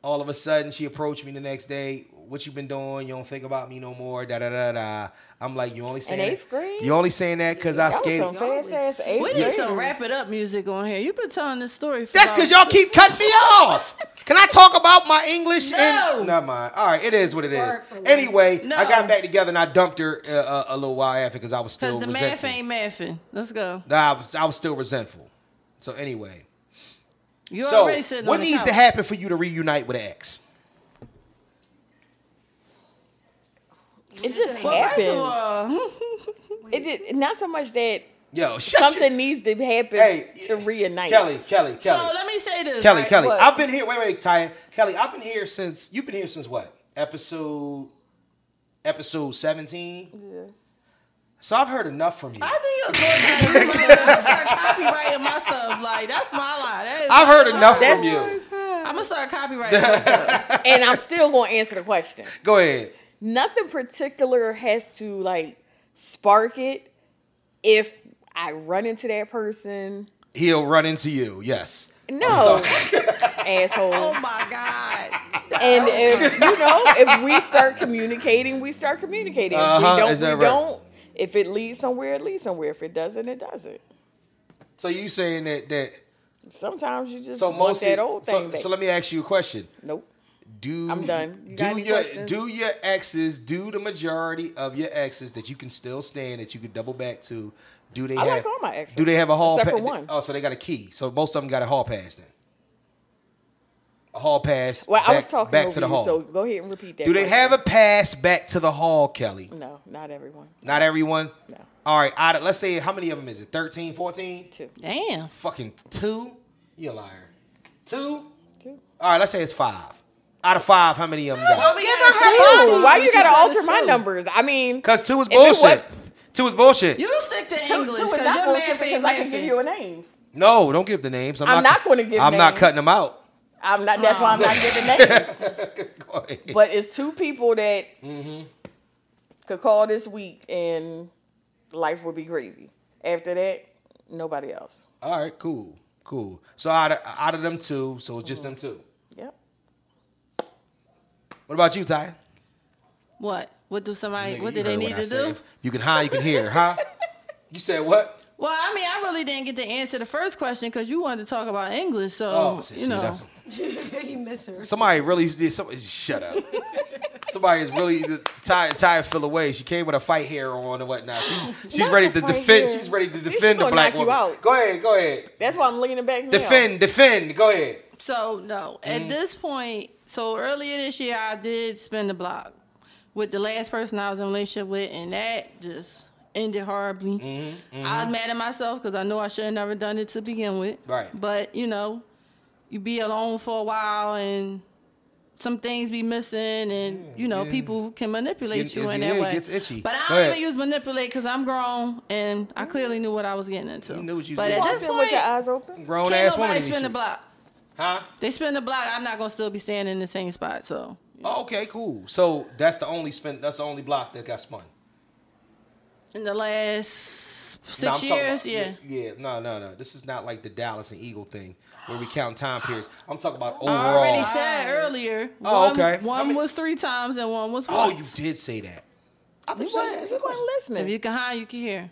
Speaker 6: all of a sudden she approached me the next day. What you been doing? You don't think about me no more. Da da da da. I'm like, you only saying
Speaker 2: eighth grade?
Speaker 6: You only saying that because I
Speaker 2: That was
Speaker 6: skated.
Speaker 2: some fast ass eighth
Speaker 3: we need some
Speaker 2: graders.
Speaker 3: wrap it up music on here. You've been telling this story. For
Speaker 6: That's because y'all keep cutting me off. Can I talk about my English?
Speaker 3: No.
Speaker 6: And, never mind. All right, it is what it is.
Speaker 5: Word for word.
Speaker 6: Anyway,
Speaker 3: No.
Speaker 6: I got back together and I dumped her uh, uh, a little while after because I was still
Speaker 3: because the math
Speaker 6: resentful.
Speaker 3: ain't mathing. Let's go.
Speaker 6: Nah, I was I was still resentful. So anyway,
Speaker 3: You
Speaker 6: so
Speaker 3: already sitting
Speaker 6: what
Speaker 3: on the
Speaker 6: needs to
Speaker 3: couch.
Speaker 6: happen for you to reunite with an ex?
Speaker 2: It just
Speaker 3: Well, first of
Speaker 2: happens.
Speaker 3: all, hmm,
Speaker 2: It just not so much that
Speaker 6: Yo, shut
Speaker 2: something
Speaker 6: your-
Speaker 2: needs to happen to reunite.
Speaker 6: Kelly, Kelly, Kelly,
Speaker 3: so let me say this.
Speaker 6: Kelly,
Speaker 3: right?
Speaker 6: Kelly.
Speaker 2: What?
Speaker 6: I've been here. Wait, wait, Ty. Kelly, I've been here since you've been here since what episode episode seventeen. Yeah. So I've heard enough from you.
Speaker 3: I think it was going to start copywriting my stuff. Like that's my lie. That is
Speaker 6: I've
Speaker 3: my
Speaker 6: heard
Speaker 3: lie.
Speaker 6: enough from
Speaker 2: That's-
Speaker 6: you.
Speaker 3: I'm gonna start copywriting my stuff.
Speaker 2: And I'm still gonna answer the question.
Speaker 6: Go ahead.
Speaker 2: Nothing particular has to like spark it if I run into that person.
Speaker 6: He'll run into you. Yes.
Speaker 2: No. Asshole.
Speaker 3: Oh my god.
Speaker 2: And if you know, if we start communicating, we start communicating. If
Speaker 6: Uh-huh,
Speaker 2: we
Speaker 6: is
Speaker 2: don't, we
Speaker 6: that right?
Speaker 2: don't. If it leads somewhere, it leads somewhere. If it doesn't, it doesn't.
Speaker 6: So you saying that that
Speaker 2: Sometimes you just
Speaker 6: so
Speaker 2: want
Speaker 6: most
Speaker 2: that old thing
Speaker 6: so,
Speaker 2: back.
Speaker 6: so let me ask you a question.
Speaker 2: nope.
Speaker 6: Do
Speaker 2: I'm done. You
Speaker 6: do
Speaker 2: got any
Speaker 6: your
Speaker 2: questions?
Speaker 6: do your exes do the majority of your exes that you can still stand that you can double back to? Do they
Speaker 2: I
Speaker 6: have
Speaker 2: like all my exes,
Speaker 6: Do they have a hall
Speaker 2: except
Speaker 6: pa-
Speaker 2: for one.
Speaker 6: Oh, so they got a key. So most of them got a hall pass then. A hall pass.
Speaker 2: Well, I was
Speaker 6: back-
Speaker 2: talking
Speaker 6: back
Speaker 2: over
Speaker 6: to the
Speaker 2: you,
Speaker 6: hall.
Speaker 2: so go ahead and repeat that.
Speaker 6: do they
Speaker 2: question.
Speaker 6: have a pass back to the hall, Kelly?
Speaker 2: No, not everyone.
Speaker 6: Not everyone.
Speaker 2: Mm. No.
Speaker 6: All right. Out of, let's say how many of them is it? 13, 14?
Speaker 2: Two.
Speaker 3: Damn.
Speaker 6: Fucking two. You a liar. Two.
Speaker 2: Two.
Speaker 6: All right. Let's say it's five. Out of five, how many of them? Got? it?
Speaker 3: Give her
Speaker 2: Ew, why you gotta alter my numbers? I mean,
Speaker 6: Cause two is
Speaker 2: if it was-
Speaker 6: bullshit. Two is bullshit.
Speaker 3: You stick to
Speaker 2: two-
Speaker 3: English
Speaker 2: two is
Speaker 3: because
Speaker 2: not
Speaker 3: your
Speaker 2: bullshit
Speaker 3: math ain't
Speaker 2: because I can give you
Speaker 3: mathing.
Speaker 2: a names.
Speaker 6: no, don't give the names. I'm,
Speaker 2: I'm not gonna give
Speaker 6: I'm not
Speaker 2: names.
Speaker 6: cutting them out.
Speaker 2: I'm not. That's why I'm
Speaker 6: Mm.
Speaker 2: not giving names.
Speaker 6: Go ahead.
Speaker 2: But it's two people that
Speaker 6: Mm-hmm.
Speaker 2: could call this week and life would be gravy. After that, nobody else.
Speaker 6: All right, cool, cool. So out of, out of them two, so it's just them two.
Speaker 2: Yep.
Speaker 6: What about you, Ty?
Speaker 3: What? What do somebody?
Speaker 6: Nigga,
Speaker 3: what
Speaker 6: you
Speaker 3: do they
Speaker 6: heard
Speaker 3: need
Speaker 6: what I
Speaker 3: to do?
Speaker 6: said. You can hide, you can hear, huh? You said what?
Speaker 3: Well, I mean, I really didn't get to answer the first question because you wanted to talk about English. So
Speaker 6: Oh, see,
Speaker 3: you
Speaker 6: see,
Speaker 3: know,
Speaker 6: that's,
Speaker 5: he missed her.
Speaker 6: somebody really did something. Shut up. Somebody is really the tire tire feel away. She came with a fight hair on and whatnot. She's, she's
Speaker 2: Not
Speaker 6: ready
Speaker 2: the
Speaker 6: to
Speaker 2: fight
Speaker 6: defend.
Speaker 2: hair.
Speaker 6: She's ready to
Speaker 2: She
Speaker 6: defend the
Speaker 2: gonna
Speaker 6: black
Speaker 2: knock you
Speaker 6: woman.
Speaker 2: out.
Speaker 6: Go ahead, go ahead.
Speaker 2: That's why I'm leaning back now.
Speaker 6: Defend, defend. Go ahead.
Speaker 3: So no,
Speaker 6: Mm.
Speaker 3: at this point, so earlier this year I did spin the block with the last person I was in a relationship with, and that just ended horribly.
Speaker 6: Mm-hmm,
Speaker 3: I was mad at myself because I know I should have never done it to begin with.
Speaker 6: Right.
Speaker 3: But you know, you be alone for a while and. Some things be missing, and you know
Speaker 6: yeah.
Speaker 3: people can manipulate
Speaker 6: It's
Speaker 3: you in
Speaker 6: getting- it's-
Speaker 3: that
Speaker 6: yeah, it
Speaker 3: way.
Speaker 6: gets itchy.
Speaker 3: But I
Speaker 6: Go
Speaker 3: don't
Speaker 6: ahead.
Speaker 3: even use manipulate because I'm grown and I clearly knew what I was getting into.
Speaker 6: You knew what you was
Speaker 3: but
Speaker 6: getting
Speaker 3: at
Speaker 2: Walked
Speaker 3: this
Speaker 2: in with
Speaker 3: point,
Speaker 2: your eyes open.
Speaker 6: Grown
Speaker 3: can't
Speaker 6: ass woman.
Speaker 3: nobody
Speaker 6: in these
Speaker 3: spin the
Speaker 6: shoes.
Speaker 3: block
Speaker 6: Huh?
Speaker 3: they spin the block, I'm not gonna still be standing in the same spot. So
Speaker 6: Oh, okay, cool. So that's the only spin. That's the only block that got spun.
Speaker 3: in the last six
Speaker 6: No, I'm talking
Speaker 3: years,
Speaker 6: about-
Speaker 3: yeah.
Speaker 6: Yeah, no, no, no. This is not like the Dallas and Eagle thing where we count time periods. I'm talking about
Speaker 3: I already
Speaker 6: overall.
Speaker 3: said earlier.
Speaker 6: Oh,
Speaker 3: one-
Speaker 6: okay.
Speaker 3: One
Speaker 6: I mean-
Speaker 3: was three times and one was
Speaker 6: Oh,
Speaker 3: once.
Speaker 6: you did say that. I
Speaker 2: You wasn't, you wasn't
Speaker 3: If
Speaker 2: listening.
Speaker 3: you can hide, you can hear.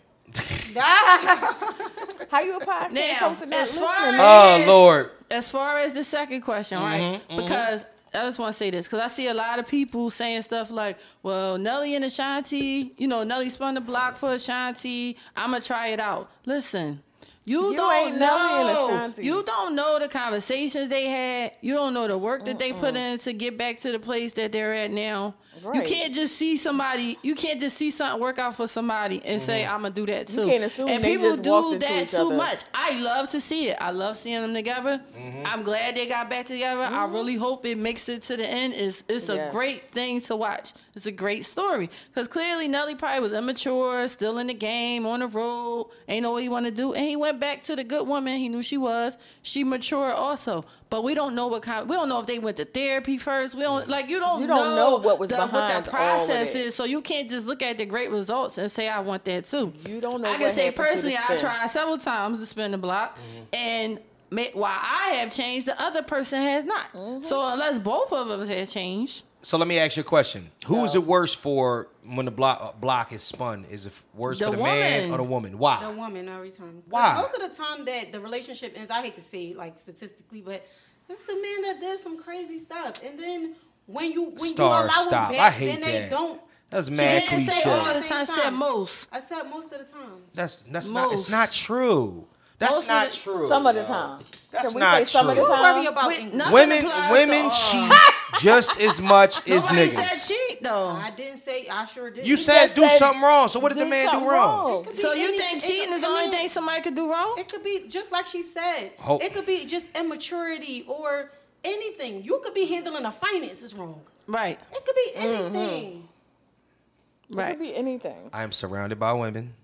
Speaker 2: How you a podcast
Speaker 3: Now,
Speaker 2: host and not
Speaker 3: as
Speaker 2: listening?
Speaker 3: far
Speaker 2: man?
Speaker 3: as-
Speaker 6: Oh
Speaker 3: Yes.
Speaker 6: Lord.
Speaker 3: As far as the second question, right? Because I just want to say this because I see a lot of people saying stuff like, "Well, Nelly and Ashanti, you know, Nelly spun the block for Ashanti. I'ma try it out." Listen, you,
Speaker 2: You
Speaker 3: don't
Speaker 2: ain't
Speaker 3: know.
Speaker 2: Nelly and Ashanti.
Speaker 3: You don't know the conversations they had. You don't know the work that they put in to get back to the place that they're at now. You
Speaker 2: Right.
Speaker 3: can't just see somebody. You can't just see something work out for somebody and say, "I'm gonna do that too."
Speaker 2: can't assume
Speaker 3: and
Speaker 2: they
Speaker 3: people
Speaker 2: just
Speaker 3: do
Speaker 2: walked into
Speaker 3: that
Speaker 2: each
Speaker 3: too
Speaker 2: other.
Speaker 3: much. I love to see it. I love seeing them together. I'm glad they got back together. I really hope it makes it to the end. It's it's a
Speaker 2: Mm-hmm. Yes.
Speaker 3: great thing to watch. It's a great story because clearly Nelly probably was immature, still in the game, on the road, ain't know what he want to do, and he went back to the good woman he knew she was. She matured also, but we don't know what kind. We don't know if they went to therapy first. We don't like you don't
Speaker 2: You don't know what was
Speaker 3: what
Speaker 2: behind all
Speaker 3: the
Speaker 2: of
Speaker 3: process
Speaker 2: it.
Speaker 3: is. So you can't just look at the great results and say I want that too.
Speaker 2: You don't know
Speaker 3: I can
Speaker 2: what
Speaker 3: say
Speaker 2: happened to the
Speaker 3: personally, I
Speaker 2: spin.
Speaker 3: tried several times to spin the block, and ma- while I have changed, the other person has not. So unless both of us has changed,
Speaker 6: So let me ask you a question. Who is it worse for when the block uh, block is spun? Is it worse
Speaker 3: The
Speaker 6: for the man
Speaker 3: woman.
Speaker 6: or the woman? Why?
Speaker 5: The woman every time. 'Cause
Speaker 6: Why?
Speaker 5: Most of the time that the relationship ends, I hate to say it, like statistically, but it's the man that does some crazy stuff, and then when you when
Speaker 6: Star,
Speaker 5: you allow
Speaker 6: stop.
Speaker 5: him
Speaker 6: I
Speaker 5: back,
Speaker 6: hate
Speaker 5: then they
Speaker 6: that.
Speaker 5: don't.
Speaker 6: That's
Speaker 3: she
Speaker 6: mad
Speaker 3: didn't
Speaker 6: cliche.
Speaker 3: say "Oh, all the
Speaker 5: Same
Speaker 3: time. She said
Speaker 5: time.
Speaker 3: most.
Speaker 5: I said most of the time.
Speaker 6: That's that's not it's
Speaker 3: Most.
Speaker 6: not true. That's
Speaker 3: Most of
Speaker 6: not
Speaker 3: the-
Speaker 6: true.
Speaker 2: some of the
Speaker 6: yo.
Speaker 2: time.
Speaker 6: That's
Speaker 2: Can we
Speaker 6: not
Speaker 2: say some of the
Speaker 6: true.
Speaker 5: Don't worry
Speaker 2: time?
Speaker 5: about
Speaker 3: Wait,
Speaker 5: English.
Speaker 3: nothing
Speaker 6: Women
Speaker 3: applies to
Speaker 6: women
Speaker 3: all.
Speaker 6: cheat just as much as
Speaker 3: Nobody
Speaker 6: niggas.
Speaker 3: said cheat though.
Speaker 5: I didn't say. I sure did.
Speaker 6: You said
Speaker 2: just
Speaker 6: do
Speaker 2: said
Speaker 6: something wrong. So what did the
Speaker 2: do
Speaker 6: man do
Speaker 2: something
Speaker 6: wrong?
Speaker 5: It could be
Speaker 3: So you
Speaker 5: any-
Speaker 3: think
Speaker 5: it
Speaker 3: cheating
Speaker 5: could-
Speaker 3: is the
Speaker 5: I
Speaker 3: only
Speaker 5: mean,
Speaker 3: thing somebody could do wrong?
Speaker 5: It could be just like she said.
Speaker 6: Ho-
Speaker 5: It could be just immaturity or anything. You could be handling a finance is wrong.
Speaker 3: Right,
Speaker 5: It could be
Speaker 6: Mm-hmm.
Speaker 5: anything.
Speaker 2: It
Speaker 3: right.
Speaker 2: could be anything.
Speaker 6: I'm surrounded by women.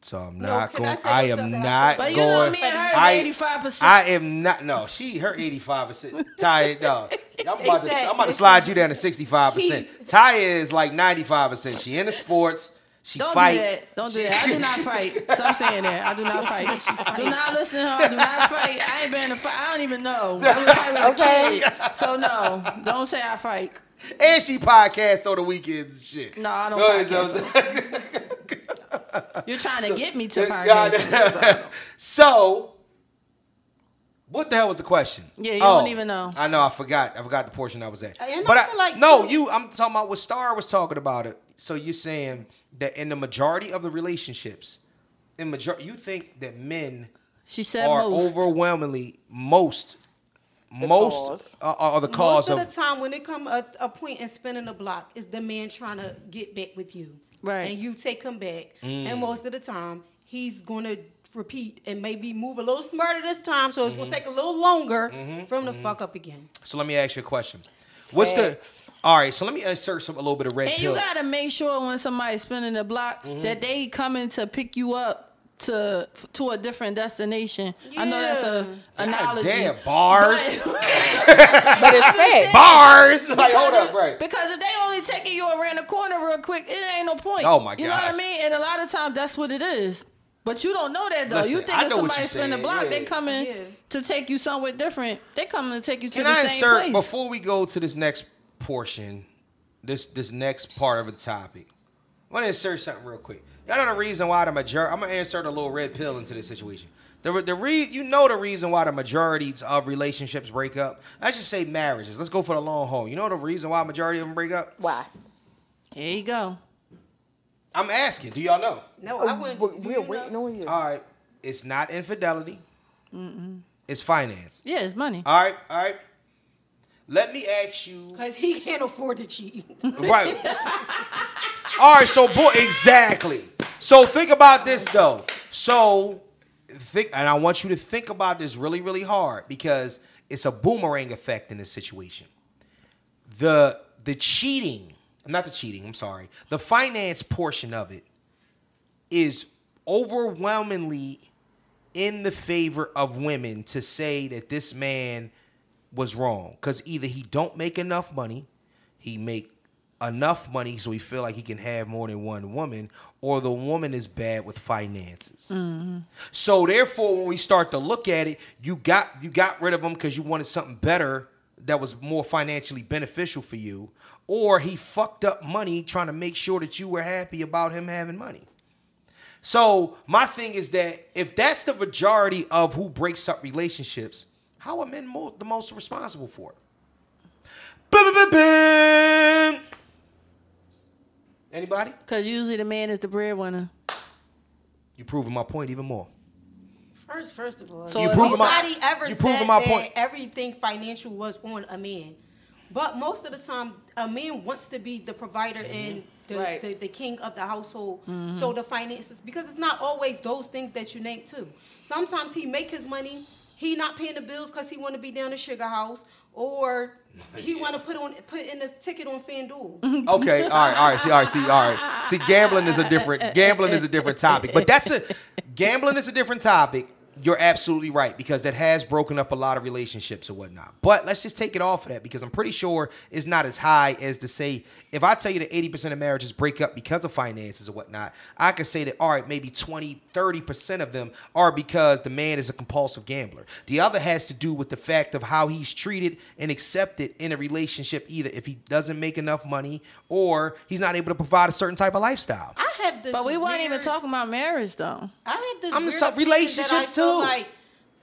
Speaker 6: So I'm not
Speaker 5: can I
Speaker 6: going.
Speaker 5: tell
Speaker 6: I
Speaker 5: you
Speaker 6: am
Speaker 5: something?
Speaker 6: not
Speaker 3: But you know
Speaker 6: going.
Speaker 3: me and her is
Speaker 6: I-
Speaker 3: 85%.
Speaker 6: I am not. No, she her 85 percent. Ty, no. I'm about, to, I'm about to
Speaker 5: Exactly.
Speaker 6: slide you down to 65 percent. Ty is like 95 percent. She into sports. She
Speaker 3: Don't
Speaker 6: fight.
Speaker 3: do that. Don't do that. I do not fight. So I'm saying that. I do not fight. Do not listen to her. Do not fight. I ain't been in a fight. I don't even know. okay. So no. Don't say I fight.
Speaker 6: And she podcast on the weekends and shit.
Speaker 3: No, I don't
Speaker 6: Go ahead,
Speaker 3: podcast.
Speaker 6: Joseph.
Speaker 3: You're trying to get me to
Speaker 6: God.
Speaker 3: podcast.
Speaker 6: So, what the hell was the question? Oh,
Speaker 3: Yeah, you don't even know.
Speaker 6: I know. I forgot. I forgot the portion I was at.
Speaker 5: And
Speaker 6: but
Speaker 5: I
Speaker 6: I,
Speaker 5: feel like
Speaker 6: no,
Speaker 5: too-
Speaker 6: you. I'm talking about what Star was talking about it. So you're saying that in the majority of the relationships, in major, you think that men
Speaker 3: She said
Speaker 6: are
Speaker 3: most.
Speaker 6: overwhelmingly most, most
Speaker 2: cause.
Speaker 6: uh, are the
Speaker 5: Most
Speaker 6: cause
Speaker 5: of,
Speaker 6: of.
Speaker 5: the time, when it come a, a point in spinning the block, is the man trying to get back with you,
Speaker 3: Right.
Speaker 5: And you take him back,
Speaker 6: Mm.
Speaker 5: and most of the time, he's gonna repeat and maybe move a little smarter this time, so it's gonna
Speaker 6: Mm-hmm.
Speaker 5: take a little longer for him to fuck up again.
Speaker 6: so let me ask you a question. What's
Speaker 2: Facts.
Speaker 6: the? All right. So let me insert some a little bit of red
Speaker 3: And
Speaker 6: pill.
Speaker 3: you gotta make sure when somebody's spinning the block that they coming to pick you up to to a different destination. I know that's a analogy.
Speaker 6: damn bars,
Speaker 3: But-
Speaker 2: But it's fact.
Speaker 6: bars. Like hold
Speaker 3: Because
Speaker 6: up,
Speaker 3: if-
Speaker 6: right?
Speaker 3: Because if they only taking you around the corner real quick, it ain't no point.
Speaker 6: Oh, my
Speaker 3: You know what
Speaker 6: gosh.
Speaker 3: I mean? And a lot of times that's what it is. But you don't know that though. you
Speaker 6: Listen, I
Speaker 3: think if
Speaker 6: know what
Speaker 3: somebody
Speaker 6: you
Speaker 3: spin the
Speaker 6: said,
Speaker 3: block,
Speaker 6: yeah.
Speaker 3: they coming
Speaker 5: Yeah.
Speaker 3: to take you somewhere different. They coming to take you to
Speaker 6: Can
Speaker 3: the
Speaker 6: I
Speaker 3: same
Speaker 6: insert
Speaker 3: place.
Speaker 6: before we go to this next portion, this this next part of the topic? I want to insert something real quick. Y'all know the reason why the majority. I'm gonna insert a little red pill into this situation. The, re- the re, you know the reason why the majorities of relationships break up. I should say marriages. Let's go for the long haul. You know the reason why majority of them break up?
Speaker 2: Why?
Speaker 3: Here you go.
Speaker 6: I'm asking. Do y'all know?
Speaker 5: No, I wouldn't.
Speaker 2: Oh, We- We're
Speaker 5: you know?
Speaker 2: waiting on you.
Speaker 6: All right. It's not infidelity. It's finance.
Speaker 3: Yeah, it's money.
Speaker 6: All right. All right. Let me ask you.
Speaker 5: Cause he can't afford to cheat.
Speaker 6: Right. All right. So, boy, exactly. So think about this though. So think, and I want you to think about this really, really hard because it's a boomerang effect in this situation. The the cheating, not the cheating. I'm sorry. The finance portion of it is overwhelmingly in the favor of women to say that this man was wrong because either he don't make enough money he make enough money so he feel like he can have more than one woman or the woman is bad with finances so therefore when we start to look at it you got you got rid of him because you wanted something better that was more financially beneficial for you or he fucked up money trying to make sure that you were happy about him having money so my thing is that if that's the majority of who breaks up relationships, how are men mo- the most responsible for it? Bam, bam, bam, bam. Anybody?
Speaker 3: Because usually the man is the breadwinner.
Speaker 6: You proving my point even more.
Speaker 5: First, first of all,
Speaker 3: So
Speaker 5: if
Speaker 3: if proving
Speaker 6: my-
Speaker 5: nobody ever
Speaker 6: you
Speaker 5: said
Speaker 6: proving my
Speaker 5: that
Speaker 6: point.
Speaker 5: everything financial was on a man. But most of the time, a man wants to be the provider and the,
Speaker 3: Right.
Speaker 5: the, the king of the household. So the finances, because it's not always those things that you name too. Sometimes he make his money, he not paying the bills because he want to be down the sugar house, or he want to put on put in a ticket on FanDuel.
Speaker 6: Okay, all right, all right, see, all right, see, all right. See, gambling is a different gambling is a different topic. But that's a gambling is a different topic. You're absolutely right because that has broken up a lot of relationships and whatnot. But let's just take it off of that because I'm pretty sure it's not as high as to say if I tell you that 80% of marriages break up because of finances and whatnot, I could say that all right, maybe 20, 30% of them are because the man is a compulsive gambler. The other has to do with the fact of how he's treated and accepted in a relationship, either if he doesn't make enough money or he's not able to provide a certain type of lifestyle.
Speaker 5: I have this.
Speaker 3: But we weren't even
Speaker 5: weird-
Speaker 3: talking about marriage though.
Speaker 5: I have this.
Speaker 6: I'm
Speaker 5: weird
Speaker 6: just talking
Speaker 5: opinion that I
Speaker 6: relationships,
Speaker 5: feel
Speaker 6: too.
Speaker 5: Like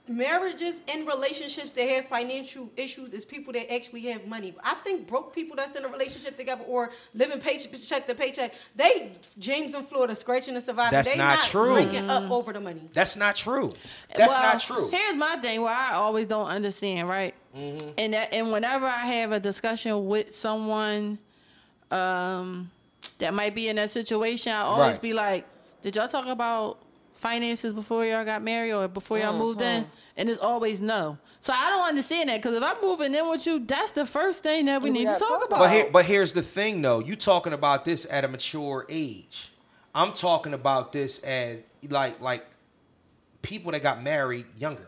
Speaker 5: marriages and relationships that have financial issues is people that actually have money. I think broke people that's in a relationship together or living paycheck to paycheck, they James in Florida scratching and surviving.
Speaker 6: That's
Speaker 5: they
Speaker 6: not true.
Speaker 5: Breaking up over the money.
Speaker 6: That's not true. That's
Speaker 3: Well,
Speaker 6: not true.
Speaker 3: Here's my thing where I always don't understand, right?
Speaker 6: Mm-hmm.
Speaker 3: And that, and whenever I have a discussion with someone um, that might be in that situation, I always
Speaker 6: Right.
Speaker 3: be like, "Did y'all talk about finances before y'all got married or before y'all moved
Speaker 6: Mm-hmm.
Speaker 3: in?" And it's always no. So I don't understand that because if I'm moving in with you, that's the first thing that we need to
Speaker 2: gotta
Speaker 3: talk
Speaker 2: talk
Speaker 3: about.
Speaker 6: But here, but here's the thing though. You talking about this at a mature age. I'm talking about this as like like people that got married younger.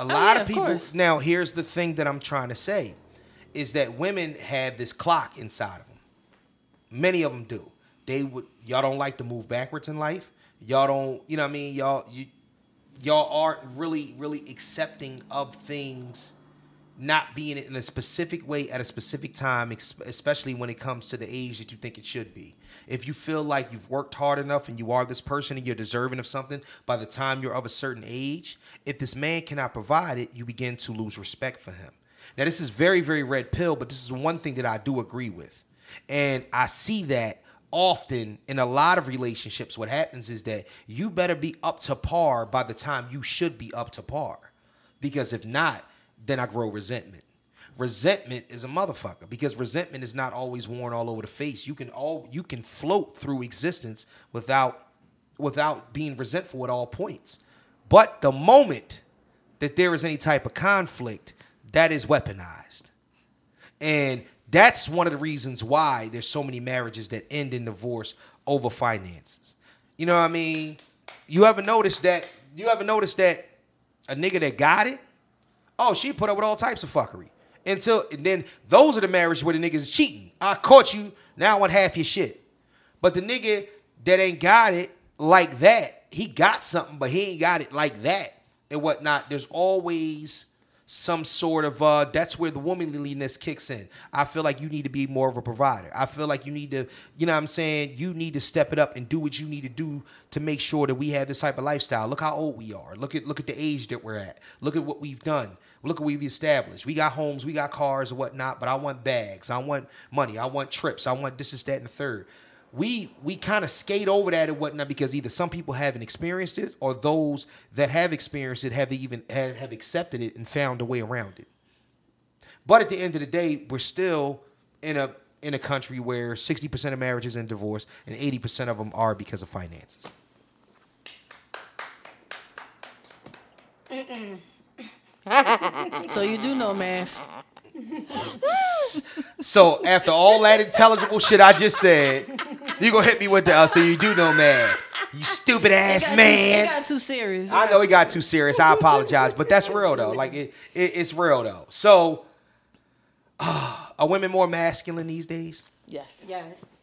Speaker 6: A lot
Speaker 3: Oh, yeah,
Speaker 6: of
Speaker 3: of
Speaker 6: people
Speaker 3: course.
Speaker 6: now here's the thing that I'm trying to say is that women have this clock inside of them. Many of them do. They would y'all don't like to move backwards in life. Y'all don't, you know what I mean? Y'all you y'all aren't really really accepting of things not being in a specific way at a specific time, ex- especially when it comes to the age that you think it should be. If you feel like you've worked hard enough and you are this person and you're deserving of something, by the time you're of a certain age, if this man cannot provide it, you begin to lose respect for him. Now, this is very, very red pill, but this is one thing that I do agree with. And I see that often in a lot of relationships. What happens is that you better be up to par by the time you should be up to par. Because if not, then I grow resentment. Resentment is a motherfucker because resentment is not always worn all over the face. You can all you can float through existence without without being resentful at all points. But the moment that there is any type of conflict, that is weaponized. And that's one of the reasons why there's so many marriages that end in divorce over finances. You know what I mean? You ever notice that you ever notice that a nigga that got it, oh, she put up with all types of fuckery. Until and then those are the marriages where the niggas is cheating. I caught you, now I want half your shit. But the nigga that ain't got it like that, he got something, but he ain't got it like that and whatnot. There's always some sort of uh that's where the womanliness kicks in. I feel like you need to be more of a provider. I feel like you need to, you know what I'm saying, you need to step it up and do what you need to do to make sure that we have this type of lifestyle. Look how old we are. Look at look at the age that we're at. Look at what we've done. Look at what we've established. We got homes, we got cars and whatnot, but I want bags. I want money. I want trips. I want this, is that, and the third we we kind of skate over that and whatnot because either some people haven't experienced it or those that have experienced it have even have, have accepted it and found a way around it. But at the end of the day, we're still in a in a country where 60% of marriages end in divorce and 80% of them are because of finances.
Speaker 3: So you do know math.
Speaker 6: So after all that intelligible shit I just said, you gonna hit me with the uh, so you do know man. You stupid ass
Speaker 3: Got too-
Speaker 6: man.
Speaker 3: it got too serious.
Speaker 6: I know it got too serious. I apologize, but that's real though. Like it, it it's real though. So, uh, are women more masculine these days?
Speaker 2: Yes.
Speaker 5: Yes.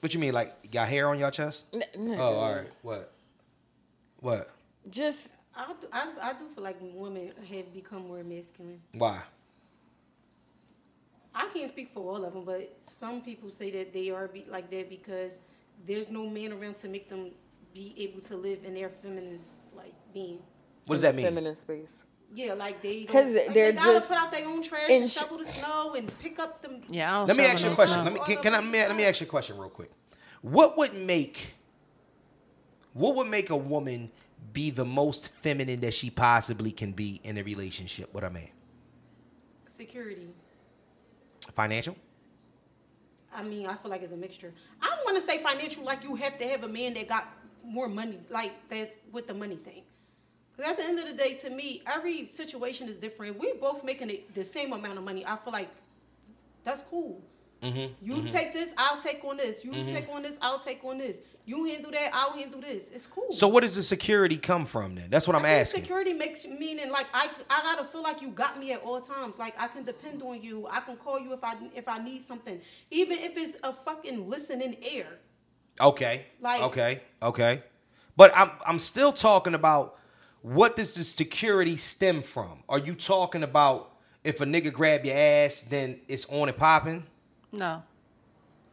Speaker 6: What you mean? Like y'all hair on y'all chest?
Speaker 2: N- n-
Speaker 5: Mm-hmm.
Speaker 6: Oh, all right. What? What?
Speaker 2: Just
Speaker 5: I do, I, I do feel like women have become more masculine.
Speaker 6: Why?
Speaker 5: I can't speak for all of them, but some people say that they are be, like that because there's no man around to make them be able to live in their feminine like being.
Speaker 6: What does that mean?
Speaker 2: feminine space.
Speaker 5: Yeah, like they don't-
Speaker 2: 'Cause
Speaker 5: like
Speaker 2: they're
Speaker 5: they gotta
Speaker 2: just
Speaker 5: put out their own trash
Speaker 2: in
Speaker 5: and
Speaker 2: sh-
Speaker 5: shovel the snow and pick up them.
Speaker 3: Yeah. I don't
Speaker 6: Let me
Speaker 3: feel
Speaker 6: ask you a
Speaker 3: no
Speaker 6: question.
Speaker 3: snow.
Speaker 6: Let me can, can I let me, let me ask you a question real quick. What would make what would make a woman be the most feminine that she possibly can be in a relationship with a man?
Speaker 5: Security.
Speaker 6: Financial?
Speaker 5: I mean, I feel like it's a mixture. I don't want to say financial, like you have to have a man that got more money, like that's with the money thing. Because at the end of the day, to me, every situation is different. We're both making it the same amount of money. I feel like that's cool. You take this, I'll take on this. You take on this, I'll take on this. You handle that, I'll handle this. It's cool.
Speaker 6: So, what does the security come from then? That's what I'm
Speaker 5: I think
Speaker 6: asking.
Speaker 5: Security makes meaning like I, I gotta feel like you got me at all times. Like I can depend on you. I can call you if I if I need something, even if it's a fucking listening ear.
Speaker 6: Okay.
Speaker 5: Like-
Speaker 6: okay. Okay. But I'm I'm still talking about what does the security stem from? Are you talking about if a nigga grab your ass, then it's on and popping?
Speaker 3: No.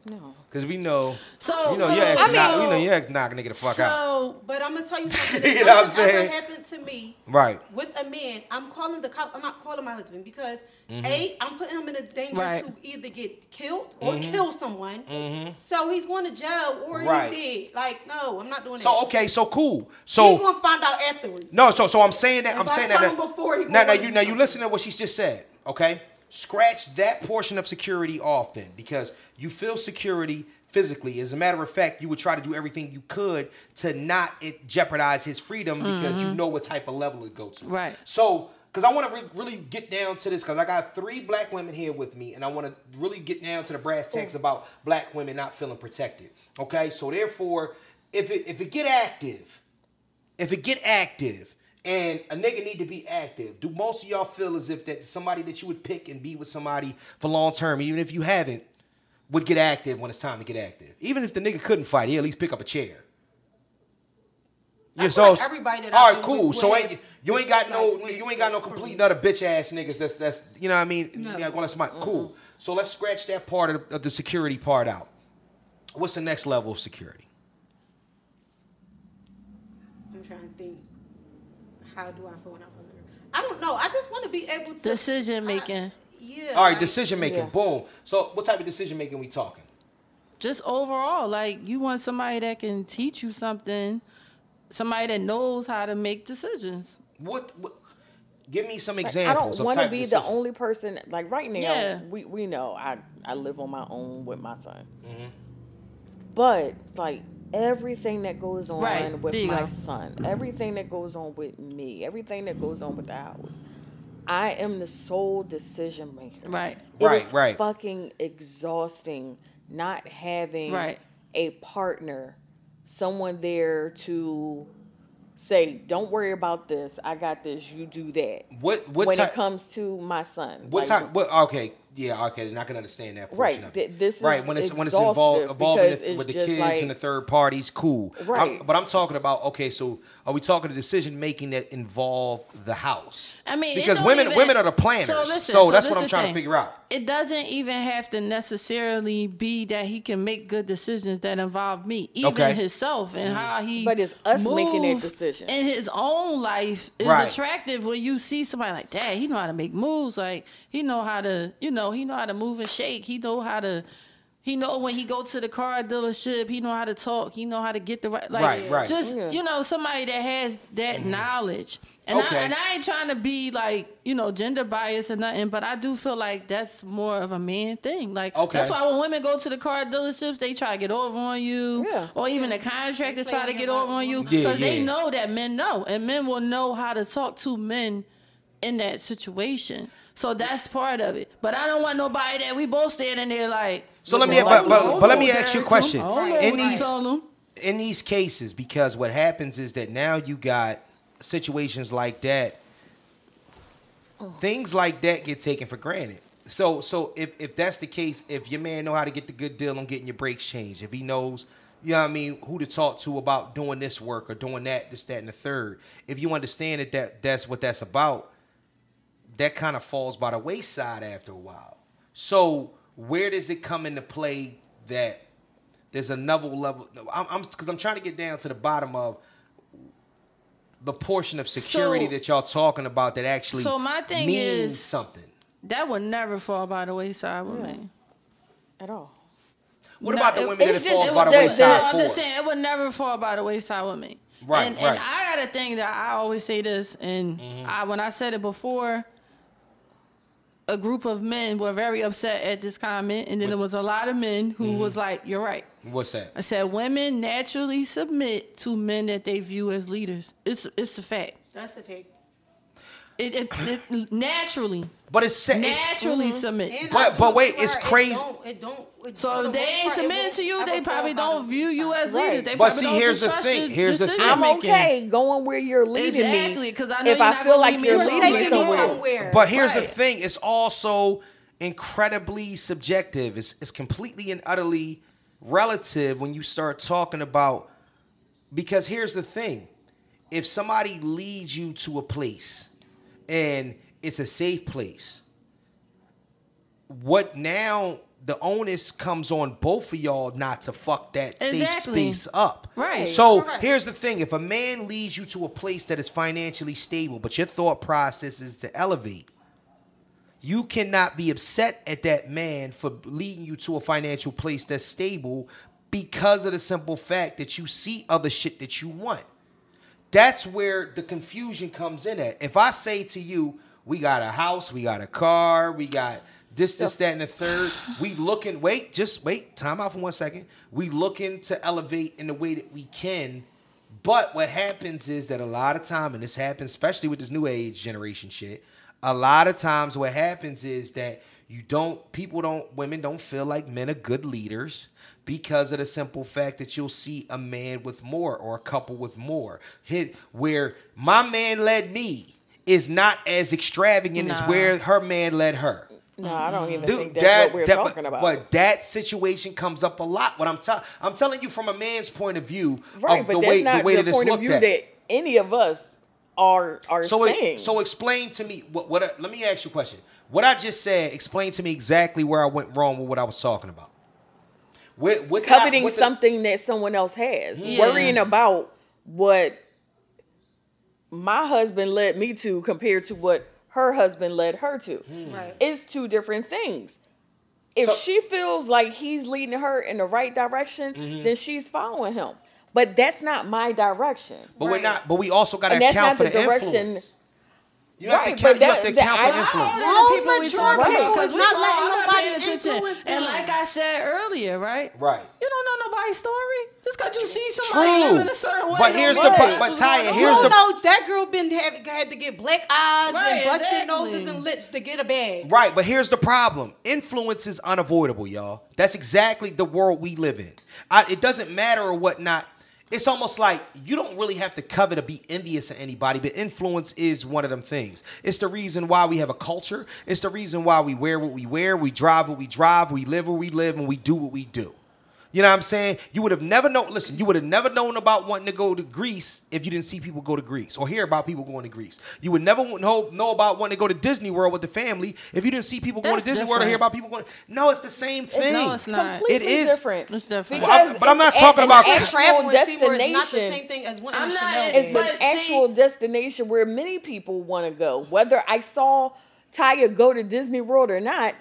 Speaker 2: No.
Speaker 6: Because we know,
Speaker 3: So
Speaker 6: you know,
Speaker 3: so,
Speaker 6: your ex
Speaker 3: I mean,
Speaker 6: knock, you know, your ex knock a nigga the fuck out.
Speaker 3: so
Speaker 5: But I'm gonna tell you something.
Speaker 6: You know what I'm
Speaker 5: If something
Speaker 6: saying?
Speaker 5: Ever happened to me
Speaker 6: Right.
Speaker 5: with a man, I'm calling the cops. I'm not calling my husband because
Speaker 6: Mm-hmm.
Speaker 5: a I'm putting him in a danger
Speaker 3: Right.
Speaker 5: to either get killed or kill someone. So he's going to jail or
Speaker 6: Mm-hmm. Right.
Speaker 5: he's dead. Like no, I'm not doing
Speaker 6: So
Speaker 5: that.
Speaker 6: okay, so cool.
Speaker 5: He's
Speaker 6: So
Speaker 5: gonna find out afterwards.
Speaker 6: no, so so I'm saying that I'm
Speaker 5: If I
Speaker 6: saying
Speaker 5: tell
Speaker 6: that.
Speaker 5: him before, he
Speaker 6: now, now
Speaker 5: gonna
Speaker 6: you
Speaker 5: do
Speaker 6: now you
Speaker 5: something.
Speaker 6: listen to what she's just said. Okay, scratch that portion of security off then, because you feel security physically. As a matter of fact, you would try to do everything you could to not it jeopardize his freedom because
Speaker 5: Mm-hmm.
Speaker 6: you know what type of level it goes to.
Speaker 3: Right.
Speaker 6: So, because I want to re- really get down to this, because I got three black women here with me, and I want to really get down to the brass tacks about black women not feeling protected. Okay, so therefore, if it if it get active, if it get active and a nigga need to be active do most of y'all feel as if that somebody that you would pick and be with somebody for long term even if you haven't would get active when it's time to get active even if the nigga couldn't fight he at least pick up a chair yeah,
Speaker 5: feel like everybody that I've
Speaker 6: all right,
Speaker 5: been
Speaker 6: cool.
Speaker 5: with
Speaker 6: so
Speaker 5: would
Speaker 6: ain't,
Speaker 5: have-
Speaker 6: you ain't got no,
Speaker 5: like,
Speaker 6: you ain't got no complete and utter bitch ass niggas. That's that's you know what I mean. Yeah, well, that's my cool. So let's scratch that part of, of the security part out. What's the next level of security?
Speaker 5: I'm trying to think. How do I feel when I feel secure? I don't know. I just want to be able to
Speaker 3: Decision
Speaker 5: I-
Speaker 3: making.
Speaker 5: yeah.
Speaker 6: All right,
Speaker 5: like,
Speaker 6: decision making.
Speaker 2: Yeah.
Speaker 6: Boom. So, what type of decision making we talking?
Speaker 3: just overall, like you want somebody that can teach you something, somebody that knows how to make decisions.
Speaker 6: What? what give me some
Speaker 2: Like, I
Speaker 6: examples.
Speaker 2: don't want
Speaker 6: of
Speaker 2: to
Speaker 6: type
Speaker 2: be
Speaker 6: of
Speaker 2: the
Speaker 6: decision.
Speaker 2: only person. Like right now,
Speaker 3: Yeah.
Speaker 2: we, we know I, I live on my own with my son.
Speaker 6: Mm-hmm.
Speaker 2: But like everything that goes on
Speaker 3: Right, there
Speaker 2: with
Speaker 3: you
Speaker 2: my
Speaker 3: go.
Speaker 2: son, everything that goes on with me, everything that goes on with the house, I am the sole decision maker.
Speaker 3: Right.
Speaker 2: It
Speaker 6: Right,
Speaker 2: is
Speaker 6: right.
Speaker 2: Fucking exhausting not having
Speaker 3: Right.
Speaker 2: a partner, someone there to say, "Don't worry about this. I got this. You do that."
Speaker 6: What- what
Speaker 2: when
Speaker 6: ti-
Speaker 2: it comes to my son?
Speaker 6: What
Speaker 2: like,
Speaker 6: type? What? Okay. yeah, okay, then I can understand that portion
Speaker 2: Right,
Speaker 6: of
Speaker 2: th-
Speaker 6: it.
Speaker 2: this is
Speaker 6: right when it's when it's involved
Speaker 2: exhaustive
Speaker 6: involving
Speaker 2: because
Speaker 6: the, with
Speaker 2: it's
Speaker 6: the
Speaker 2: just
Speaker 6: kids
Speaker 2: like-
Speaker 6: and the third parties, cool. I'm-
Speaker 2: Right.
Speaker 6: but I'm talking about okay, so are we talking the decision making that involve the house?
Speaker 3: I mean, it
Speaker 6: because
Speaker 3: don't
Speaker 6: women
Speaker 3: even-
Speaker 6: women are the planners, so,
Speaker 3: listen,
Speaker 6: that's
Speaker 3: this
Speaker 6: what I'm
Speaker 3: the
Speaker 6: trying
Speaker 3: thing.
Speaker 6: to figure out.
Speaker 3: It doesn't even have to necessarily be that he can make good decisions that involve me, even
Speaker 6: Okay. Mm-hmm.
Speaker 3: himself and how he.
Speaker 2: But it's us making that
Speaker 3: move
Speaker 2: decision.
Speaker 3: in his own life is
Speaker 6: Right.
Speaker 3: attractive when you see somebody like that. He know how to make moves, like he know how to, you know, he know how to move and shake. He know how to. He know when he go to the car dealership, he know how to talk. He know how to get the right, like
Speaker 6: Right, right.
Speaker 3: just
Speaker 2: Yeah.
Speaker 3: you know somebody that has that knowledge. And
Speaker 6: Okay.
Speaker 3: I and I ain't trying to be like you know gender biased or nothing, but I do feel like that's more of a man thing. Like
Speaker 6: Okay.
Speaker 3: that's why when women go to the car dealerships, they try to get over on you,
Speaker 2: Yeah.
Speaker 3: or even the contractors
Speaker 5: They play
Speaker 3: try to
Speaker 5: with
Speaker 3: get
Speaker 5: your
Speaker 3: over on
Speaker 5: mind.
Speaker 3: you
Speaker 6: Yeah,
Speaker 3: because they
Speaker 6: yeah.
Speaker 3: know that men know, and men will know how to talk to men in that situation. So that's part of it. But I don't want nobody that we both standing there like.
Speaker 6: So let me,
Speaker 3: "Well, I
Speaker 6: but, but,
Speaker 3: don't
Speaker 6: but let
Speaker 3: know
Speaker 6: me
Speaker 3: what
Speaker 6: ask you a
Speaker 3: to
Speaker 6: question.
Speaker 3: tell 'em. I don't know
Speaker 6: In
Speaker 3: what to
Speaker 6: these
Speaker 3: tell 'em."
Speaker 6: in these cases, because what happens is that now you got situations like that. Things like that get taken for granted. So so if if that's the case, if your man know how to get the good deal on getting your brakes changed, if he knows. You know what I mean? Who to talk to about doing this work or doing that, this, that, and the third. If you understand that, that that's what that's about, that kind of falls by the wayside after a while. So where does it come into play that there's another level? I'm I'm because I'm trying to get down to the bottom of the portion of security
Speaker 3: So-
Speaker 6: that y'all talking about that actually
Speaker 3: So my thing
Speaker 6: means
Speaker 3: is-
Speaker 6: something.
Speaker 3: That would never fall by the wayside with me.
Speaker 2: at all.
Speaker 6: What
Speaker 3: No,
Speaker 6: about
Speaker 3: it-
Speaker 6: the women that it
Speaker 2: it's just-
Speaker 6: falls
Speaker 2: it
Speaker 6: by the
Speaker 2: was- the-
Speaker 3: No,
Speaker 6: wayside
Speaker 3: I'm just
Speaker 6: for?
Speaker 3: saying it would never fall by the wayside with me.
Speaker 6: Right,
Speaker 3: and,
Speaker 6: right. Mm-hmm.
Speaker 3: and I got a thing that I always say this, and I when I said it before, a group of men were very upset at this comment, and then there was a lot of men who
Speaker 6: Mm-hmm.
Speaker 3: was like, "You're right."
Speaker 6: What's that?
Speaker 3: I said women naturally submit to men that they view as leaders. It's it's a fact.
Speaker 5: That's a fact.
Speaker 3: It, it, it naturally
Speaker 6: But it's, mm-hmm. sa- it's
Speaker 3: naturally submit.
Speaker 5: And
Speaker 6: But-
Speaker 5: I
Speaker 6: but
Speaker 5: do
Speaker 6: wait,
Speaker 5: swear
Speaker 6: it's
Speaker 5: it
Speaker 6: crazy-
Speaker 5: don't- It don't. it- for
Speaker 3: so
Speaker 5: the
Speaker 3: if they ain't
Speaker 5: most part, it
Speaker 3: submitting
Speaker 5: won't
Speaker 3: to you,
Speaker 5: ever
Speaker 3: they
Speaker 5: fall
Speaker 3: probably
Speaker 5: by the
Speaker 3: don't view you
Speaker 5: wayside.
Speaker 3: as leaders. They
Speaker 6: But
Speaker 3: probably
Speaker 6: see,
Speaker 3: don't
Speaker 6: here's the
Speaker 3: trust
Speaker 6: thing.
Speaker 3: your
Speaker 6: Here's the thing.
Speaker 3: decision
Speaker 2: I'm
Speaker 3: making.
Speaker 2: okay going where you're leading
Speaker 3: Exactly,
Speaker 2: me.
Speaker 3: 'cause I know
Speaker 2: if
Speaker 3: you're
Speaker 2: I
Speaker 3: not
Speaker 2: feel
Speaker 3: gonna
Speaker 2: like
Speaker 3: leave me
Speaker 2: you're
Speaker 3: alone.
Speaker 2: leading me
Speaker 5: Taking me
Speaker 2: somewhere.
Speaker 5: somewhere.
Speaker 6: But here's the
Speaker 3: Right.
Speaker 6: thing: it's also incredibly subjective. It's it's completely and utterly relative when you start talking about. Because here's the thing: if somebody leads you to a place, and it's a safe place, what now? The onus comes on both of y'all not to fuck that safe
Speaker 3: Exactly.
Speaker 6: space up.
Speaker 3: Right.
Speaker 6: So
Speaker 5: Correct.
Speaker 6: here's the thing: if a man leads you to a place that is financially stable, but your thought process is to elevate, you cannot be upset at that man for leading you to a financial place that's stable because of the simple fact that you see other shit that you want. That's where the confusion comes in at. If I say to you, we got a house, we got a car, we got this, this, that, and the third, we looking, wait, just wait, time out for one second. We looking to elevate in the way that we can. But what happens is that a lot of time, and this happens especially with this new age generation shit, a lot of times what happens is that you don't people don't women don't feel like men are good leaders because of the simple fact that you'll see a man with more or a couple with more Hit, where my man led me is not as extravagant as
Speaker 3: Nah.
Speaker 6: where her man led her
Speaker 2: No, I don't even think that's
Speaker 6: Dude, that,
Speaker 2: what we're
Speaker 6: that- but-
Speaker 2: talking about.
Speaker 6: but that situation comes up a lot. What I'm telling, I'm telling you from a man's point of view
Speaker 2: right,
Speaker 6: of
Speaker 2: but
Speaker 6: the
Speaker 2: that's
Speaker 6: way
Speaker 2: not
Speaker 6: the way that it's
Speaker 2: point of
Speaker 6: looked
Speaker 2: view
Speaker 6: at.
Speaker 2: that any of us are are
Speaker 6: So, it-
Speaker 2: saying.
Speaker 6: so explain to me what. What? I- let me ask you a question. What I just said, explain to me exactly where I went wrong with what I was talking about. What, what did I-
Speaker 2: coveting
Speaker 6: what did-
Speaker 2: something that someone else has,
Speaker 3: Yeah.
Speaker 2: worrying about what my husband led me to compared to what her husband led her to.
Speaker 5: Right.
Speaker 2: It's two different things. If
Speaker 6: Hmm. So-
Speaker 2: she feels like he's leading her in the right direction,
Speaker 6: Mm-hmm.
Speaker 2: then she's following him. But that's not my direction.
Speaker 6: but we're
Speaker 5: Right.
Speaker 6: not. But we also got to
Speaker 2: And that's
Speaker 6: account for
Speaker 2: not
Speaker 6: the
Speaker 2: the direction-
Speaker 6: influence. You have
Speaker 2: Right,
Speaker 6: to count.
Speaker 2: but
Speaker 6: you have
Speaker 2: that-
Speaker 6: to
Speaker 2: that-
Speaker 6: count for
Speaker 2: I-
Speaker 6: influence.
Speaker 3: All
Speaker 5: Grown
Speaker 3: the people we
Speaker 5: mature
Speaker 3: talk
Speaker 5: people
Speaker 3: about because
Speaker 5: is
Speaker 3: we
Speaker 5: not
Speaker 3: all
Speaker 5: letting
Speaker 3: not
Speaker 5: nobody
Speaker 3: paying attention.
Speaker 5: influence
Speaker 3: And
Speaker 5: them.
Speaker 3: like I said earlier, right?
Speaker 6: Right.
Speaker 3: You don't know nobody's story just because you see somebody
Speaker 6: True.
Speaker 3: living a certain way.
Speaker 6: But
Speaker 3: don't
Speaker 6: here's
Speaker 3: mean
Speaker 6: the
Speaker 2: worry.
Speaker 3: that's
Speaker 6: part. But
Speaker 3: what's
Speaker 6: Taya,
Speaker 3: going
Speaker 6: here's
Speaker 5: you
Speaker 6: the
Speaker 5: know that girl been have, had to get black eyes
Speaker 3: Right,
Speaker 5: and busted
Speaker 3: exactly.
Speaker 5: noses and lips to get a bag.
Speaker 6: Right, but here's the problem. Influence is unavoidable, y'all. That's exactly the world we live in. I, it doesn't matter or whatnot. it's almost like you don't really have to covet to be envious of anybody, but influence is one of them things. It's the reason why we have a culture. It's the reason why we wear what we wear, we drive what we drive, we live where we live, and we do what we do. You know what I'm saying? You would have never known. Listen, you would have never known about wanting to go to Greece if you didn't see people go to Greece or hear about people going to Greece. You would never know, know about wanting to go to Disney World with the family if you didn't see people going to
Speaker 3: That's
Speaker 6: Disney World or hear
Speaker 3: different.
Speaker 6: about people going. No, it's the same thing.
Speaker 3: No, it's not.
Speaker 2: Completely
Speaker 6: It is-
Speaker 2: different.
Speaker 3: It's different.
Speaker 6: Well, I'm-
Speaker 2: Because
Speaker 6: but I'm not
Speaker 2: it's
Speaker 6: talking
Speaker 2: an
Speaker 6: about-
Speaker 2: actual
Speaker 6: And
Speaker 5: travel and see where it's not the
Speaker 2: destination.
Speaker 5: same thing as winning.
Speaker 3: I'm
Speaker 5: in
Speaker 3: not-
Speaker 5: Chanel.
Speaker 3: it's
Speaker 2: It's
Speaker 5: game.
Speaker 3: But
Speaker 2: an
Speaker 3: see-
Speaker 2: actual destination where many people want to go. Whether I saw Taya go to Disney World or not,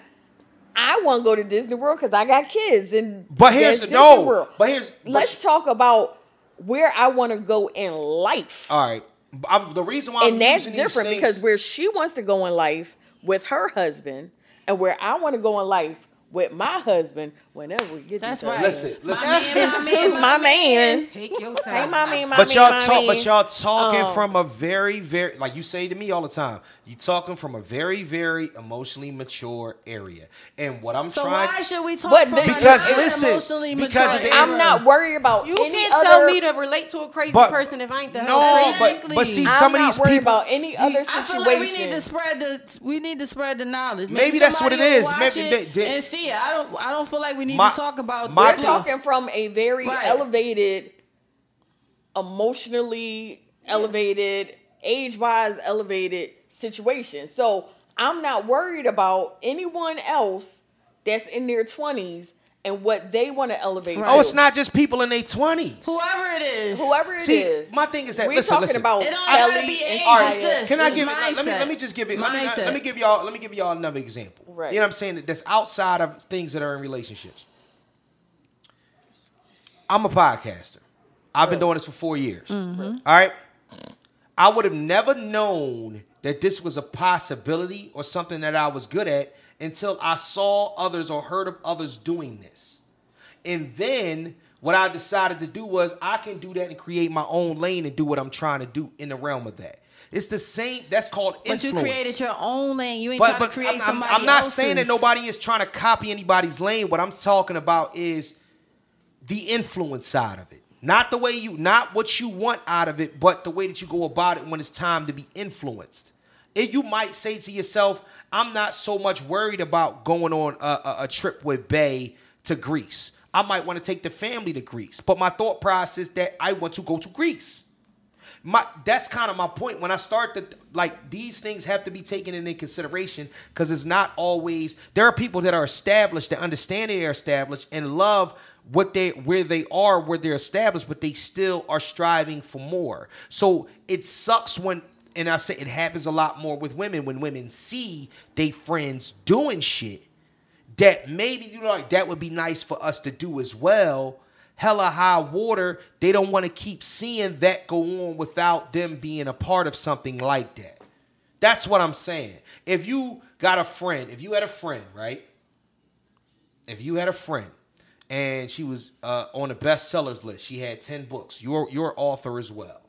Speaker 2: I want to go to Disney World because I got kids. And
Speaker 6: But here's-
Speaker 2: there's
Speaker 6: no.
Speaker 2: Disney World.
Speaker 6: But here's- but
Speaker 2: let's
Speaker 6: sh-
Speaker 2: talk about where I want to go in life,
Speaker 6: All right. I'm, the reason why I'm
Speaker 2: and that's
Speaker 6: using these
Speaker 2: different
Speaker 6: things-
Speaker 2: because where she wants to go in life with her husband, and where I want to go in life with my husband. Whenever we get
Speaker 3: That's
Speaker 2: to
Speaker 3: right.
Speaker 6: listen, listen.
Speaker 2: my man, my man.
Speaker 5: Take your
Speaker 2: Hey,
Speaker 5: time.
Speaker 2: mommy, mommy,
Speaker 6: but y'all
Speaker 2: mommy.
Speaker 6: talk, but y'all talking
Speaker 3: Oh.
Speaker 2: Um,
Speaker 6: from a very, very like you say to me all the time. You talking from a very, very emotionally mature area, and what I'm
Speaker 3: So
Speaker 6: trying.
Speaker 3: why should we talk
Speaker 2: But
Speaker 3: from
Speaker 2: the-
Speaker 3: a
Speaker 6: Because
Speaker 3: non-
Speaker 6: listen,
Speaker 3: emotionally
Speaker 6: because
Speaker 3: mature
Speaker 6: at the end-
Speaker 2: I'm not worried about
Speaker 5: You
Speaker 2: any
Speaker 5: can't
Speaker 2: other
Speaker 5: tell me to relate to a crazy person if I ain't the
Speaker 6: no,
Speaker 5: husband.
Speaker 6: but but see,
Speaker 2: I'm
Speaker 6: some of
Speaker 2: not
Speaker 6: these
Speaker 2: worried
Speaker 6: people
Speaker 2: about any other
Speaker 3: I
Speaker 2: situation.
Speaker 3: feel like we need to spread the we need to spread the knowledge.
Speaker 6: Maybe that's what
Speaker 3: somebody
Speaker 6: it
Speaker 3: will
Speaker 6: is.
Speaker 3: watch
Speaker 6: Maybe
Speaker 3: it
Speaker 6: they- they-
Speaker 3: and see it. I don't I don't feel like we need
Speaker 6: My-
Speaker 3: to talk about
Speaker 6: my
Speaker 2: We're
Speaker 6: thing-
Speaker 3: fluff.
Speaker 2: talking from a very
Speaker 3: Right.
Speaker 2: elevated, emotionally elevated, age-wise elevated situation. So I'm not worried about anyone else that's in their 20s and what they want to elevate.
Speaker 3: Right.
Speaker 2: to.
Speaker 6: Oh, it's not just people in their twenties.
Speaker 3: whoever it is.
Speaker 2: Whoever it is.
Speaker 6: See, my thing is that-
Speaker 2: we're
Speaker 6: listen,
Speaker 2: talking
Speaker 6: listen.
Speaker 2: about
Speaker 3: It don't gotta
Speaker 2: Kelly
Speaker 3: be
Speaker 2: and
Speaker 3: age,
Speaker 2: Ari.
Speaker 3: it's this.
Speaker 6: Can I give it?
Speaker 3: mindset.
Speaker 6: Let me let me just give it. Let me,
Speaker 3: Mindset.
Speaker 6: let me give y'all. Let me give y'all another example.
Speaker 2: Right.
Speaker 6: You know what I'm saying? That- That's outside of things that are in relationships. I'm a podcaster. I've been doing this for four years.
Speaker 2: Mm-hmm.
Speaker 6: All right. I would have never known that this was a possibility or something that I was good at until I saw others or heard of others doing this. And then what I decided to do was I can do that and create my own lane and do what I'm trying to do in the realm of that. It's the same. That's called
Speaker 3: But you
Speaker 6: influence.
Speaker 3: created your own lane. You ain't
Speaker 6: but
Speaker 3: trying
Speaker 6: but
Speaker 3: to create
Speaker 6: I'm, I'm-
Speaker 3: somebody
Speaker 6: I'm not
Speaker 3: else's.
Speaker 6: saying that nobody is trying to copy anybody's lane. What I'm talking about is the influence side of it. Not the way you, not what you want out of it, but the way that you go about it when it's time to be influenced. It, you might say to yourself, I'm not so much worried about going on a, a, a trip with Bay to Greece. I might want to take the family to Greece, but my thought process that I want to go to Greece. My that's kind of my point when I start to like these things have to be taken into consideration because it's not always there are people that are established that understand they are established and love what they where they are where they're established but they still are striving for more. So it sucks when and I say it happens a lot more with women when women see they friends doing shit that maybe you know like that would be nice for us to do as well. Hella high water, they don't want to keep seeing that go on without them being a part of something like that. That's what I'm saying. If you got a friend, if you had a friend, right? If you had a friend and she was uh, on the bestsellers list, she had 10 books, you're, you're author as well.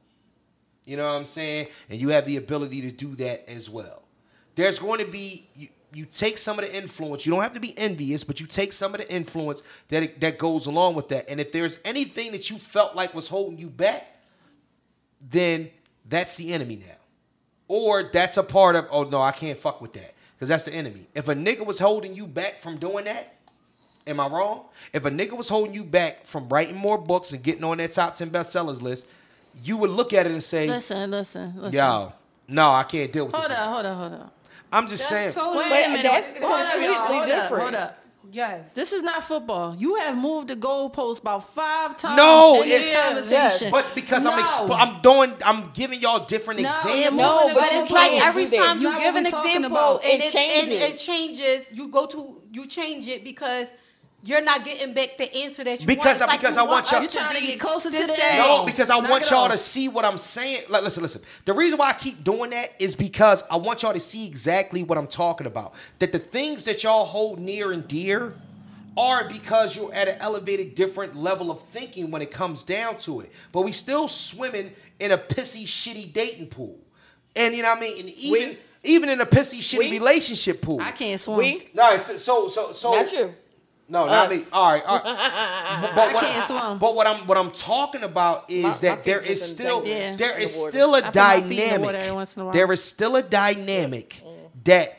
Speaker 6: You know what I'm saying? And you have the ability to do that as well. There's going to be you, you take some of the influence. You don't have to be envious, but you take some of the influence that it, that goes along with that. And if there's anything that you felt like was holding you back, then that's the enemy now. Or that's a part of oh no, I can't fuck with that because that's the enemy. If a nigga was holding you back from doing that, Am I wrong? If a nigga was holding you back from writing more books and getting on that top 10 bestsellers list, you would look at it and say,
Speaker 3: Listen, listen, listen.
Speaker 6: yo, no, I can't deal with
Speaker 3: Hold
Speaker 6: this.
Speaker 3: up, hold up, hold up.
Speaker 6: I'm just
Speaker 5: That's
Speaker 6: saying.
Speaker 5: totally
Speaker 3: Wait
Speaker 2: But
Speaker 3: a minute.
Speaker 2: that's
Speaker 3: hold up, y'all.
Speaker 2: completely
Speaker 3: Hold up,
Speaker 2: different.
Speaker 3: hold up.
Speaker 5: yes.
Speaker 3: This is not football. You have moved the goalpost about five times
Speaker 6: No,
Speaker 3: in this
Speaker 6: it's-
Speaker 2: Yes.
Speaker 3: conversation.
Speaker 6: but because I'm
Speaker 3: No.
Speaker 6: expo- I'm doing I'm giving y'all different
Speaker 3: No,
Speaker 6: examples.
Speaker 3: you're
Speaker 2: No,
Speaker 3: moving
Speaker 2: but
Speaker 3: the
Speaker 2: it's
Speaker 5: It's like
Speaker 3: goalpost.
Speaker 5: every
Speaker 2: It's not
Speaker 5: time you
Speaker 3: what
Speaker 5: give
Speaker 3: we
Speaker 5: an
Speaker 3: talking
Speaker 5: example
Speaker 3: about.
Speaker 5: and
Speaker 2: It
Speaker 5: it, and
Speaker 2: changes.
Speaker 5: it changes, you go to you change it because you're not getting back the answer that you
Speaker 6: Because I-
Speaker 5: want. It's like
Speaker 6: because
Speaker 5: you
Speaker 6: I want y'all-
Speaker 5: us
Speaker 6: You
Speaker 3: trying to
Speaker 5: be
Speaker 3: get closer to
Speaker 5: this
Speaker 3: the
Speaker 5: same.
Speaker 3: end.
Speaker 6: No, because I
Speaker 3: Knock
Speaker 6: want
Speaker 3: it
Speaker 6: y'all
Speaker 3: off.
Speaker 6: to see what I'm saying. Like, listen, listen. The reason why I keep doing that is because I want y'all to see exactly what I'm talking about. That the things that y'all hold near and dear are because you're at an elevated, different level of thinking when it comes down to it. But we still swimming in a pissy, shitty dating pool, and you know what I mean. And even
Speaker 2: We-
Speaker 6: even in a pissy, shitty
Speaker 2: we-
Speaker 6: relationship pool.
Speaker 3: I can't swim.
Speaker 2: We,
Speaker 6: No, it's- so so so.
Speaker 2: not you.
Speaker 6: No, not me. All right, all right. But, but what,
Speaker 3: can't swim.
Speaker 6: But what I'm what I'm talking about is
Speaker 2: My-
Speaker 6: that
Speaker 2: my
Speaker 6: there
Speaker 2: feet
Speaker 6: is
Speaker 2: just
Speaker 6: still
Speaker 2: in-
Speaker 3: Yeah.
Speaker 6: there
Speaker 2: in the
Speaker 6: is
Speaker 2: water.
Speaker 6: still a
Speaker 3: put my feet in the water
Speaker 6: dynamic.
Speaker 3: every once in a while. Mm.
Speaker 6: There is still a dynamic that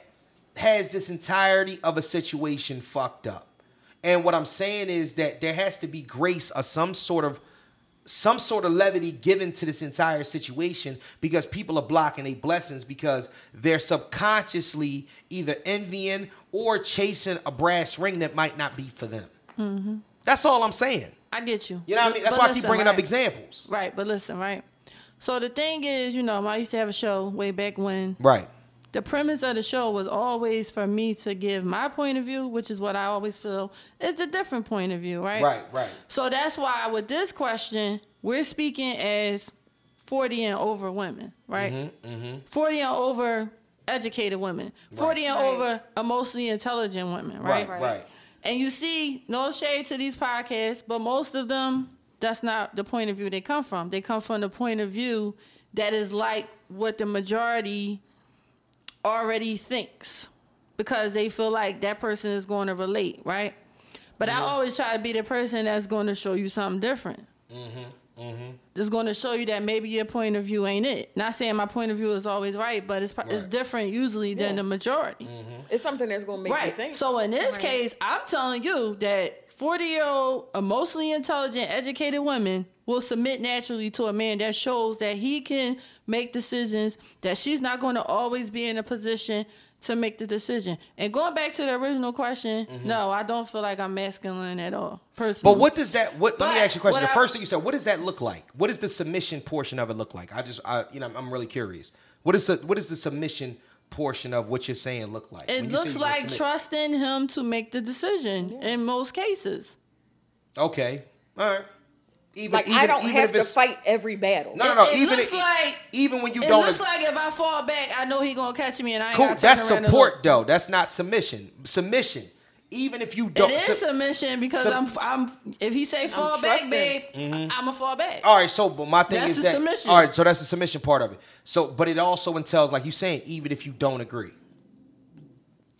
Speaker 6: has this entirety of a situation fucked up. And what I'm saying is that there has to be grace or some sort of some sort of levity given to this entire situation because people are blocking their blessings because they're subconsciously either envying or chasing a brass ring that might not be for them. That's all I'm saying.
Speaker 3: I get you.
Speaker 6: You know what I mean?
Speaker 3: Mm-hmm.
Speaker 6: That's
Speaker 3: But
Speaker 6: why I keep
Speaker 3: listen,
Speaker 6: bringing up
Speaker 3: right.
Speaker 6: examples.
Speaker 3: Right, but listen, right. So the thing is, you know, I used to have a show way back when.
Speaker 6: Right.
Speaker 3: The premise of the show was always for me to give my point of view, which is what I always feel is the different point of view, right?
Speaker 6: Right, right.
Speaker 3: So that's why with this question, we're speaking as 40 and over women, right? 40 and over educated women, 40 and over emotionally intelligent women,
Speaker 6: Right,
Speaker 3: right?
Speaker 6: right.
Speaker 3: And you see, no shade to these podcasts, but most of them, that's not the point of view they come from. They come from the point of view that is like what the majority already thinks because they feel like that person is going to relate, right? But I always try to be the person that's going to show you something different. Just going to show you that maybe your point of view ain't it. Not saying my point of view is always right, but it's, pro- it's
Speaker 6: Right.
Speaker 3: different usually than the majority.
Speaker 2: It's something that's gonna make you
Speaker 3: Right.
Speaker 2: think.
Speaker 3: So in this case, I'm telling you that 40 year old, emotionally intelligent, educated women will submit naturally to a man that shows that he can make decisions, that she's not going to always be in a position to make the decision. And going back to the original question, no, I don't feel like I'm masculine at all, personally.
Speaker 6: Mm-hmm. But what does that? What? let me
Speaker 3: But
Speaker 6: ask you a
Speaker 3: what
Speaker 6: question. The
Speaker 3: I-
Speaker 6: first thing you said. What does that look like? What does the submission portion of it look like? I just, I, you know, I'm, I'm really curious. What is the What is the submission portion of what you're saying look like?
Speaker 3: it
Speaker 6: When you say
Speaker 3: looks
Speaker 6: you're gonna
Speaker 3: like
Speaker 6: submit.
Speaker 3: trusting him to make the decision in most cases.
Speaker 6: Okay. All right. Even,
Speaker 2: like I don't have to fight every battle.
Speaker 6: No, no, no.
Speaker 3: It- it
Speaker 6: even
Speaker 3: looks like-
Speaker 6: even when you
Speaker 3: It
Speaker 6: don't.
Speaker 3: looks like if I fall back, I know he gonna catch me and I ain't
Speaker 6: cool.
Speaker 3: gotta turn
Speaker 6: That's
Speaker 3: around and look.
Speaker 6: support though. That's not submission. Submission. Even if you don't.
Speaker 3: It is
Speaker 6: sub-
Speaker 3: submission because
Speaker 6: sub-
Speaker 3: I'm, I'm. If he say fall back,
Speaker 5: trusting.
Speaker 3: babe,
Speaker 6: Mm-hmm.
Speaker 3: I'm a fall back.
Speaker 6: All right, so but my thing
Speaker 3: That's
Speaker 6: is
Speaker 3: the
Speaker 6: that
Speaker 3: submission.
Speaker 6: all right, so that's the submission part of it. So, but it also entails, like you saying, even if you don't agree,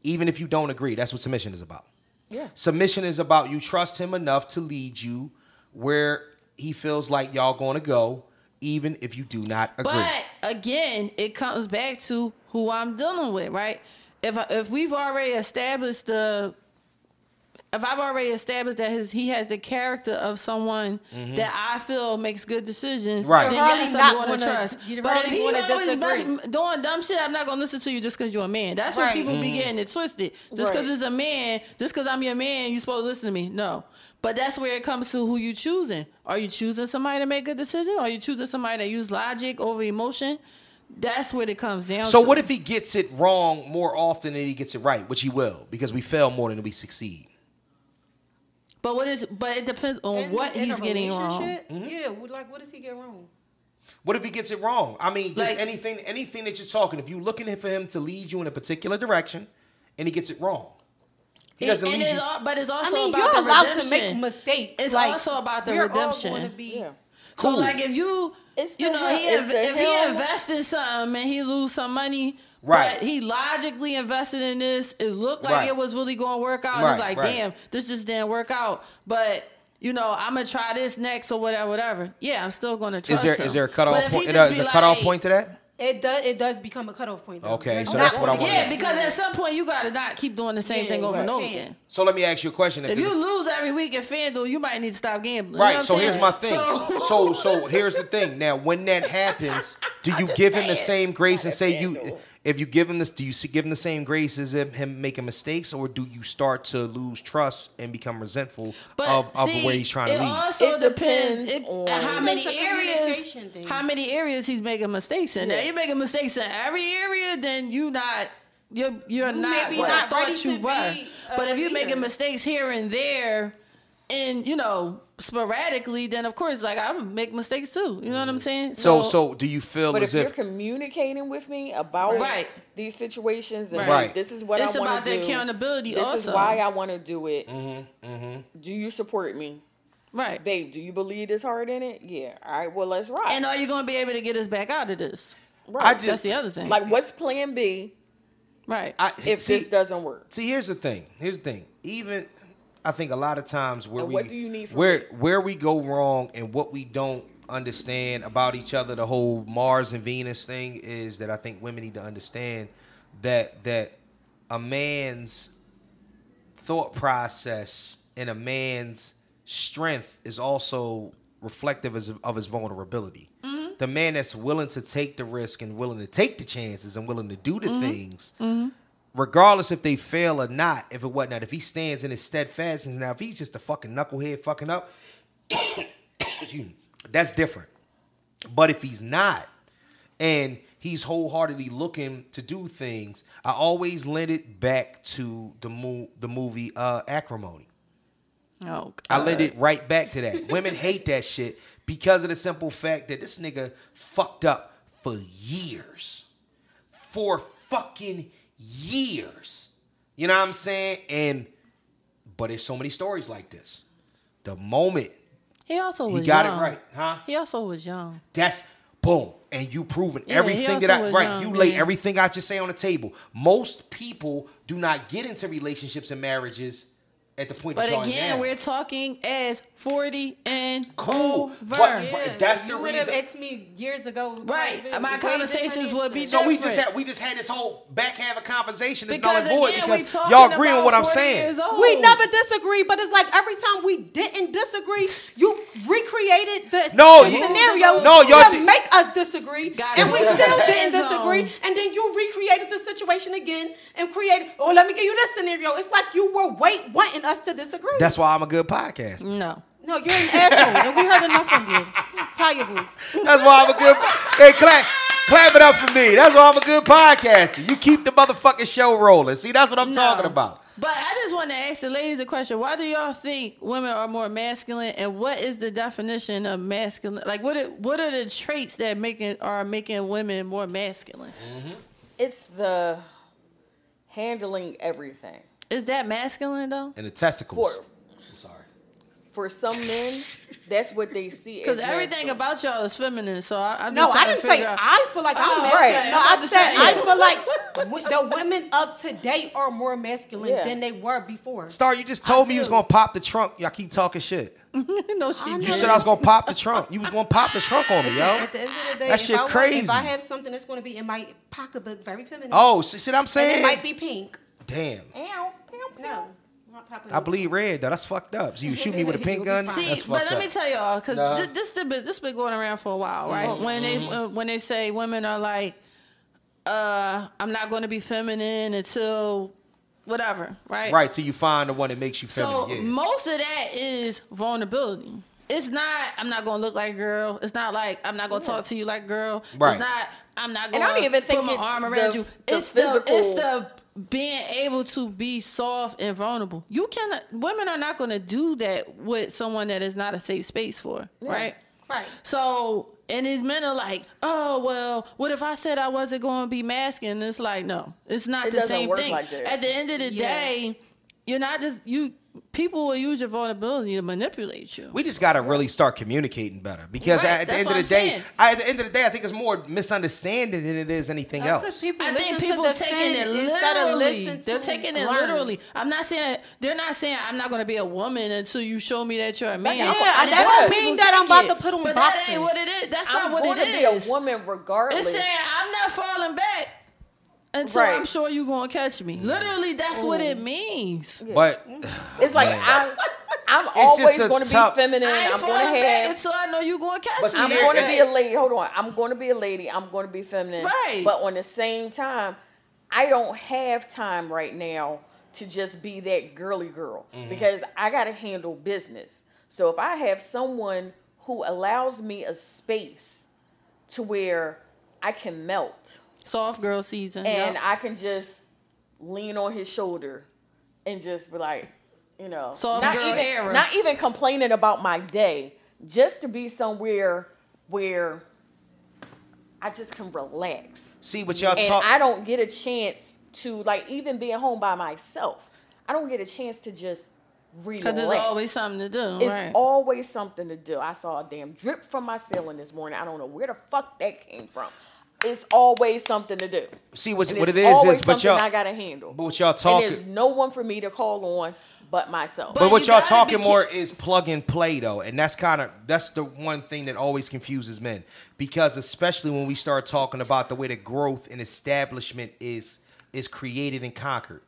Speaker 6: even if you don't agree, that's what submission is about.
Speaker 2: Yeah.
Speaker 6: Submission is about you trust him enough to lead you where he feels like y'all going to go, even if you do not agree.
Speaker 3: But again, it comes back to who I'm dealing with, right? If I- if we've already established the, if I've already established that his he has the character of someone that I feel makes good decisions,
Speaker 6: Mm-hmm. Right.
Speaker 3: Then
Speaker 6: You're
Speaker 3: yes,
Speaker 5: probably
Speaker 3: I'm
Speaker 5: not
Speaker 3: going to
Speaker 5: gonna-
Speaker 3: trust.
Speaker 5: you're
Speaker 3: But if
Speaker 5: probably
Speaker 3: he
Speaker 5: gonna
Speaker 3: always
Speaker 5: disagree.
Speaker 3: mess- doing dumb shit, I'm not going to listen to you just because you're a man. That's where
Speaker 5: Right.
Speaker 3: people
Speaker 6: Mm.
Speaker 3: be getting it twisted. Just because
Speaker 2: Right.
Speaker 3: it's a man, just because I'm your man, you supposed to listen to me. No. But that's where it comes to who you choosing. Are you choosing somebody to make a decision? Are you choosing somebody that use logic over emotion? That's what it comes down
Speaker 6: so
Speaker 3: to.
Speaker 6: what if he gets it wrong more often than he gets it right, which he will, because we fail more than we succeed.
Speaker 3: But what is but it depends on
Speaker 5: In-
Speaker 3: what
Speaker 5: in a
Speaker 3: he's getting wrong.
Speaker 5: relationship?
Speaker 6: Mm-hmm.
Speaker 5: Yeah, well, like what does he get wrong?
Speaker 6: What if he gets it wrong? I mean, just
Speaker 3: Like-
Speaker 6: anything, anything that you're talking. If you're looking for him to lead you in a particular direction, and he gets it wrong, he
Speaker 3: It-
Speaker 6: doesn't
Speaker 3: and
Speaker 6: lead
Speaker 3: it's
Speaker 6: you.
Speaker 3: all, but it's
Speaker 5: I
Speaker 3: also
Speaker 5: mean,
Speaker 3: about
Speaker 5: you're
Speaker 3: the
Speaker 5: allowed to make
Speaker 3: redemption.
Speaker 5: mistakes.
Speaker 3: It's
Speaker 5: like,
Speaker 3: also about the
Speaker 5: we're
Speaker 3: redemption.
Speaker 5: All gonna be,
Speaker 2: Yeah.
Speaker 6: Cool.
Speaker 3: So like if you
Speaker 2: It's
Speaker 3: you
Speaker 2: the
Speaker 3: know
Speaker 2: hell-
Speaker 3: he
Speaker 2: it's
Speaker 3: inv-
Speaker 2: the
Speaker 3: if he
Speaker 2: hell-
Speaker 3: invests in something and he lose some money,
Speaker 6: Right.
Speaker 3: But he logically invested in this. It looked like
Speaker 6: Right.
Speaker 3: it was really going to work out.
Speaker 6: Right,
Speaker 3: it's like
Speaker 6: right.
Speaker 3: damn, this just didn't work out. But you know I'm gonna try this next or whatever, whatever. Yeah, I'm still gonna
Speaker 6: Is
Speaker 3: trust
Speaker 6: there
Speaker 3: him.
Speaker 6: is there a
Speaker 3: But
Speaker 6: cutoff
Speaker 3: if he
Speaker 6: point? Is
Speaker 3: just
Speaker 6: there
Speaker 3: be
Speaker 6: a cutoff
Speaker 3: like-
Speaker 6: point to that?
Speaker 5: It does. It does become a cutoff point. Though.
Speaker 6: Okay,
Speaker 5: You're
Speaker 6: so
Speaker 5: not
Speaker 6: that's what I
Speaker 5: gonna
Speaker 6: wanna
Speaker 5: get
Speaker 3: Yeah,
Speaker 6: know.
Speaker 5: it.
Speaker 3: because at some point you gotta not keep doing the same
Speaker 5: Yeah,
Speaker 3: thing over and
Speaker 5: right.
Speaker 3: over
Speaker 5: Can't.
Speaker 3: again.
Speaker 6: So let me ask you a question.
Speaker 3: If
Speaker 6: it's-
Speaker 3: you lose every week at FanDuel, you might need to stop gambling. You know
Speaker 6: right,
Speaker 3: what
Speaker 6: so
Speaker 3: I'm
Speaker 6: here's
Speaker 3: saying?
Speaker 6: my thing.
Speaker 3: So-
Speaker 6: So so here's the thing. Now, when that happens, do you give him the same grace and say you? If you give him this, do you s- give him the same grace as him, him making mistakes, or do you start to lose trust and become resentful
Speaker 3: But
Speaker 6: of, of
Speaker 3: see,
Speaker 6: where he's trying to
Speaker 3: it
Speaker 6: lead?
Speaker 3: also
Speaker 2: It
Speaker 3: depends,
Speaker 2: depends
Speaker 3: it-
Speaker 2: on-
Speaker 3: at how
Speaker 2: It's
Speaker 3: many
Speaker 5: a
Speaker 3: areas,
Speaker 5: communication thing.
Speaker 3: how many areas he's making mistakes in. Now
Speaker 2: Yeah.
Speaker 3: you're making mistakes in every area, then you not. You're, you're not
Speaker 5: maybe
Speaker 3: what I
Speaker 5: not
Speaker 3: thought
Speaker 5: ready
Speaker 3: you
Speaker 5: to
Speaker 3: were.
Speaker 5: be
Speaker 3: But
Speaker 5: a
Speaker 3: if you're making
Speaker 5: leader.
Speaker 3: mistakes here and there and, you know, sporadically, then of course, like, I would make mistakes too. You know what I'm
Speaker 2: Mm-hmm.
Speaker 3: saying?
Speaker 6: so so do you feel
Speaker 2: But
Speaker 6: as
Speaker 2: if you're
Speaker 6: if
Speaker 2: communicating with me about
Speaker 3: Right.
Speaker 2: these situations and
Speaker 3: Right.
Speaker 2: this is what
Speaker 3: It's
Speaker 2: I want
Speaker 3: about
Speaker 2: to
Speaker 3: the
Speaker 2: do,
Speaker 3: accountability
Speaker 2: This is
Speaker 3: also.
Speaker 2: why I want to do it.
Speaker 6: Mm-hmm,
Speaker 2: Do you support me,
Speaker 3: right.
Speaker 2: babe? Do you believe this hard in it? Yeah. All right. Well, let's rock.
Speaker 3: And are you going to be able to get us back out of this?
Speaker 2: right.
Speaker 6: I just
Speaker 3: That's the other thing.
Speaker 2: like, what's Plan B
Speaker 3: right.
Speaker 6: I,
Speaker 2: if
Speaker 6: see,
Speaker 2: this doesn't work?
Speaker 6: See, here's the thing. Here's the thing. Even I think a lot of times where
Speaker 2: And
Speaker 6: we
Speaker 2: what do you need from
Speaker 6: where
Speaker 2: me?
Speaker 6: where we go wrong and what we don't understand about each other, the whole Mars and Venus thing is that I think women need to understand that that a man's thought process and a man's strength is also reflective as- of his vulnerability.
Speaker 2: Mm-hmm.
Speaker 6: The man that's willing to take the risk and willing to take the chances and willing to do the
Speaker 2: Mm-hmm.
Speaker 6: things, regardless if they fail or not, if it whatnot, if he stands in his steadfastness, now if he's just a fucking knucklehead fucking up, excuse me, that's different. But if he's not, and he's wholeheartedly looking to do things, I always lend it back to the mo- the movie uh, Acrimony.
Speaker 3: Oh,
Speaker 6: I lend it right back to that. Women hate that shit because of the simple fact that this nigga fucked up for years. For fucking years. You know what I'm saying? And but there's so many stories like this. The moment
Speaker 3: He also
Speaker 6: He
Speaker 3: was
Speaker 6: got it
Speaker 3: young.
Speaker 6: right, huh?
Speaker 3: He also was young.
Speaker 6: That's boom, and you proven
Speaker 3: Yeah,
Speaker 6: everything
Speaker 3: he
Speaker 6: that
Speaker 3: also
Speaker 6: I
Speaker 3: was
Speaker 6: right.
Speaker 3: young,
Speaker 6: you lay
Speaker 3: man.
Speaker 6: everything I just say on the table. Most people do not get into relationships and marriages at the point.
Speaker 3: But
Speaker 6: that y'all in
Speaker 3: again,
Speaker 6: now.
Speaker 3: we're talking as 40 and
Speaker 6: Cool,
Speaker 3: over.
Speaker 6: but- but
Speaker 5: Yeah,
Speaker 6: that's
Speaker 5: if
Speaker 6: the
Speaker 5: you would have
Speaker 6: reason-
Speaker 5: asked me years ago. like,
Speaker 3: Right,
Speaker 5: the
Speaker 3: my
Speaker 5: way
Speaker 3: conversations
Speaker 5: different
Speaker 3: would be
Speaker 5: is-
Speaker 6: so we just
Speaker 3: different.
Speaker 6: had we just had this whole back half a conversation. It's
Speaker 3: because
Speaker 6: null and void
Speaker 3: again, we
Speaker 6: because
Speaker 3: talking
Speaker 6: y'all agree on
Speaker 3: about
Speaker 6: what I'm
Speaker 3: 40
Speaker 6: saying.
Speaker 3: years old.
Speaker 5: We never disagree, but it's like every time we didn't disagree, you recreated the
Speaker 6: No,
Speaker 5: the
Speaker 6: you-
Speaker 5: scenario
Speaker 6: no, y'all
Speaker 5: to
Speaker 6: di-
Speaker 5: make us disagree,
Speaker 3: Got
Speaker 5: and
Speaker 3: it.
Speaker 5: we still
Speaker 3: Hands
Speaker 5: didn't
Speaker 3: on.
Speaker 5: disagree, and then you recreated the situation again and created. Oh, let me give you this scenario. It's like you were wait wanting us to disagree.
Speaker 6: That's why I'm a good podcaster.
Speaker 3: No.
Speaker 5: no, you're an asshole, and we heard enough from you. Tell your voice.
Speaker 6: That's why I'm a good. Hey, clap, clap it up for me. That's why I'm a good podcaster. You keep the motherfucking show rolling. See, that's what I'm talking
Speaker 3: No.
Speaker 6: about.
Speaker 3: But I just want to ask the ladies a question. Why do y'all think women are more masculine, and what is the definition of masculine? Like, what are, what are the traits that making are making women more masculine?
Speaker 2: It's the handling everything.
Speaker 3: Is that masculine though?
Speaker 6: And the testicles.
Speaker 2: For
Speaker 6: I'm sorry.
Speaker 2: for some men, that's what they see.
Speaker 3: Because
Speaker 2: as
Speaker 3: everything
Speaker 2: masculine.
Speaker 3: about y'all is feminine. So I, I'm
Speaker 5: No,
Speaker 3: just
Speaker 5: I
Speaker 3: trying to
Speaker 5: didn't say
Speaker 3: figure out.
Speaker 5: I feel like I'm
Speaker 3: Oh,
Speaker 5: masculine.
Speaker 2: right.
Speaker 5: No,
Speaker 3: I'm
Speaker 5: I
Speaker 3: just
Speaker 5: said
Speaker 3: saying.
Speaker 5: I feel like w- the women of today are more masculine
Speaker 2: Yeah.
Speaker 5: than they were before.
Speaker 6: Star, you just told
Speaker 5: I
Speaker 6: me you was
Speaker 5: do.
Speaker 6: gonna pop the trunk. Y'all keep talking shit.
Speaker 3: no, she
Speaker 6: You said I was gonna pop the trunk. You was gonna pop the trunk on me, yo.
Speaker 5: At the end of the day,
Speaker 6: That
Speaker 5: if
Speaker 6: shit
Speaker 5: I, want-
Speaker 6: crazy.
Speaker 5: If I have something that's going to be in my pocketbook, very feminine.
Speaker 6: Oh, see, see what I'm
Speaker 5: and it
Speaker 6: saying?
Speaker 5: might be pink.
Speaker 6: Damn.
Speaker 2: Ow, pew, pew.
Speaker 5: No, not popping.
Speaker 6: I bleed red though. That's fucked up. So you shoot me with a pin gun? That's
Speaker 3: See, but
Speaker 6: fucked
Speaker 3: let me
Speaker 6: up.
Speaker 3: tell y'all, because
Speaker 6: Nah.
Speaker 3: this this been this been going around for a while, right? When they uh, when they say women are like, uh, I'm not going to be feminine until whatever, right?
Speaker 6: Right, till you find the one that makes you
Speaker 3: So
Speaker 6: feminine. Yeah.
Speaker 3: most of that is vulnerability. It's not I'm not gonna look like a girl. It's not like I'm not gonna talk to you like a girl.
Speaker 6: Right.
Speaker 3: It's not I'm not
Speaker 2: And
Speaker 3: gonna
Speaker 2: I don't even think
Speaker 3: put my
Speaker 2: it's
Speaker 3: arm
Speaker 2: the-
Speaker 3: around you.
Speaker 2: the
Speaker 3: it's the it's
Speaker 2: physical-
Speaker 3: the being able to be soft and vulnerable. You cannot women are not gonna do that with someone that is not a safe space for, right?
Speaker 5: Right.
Speaker 3: So and these men are like, oh well, what if I said I wasn't going to be masculine? It's like, no, it's not
Speaker 2: It
Speaker 3: the
Speaker 2: doesn't
Speaker 3: same
Speaker 2: work
Speaker 3: thing.
Speaker 2: like that.
Speaker 3: At the end of the
Speaker 5: Yeah.
Speaker 3: day, you're not just you. People will use your vulnerability to manipulate you.
Speaker 6: We just gotta really start communicating better because
Speaker 3: Right,
Speaker 6: at the
Speaker 3: that's
Speaker 6: end of
Speaker 3: what
Speaker 6: the
Speaker 3: I'm
Speaker 6: day,
Speaker 3: saying.
Speaker 6: I, at the end of the day, I think it's more misunderstanding than it is anything else.
Speaker 5: people
Speaker 3: I think
Speaker 5: listen to
Speaker 3: people
Speaker 5: the
Speaker 3: taking
Speaker 5: Fed
Speaker 3: it
Speaker 5: instead of
Speaker 3: literally.
Speaker 5: listen
Speaker 3: They're
Speaker 5: to
Speaker 3: taking it
Speaker 5: learn.
Speaker 3: literally. I'm not saying they're not saying I'm not going to be a woman until you show me that you're a man.
Speaker 2: not
Speaker 5: Yeah,
Speaker 2: what-
Speaker 5: that
Speaker 2: that's
Speaker 5: don't
Speaker 2: what
Speaker 5: mean
Speaker 3: People
Speaker 5: that I'm
Speaker 3: take
Speaker 5: about
Speaker 3: it,
Speaker 5: to put on
Speaker 3: But
Speaker 5: boxes.
Speaker 3: that ain't what it is. That's
Speaker 2: I'm
Speaker 3: not what
Speaker 2: going
Speaker 3: it
Speaker 2: to be
Speaker 3: is.
Speaker 2: a woman regardless.
Speaker 3: It's saying I'm not falling back until
Speaker 2: Right.
Speaker 3: I'm sure you're gonna catch
Speaker 5: Mm.
Speaker 3: me. Literally, that's what it means.
Speaker 6: But
Speaker 2: It's like
Speaker 6: Man.
Speaker 2: I'm, I'm
Speaker 6: just
Speaker 2: always
Speaker 6: a
Speaker 2: going to
Speaker 6: tough-
Speaker 2: be feminine.
Speaker 3: I ain't
Speaker 2: I'm going
Speaker 3: falling
Speaker 2: to
Speaker 3: back
Speaker 2: have.
Speaker 3: until I know you're gonna catch
Speaker 6: But
Speaker 3: me.
Speaker 6: see,
Speaker 2: I'm
Speaker 6: here's
Speaker 2: going to
Speaker 6: the
Speaker 2: be a lady. Hold on. I'm going to be a lady. I'm going to be feminine.
Speaker 3: Right.
Speaker 2: But on the same time, I don't have time right now to just be that girly girl
Speaker 6: Mm-hmm.
Speaker 2: because I got to handle business. So if I have someone who allows me a space to where I can melt
Speaker 3: soft girl season.
Speaker 2: and
Speaker 3: yep.
Speaker 2: I can just lean on his shoulder and just be like, you know,
Speaker 3: Soft
Speaker 2: not
Speaker 3: girl
Speaker 2: even
Speaker 3: era.
Speaker 2: not even complaining about my day, just to be somewhere where I just can relax.
Speaker 6: see what y'all
Speaker 2: And
Speaker 6: talk.
Speaker 2: I don't get a chance to like even being home by myself. I don't get a chance to just relax.
Speaker 3: because there's always something to do.
Speaker 2: It's
Speaker 3: right.
Speaker 2: always something to do. I saw a damn drip from my ceiling this morning. I don't know where the fuck that came from. it's always something to do.
Speaker 6: See what
Speaker 2: And
Speaker 6: what
Speaker 2: it's
Speaker 6: it is
Speaker 2: always
Speaker 6: is, but
Speaker 2: something
Speaker 6: y'all,
Speaker 2: I gotta handle.
Speaker 6: but what y'all
Speaker 2: and
Speaker 6: talking,
Speaker 2: there's no one for me to call on but myself.
Speaker 6: but
Speaker 3: you
Speaker 6: what y'all
Speaker 3: gotta be
Speaker 6: talking
Speaker 3: ki-
Speaker 6: more is plug and play though, and that's kind of that's the one thing that always confuses men because especially when we start talking about the way that growth and establishment is is created and conquered.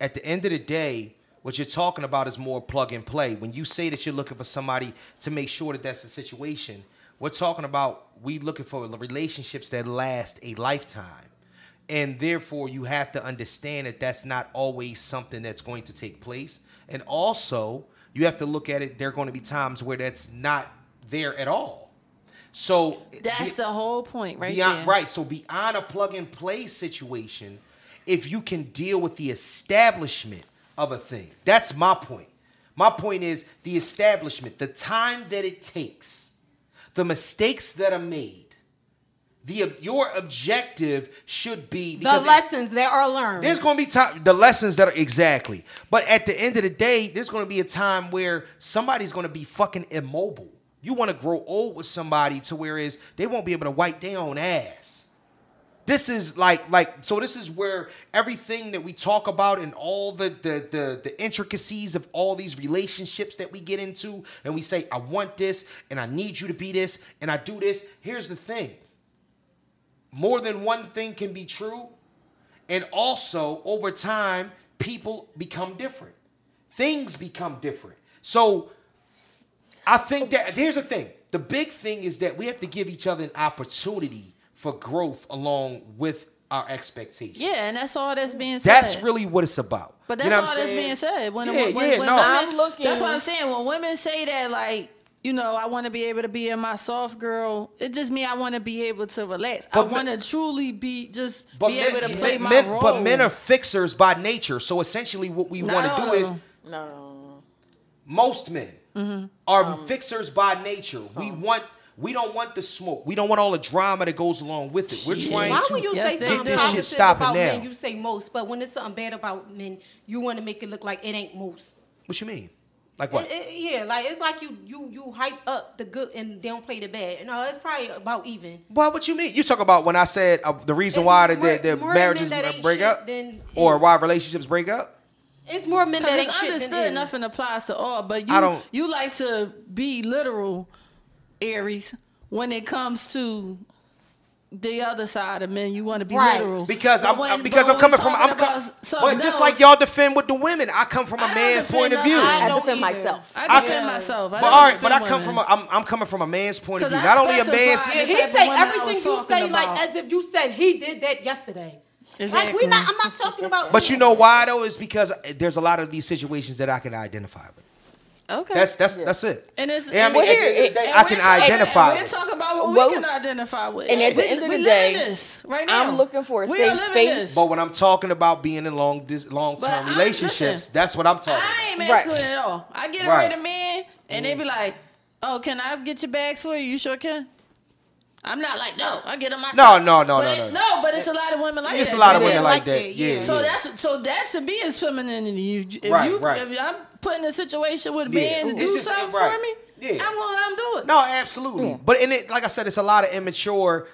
Speaker 6: At the end of the day, what you're talking about is more plug and play. When you say that you're looking for somebody to make sure that that's the situation, we're talking about we looking for relationships that last a lifetime and therefore you have to understand that that's not always something that's going to take place and also you have to look at it there are going to be times where that's not there at all so
Speaker 3: That's the whole point, right
Speaker 6: beyond,
Speaker 3: there.
Speaker 6: right so beyond a plug and play situation if you can deal with the establishment of a thing that's my point my point is the establishment the time that it takes the mistakes that are made the your objective should be
Speaker 5: The
Speaker 6: because it-
Speaker 5: lessons that are learned.
Speaker 6: there's going to be time the lessons that are exactly. But at the end of the day, there's going to be a time where somebody's going to be fucking immobile. You want to grow old with somebody to where is they won't be able to wipe their own ass. This is like like so this is where everything that we talk about and all the the the, the intricacies of all these relationships that we get into and we say I want this and I need you to be this and I do this. Here's the thing. More than one thing can be true and also, over time, people become different. Things become different. So I think that here's the thing. The big thing is that we have to give each other an opportunity for growth along with our expectations.
Speaker 3: Yeah, and that's all that's being said.
Speaker 6: That's really what it's about.
Speaker 3: But
Speaker 6: You
Speaker 3: that's
Speaker 6: know
Speaker 3: all
Speaker 6: what I'm
Speaker 3: that's
Speaker 6: saying?
Speaker 3: being said. When,
Speaker 6: Yeah,
Speaker 3: when, when,
Speaker 6: yeah,
Speaker 3: when
Speaker 6: no.
Speaker 3: women,
Speaker 2: I'm looking-
Speaker 3: That's what I'm saying. When women say that, like, you know, I want to be able to be in my soft girl. It just mean I want to be able to relax. I
Speaker 6: But men-
Speaker 3: want to truly be just
Speaker 6: But
Speaker 3: be
Speaker 6: men,
Speaker 3: able to play
Speaker 6: men-
Speaker 3: my
Speaker 6: men-
Speaker 3: role.
Speaker 6: But men are fixers by nature. So essentially, what we want to do is
Speaker 3: No.
Speaker 2: no.
Speaker 6: most men
Speaker 5: Mm-hmm.
Speaker 6: are
Speaker 5: Um,
Speaker 6: fixers by nature. We want we don't want the smoke. We don't want all the drama that goes along with it. We're trying
Speaker 5: Why
Speaker 6: to
Speaker 5: would you
Speaker 3: Yes,
Speaker 5: say
Speaker 3: they
Speaker 5: something
Speaker 3: do. Get this
Speaker 6: shit
Speaker 5: positive
Speaker 6: stopping
Speaker 5: about
Speaker 6: now.
Speaker 5: men? You say most, but when it's something bad about men, you want to make it look like it ain't most.
Speaker 6: What you mean? Like what?
Speaker 5: It- it- yeah, like it's like you you you hype up the good and downplay the bad. No, it's probably about even.
Speaker 6: well, what you mean? You talk about when I said uh, the reason
Speaker 5: It's
Speaker 6: why the,
Speaker 5: more-
Speaker 6: the, the
Speaker 5: more
Speaker 6: marriages
Speaker 5: men that ain't
Speaker 6: break
Speaker 5: shit
Speaker 6: up,
Speaker 5: than-
Speaker 6: or why relationships break up.
Speaker 5: It's more men that
Speaker 3: Because
Speaker 5: ain't
Speaker 3: it's
Speaker 5: shit
Speaker 3: understood
Speaker 5: than is.
Speaker 3: nothing applies to all, but you
Speaker 6: I don't-
Speaker 3: you like to be literal, Aries, when it comes to the other side of men. You want to be
Speaker 5: Right.
Speaker 3: literal
Speaker 6: Because
Speaker 3: But
Speaker 6: I'm
Speaker 3: when-
Speaker 6: I'm- because
Speaker 3: but
Speaker 6: I'm
Speaker 3: when
Speaker 6: coming from I'm
Speaker 3: talking
Speaker 6: com-
Speaker 3: about something
Speaker 6: but
Speaker 3: else,
Speaker 6: just like y'all defend with the women, I come from a
Speaker 3: don't
Speaker 6: man's
Speaker 3: defend
Speaker 6: point of
Speaker 3: no-
Speaker 6: view.
Speaker 3: I
Speaker 2: I,
Speaker 5: don't
Speaker 2: defend
Speaker 5: either.
Speaker 2: myself.
Speaker 3: I
Speaker 6: I-
Speaker 3: defend myself. I
Speaker 6: but all right,
Speaker 3: defend
Speaker 6: but I come
Speaker 3: women.
Speaker 6: from a, I'm I'm coming from a man's point of view,
Speaker 3: 'Cause I
Speaker 6: not only a man's.
Speaker 3: specify
Speaker 5: Yeah, he
Speaker 3: the type of
Speaker 5: take
Speaker 3: women I was
Speaker 5: everything you
Speaker 3: talking
Speaker 5: say
Speaker 3: about.
Speaker 5: like as if you said he did that yesterday. Like
Speaker 3: Exactly.
Speaker 5: we not. I'm not talking about.
Speaker 6: But you know why though is because there's a lot of these situations that I can identify with.
Speaker 3: Okay.
Speaker 6: That's that's that's it.
Speaker 3: And it's-
Speaker 6: yeah, I
Speaker 3: and
Speaker 6: mean,
Speaker 2: we're
Speaker 6: at the end of the
Speaker 2: here-
Speaker 6: day,
Speaker 2: and
Speaker 6: I
Speaker 3: we're
Speaker 6: can
Speaker 3: talking-
Speaker 6: identify.
Speaker 3: and We're
Speaker 6: with it.
Speaker 3: talking about what
Speaker 2: Well,
Speaker 3: we can identify with.
Speaker 2: and at the
Speaker 3: We-
Speaker 2: end of
Speaker 3: we
Speaker 2: the
Speaker 3: living
Speaker 2: day,
Speaker 3: this right now.
Speaker 2: I'm looking for a
Speaker 3: We
Speaker 2: safe
Speaker 3: are living
Speaker 2: space.
Speaker 3: this.
Speaker 6: But when I'm talking about being in long dis- long term
Speaker 3: I'm-
Speaker 6: relationships,
Speaker 3: listen,
Speaker 6: that's what I'm talking
Speaker 3: I ain't
Speaker 6: about.
Speaker 2: Right.
Speaker 3: masculine at all. I get
Speaker 6: Right.
Speaker 3: around a man, and they be
Speaker 2: Mm.
Speaker 3: like, "Oh, can I get your bags for you? You sure can." I'm not like, no, I get them
Speaker 6: No,
Speaker 3: myself.
Speaker 6: no,
Speaker 3: But
Speaker 6: no, no,
Speaker 3: it-
Speaker 6: no.
Speaker 3: No, but it's a lot of women like
Speaker 6: It's
Speaker 3: that.
Speaker 6: a lot of
Speaker 5: Yeah,
Speaker 6: women like
Speaker 5: like
Speaker 6: that.
Speaker 5: that,
Speaker 6: Yeah.
Speaker 5: yeah.
Speaker 3: So
Speaker 6: yeah.
Speaker 3: that's so that to me is femininity. You- If
Speaker 6: Right,
Speaker 3: you,
Speaker 6: right.
Speaker 3: if I'm put in a situation with a
Speaker 6: Yeah.
Speaker 3: man to
Speaker 6: It's
Speaker 3: do
Speaker 6: just-
Speaker 3: something
Speaker 6: right.
Speaker 3: for me,
Speaker 6: Yeah.
Speaker 3: I'm gonna let him do it.
Speaker 6: no, absolutely. But in it, like I said, it's a lot of immature.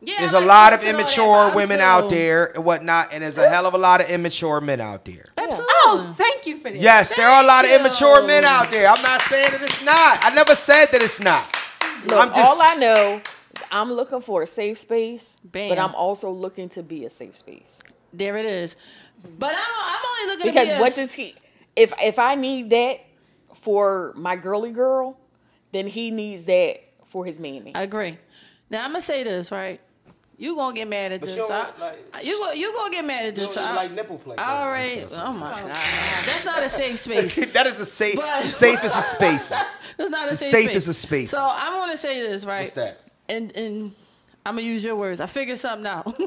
Speaker 3: yeah,
Speaker 6: There's
Speaker 3: I
Speaker 6: a
Speaker 3: like
Speaker 6: lot of
Speaker 3: sports and all that,
Speaker 6: immature
Speaker 3: but I'm
Speaker 6: women
Speaker 3: still-
Speaker 6: out there and whatnot, and there's a hell of a lot of immature men out there.
Speaker 3: Absolutely.
Speaker 5: Oh, thank you for that.
Speaker 6: Yes, there are a lot of
Speaker 3: Thank
Speaker 6: immature
Speaker 3: you.
Speaker 6: men out there. I'm not saying that it's not. I never said that it's not.
Speaker 2: Look,
Speaker 6: I'm just
Speaker 2: all I know, I'm looking for a safe space, but
Speaker 3: Bam.
Speaker 2: I'm also looking to be a safe space
Speaker 3: There it is. But I'm, I'm only looking
Speaker 2: because
Speaker 3: to be
Speaker 2: what
Speaker 3: a,
Speaker 2: does he? If if I need that for my girly girl, then he needs that for his mammy.
Speaker 3: I agree. Now I'm gonna say this right. You gonna get mad at
Speaker 6: But
Speaker 3: this.
Speaker 6: you don't
Speaker 3: I-
Speaker 6: like-
Speaker 3: you gonna you gonna get mad at this.
Speaker 6: don't
Speaker 3: I-
Speaker 6: like nipple play.
Speaker 3: All right. Oh my god. That's not a safe space.
Speaker 6: that is a safe,
Speaker 3: But-
Speaker 6: safest of spaces.
Speaker 3: That's not a
Speaker 6: The
Speaker 3: safe
Speaker 6: safest
Speaker 3: space.
Speaker 6: of spaces.
Speaker 3: So I'm gonna say this right.
Speaker 6: What's that?
Speaker 3: And and I'm gonna use your words. I figured something out.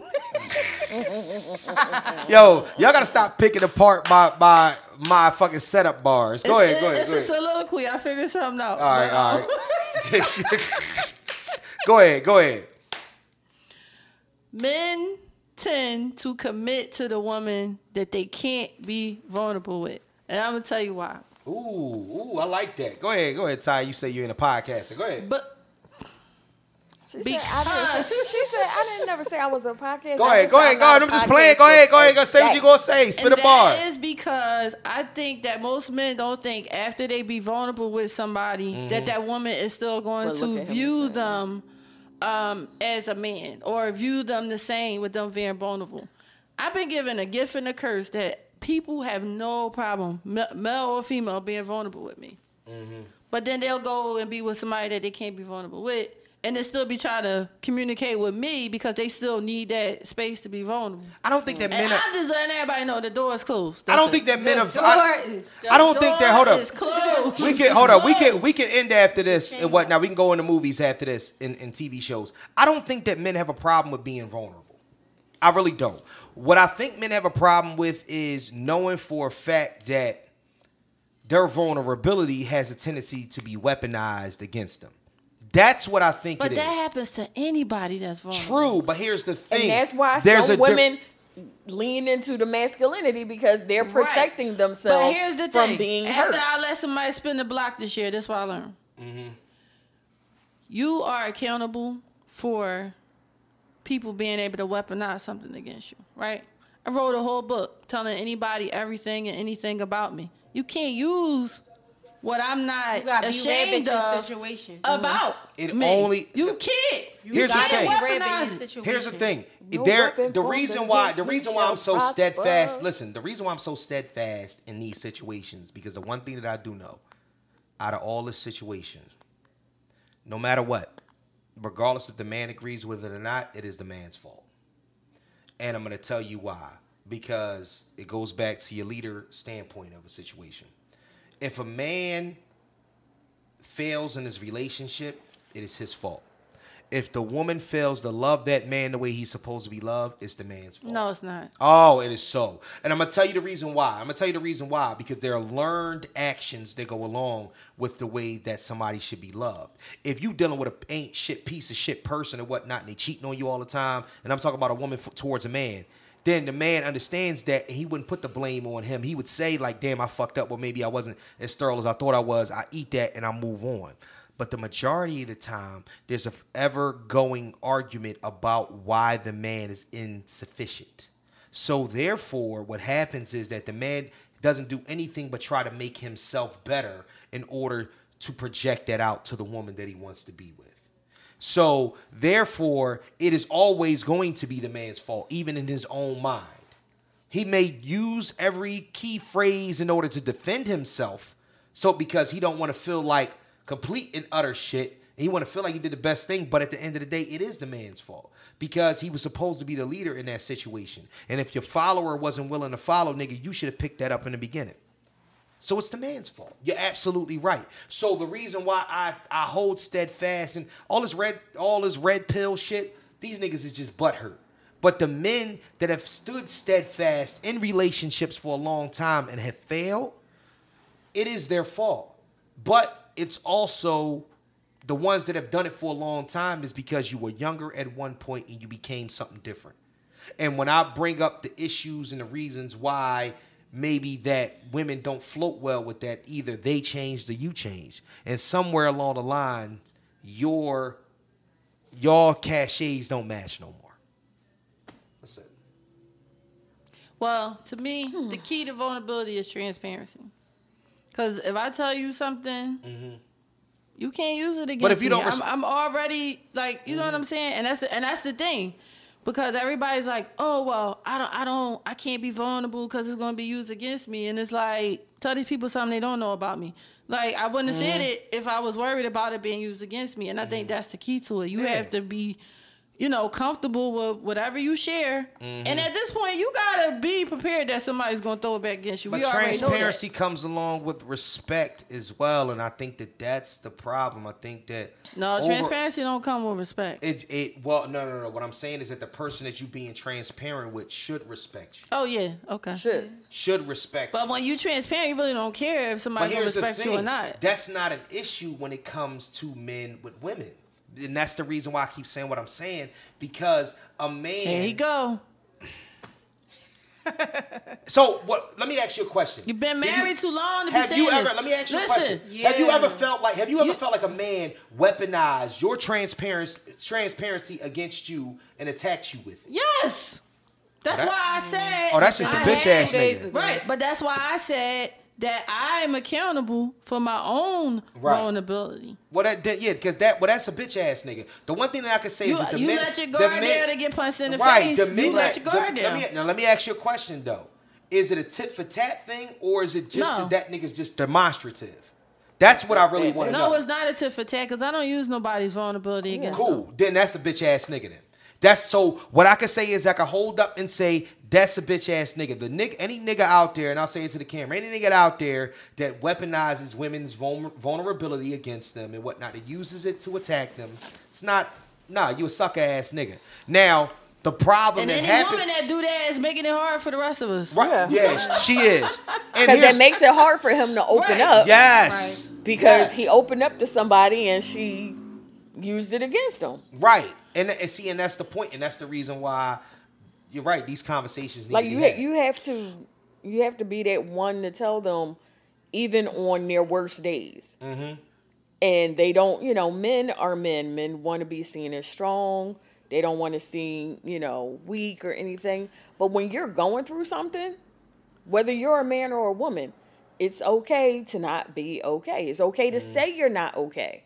Speaker 6: Yo, y'all gotta stop picking apart my my my fucking setup bars. Go
Speaker 3: it's,
Speaker 6: ahead, go ahead,
Speaker 3: It's
Speaker 6: go
Speaker 3: a
Speaker 6: ahead.
Speaker 3: soliloquy. I figured something out.
Speaker 6: all right,
Speaker 3: But,
Speaker 6: all
Speaker 3: um,
Speaker 6: right. go ahead, go ahead.
Speaker 3: Men tend to commit to the woman that they can't be vulnerable with, and I'm gonna tell you why.
Speaker 6: Ooh, ooh, I like that. Go ahead, go ahead, Ty. You say you're in a podcaster. Go ahead.
Speaker 3: But
Speaker 7: She said, I didn't, she said, I didn't never say I was a podcast.
Speaker 6: Go
Speaker 7: I
Speaker 6: ahead,
Speaker 7: just
Speaker 6: go
Speaker 7: said
Speaker 6: ahead,
Speaker 7: I
Speaker 6: go ahead.
Speaker 7: love
Speaker 6: I'm just playing. Go
Speaker 7: podcasts
Speaker 6: ahead, go ahead, go say what
Speaker 7: every
Speaker 6: you
Speaker 7: day.
Speaker 6: gonna say. Spit a
Speaker 3: and
Speaker 6: bar.
Speaker 3: That is because I think that most men don't think after they be vulnerable with somebody
Speaker 6: Mm-hmm.
Speaker 3: that that woman is still going
Speaker 2: Well, look
Speaker 3: to
Speaker 2: at him
Speaker 3: view
Speaker 2: and say-
Speaker 3: them um, as a man or view them the same with them being vulnerable. I've been given a gift and a curse that people have no problem, me- male or female, being vulnerable with me.
Speaker 6: Mm-hmm.
Speaker 3: But then they'll go and be with somebody that they can't be vulnerable with. And they still be trying to communicate with me because they still need that space to be vulnerable.
Speaker 6: I don't think that men.
Speaker 3: And
Speaker 6: Are,
Speaker 3: I'm just letting everybody know the door is closed.
Speaker 6: I
Speaker 3: That's
Speaker 6: don't think
Speaker 3: it.
Speaker 6: that men have.
Speaker 5: Door
Speaker 6: I,
Speaker 5: is
Speaker 6: I don't think that. Hold
Speaker 3: Door
Speaker 6: up.
Speaker 3: is closed.
Speaker 6: We can hold up. We can we can end after this and whatnot. We can go into movies after this and, and TV shows. I don't think that men have a problem with being vulnerable. I really don't. What I think men have a problem with is knowing for a fact that their vulnerability has a tendency to be weaponized against them. That's what I think
Speaker 3: But
Speaker 6: it
Speaker 3: that
Speaker 6: is.
Speaker 3: happens to anybody that's vulnerable.
Speaker 6: True, but here's the thing.
Speaker 2: And that's why some
Speaker 6: di-
Speaker 2: women lean into the masculinity because they're
Speaker 3: Right.
Speaker 2: protecting themselves
Speaker 3: But here's the
Speaker 2: from
Speaker 3: thing.
Speaker 2: being
Speaker 3: After
Speaker 2: hurt.
Speaker 3: I let somebody spin the block this year, that's what I learned.
Speaker 6: Mm-hmm.
Speaker 3: You are accountable for people being able to weaponize something against you, right? I wrote a whole book telling anybody everything and anything about me. You can't use what I'm not
Speaker 5: You gotta be
Speaker 3: ashamed
Speaker 5: rabid your
Speaker 3: of
Speaker 5: situation.
Speaker 3: about
Speaker 6: It
Speaker 3: me.
Speaker 6: only-
Speaker 3: you can't.
Speaker 5: You
Speaker 6: Here's the
Speaker 5: gotta
Speaker 6: thing.
Speaker 5: be rabid your
Speaker 3: Here's the
Speaker 5: situation.
Speaker 6: Here's the thing.
Speaker 2: No
Speaker 6: there,
Speaker 2: weapon
Speaker 6: the
Speaker 2: formed
Speaker 6: reason why the
Speaker 2: against me
Speaker 6: reason why I'm so
Speaker 2: shall prosper.
Speaker 6: steadfast. Listen, the reason why I'm so steadfast in these situations because the one thing that I do know, out of all this situation, no matter what, regardless if the man agrees with it or not, it is the man's fault. And I'm going to tell you why. Because it goes back to your leader standpoint of a situation. If a man fails in his relationship, it is his fault. If the woman fails to love that man the way he's supposed to be loved, it's the man's fault.
Speaker 3: No, it's not.
Speaker 6: Oh, it is so. And I'm gonna tell you the reason why. I'm gonna tell you the reason why because there are learned actions that go along with the way that somebody should be loved. If you dealing with a ain't shit piece of shit person and whatnot, and they cheating on you all the time, and I'm talking about a woman f- towards a man. Then the man understands that and he wouldn't put the blame on him. He would say, like, damn, I fucked up. Well, maybe I wasn't as thorough as I thought I was. I eat that and I move on. But the majority of the time, there's a ever going argument about why the man is insufficient. So therefore, what happens is that the man doesn't do anything but try to make himself better in order to project that out to the woman that he wants to be with. So therefore, it is always going to be the man's fault, even in his own mind. He may use every key phrase in order to defend himself. So because he don't want to feel like complete and utter shit. He want to feel like he did the best thing, but at the end of the day, it is the man's fault because he was supposed to be the leader in that situation. And if your follower wasn't willing to follow, nigga, you should have picked that up in the beginning. So it's the man's fault. You're absolutely right. So the reason why I, I hold steadfast and all this red all this red pill shit, these niggas is just butthurt. But the men that have stood steadfast in relationships for a long time and have failed, it is their fault. But it's also the ones that have done it for a long time is because you were younger at one point and you became something different. And when I bring up the issues and the reasons why maybe that women don't float well with that, either they changed or you changed. And somewhere along the line, your your cachets don't match no more. That's it.
Speaker 3: Well, to me, the key to vulnerability is transparency. Because if I tell you something, you can't use it against
Speaker 6: Mm-hmm. But if you
Speaker 3: me.
Speaker 6: don't res-
Speaker 3: I'm, I'm already like, you
Speaker 6: Mm-hmm.
Speaker 3: know what I'm saying, and that's the and that's the thing, because everybody's like, oh well, I don't, I don't, I can't be vulnerable because it's gonna be used against me, and it's like tell these people something they don't know about me. Like I wouldn't have said
Speaker 6: Mm-hmm.
Speaker 3: it if I was worried about it being used against me, and I think that's the key to it. You
Speaker 6: Yeah.
Speaker 3: have to be you know, comfortable with whatever you share.
Speaker 6: Mm-hmm.
Speaker 3: And at this point, you gotta be prepared that somebody's gonna throw it back against you.
Speaker 6: But
Speaker 3: we already know that.
Speaker 6: transparency comes along with respect as well, and I think that that's the problem. I think that
Speaker 3: No,
Speaker 6: over-
Speaker 3: transparency don't come with respect.
Speaker 6: It it well no no no. What I'm saying is that the person that you being transparent with should respect you.
Speaker 3: oh yeah, okay.
Speaker 2: Shit.
Speaker 6: Should respect.
Speaker 3: But when you transparent, you really don't care if
Speaker 6: But
Speaker 3: somebody gonna
Speaker 6: here's the
Speaker 3: respect you or
Speaker 6: thing.
Speaker 3: not.
Speaker 6: That's not an issue when it comes to men with women, and that's the reason why I keep saying what I'm saying because a man
Speaker 3: there you go.
Speaker 6: So what? Let me ask you a question.
Speaker 3: You've been
Speaker 6: Did you-
Speaker 3: married too long to be
Speaker 6: have
Speaker 3: saying
Speaker 6: you ever?
Speaker 3: this.
Speaker 6: Let me ask you
Speaker 3: Listen,
Speaker 6: a question. Have you
Speaker 5: yeah.
Speaker 6: ever felt like? Have you ever
Speaker 3: You-
Speaker 6: felt like a man weaponized your transparency transparency against you and attacked you with it?
Speaker 3: Yes. That's
Speaker 6: Oh, that-
Speaker 3: why I said.
Speaker 6: Oh, that's just a
Speaker 3: I
Speaker 6: bitch
Speaker 3: had-
Speaker 6: ass
Speaker 5: two days
Speaker 6: nigga.
Speaker 5: ago.
Speaker 3: Right, but that's why I said that I'm accountable for my own
Speaker 6: Right.
Speaker 3: vulnerability.
Speaker 6: Well, that, that yeah, because that well, that's a bitch ass nigga. The one thing that I can say
Speaker 3: You,
Speaker 6: is that the
Speaker 3: you
Speaker 6: men,
Speaker 3: let your
Speaker 6: the
Speaker 3: guard
Speaker 6: men-
Speaker 3: down to get punched in the
Speaker 6: right,
Speaker 3: face.
Speaker 6: The men
Speaker 3: you let your
Speaker 6: the-
Speaker 3: guard down.
Speaker 6: Let me, now let me ask you a question though: Is it a tit for tat thing, or is it just
Speaker 3: No.
Speaker 6: that that nigga's just demonstrative? That's what I really want to know.
Speaker 3: no, it's not a tit for tat because I don't use nobody's vulnerability against them.
Speaker 6: Cool. Then that's a bitch ass nigga then. That's so what I can say is I can hold up and say that's a bitch ass nigga. The nigga any nigga out there, and I'll say it to the camera, any nigga out there that weaponizes women's vulner- vulnerability against them and whatnot, that uses it to attack them. It's not nah, you a sucker ass nigga. Now, the problem
Speaker 3: And
Speaker 6: that
Speaker 3: any
Speaker 6: happens
Speaker 3: woman that do that is making it hard for the rest of us.
Speaker 6: Right. Yes, she is. And
Speaker 2: Because that
Speaker 6: here's-
Speaker 2: makes it hard for him to open
Speaker 3: Right.
Speaker 2: up.
Speaker 6: Yes.
Speaker 2: Because
Speaker 6: Yes.
Speaker 2: he opened up to somebody and she used it against him.
Speaker 6: Right. And, and see, and that's the point, and that's the reason why you're right, these conversations need
Speaker 2: Like
Speaker 6: to
Speaker 2: you,
Speaker 6: be
Speaker 2: ha-
Speaker 6: had.
Speaker 2: you have to, you have to be that one to tell them, even on their worst days. And they don't, you know, men are men. Men want to be seen as strong. They don't want to seem, you know, weak or anything. But when you're going through something, whether you're a man or a woman, it's okay to not be okay. It's okay to say you're not okay.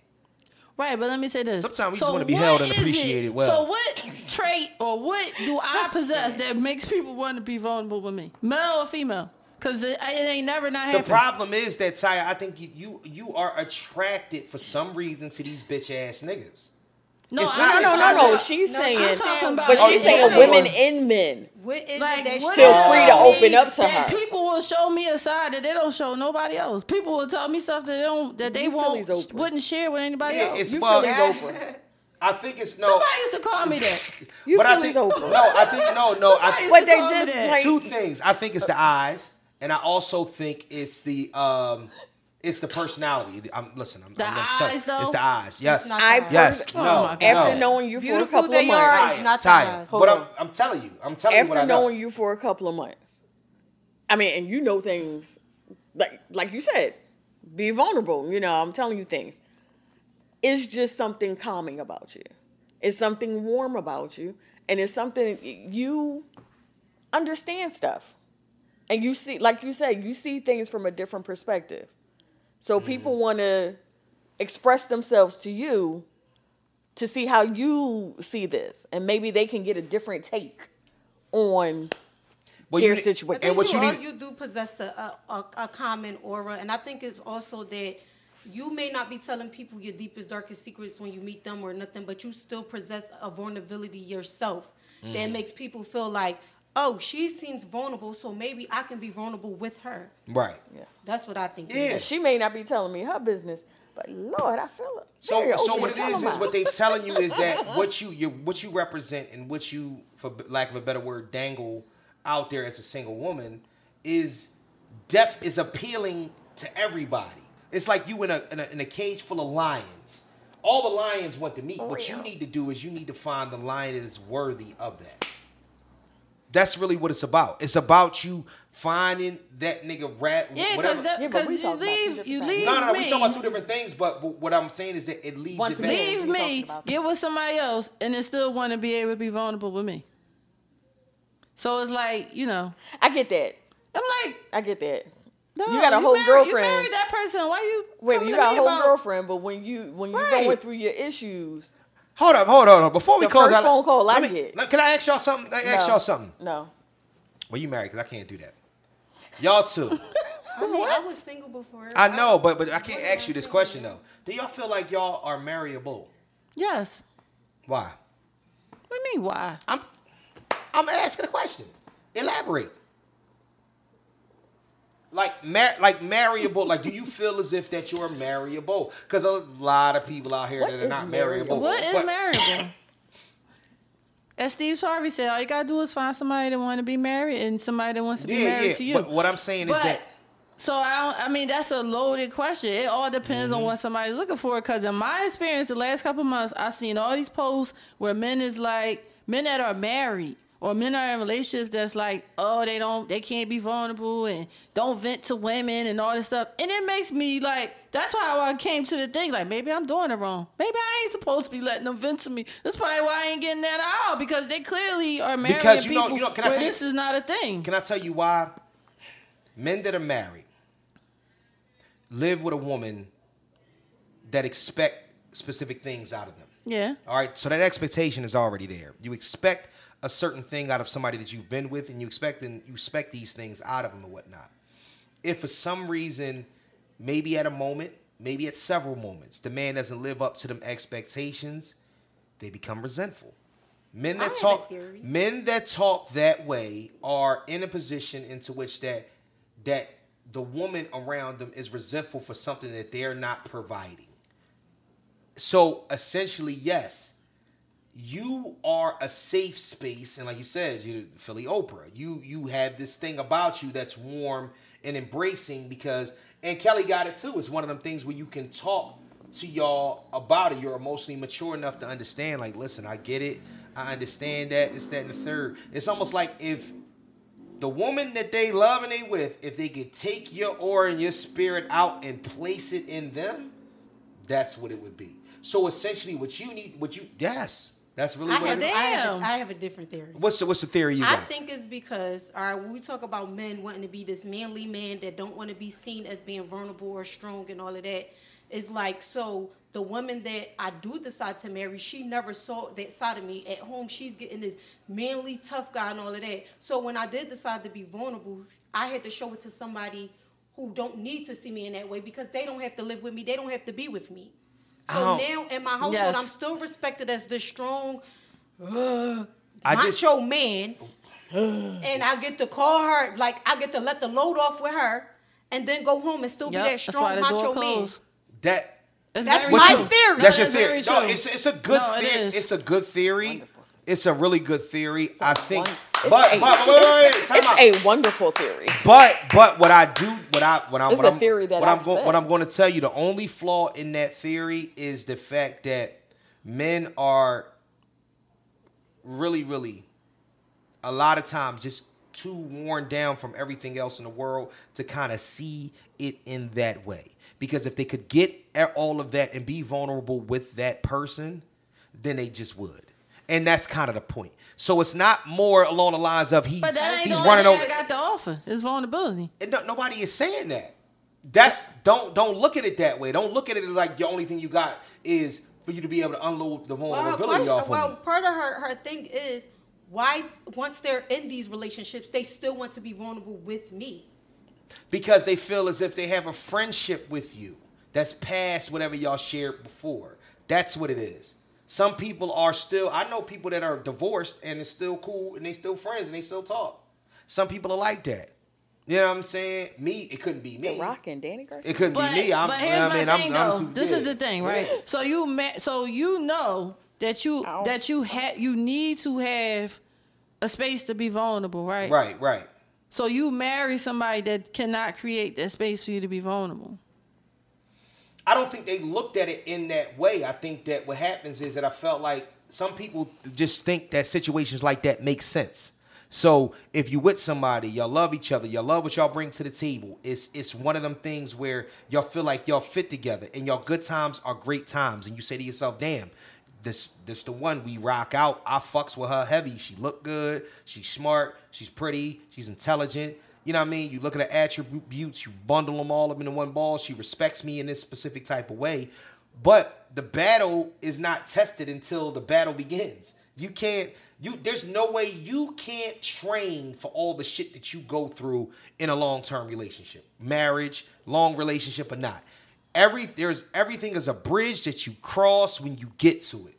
Speaker 3: Right, but let me say this.
Speaker 6: Sometimes we just wanna be
Speaker 3: what
Speaker 6: held and
Speaker 3: is it-
Speaker 6: appreciated well.
Speaker 3: So what trait or what do I possess that makes people want to be vulnerable with me? Male or female? Because it, it ain't never not
Speaker 6: The
Speaker 3: happened.
Speaker 6: problem is that Ty, I think you, you you are attracted for some reason to these bitch ass niggas.
Speaker 3: no,
Speaker 6: it's
Speaker 2: No,
Speaker 3: I'm
Speaker 6: not-
Speaker 2: no, no,
Speaker 3: not talking
Speaker 2: no.
Speaker 3: about-
Speaker 2: She's
Speaker 5: No,
Speaker 2: saying,
Speaker 5: she's saying-
Speaker 2: but
Speaker 3: about
Speaker 2: she's
Speaker 3: you.
Speaker 2: saying
Speaker 6: women.
Speaker 2: women and men.
Speaker 5: What is
Speaker 3: Like,
Speaker 5: it that
Speaker 3: what
Speaker 5: you
Speaker 2: Feel
Speaker 3: does
Speaker 2: free
Speaker 3: that
Speaker 2: to
Speaker 3: mean
Speaker 2: open up to
Speaker 3: that
Speaker 2: her.
Speaker 3: People will show me a side that they don't show nobody else. People will tell me stuff that they don't that they
Speaker 2: You feel he's
Speaker 3: won't
Speaker 2: Oprah.
Speaker 3: wouldn't share with anybody
Speaker 6: Yeah,
Speaker 3: else.
Speaker 6: it's
Speaker 2: You
Speaker 6: fuck-
Speaker 2: feel he's Oprah.
Speaker 6: I think it's no.
Speaker 3: Somebody used to call me that.
Speaker 2: You
Speaker 6: but I
Speaker 2: feel he's
Speaker 6: think no.
Speaker 2: Oprah.
Speaker 6: I think no. No.
Speaker 3: Somebody
Speaker 6: I think
Speaker 3: used
Speaker 2: What
Speaker 3: to
Speaker 2: they
Speaker 3: call me
Speaker 2: just,
Speaker 3: that.
Speaker 2: like-
Speaker 6: two things. I think it's the eyes, and I also think it's the um, it's the personality. I'm listen. I'm,
Speaker 3: The
Speaker 6: I'm gonna tell-
Speaker 3: eyes, though?
Speaker 6: It's the eyes. Yes.
Speaker 5: not
Speaker 2: I
Speaker 5: the
Speaker 6: yes.
Speaker 2: pers-
Speaker 6: No.
Speaker 3: God.
Speaker 2: after
Speaker 6: no.
Speaker 2: knowing you for a
Speaker 5: Beautiful
Speaker 2: couple of
Speaker 5: they are.
Speaker 2: months.
Speaker 5: It's not the
Speaker 6: Tired.
Speaker 5: eyes.
Speaker 6: But I'm, I'm telling you. I'm telling you what I
Speaker 2: After
Speaker 6: know.
Speaker 2: knowing you for a couple of months. I mean, and you know things like like you said, be vulnerable. You know, I'm telling you things. It's just something calming about you. It's something warm about you. And it's something you understand stuff. And you see, like you said, you see things from a different perspective. So people want to express themselves to you to see how you see this. And maybe they can get a different take on
Speaker 6: Well,
Speaker 2: their
Speaker 6: need-
Speaker 2: situation.
Speaker 6: And what
Speaker 5: you,
Speaker 6: you
Speaker 5: all
Speaker 6: need.
Speaker 5: you do possess a, a, a- a common aura, and I think it's also that you may not be telling people your deepest, darkest secrets when you meet them or nothing, but you still possess a vulnerability yourself
Speaker 6: Mm.
Speaker 5: that makes people feel like, oh, she seems vulnerable, so maybe I can be vulnerable with her.
Speaker 6: Right.
Speaker 5: That's what I think. it
Speaker 6: Yeah.
Speaker 5: is.
Speaker 2: She may not be telling me her business, but Lord, I feel it.
Speaker 6: So,
Speaker 2: Very
Speaker 6: so
Speaker 2: open
Speaker 6: what it
Speaker 2: to Oh, tell
Speaker 6: is is
Speaker 2: about
Speaker 6: what they telling you is that what you you what you represent and what you, for b- lack of a better word, dangle out there as a single woman is def is appealing to everybody. It's like you in a in a, in a cage full of lions. All the lions want to meet. What you need to do is you need to find the lion that is worthy of that. That's really what it's about. It's about you finding that nigga rat.
Speaker 3: Yeah,
Speaker 6: whatever.
Speaker 3: because that
Speaker 2: Yeah, but
Speaker 3: because
Speaker 2: we
Speaker 3: you
Speaker 2: talking about two
Speaker 3: leave
Speaker 2: different
Speaker 3: you
Speaker 2: things.
Speaker 3: leave
Speaker 6: no, no, no.
Speaker 3: me.
Speaker 6: We talking about two different things, but, but what I'm saying is that it leads
Speaker 2: Once
Speaker 6: it back.
Speaker 2: again,
Speaker 3: leave
Speaker 2: We
Speaker 3: me,
Speaker 2: talking about
Speaker 3: get with somebody else, and then still want to be able to be vulnerable with me. So it's like you know,
Speaker 2: I get that.
Speaker 3: I'm like,
Speaker 2: I get that.
Speaker 3: no,
Speaker 2: you got a whole
Speaker 3: married, You
Speaker 2: girlfriend.
Speaker 3: married that person. Why you?
Speaker 2: Wait,
Speaker 3: coming
Speaker 2: you
Speaker 3: to
Speaker 2: got
Speaker 3: me
Speaker 2: a whole
Speaker 3: about-
Speaker 2: girlfriend, but when you when you
Speaker 3: Right.
Speaker 2: going through your issues,
Speaker 6: Hold up, hold on, hold on. Before we
Speaker 2: The
Speaker 6: close
Speaker 2: first
Speaker 6: out,
Speaker 2: phone call
Speaker 6: let
Speaker 2: I
Speaker 6: me-
Speaker 2: get.
Speaker 6: let- Can I ask y'all something? I ask
Speaker 2: no.
Speaker 6: y'all something.
Speaker 2: No,
Speaker 6: Well, you married because I can't do that. Y'all too.
Speaker 5: I mean, I was single before.
Speaker 6: I know, but but I can't ask you this question though. Do y'all feel like y'all are marryable?
Speaker 3: Yes.
Speaker 6: Why?
Speaker 3: What do you mean? Why?
Speaker 6: I'm I'm asking a question. Elaborate. Like mar- like marryable. like, do you feel as if that you're marryable? Because a lot of people out here that are
Speaker 2: is
Speaker 6: not marryable.
Speaker 2: marryable?
Speaker 3: What is
Speaker 6: But-
Speaker 3: marriable? As Steve Harvey said, all you gotta do is find somebody that want to be married and somebody that wants to be married to you.
Speaker 6: But what I'm saying is
Speaker 3: But-
Speaker 6: that
Speaker 3: So I, don't, I mean, that's a loaded question. It all depends
Speaker 6: Mm-hmm.
Speaker 3: on what somebody's looking for. Because in my experience, the last couple months, I've seen all these posts where men is like men that are married or men are in relationships that's like, oh, they don't, they can't be vulnerable and don't vent to women and all this stuff. And it makes me like, that's why I came to the thing like, maybe I'm doing it wrong. Maybe I ain't supposed to be letting them vent to me. That's probably why I ain't getting that at all because they clearly are marrying
Speaker 6: Because you know-
Speaker 3: people
Speaker 6: you know- can I
Speaker 3: where
Speaker 6: tell you-
Speaker 3: this is not a thing.
Speaker 6: Can I tell you why? Men that are married live with a woman that expect specific things out of them.
Speaker 3: yeah.
Speaker 6: All right, so that expectation is already there. You expect a certain thing out of somebody that you've been with, and you expect and you expect these things out of them and whatnot. If for some reason, maybe at a moment, maybe at several moments, the man doesn't live up to them expectations, they become resentful. Men that
Speaker 5: have a
Speaker 6: talk
Speaker 5: theory.
Speaker 6: men that talk that way are in a position into which that that the woman around them is resentful for something that they're not providing. So essentially, yes, you are a safe space, and like you said, you're Philly Oprah. You you have this thing about you that's warm and embracing because, and Kelly got it too. It's one of them things where you can talk to y'all about it. You're emotionally mature enough to understand. Like, listen, I get it. I understand that. This, that, and the third. It's almost like if the woman that they love and they with, if they could take your aura and your spirit out and place it in them, that's what it would be. So essentially, what you need, what you yes, that's really
Speaker 5: I
Speaker 6: what.
Speaker 5: have,
Speaker 6: It,
Speaker 5: I, have
Speaker 3: Damn.
Speaker 5: a, I have a different theory.
Speaker 6: what's the, what's the theory you
Speaker 5: I
Speaker 6: got?
Speaker 5: think it's because, all right, when we talk about men wanting to be this manly man that don't want to be seen as being vulnerable or strong and all of that, it's like, so the woman that I do decide to marry, she never saw that side of me. At home, she's getting this manly, tough guy and all of that. So when I did decide to be vulnerable, I had to show it to somebody who don't need to see me in that way because they don't have to live with me. They don't have to be with me.
Speaker 6: Oh.
Speaker 5: So now in my household,
Speaker 3: Yes.
Speaker 5: I'm still respected as this strong, uh,
Speaker 6: I
Speaker 5: macho
Speaker 6: just-
Speaker 5: man and I get to call her, like I get to let the load off with her, and then go home and still
Speaker 3: Yep,
Speaker 5: be that strong macho man.
Speaker 6: Oh,
Speaker 3: closed.
Speaker 6: that
Speaker 3: It's
Speaker 5: That's
Speaker 3: very
Speaker 5: my
Speaker 3: true.
Speaker 5: theory.
Speaker 6: That's
Speaker 3: No,
Speaker 6: your
Speaker 3: that's very
Speaker 6: theory. No,
Speaker 3: true.
Speaker 6: it's it's a good
Speaker 3: No, it
Speaker 6: theory.
Speaker 3: is.
Speaker 6: it's a good theory. It's a really good theory. I think.
Speaker 2: one-
Speaker 6: But but,
Speaker 2: a-
Speaker 6: but- wait, wait, time out.
Speaker 2: It's a wonderful theory.
Speaker 6: But but what I do what I what I
Speaker 2: It's
Speaker 6: what
Speaker 2: a
Speaker 6: I'm
Speaker 2: theory that
Speaker 6: what I'm
Speaker 2: I've
Speaker 6: go-
Speaker 2: said.
Speaker 6: what I'm going to tell you the only flaw in that theory is the fact that men are really really a lot of times just too worn down from everything else in the world to kind of see it in that way because if they could get at all of that and be vulnerable with that person then they just would and that's kind of the point so it's not more along the lines of he's
Speaker 3: But that ain't
Speaker 6: he's
Speaker 3: the
Speaker 6: running
Speaker 3: only
Speaker 6: over
Speaker 3: thing I got to offer. It's vulnerability.
Speaker 6: and no, nobody is saying that. That's don't don't look at it that way. Don't look at it like the only thing you got is for you to be able to unload the
Speaker 5: Well, her
Speaker 6: vulnerability
Speaker 5: question-
Speaker 6: off
Speaker 5: well,
Speaker 6: of. me.
Speaker 5: part of her her thing is why once they're in these relationships, they still want to be vulnerable with me.
Speaker 6: because they feel as if they have a friendship with you that's past whatever y'all shared before. That's what it is. Some people are still. I know people that are divorced and it's still cool and they still friends and they still talk. Some people are like that. You know what I'm saying? Me, it couldn't be me.
Speaker 2: Rocking Danny Garcia.
Speaker 6: It couldn't
Speaker 3: But,
Speaker 6: be me. I'm,
Speaker 3: but here's
Speaker 6: I
Speaker 3: my
Speaker 6: mean, I'm-
Speaker 3: thing,
Speaker 6: I'm
Speaker 3: though.
Speaker 6: too
Speaker 3: this is the
Speaker 6: good.
Speaker 3: thing, right? So you ma- so you know that you
Speaker 2: Ow.
Speaker 3: that you had you need to have a space to be vulnerable, right?
Speaker 6: Right, right.
Speaker 3: So you marry somebody that cannot create that space for you to be vulnerable.
Speaker 6: I don't think they looked at it in that way. I think that what happens is that I felt like some people just think that situations like that make sense. So if you with somebody, y'all love each other, y'all love what y'all bring to the table. It's it's one of them things where y'all feel like y'all fit together and y'all good times are great times. And you say to yourself, damn, this this the one we rock out. I fucks with her heavy. She look good, she's smart, she's pretty, she's intelligent. You know what I mean? You look at her attributes, you bundle them all up into one ball. She respects me in this specific type of way. But the battle is not tested until the battle begins. You can't you there's no way you can't train for all the shit that you go through in a long-term relationship. Marriage, long relationship or not. Every there's everything is a bridge that you cross when you get to it.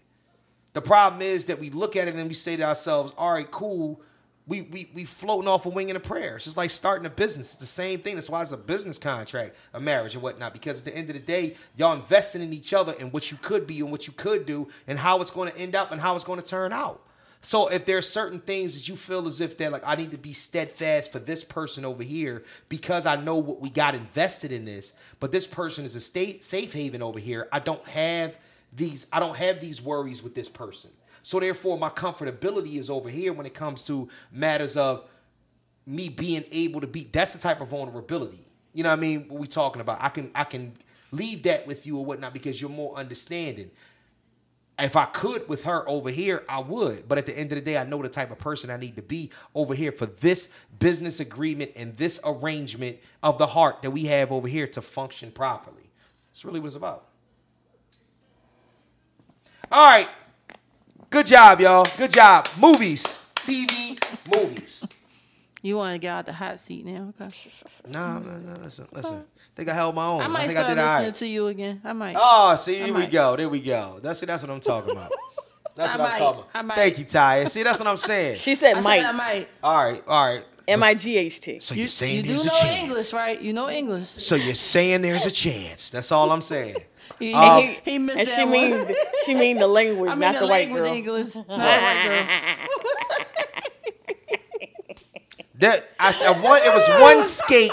Speaker 6: The problem is that we look at it and we say to ourselves, all right, cool. We, we, we floating off a wing and a prayer. It's just like starting a business. It's the same thing. That's why it's a business contract, a marriage and whatnot. Because at the end of the day, y'all investing in each other and what you could be and what you could do and how it's going to end up and how it's going to turn out. So if there's certain things that you feel as if they're like, I need to be steadfast for this person over here because I know what we got invested in this, but this person is a state safe haven over here. I don't have these, I don't have these worries with this person. So therefore, my comfortability is over here when it comes to matters of me being able to be. That's the type of vulnerability. You know what I mean? What we talking about? I can I can leave that with you or whatnot because you're more understanding if I could with her over here, I would. But at the end of the day, I know the type of person I need to be over here for this business agreement and this arrangement of the heart that we have over here to function properly. That's really what it's about. All right. Good job, y'all. Good job. Movies, TV, movies.
Speaker 3: You want to get out the hot seat now? Okay.
Speaker 6: Nah, nah, nah, listen, listen. I think I held my own.
Speaker 3: I might
Speaker 6: think
Speaker 3: start
Speaker 6: I did all
Speaker 3: listening
Speaker 6: right.
Speaker 3: to you again. I might.
Speaker 6: Oh, see, here we
Speaker 3: might.
Speaker 6: go. There we go. That's that's what I'm talking about. That's
Speaker 3: I
Speaker 6: what I'm
Speaker 3: might.
Speaker 6: talking
Speaker 3: I
Speaker 6: about.
Speaker 3: might.
Speaker 6: Thank you, Ty. See, that's what I'm saying.
Speaker 2: She said
Speaker 3: I
Speaker 2: Mike.
Speaker 3: said I might.
Speaker 6: all right, all right.
Speaker 2: M I G H T.
Speaker 6: So
Speaker 3: You,
Speaker 6: you're saying
Speaker 3: you do
Speaker 6: there's
Speaker 3: know
Speaker 6: a chance.
Speaker 3: English, right? You know English.
Speaker 6: So you're saying there's a chance. That's all I'm saying.
Speaker 3: He,
Speaker 6: Um,
Speaker 3: he, he missed
Speaker 2: and
Speaker 3: that
Speaker 2: she
Speaker 3: one.
Speaker 2: means she mean the language,
Speaker 3: I mean,
Speaker 2: not
Speaker 3: the,
Speaker 2: the, white
Speaker 3: language
Speaker 2: girl.
Speaker 3: English, not the white girl.
Speaker 6: That I, I one, it was one skate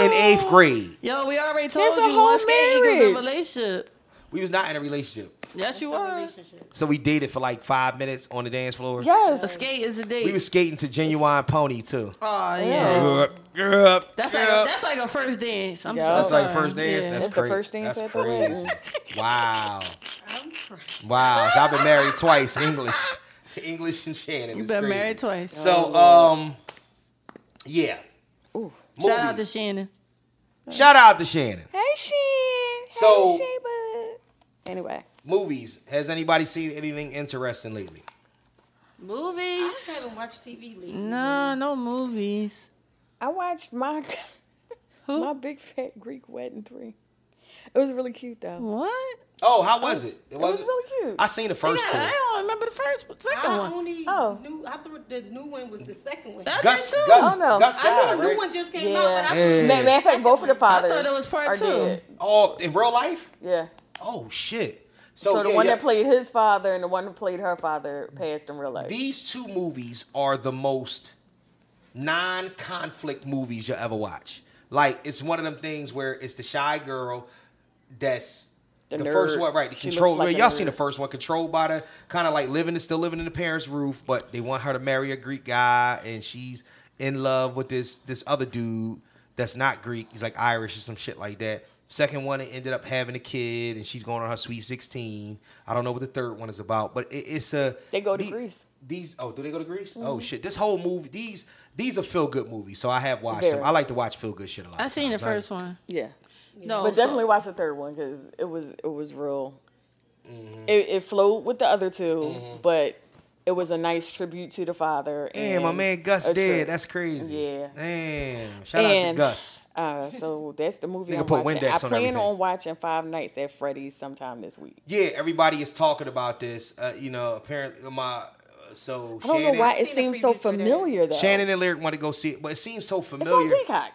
Speaker 6: in eighth grade.
Speaker 3: Yo, we already told
Speaker 2: There's a
Speaker 3: you
Speaker 2: whole
Speaker 3: one skate equals
Speaker 2: marriage.
Speaker 3: a relationship.
Speaker 6: We was not in a relationship,
Speaker 3: Yes, you were.
Speaker 6: so we dated for like five minutes on the dance floor.
Speaker 3: A
Speaker 2: Yes.
Speaker 3: skate is a date.
Speaker 6: We was skating to Genuine Pony too.
Speaker 3: oh yeah.
Speaker 6: Yup, yup,
Speaker 3: That's like
Speaker 6: yup.
Speaker 3: that's like a first dance. I'm
Speaker 2: Yeah.
Speaker 3: so
Speaker 6: That's like
Speaker 3: sorry.
Speaker 6: first dance.
Speaker 3: Yeah.
Speaker 6: That's,
Speaker 2: That's the
Speaker 6: crazy.
Speaker 2: first dance
Speaker 6: That's
Speaker 2: at the
Speaker 6: crazy.
Speaker 2: wedding.
Speaker 6: wow. Wow. So I've been married twice. English, English and Shannon.
Speaker 3: You've
Speaker 6: It's
Speaker 3: been
Speaker 6: crazy.
Speaker 3: married twice.
Speaker 6: So
Speaker 2: Oh,
Speaker 6: um, yeah.
Speaker 3: Shout out to
Speaker 6: Movies.
Speaker 3: Shannon.
Speaker 6: Shout out to Shannon.
Speaker 2: Hey she. Hey
Speaker 6: So-
Speaker 2: she, but anyway.
Speaker 6: Movies. Has anybody seen anything interesting lately?
Speaker 5: I
Speaker 3: Movies?
Speaker 5: haven't watched TV lately.
Speaker 3: No, no movies.
Speaker 2: I watched my
Speaker 3: Who?
Speaker 2: my big fat Greek wedding three. It was really cute though.
Speaker 3: What?
Speaker 6: Oh, how was it?
Speaker 2: It was really cute.
Speaker 6: I seen the first two.
Speaker 3: Yeah, I don't remember the first, one, second
Speaker 5: I
Speaker 3: one.
Speaker 5: only
Speaker 2: Oh.
Speaker 5: knew. I thought the new one was the second one.
Speaker 3: I did
Speaker 6: Gus,
Speaker 3: too.
Speaker 6: Gus,
Speaker 2: Oh, no.
Speaker 6: Gus
Speaker 5: I know
Speaker 6: died,
Speaker 5: a
Speaker 6: right?
Speaker 5: new one just came out, but I
Speaker 2: Yeah.
Speaker 6: Yeah.
Speaker 2: Ma- Matter of fact, both of the fathers.
Speaker 3: it was part
Speaker 2: are
Speaker 3: two.
Speaker 2: dead.
Speaker 6: Oh, in real life?
Speaker 2: Yeah.
Speaker 6: Oh shit. So,
Speaker 2: So, the
Speaker 6: Oh, yeah,
Speaker 2: one
Speaker 6: yeah.
Speaker 2: that played his father and the one who played her father passed in real life.
Speaker 6: these two movies are the most non-conflict movies you'll ever watch. Like it's one of them things where it's the shy girl that's the,
Speaker 2: The
Speaker 6: first
Speaker 2: nerd.
Speaker 6: one, right? The
Speaker 2: She looks
Speaker 6: control.
Speaker 2: like a
Speaker 6: y'all seen
Speaker 2: nerd.
Speaker 6: the first one, controlled by the kind of like living, still living in the parents' roof, but they want her to marry a Greek guy, and she's in love with this this other dude that's not Greek. He's like Irish or some shit like that. Second one, it ended up having a kid, and she's going on her sweet sixteen. I don't know what the third one is about, but it, it's a
Speaker 2: They go to
Speaker 6: the-
Speaker 2: Greece.
Speaker 6: These oh, do they go to Greece?
Speaker 2: Mm-hmm.
Speaker 6: Oh shit! This whole movie, these these are feel good movies, so I have watched them.
Speaker 2: Very.
Speaker 6: I like to watch feel good shit a lot.
Speaker 3: I seen the
Speaker 6: times. Like,
Speaker 3: first one.
Speaker 2: Yeah.
Speaker 3: No,
Speaker 2: But
Speaker 3: so-
Speaker 2: definitely watch the third one because it was it was real.
Speaker 6: Mm-hmm.
Speaker 2: It, it flowed with the other 2 but it was a nice tribute to the father.
Speaker 6: Damn, my
Speaker 2: and
Speaker 6: man Gus
Speaker 2: a
Speaker 6: dead.
Speaker 2: tribute.
Speaker 6: That's crazy.
Speaker 2: Yeah.
Speaker 6: Damn. Shout out to
Speaker 2: And-
Speaker 6: Gus.
Speaker 2: Uh, so that's the movie
Speaker 6: Nigga
Speaker 2: I'm
Speaker 6: put
Speaker 2: watching. I
Speaker 6: Windex on
Speaker 2: plan
Speaker 6: everything.
Speaker 2: on watching Five Nights at Freddy's sometime this week.
Speaker 6: Yeah, everybody is talking about this. Uh, you know, apparently my uh, so
Speaker 2: I don't
Speaker 6: Shannon,
Speaker 2: know why it
Speaker 5: seen a
Speaker 2: seems so
Speaker 5: preview for that.
Speaker 2: familiar though.
Speaker 6: Shannon and Lyric want to go see it, but it seems so
Speaker 2: it's
Speaker 6: familiar.
Speaker 2: on Peacock.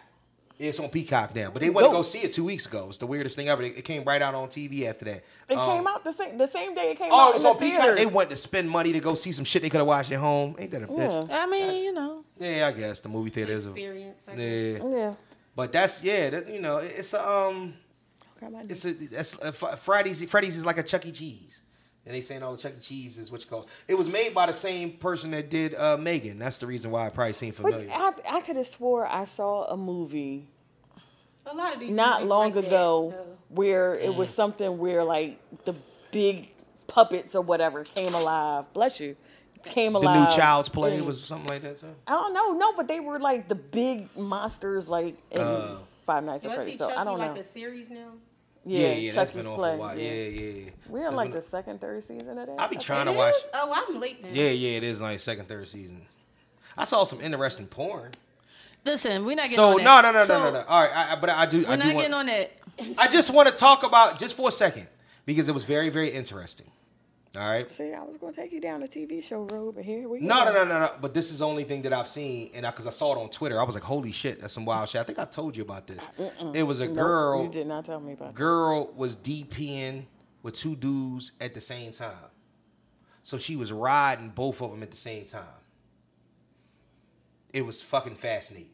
Speaker 6: Yeah, it's on Peacock now, but they went to go
Speaker 2: Dope.
Speaker 6: see it two weeks ago. It's the weirdest thing ever. It, it came right out on TV after that.
Speaker 2: It
Speaker 6: Um,
Speaker 2: came out the same the same day it came
Speaker 6: Oh,
Speaker 2: out.
Speaker 6: it
Speaker 2: in
Speaker 6: was
Speaker 2: the
Speaker 6: on Peacock. They
Speaker 2: theaters.
Speaker 6: went to spend money to go see some shit they could have watched at home. Ain't that a bitch?
Speaker 3: I mean, you know.
Speaker 6: Yeah, I guess the movie theater is a
Speaker 5: Experience, I
Speaker 6: yeah.
Speaker 2: Yeah.
Speaker 6: But that's yeah, that, you know, it- it's a um,
Speaker 2: Grab my
Speaker 6: it's a that's a, Fri- Fridays. Freddy's is like a Chuck E. Cheese, and they saying all the Chuck E. Cheese is what you call. It was made by the same person that did uh, Megan. That's the reason why it probably seemed
Speaker 2: But
Speaker 6: familiar.
Speaker 2: I, I could have swore I saw a movie
Speaker 5: A lot of these
Speaker 2: not
Speaker 5: movies
Speaker 2: long
Speaker 5: like that,
Speaker 2: ago
Speaker 5: though.
Speaker 2: where
Speaker 6: Mm.
Speaker 2: it was something where like the big puppets or whatever came alive. Bless you. Came
Speaker 6: the
Speaker 2: alive.
Speaker 6: new Child's Play
Speaker 2: and-
Speaker 6: was something like that too.
Speaker 2: I don't know. No, but they were like the big monsters like in
Speaker 6: Uh.
Speaker 2: Five Nights
Speaker 5: Do
Speaker 2: at
Speaker 5: I see
Speaker 2: Freddy's. So
Speaker 5: Chucky
Speaker 2: I don't know.
Speaker 5: like a series now?
Speaker 6: Yeah, yeah, that's
Speaker 2: Chucky's
Speaker 6: been on for
Speaker 2: E. Play,
Speaker 6: a while. Yeah, yeah. yeah.
Speaker 2: We're in
Speaker 6: That's
Speaker 2: like
Speaker 6: been-
Speaker 2: the second, third season of that.
Speaker 6: I be
Speaker 2: I
Speaker 6: trying
Speaker 5: It
Speaker 6: to watch.
Speaker 5: is? Oh, I'm late now.
Speaker 6: Yeah, yeah, it is like second, third season. I saw some interesting porn.
Speaker 3: Listen, we're not getting
Speaker 6: So
Speaker 3: on
Speaker 6: no,
Speaker 3: that.
Speaker 6: no, no, no,
Speaker 3: So,
Speaker 6: no, no. All right, I, I- but I do.
Speaker 3: We're
Speaker 6: I do
Speaker 3: not
Speaker 6: want,
Speaker 3: getting on that.
Speaker 6: I just want to talk about just for a second because it was very, very interesting. All right.
Speaker 2: See, I was gonna take you down a TV show road, but here we go.
Speaker 6: No, no, no, no, no. But this is the only thing that I've seen, and because I, saw it on Twitter, I was like, "Holy shit, that's some wild shit." I think I told you about this. It was a girl.
Speaker 2: You did not tell me about that.
Speaker 6: Girl was DPing with two dudes at the same time, so she was riding both of them at the same time. It was fucking fascinating.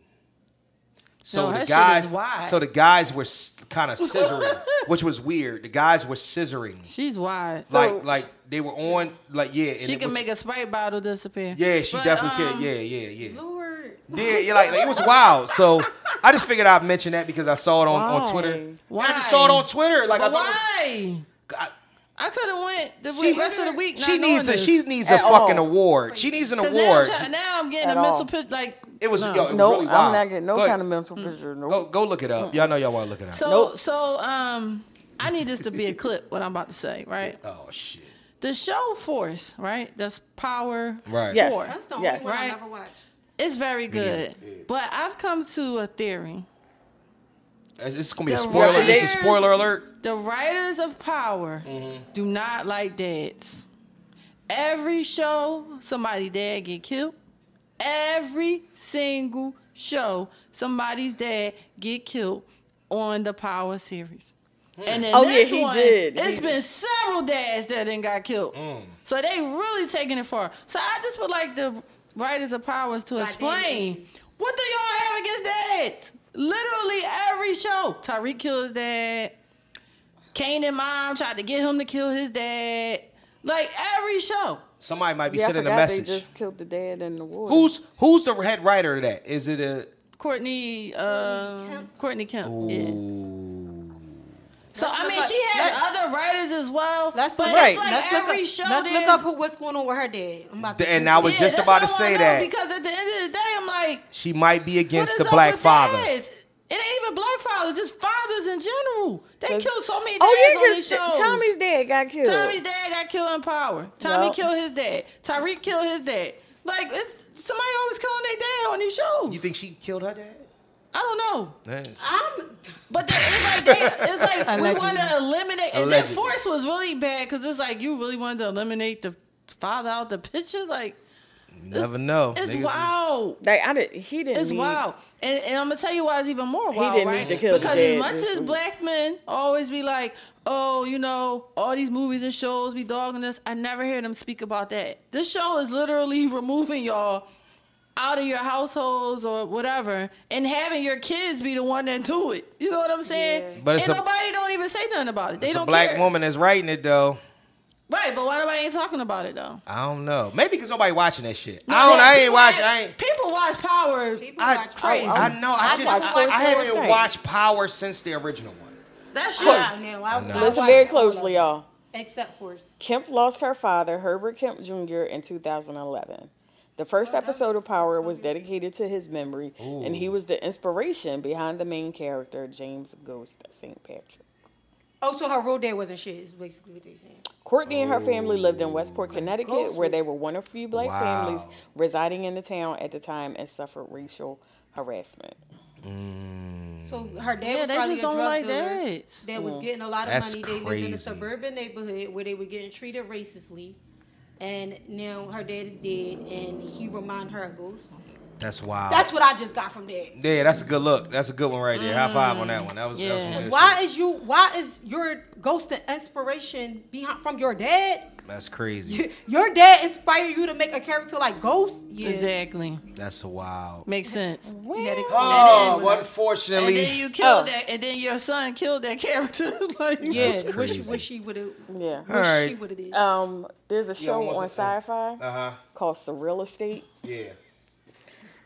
Speaker 6: So
Speaker 3: No,
Speaker 6: the
Speaker 3: her shit is
Speaker 6: guys,
Speaker 3: wide.
Speaker 6: so the guys were kind of scissoring, which was weird. The guys were scissoring,
Speaker 3: She's wise.
Speaker 6: like like they were on, like yeah. and
Speaker 3: she
Speaker 6: it
Speaker 3: can
Speaker 6: was-
Speaker 3: make a Sprite bottle disappear.
Speaker 6: Yeah, she
Speaker 3: But,
Speaker 6: definitely
Speaker 3: um,
Speaker 6: could. Yeah, yeah, yeah.
Speaker 5: Lord.
Speaker 6: Yeah, yeah, like, like, it was wild. So I just figured I'd mention that because I saw it on, on
Speaker 2: Why?
Speaker 6: Twitter.
Speaker 3: Why?
Speaker 6: Yeah, I just saw it on Twitter. Like
Speaker 3: But
Speaker 6: I thought
Speaker 3: why?
Speaker 6: it was,
Speaker 3: I could have went the
Speaker 6: I-
Speaker 3: week, rest of the week.
Speaker 6: She
Speaker 3: not
Speaker 6: needs
Speaker 3: knowing
Speaker 6: a she
Speaker 3: this.
Speaker 6: needs a
Speaker 2: At
Speaker 6: fucking
Speaker 2: all.
Speaker 6: award. She needs an
Speaker 3: 'Cause Now I'm,
Speaker 6: award.
Speaker 3: try- now I'm getting
Speaker 2: At
Speaker 3: a
Speaker 2: all.
Speaker 3: mental picture. Like
Speaker 6: It was,
Speaker 3: no.
Speaker 6: yo, it was
Speaker 2: No,
Speaker 6: really wild.
Speaker 2: I'm not getting no
Speaker 6: Go ahead. Mm.
Speaker 2: kind of mental picture. No.
Speaker 6: Go go look it up. Y'all know y'all want to look it up.
Speaker 3: so
Speaker 2: Nope.
Speaker 3: so um. I need this to be a clip. What I'm about to say, right?
Speaker 6: oh shit.
Speaker 3: The show Force, right? That's Power
Speaker 6: Right.
Speaker 2: Yes.
Speaker 3: Four.
Speaker 5: That's the only
Speaker 2: Yes.
Speaker 5: one
Speaker 3: Right.
Speaker 5: I've ever watched.
Speaker 3: It's very good, but I've come to a theory.
Speaker 6: It's, it's gonna be a
Speaker 3: The
Speaker 6: spoiler. It's a
Speaker 3: writers-
Speaker 6: spoiler alert.
Speaker 3: The writers of Power do not like dads. Every show, somebody dad get killed. Every single show, somebody's dad get killed on the Power series. And then
Speaker 2: Oh, yeah,
Speaker 3: this
Speaker 2: he
Speaker 3: one,
Speaker 2: did.
Speaker 3: it's
Speaker 2: He-
Speaker 3: been several dads that then got killed. So they really taking it far. So I just would like the writers of powers to explain what do y'all have against dads? Literally every show, Tyreek killed his dad. Kane and mom tried to get him to kill his dad. Like every show,
Speaker 6: Somebody might be
Speaker 2: Yeah, I
Speaker 6: sending a
Speaker 2: forgot
Speaker 6: message.
Speaker 2: they just killed the dad in the war.
Speaker 6: Who's who's the head writer of that? Is it a
Speaker 3: Courtney, um, Courtney Kemp. Yeah.
Speaker 6: ooh,
Speaker 3: So I
Speaker 5: look
Speaker 3: mean,
Speaker 5: up-
Speaker 3: she has
Speaker 5: let's-
Speaker 3: other writers as well.
Speaker 5: Let's
Speaker 3: but
Speaker 5: look,
Speaker 2: Right.
Speaker 3: it's like
Speaker 5: let's
Speaker 3: every
Speaker 5: look up.
Speaker 3: show.
Speaker 5: let's look
Speaker 3: there's-
Speaker 5: up who, what's going on with her dad. I'm about to
Speaker 6: And I was
Speaker 3: Yeah,
Speaker 6: just
Speaker 3: that's
Speaker 6: about to
Speaker 3: all I
Speaker 6: say
Speaker 3: know,
Speaker 6: that.
Speaker 3: Because at the end of the day, I'm like,
Speaker 6: she might be
Speaker 3: what
Speaker 6: against
Speaker 3: is
Speaker 6: the
Speaker 3: up
Speaker 6: black
Speaker 3: with
Speaker 6: father.
Speaker 3: dads? It ain't even black fathers, just fathers in general. They
Speaker 2: That's-
Speaker 3: killed so many dads
Speaker 2: Oh yeah,
Speaker 3: on these
Speaker 2: because
Speaker 3: shows.
Speaker 2: Tommy's dad got killed.
Speaker 3: Tommy's dad got killed in power. Tommy
Speaker 2: Yup.
Speaker 3: killed his dad. Tyreek killed his dad. Like it's somebody always killing their dad on these shows.
Speaker 6: You think she killed her dad?
Speaker 3: I don't know,
Speaker 6: That's-
Speaker 5: I'm
Speaker 3: but they, it's like they, it's like we want to eliminate. And that
Speaker 6: Allegedly.
Speaker 3: force was really bad because it's like you really wanted to eliminate the father out the picture. Like
Speaker 6: You never know.
Speaker 3: it's
Speaker 6: Niggas is-
Speaker 3: wild.
Speaker 2: Like I did, he didn't.
Speaker 3: It's
Speaker 2: need-
Speaker 3: wild. And, and I'm gonna tell you why it's even more wild,
Speaker 2: didn't need
Speaker 3: right?
Speaker 2: to kill the
Speaker 3: because
Speaker 2: dad
Speaker 3: as much
Speaker 2: this
Speaker 3: as
Speaker 2: week.
Speaker 3: black men always be like, oh, you know, all these movies and shows be dogging us, I never hear them speak about that. This show is literally removing y'all out of your households or whatever and having your kids be the one that do it. You know what I'm saying?
Speaker 6: But it's
Speaker 3: and
Speaker 6: a-
Speaker 3: nobody don't even say nothing about it. They
Speaker 6: It's
Speaker 3: don't
Speaker 6: a black
Speaker 3: care.
Speaker 6: woman that's writing it though.
Speaker 3: Right, but why nobody ain't talking about it though?
Speaker 6: I don't know. Maybe because nobody watching that shit. I don't. I ain't watching. I ain't.
Speaker 3: People watch power.
Speaker 5: people
Speaker 6: I,
Speaker 5: watch
Speaker 3: crazy.
Speaker 6: I know. I,
Speaker 5: I
Speaker 6: just.
Speaker 5: watch
Speaker 6: I,
Speaker 5: Force
Speaker 6: I haven't
Speaker 2: Awakens.
Speaker 6: watched Power since the original one.
Speaker 3: That's
Speaker 5: I
Speaker 3: your
Speaker 5: don't know. I,
Speaker 6: know.
Speaker 5: I
Speaker 2: Listen
Speaker 5: watch
Speaker 2: very
Speaker 5: all of
Speaker 2: closely,
Speaker 5: them,
Speaker 2: y'all.
Speaker 5: Except for s-
Speaker 2: Kemp lost her father, Herbert Kemp Jr., in 2011. The first episode of Power was dedicated to his memory, and he was the inspiration behind the main character, James Ghost St. Patrick.
Speaker 5: oh, so her real dad wasn't shit. Is basically what they saying.
Speaker 2: Courtney and her family lived in Westport, Connecticut,
Speaker 5: Ghost
Speaker 2: where they
Speaker 5: was-
Speaker 2: were one of few black
Speaker 6: Wow.
Speaker 2: families residing in the town at the time and suffered racial harassment.
Speaker 5: So
Speaker 6: Mm.
Speaker 5: her dad
Speaker 3: Yeah,
Speaker 5: was
Speaker 3: they
Speaker 5: probably
Speaker 3: just
Speaker 5: a
Speaker 3: don't
Speaker 5: drug
Speaker 3: like
Speaker 5: dealer
Speaker 3: dads.
Speaker 5: that Mm. was getting a lot of
Speaker 6: That's
Speaker 5: money. They lived in
Speaker 6: crazy.
Speaker 5: a suburban neighborhood where they were getting treated racistly, and now her dad is dead, and he remind her of Ghost.
Speaker 6: That's wild.
Speaker 5: That's what I just got from that.
Speaker 6: yeah, that's a good look. That's a good one right there. High five on that one. That was. That was some
Speaker 3: Yeah.
Speaker 6: good
Speaker 5: Why
Speaker 6: shit.
Speaker 5: is you? Why is your ghost and inspiration behind from your dad?
Speaker 6: That's crazy.
Speaker 5: Your dad inspired you to make a character like Ghost. Yeah,
Speaker 3: Exactly.
Speaker 6: That's wild.
Speaker 3: Makes sense.
Speaker 5: That
Speaker 2: Well,
Speaker 5: explains
Speaker 6: Oh,
Speaker 5: it.
Speaker 6: well,
Speaker 3: And
Speaker 6: unfortunately.
Speaker 3: then you killed
Speaker 2: Oh.
Speaker 3: that, and then your son killed that character. like,
Speaker 5: yeah.
Speaker 6: That's
Speaker 5: Wish,
Speaker 6: crazy.
Speaker 5: wish she would have.
Speaker 2: yeah.
Speaker 6: All right.
Speaker 5: She would have did.
Speaker 3: Uh,
Speaker 2: Um, there's a show
Speaker 6: what's
Speaker 2: on
Speaker 6: it called?
Speaker 2: Sci-Fi
Speaker 6: Uh huh.
Speaker 2: called Surreal Estate.
Speaker 6: Yeah.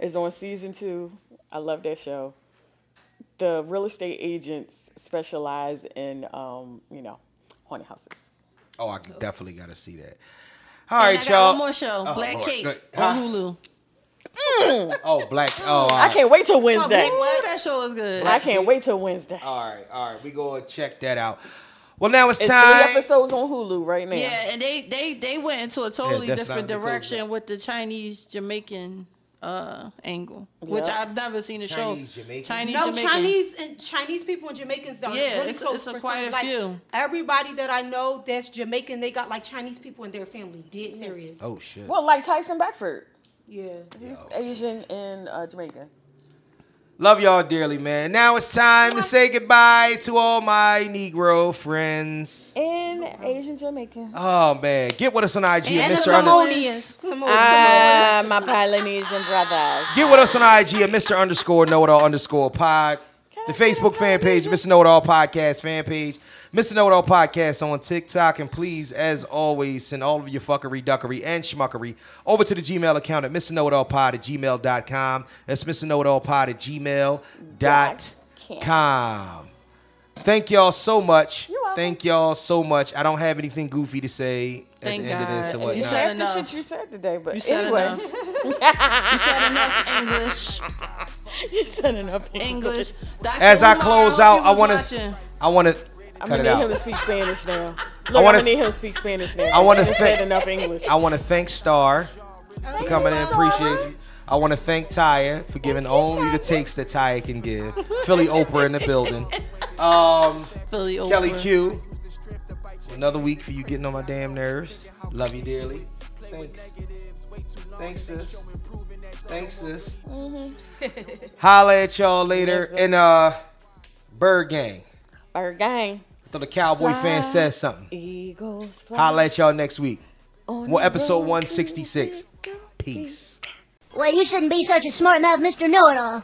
Speaker 2: It's on season two. I love that show. The real estate agents specialize in, um, you know, haunted houses.
Speaker 6: Oh, I definitely gotta see that. All
Speaker 3: And I
Speaker 6: right,
Speaker 3: got
Speaker 6: y'all.
Speaker 3: One more show,
Speaker 6: Oh,
Speaker 3: Black
Speaker 6: Lord.
Speaker 3: Cake
Speaker 6: Good.
Speaker 3: on
Speaker 6: Huh?
Speaker 3: Hulu.
Speaker 6: Oh, black. Oh, all
Speaker 2: I
Speaker 6: right.
Speaker 2: can't wait till Wednesday.
Speaker 3: Ooh, that show is good.
Speaker 2: I can't wait till Wednesday.
Speaker 6: All right, all right. We go check that out. Well, now it's,
Speaker 2: It's
Speaker 6: time.
Speaker 2: three episodes on Hulu right now.
Speaker 3: yeah, and they they they went into a totally
Speaker 6: that's
Speaker 3: different
Speaker 6: not in the
Speaker 3: direction
Speaker 6: closure.
Speaker 3: with the Chinese Jamaican uh angle, which
Speaker 2: Yeah.
Speaker 3: I've never seen a
Speaker 6: Chinese
Speaker 3: show.
Speaker 6: Jamaican?
Speaker 3: Chinese
Speaker 5: no,
Speaker 3: Jamaican.
Speaker 5: Chinese and Chinese people and Jamaicans are
Speaker 3: Yeah,
Speaker 5: really
Speaker 3: it's a-
Speaker 5: close.
Speaker 3: it's a
Speaker 5: for
Speaker 3: quite
Speaker 5: some-
Speaker 3: a
Speaker 5: like,
Speaker 3: few.
Speaker 5: Everybody that I know that's Jamaican, they got like Chinese people in their family. Dead serious.
Speaker 6: oh shit.
Speaker 2: Well, like Tyson Beckford.
Speaker 5: Yeah.
Speaker 2: Asian and uh, Jamaican.
Speaker 6: Love y'all dearly, man. Now it's time to say goodbye to all my Negro friends.
Speaker 2: And Asian Jamaican.
Speaker 6: Oh man, get with us on IG at
Speaker 5: And the
Speaker 6: Mr. Under-
Speaker 5: Samoans.
Speaker 2: Ah, my Polynesian brothers.
Speaker 6: Get with us on IG at Mr. Underscore Know It All Underscore Pod. The Facebook fan page, Mr. Know It All Podcast fan page, Mr. Know It All Podcast on TikTok. And please, as always, send all of your fuckery, duckery, and schmuckery over to the Gmail account at Mr. Know It All Pod at gmail.com. That's Mr. Know It All Pod at gmail.com. Thank y'all so much. Thank y'all so much. I don't have anything goofy to say at
Speaker 3: Thank
Speaker 6: the end of this
Speaker 3: God.
Speaker 6: and
Speaker 3: And you
Speaker 6: whatnot.
Speaker 3: said
Speaker 2: That's the
Speaker 3: enough.
Speaker 2: shit you said today, but
Speaker 3: You said
Speaker 2: anyway.
Speaker 3: enough. you said enough English.
Speaker 2: You said enough
Speaker 3: English. Dr.
Speaker 6: as I
Speaker 3: Umar,
Speaker 6: close
Speaker 3: hope
Speaker 6: out,
Speaker 3: you
Speaker 6: I
Speaker 3: was
Speaker 6: want
Speaker 3: watching.
Speaker 6: to, I want to
Speaker 2: I'm
Speaker 6: cut
Speaker 2: gonna
Speaker 6: it
Speaker 2: need him
Speaker 6: out.
Speaker 2: to speak Spanish now. Look,
Speaker 6: wanna-
Speaker 2: I'm gonna need him to speak Spanish now.
Speaker 6: I wanna
Speaker 2: He
Speaker 6: thank-
Speaker 2: said enough English.
Speaker 6: I want to thank Star for coming in. Appreciate you. I want to thank Taya for giving only the takes that Taya can give. Philly Oprah in the building. Um,
Speaker 3: Philly
Speaker 6: Kelly
Speaker 3: Oprah.
Speaker 6: Q. Another week for you getting on my damn nerves. Love you dearly. Thanks. Thanks, sis. Thanks, sis. Mm-hmm. Holla at y'all later. And uh, Bird Gang.
Speaker 2: Our gang.
Speaker 6: So the cowboy fan says something.
Speaker 2: Eagles fly.
Speaker 6: Holla at y'all next week.
Speaker 2: on
Speaker 6: Well,
Speaker 2: the
Speaker 6: episode
Speaker 2: road.
Speaker 6: 166. Peace.
Speaker 8: Well, you shouldn't be such a smart mouth, Mr. Know It All.